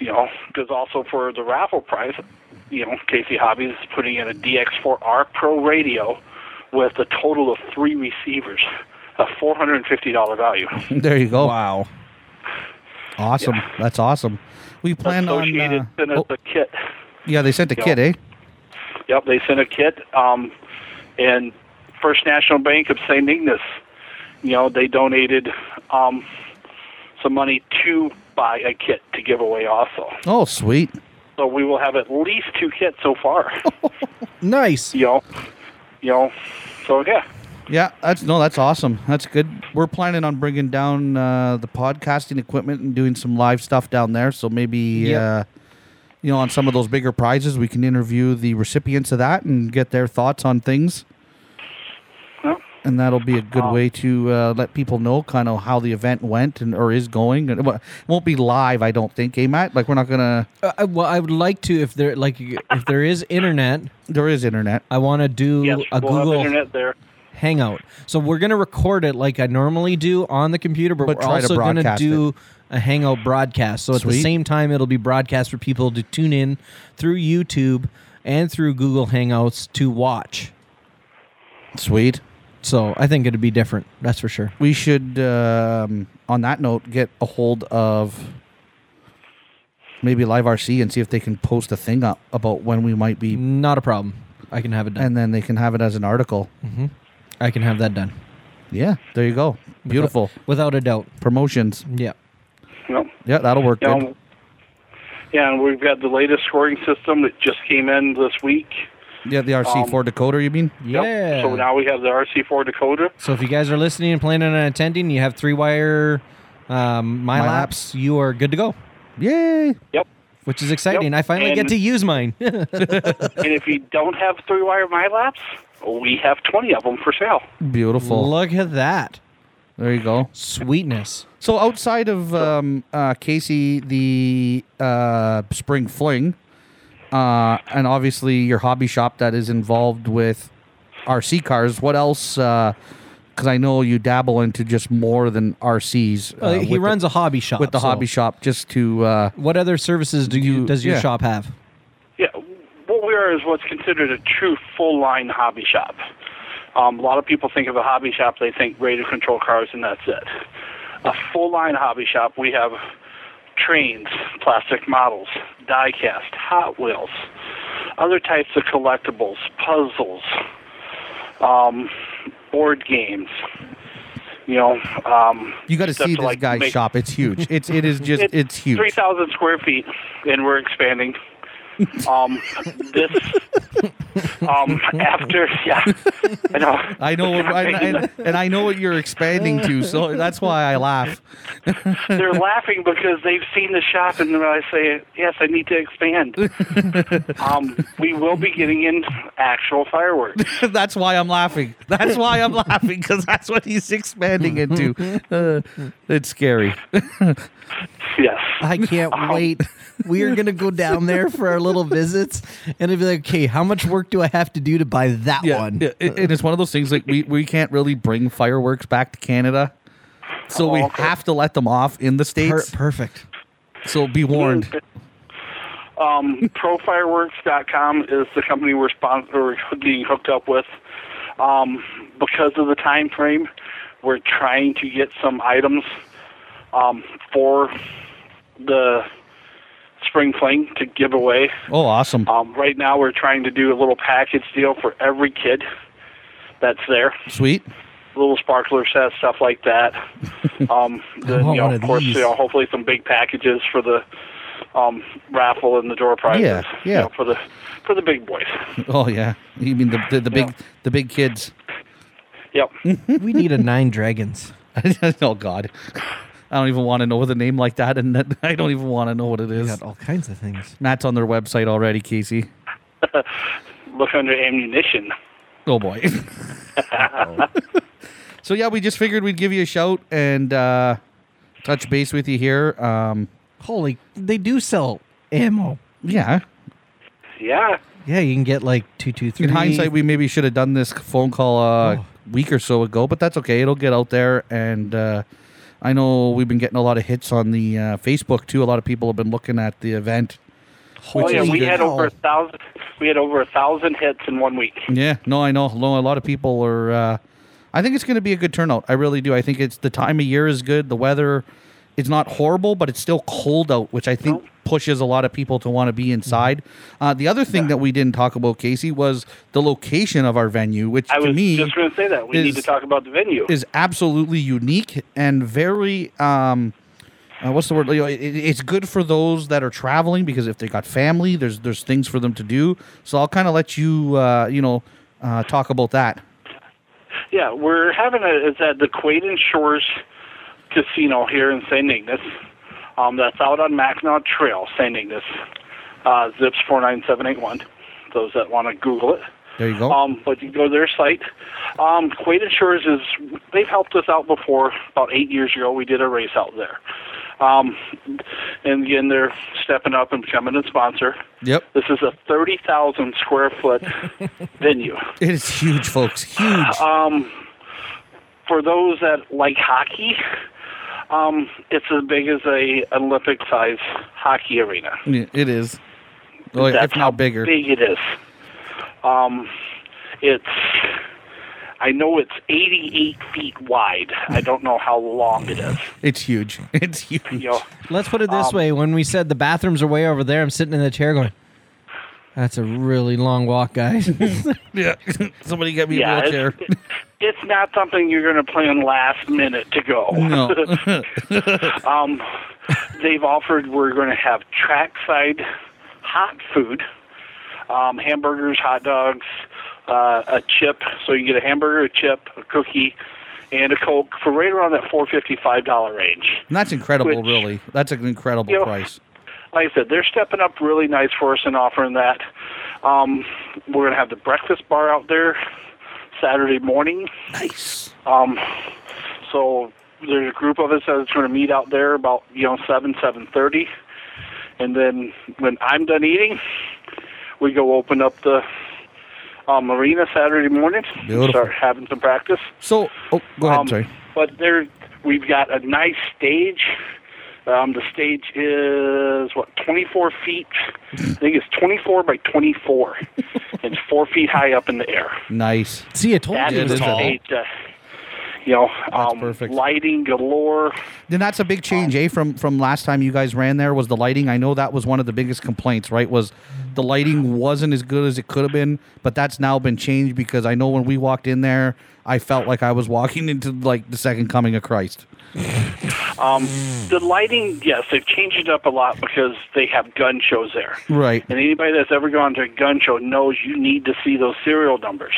H: You know, because also for the raffle prize, you know, Casey Hobbies is putting in a DX4R Pro radio with a total of three receivers, a four hundred and fifty dollar value.
A: [laughs] There you go. Wow. Awesome. That's awesome. We plan on.
H: Associated
A: Uh,
H: sent us
A: oh,
H: a kit.
A: yeah, they sent a
H: Yeah.
A: kid, eh?
H: Yep, they sent a kit. Um, and First National Bank of St. Ignace, you know, they donated um, some money to buy a kit to give away also.
A: Oh, sweet.
H: So we will have at least two kits so far.
B: [laughs] Nice.
H: you know, you know. So yeah,
A: Yeah, that's no, that's awesome. That's good. We're planning on bringing down uh, the podcasting equipment and doing some live stuff down there. So maybe, uh, you know, on some of those bigger prizes, we can interview the recipients of that and get their thoughts on things.
H: Yeah.
A: And that'll be a good way to uh, let people know kind of how the event went and or is going. And It wo- it won't be live, I don't think, eh, Matt? Like we're not gonna.
B: Uh, I- well, I would like to if there like if there is internet,
A: There is internet.
B: I want to do
H: yes,
B: a
H: we'll have
B: Google
H: internet there.
B: Hangout. So we're gonna record it like I normally do on the computer, but,
A: But
B: we're
A: try to
B: also gonna
A: broadcast
B: do a Hangout broadcast. So at the
A: Sweet.
B: same time, it'll be broadcast for people to tune in through YouTube and through Google Hangouts to watch.
A: Sweet.
B: So I think it'd be different. That's for sure.
A: we should um, on that note get a hold of maybe live rc and see if they can post a thing up about when we might be
B: Not a problem. I can have it done.
A: and then they can have it as an article
B: I can have that done.
A: yeah there you go beautiful
B: Without a doubt.
A: promotions
B: Yeah.
H: You know,
A: yeah that'll work
H: you
A: good.
H: know, yeah, and we've got the latest scoring system that just came in this week.
A: yeah the rc4 decoder you mean
H: Yep.
B: Yeah.
H: So now we have the RC4 Dakota.
B: So if you guys are listening and planning on attending, you have three wire um, my,
A: My
B: laps, you are good to go,
A: yay
B: [laughs]
H: Yep.
B: which is exciting. I finally get
H: And-
B: to use mine.
H: and if you don't have three wire MyLaps, we have 20 of them for sale.
A: beautiful
B: Look at that
A: there you go
B: sweetness.
A: so outside of um, uh, casey the uh, spring fling uh, and obviously your hobby shop that is involved with RC cars. What else? Because I know you dabble into just more than RCs. uh,
B: Uh, he
A: with
B: runs
A: the,
B: a hobby shop.
A: with the
B: so
A: hobby shop just to. Uh,
B: What other services do you
A: You-
B: does your
A: yeah.
B: shop have?
H: Yeah, what we are is what's considered a true full line hobby shop. Um, a lot of people think of a hobby shop, they think radio control cars, and that's it. A full line hobby shop, we have trains, plastic models, die cast, Hot Wheels, other types of collectibles, puzzles, um, board games. You know, um,
A: you got to
H: stuff
A: see this
H: like
A: guy's
H: make-
A: shop. It's
H: [laughs]
A: huge. It's it is just it's, huge.
H: Three thousand square feet, and
A: [laughs]
H: we're expanding. Um, this um after yeah, I know.
A: I [laughs] know, I, and, and I know what you're expanding to,
H: [laughs]
A: so that's why I laugh.
H: They're laughing because they've seen the shop, and then I say, "Yes, I need
A: [laughs]
H: to expand." um, we will be getting in actual fireworks.
A: that's why I'm laughing. That's why I'm laughing because that's what he's expanding into. Uh, it's scary.
H: Yes,
E: [laughs]
B: I can't wait. We are gonna go down there for our little visits, and it'll be like, okay, how much work do I have to do to buy that
A: yeah,
B: one?
A: yeah, it- and it's one of those things like we, we can't really bring fireworks back to Canada. So we
H: Oh, okay.
A: have to let them off in the
B: Per-
A: States.
B: perfect.
A: so be warned.
H: um, ProFireworks.com is the company we're spon- or getting hooked up with. Um, because of the time frame, we're trying to get some items um, for the spring fling to give away.
A: Oh, awesome.
H: Um, right now, we're trying to do a little package deal for every kid that's there.
A: Sweet.
H: Little sparkler sets, stuff like
A: [laughs]
H: that. Um, the,
B: want
H: you know,
B: one of
H: of course,
B: these.
H: you know, hopefully some big packages for the um, raffle and the door prizes.
A: Yeah,
H: you
A: yeah.
H: know, for the for the
A: [laughs]
H: big boys.
A: Oh yeah. You mean the the, the big the big kids. [laughs]
H: Yep.
B: We need a nine dragons.
A: oh god. I don't even want to know with a name like that and [laughs] that, I don't even want to know what it
B: We
A: is.
B: got all kinds of things.
A: Matt's on their website already, Casey.
H: Look under ammunition.
A: Oh boy. so yeah, we just figured we'd give you a shout and uh, touch base with you here. Um,
B: Holy, they do sell ammo.
A: yeah.
H: Yeah.
B: Yeah, you can get like two, two, three.
A: In hindsight, we maybe should have done this phone call a
B: Oh.
A: week or so ago, but that's okay. It'll get out there, and uh, I know we've been getting a lot of hits on the uh, Facebook too. A lot of people have been looking at the event.
H: Oh yeah,
A: is
H: we
A: good.
H: had over a thousand. We had over a thousand hits in one week.
A: Yeah, no, I know. No, a lot of people are. Uh, I think it's going to be a good turnout. I really do. I think it's the time of year is good. The weather, it's not horrible, but it's still cold out, which I think pushes a lot of people to want to be inside.
H: Mm-hmm.
A: Uh, the other thing that we didn't talk about, Casey, was the location of our venue, which
H: I
A: to
H: was
A: me
H: just going to say that we need
A: is-
H: to talk about the venue.
A: is absolutely unique and very um uh, what's the word? You know, it, it- it's good for those that are traveling because if they got family, there's there's things for them to do. So I'll kind of let you uh, you know uh, talk about that.
H: Yeah, we're having it it's at the Quaden Shores Casino here in St. Ignace. Um, that's out on Mackinac Trail, St. Ignace. Uh, zips 49781, those that want to Google it.
A: There you go.
H: Um, but you go to their site. Um, Quaid Insurance is, they've helped us out before. About eight years ago, we did a race out there. Um, and again, they're stepping up and becoming a sponsor.
A: yep,
H: This is a 30,000 square
A: [laughs]
H: foot venue.
A: it is huge, folks. Huge.
H: Um, for those that like hockey, um, it's as big as a Olympic size hockey arena.
A: Yeah, it is. Oh, yeah,
H: That's
A: if
H: how
A: not bigger.
H: big it is. Um, it's. I know it's 88 feet wide. I don't know how long it is.
A: It's huge. [laughs] It's huge.
H: You know,
E: Let's put it this
B: Um,
E: way: when we said the bathrooms are way over there, I'm sitting in the chair going, "That's a really long walk, guys."
A: Yeah. Somebody get me a
H: yeah,
A: wheelchair.
H: it's, it's not something you're going to plan last minute to go.
A: no.
H: [laughs]
A: [laughs]
H: Um, they've offered we're going to have trackside hot food, um, hamburgers, hot dogs, uh, a chip. So you get a hamburger, a chip, a cookie, and a coke for right around that four fifty five dollar range.
A: And that's incredible,
H: Which-
A: really. That's an incredible
H: You know,
A: price.
H: like I said, they're stepping up really nice for us and offering that. Um, we're going to have the breakfast bar out there Saturday morning.
A: Nice.
H: Um, so there's a group of us that's going to meet out there about you know seven seven thirty, and then when I'm done eating, we go open up the um, arena Saturday morning. and
A: Beautiful.
H: Start having some practice.
A: So, oh, go ahead.
H: Um,
A: sorry.
H: But there, we've got a nice stage. Um, the stage is what 24 feet. I think it's 24
A: [laughs]
H: by 24. it's four feet high up in the air.
A: Mm, Nice.
E: See, I told
H: That
E: you it
H: is
E: was
H: a
E: tall.
H: stage. Uh, you know,
A: That's
H: um,
A: perfect.
H: lighting galore.
A: Then that's a big change, eh? From from last time you guys ran there was the lighting. I know that was one of the biggest complaints, right? Was the lighting wasn't as good as it could have been, but that's now been changed because I know when we walked in there, I felt like I was walking into like the second coming of Christ.
H: Um,
A: Hmm.
H: the lighting, yes, they've changed it up a lot because they have gun shows there.
A: Right.
H: And anybody that's ever gone to a gun show knows you need to see those serial numbers.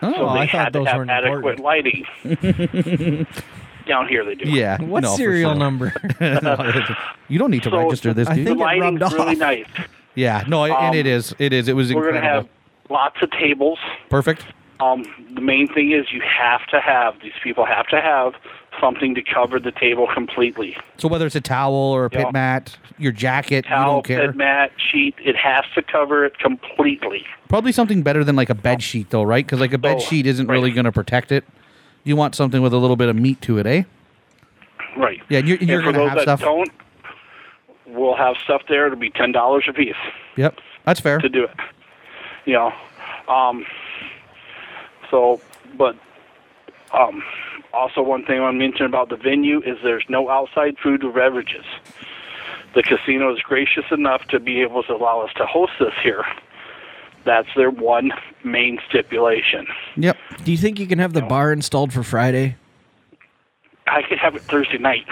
E: Oh,
H: so
E: I
H: they
E: thought
H: had to
E: those
H: have
E: weren't
H: adequate
E: important.
H: lighting.
A: [laughs]
H: Down here, they do.
A: Yeah.
E: What
A: no, for
E: serial
A: sure.
E: number?
B: [laughs]
A: [laughs] you don't need to
H: So,
A: register this,
E: I
A: do you?
H: The
E: think it
H: lighting's
E: rubbed
H: really
E: off.
H: nice.
A: yeah. No, and it is. It is. It was
H: Um, We're
A: incredible.
H: going to have lots of tables.
A: Perfect.
H: Um, the main thing is you have to have these people have to have something to cover the table completely.
A: So whether it's a towel or a pit
H: Yeah.
A: mat, your jacket, you
H: Towel,
A: don't care.
H: pit mat, sheet, it has to cover it completely.
A: Probably something better than like a bed sheet, though, right? Because like a bed
H: Oh,
A: sheet isn't really
H: right.
A: going to protect it. You want something with a little bit of meat to it, eh?
H: Right.
A: Yeah, and you're, and you're
H: and for
A: going to
H: those
A: have
H: that
A: stuff.
H: don't, we'll have stuff there. It'll be ten dollars a piece
A: Yep, that's fair.
H: to do it. You know, um, so but um, also one thing I want to mention about the venue is there's no outside food or beverages. The casino is gracious enough to be able to allow us to host this here. That's their one main stipulation.
A: Yep.
E: Do you think you can have the bar installed for Friday?
H: I could have it Thursday night.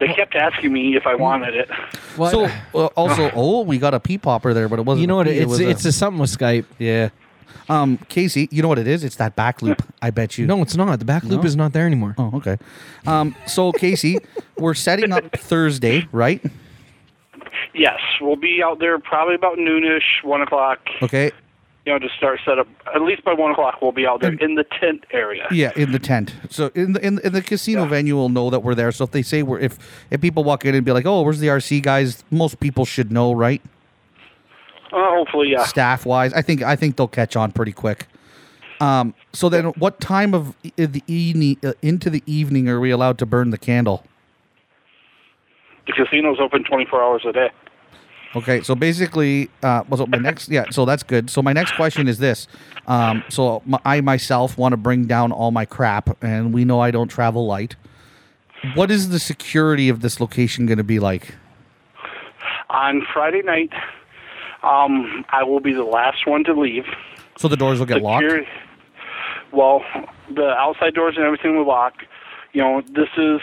H: they kept asking me if I wanted it.
E: Well,
A: So uh, [laughs] also, oh, we got a pea popper there, but it wasn't.
E: you know
A: a
E: what?
A: pea, it
E: It's
A: was
E: it's
A: a,
E: a something with Skype.
A: yeah. Um, Casey, you know what it is? It's that back loop. I bet you.
E: No, it's not. The back loop
A: No?
E: is not there anymore.
A: Oh, okay. Um, so Casey, we're setting up Thursday, right?
H: Yes, we'll be out there probably about noonish, one o'clock.
A: Okay.
H: You know, to start setup. At least by one o'clock, we'll be out there in the tent area.
A: Yeah, in the tent. So in the in, in the casino venue will know that we're there. So if they say we're if if people walk in and be like, "Oh, where's the RC guys?" Most people should know, right?
H: Uh, hopefully, yeah.
A: Staff wise, I think I think they'll catch on pretty quick. Um. So then, what time of e- the evening uh, into the evening are we allowed to burn the candle?
H: The casino's open 24 hours a day.
A: Okay, so basically, uh, was it my next? Yeah, so that's good. So my next question is this: um, so my, I myself want to bring down all my crap, and we know I don't travel light. What is the security of this location [laughs] going to be like?
H: On Friday night, um, I will be the last one to leave.
A: So the doors will get locked.
H: Security- Well, the outside doors and everything will lock. You know, this is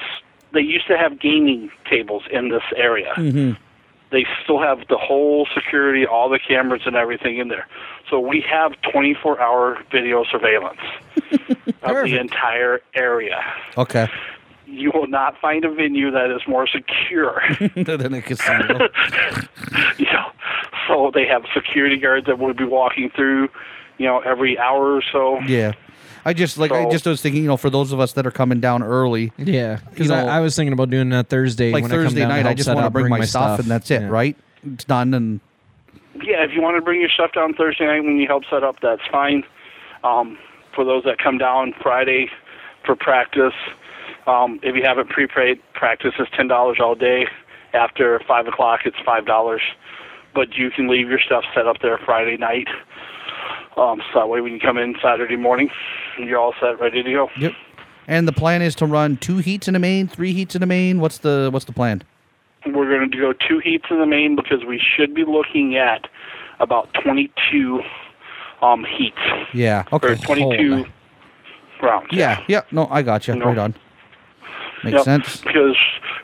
H: they used to have gaming tables in this area. They still have the whole security, all the cameras and everything in there. So we have 24-hour video surveillance of the entire area.
A: Okay.
H: You will not find a venue that is more secure. [laughs]
A: then a casino.
H: you know, so they have security guards that will be walking through, you know, every hour or so.
A: yeah. I just like I
H: So-
A: just was thinking, you know, for those of us that are coming down early,
B: Yeah, because
A: You know-
B: I, I was thinking about doing that Thursday.
A: like
B: when I come
A: Thursday
B: down to
A: night, I
B: help
A: just
B: set
A: want to
B: up,
A: bring, my, stuff, and that's it,
B: Yeah.
A: right? It's done, and
H: Yeah, if you want to bring your stuff down Thursday night when you help set up, that's fine. Um, for those that come down Friday for practice, um, if you have it prepaid, practice is ten dollars all day. After five o'clock, it's five dollars, but you can leave your stuff set up there Friday night. Um, so that way, when you come in Saturday morning, you're all set, ready to go.
A: yep. And the plan is to run two heats in the main, three heats in the main. What's the what's the plan?
H: We're going to go two heats in the main because we should be looking at about 22 um, heats.
A: Yeah. Okay.
H: Or 22
A: Hold on.
H: rounds.
A: Oh, Yeah. Yeah. No, I got you.
H: No.
A: Right on. Makes
H: Yep,
A: sense.
H: Because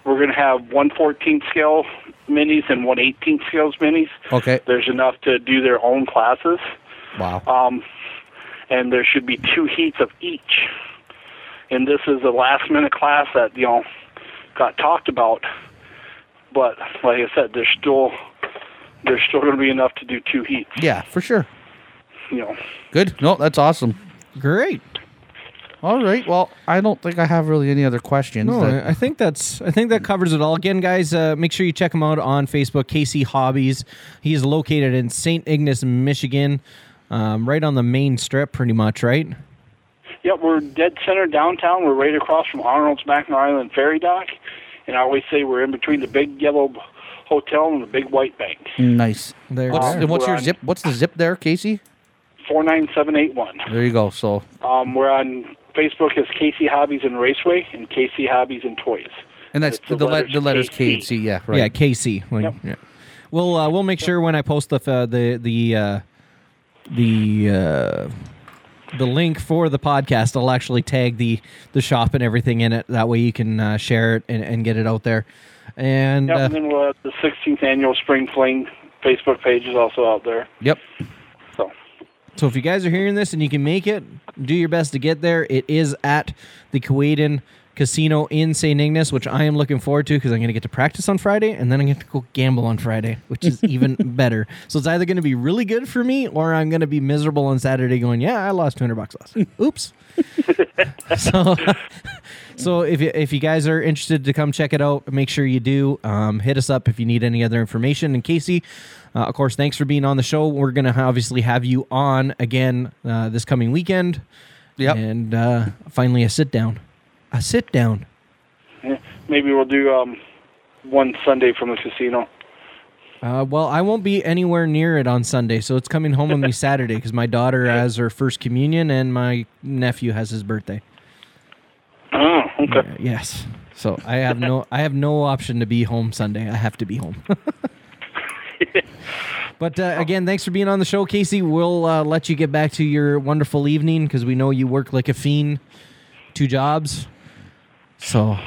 H: we're going to have 114 scale minis and 118 scales minis.
A: Okay.
H: There's enough to do their own classes.
A: Wow.
H: Um, and there should be two heats of each. And this is the last minute class that, you know, got talked about. But like I said, there's still there's still going to be enough to do two heats,
A: Yeah, for sure.
H: you know.
A: Good. No, that's awesome.
B: Great.
A: All right. Well, I don't think I have really any other questions. Uh,
B: No,
A: that-
B: I I think that's I think that covers it all. Again, guys, uh, make sure you check him out on Facebook, KC Hobbies. He is located in St. Ignace, Michigan, um, right on the main strip, pretty much, right?
H: Yep, we're dead center downtown. We're right across from Arnold's Mackinac Island Ferry Dock. And I always say we're in between the big yellow b- hotel and the big white bank.
A: nice.
B: There.
A: What's,
B: there.
A: and what's
H: We're
A: your
H: on-
A: zip? What's the zip there, Casey?
H: 49781.
A: There you go. So
H: Um, we're on Facebook as KC Hobbies and Raceway and KC Hobbies and Toys.
A: And that's
H: It's
A: the, the,
H: the
A: le-
H: letters
A: the letters
H: KC.
A: KC, yeah, right.
B: Yeah, KC. Like, yeah. We'll uh, we'll make sure when I post the uh, the the uh, the uh, the link for the podcast, I'll actually tag the the shop and everything in it. That way, you can uh, share it and, and get it out there. And
H: Yep,
B: uh,
H: and then we'll have the 16th annual Spring Fling Facebook page is also out there.
A: Yep.
H: So
B: So if you guys are hearing this and you can make it, do your best to get there. It is at the Kuwaitan Casino in St. Ignace, which I am looking forward to because I'm going to get to practice on Friday and then I'm going to go gamble on Friday, which is even better. So it's either going to be really good for me or I'm going to be miserable on Saturday going, yeah, I lost 200 bucks last. night. Oops. so so if you, if you guys are interested to come check it out, make sure you do. Um, hit us up if you need any other information. And Casey, uh, of course, thanks for being on the show. We're gonna ha- obviously have you on again uh, this coming weekend.
A: Yep.
B: And uh, finally, a sit down. A sit down.
H: yeah, maybe we'll do um, one Sunday from the casino.
B: Uh, well, I won't be anywhere near it on Sunday, so it's coming home with
H: [laughs]
B: me Saturday because my daughter has her first communion and my nephew has his birthday.
H: Oh, okay.
B: Yes. So I have no I have no option to be home Sunday. I have to be home. [laughs] but uh, again, thanks for being on the show, Casey. We'll uh, let you get back to your wonderful evening because we know you work like a fiend, two jobs. So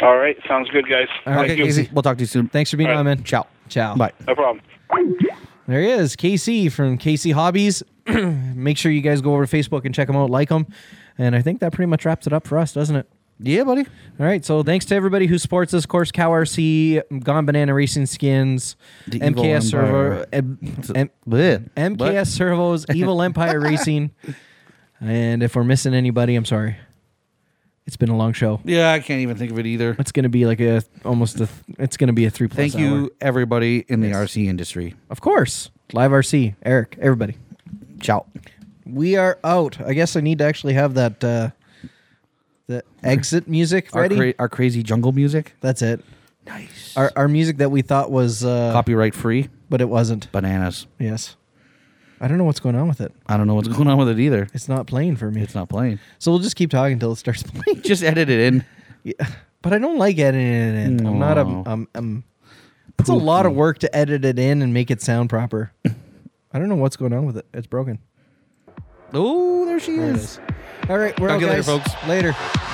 H: All right. Sounds good, guys.
B: right,
A: okay, Casey. We'll talk to you soon.
B: thanks for being
H: All
B: on,
H: right.
B: man. Ciao, ciao.
A: Bye.
H: No problem.
B: There he is, KC from KC Hobbies. [clears throat] Make sure you guys go over to Facebook and check him out, like him, and I think that pretty much wraps it up for us, doesn't it?
A: Yeah, buddy.
B: All right, so thanks to everybody who supports us. Of course, Cow RC, Gone Banana Racing Skins,
A: The Evil
B: MKS Servo,
A: Empire.
B: em, em-
A: Bleh.
B: MKS
A: What?
B: Servos,
A: [laughs]
B: Evil Empire Racing, and if we're missing anybody, I'm sorry. It's been a long show.
A: Yeah, I can't even think of it either.
B: It's gonna be like a almost a. It's gonna be a three plus.
A: Thank
B: hour.
A: you, everybody in the RC industry.
B: Of course, live RC, Eric, everybody.
A: Ciao.
B: We are out. I guess I need to actually have that uh the exit music
A: Our,
B: ready.
A: cra- our crazy jungle music.
B: That's it.
A: Nice.
B: Our, our music that we thought was, uh,
A: Copyright free.
B: but it wasn't.
A: Bananas.
B: Yes. I don't know what's going on with it.
A: I don't know what's [laughs] going on with it either.
B: It's not playing for me.
A: It's not playing.
B: So we'll just keep talking until it starts [laughs] playing.
A: Just edit it in.
B: But I don't like editing it in. I'm not a.
A: No.
B: Um, um, it's a lot of work to edit it in and make it sound
A: [laughs]
B: proper. I don't know what's going on with it. It's broken.
A: Oh, there she
B: There it
A: is. [laughs]
B: is. All right, we're
A: Talk
B: out,
A: to you later,
B: guys.
A: folks.
B: Later.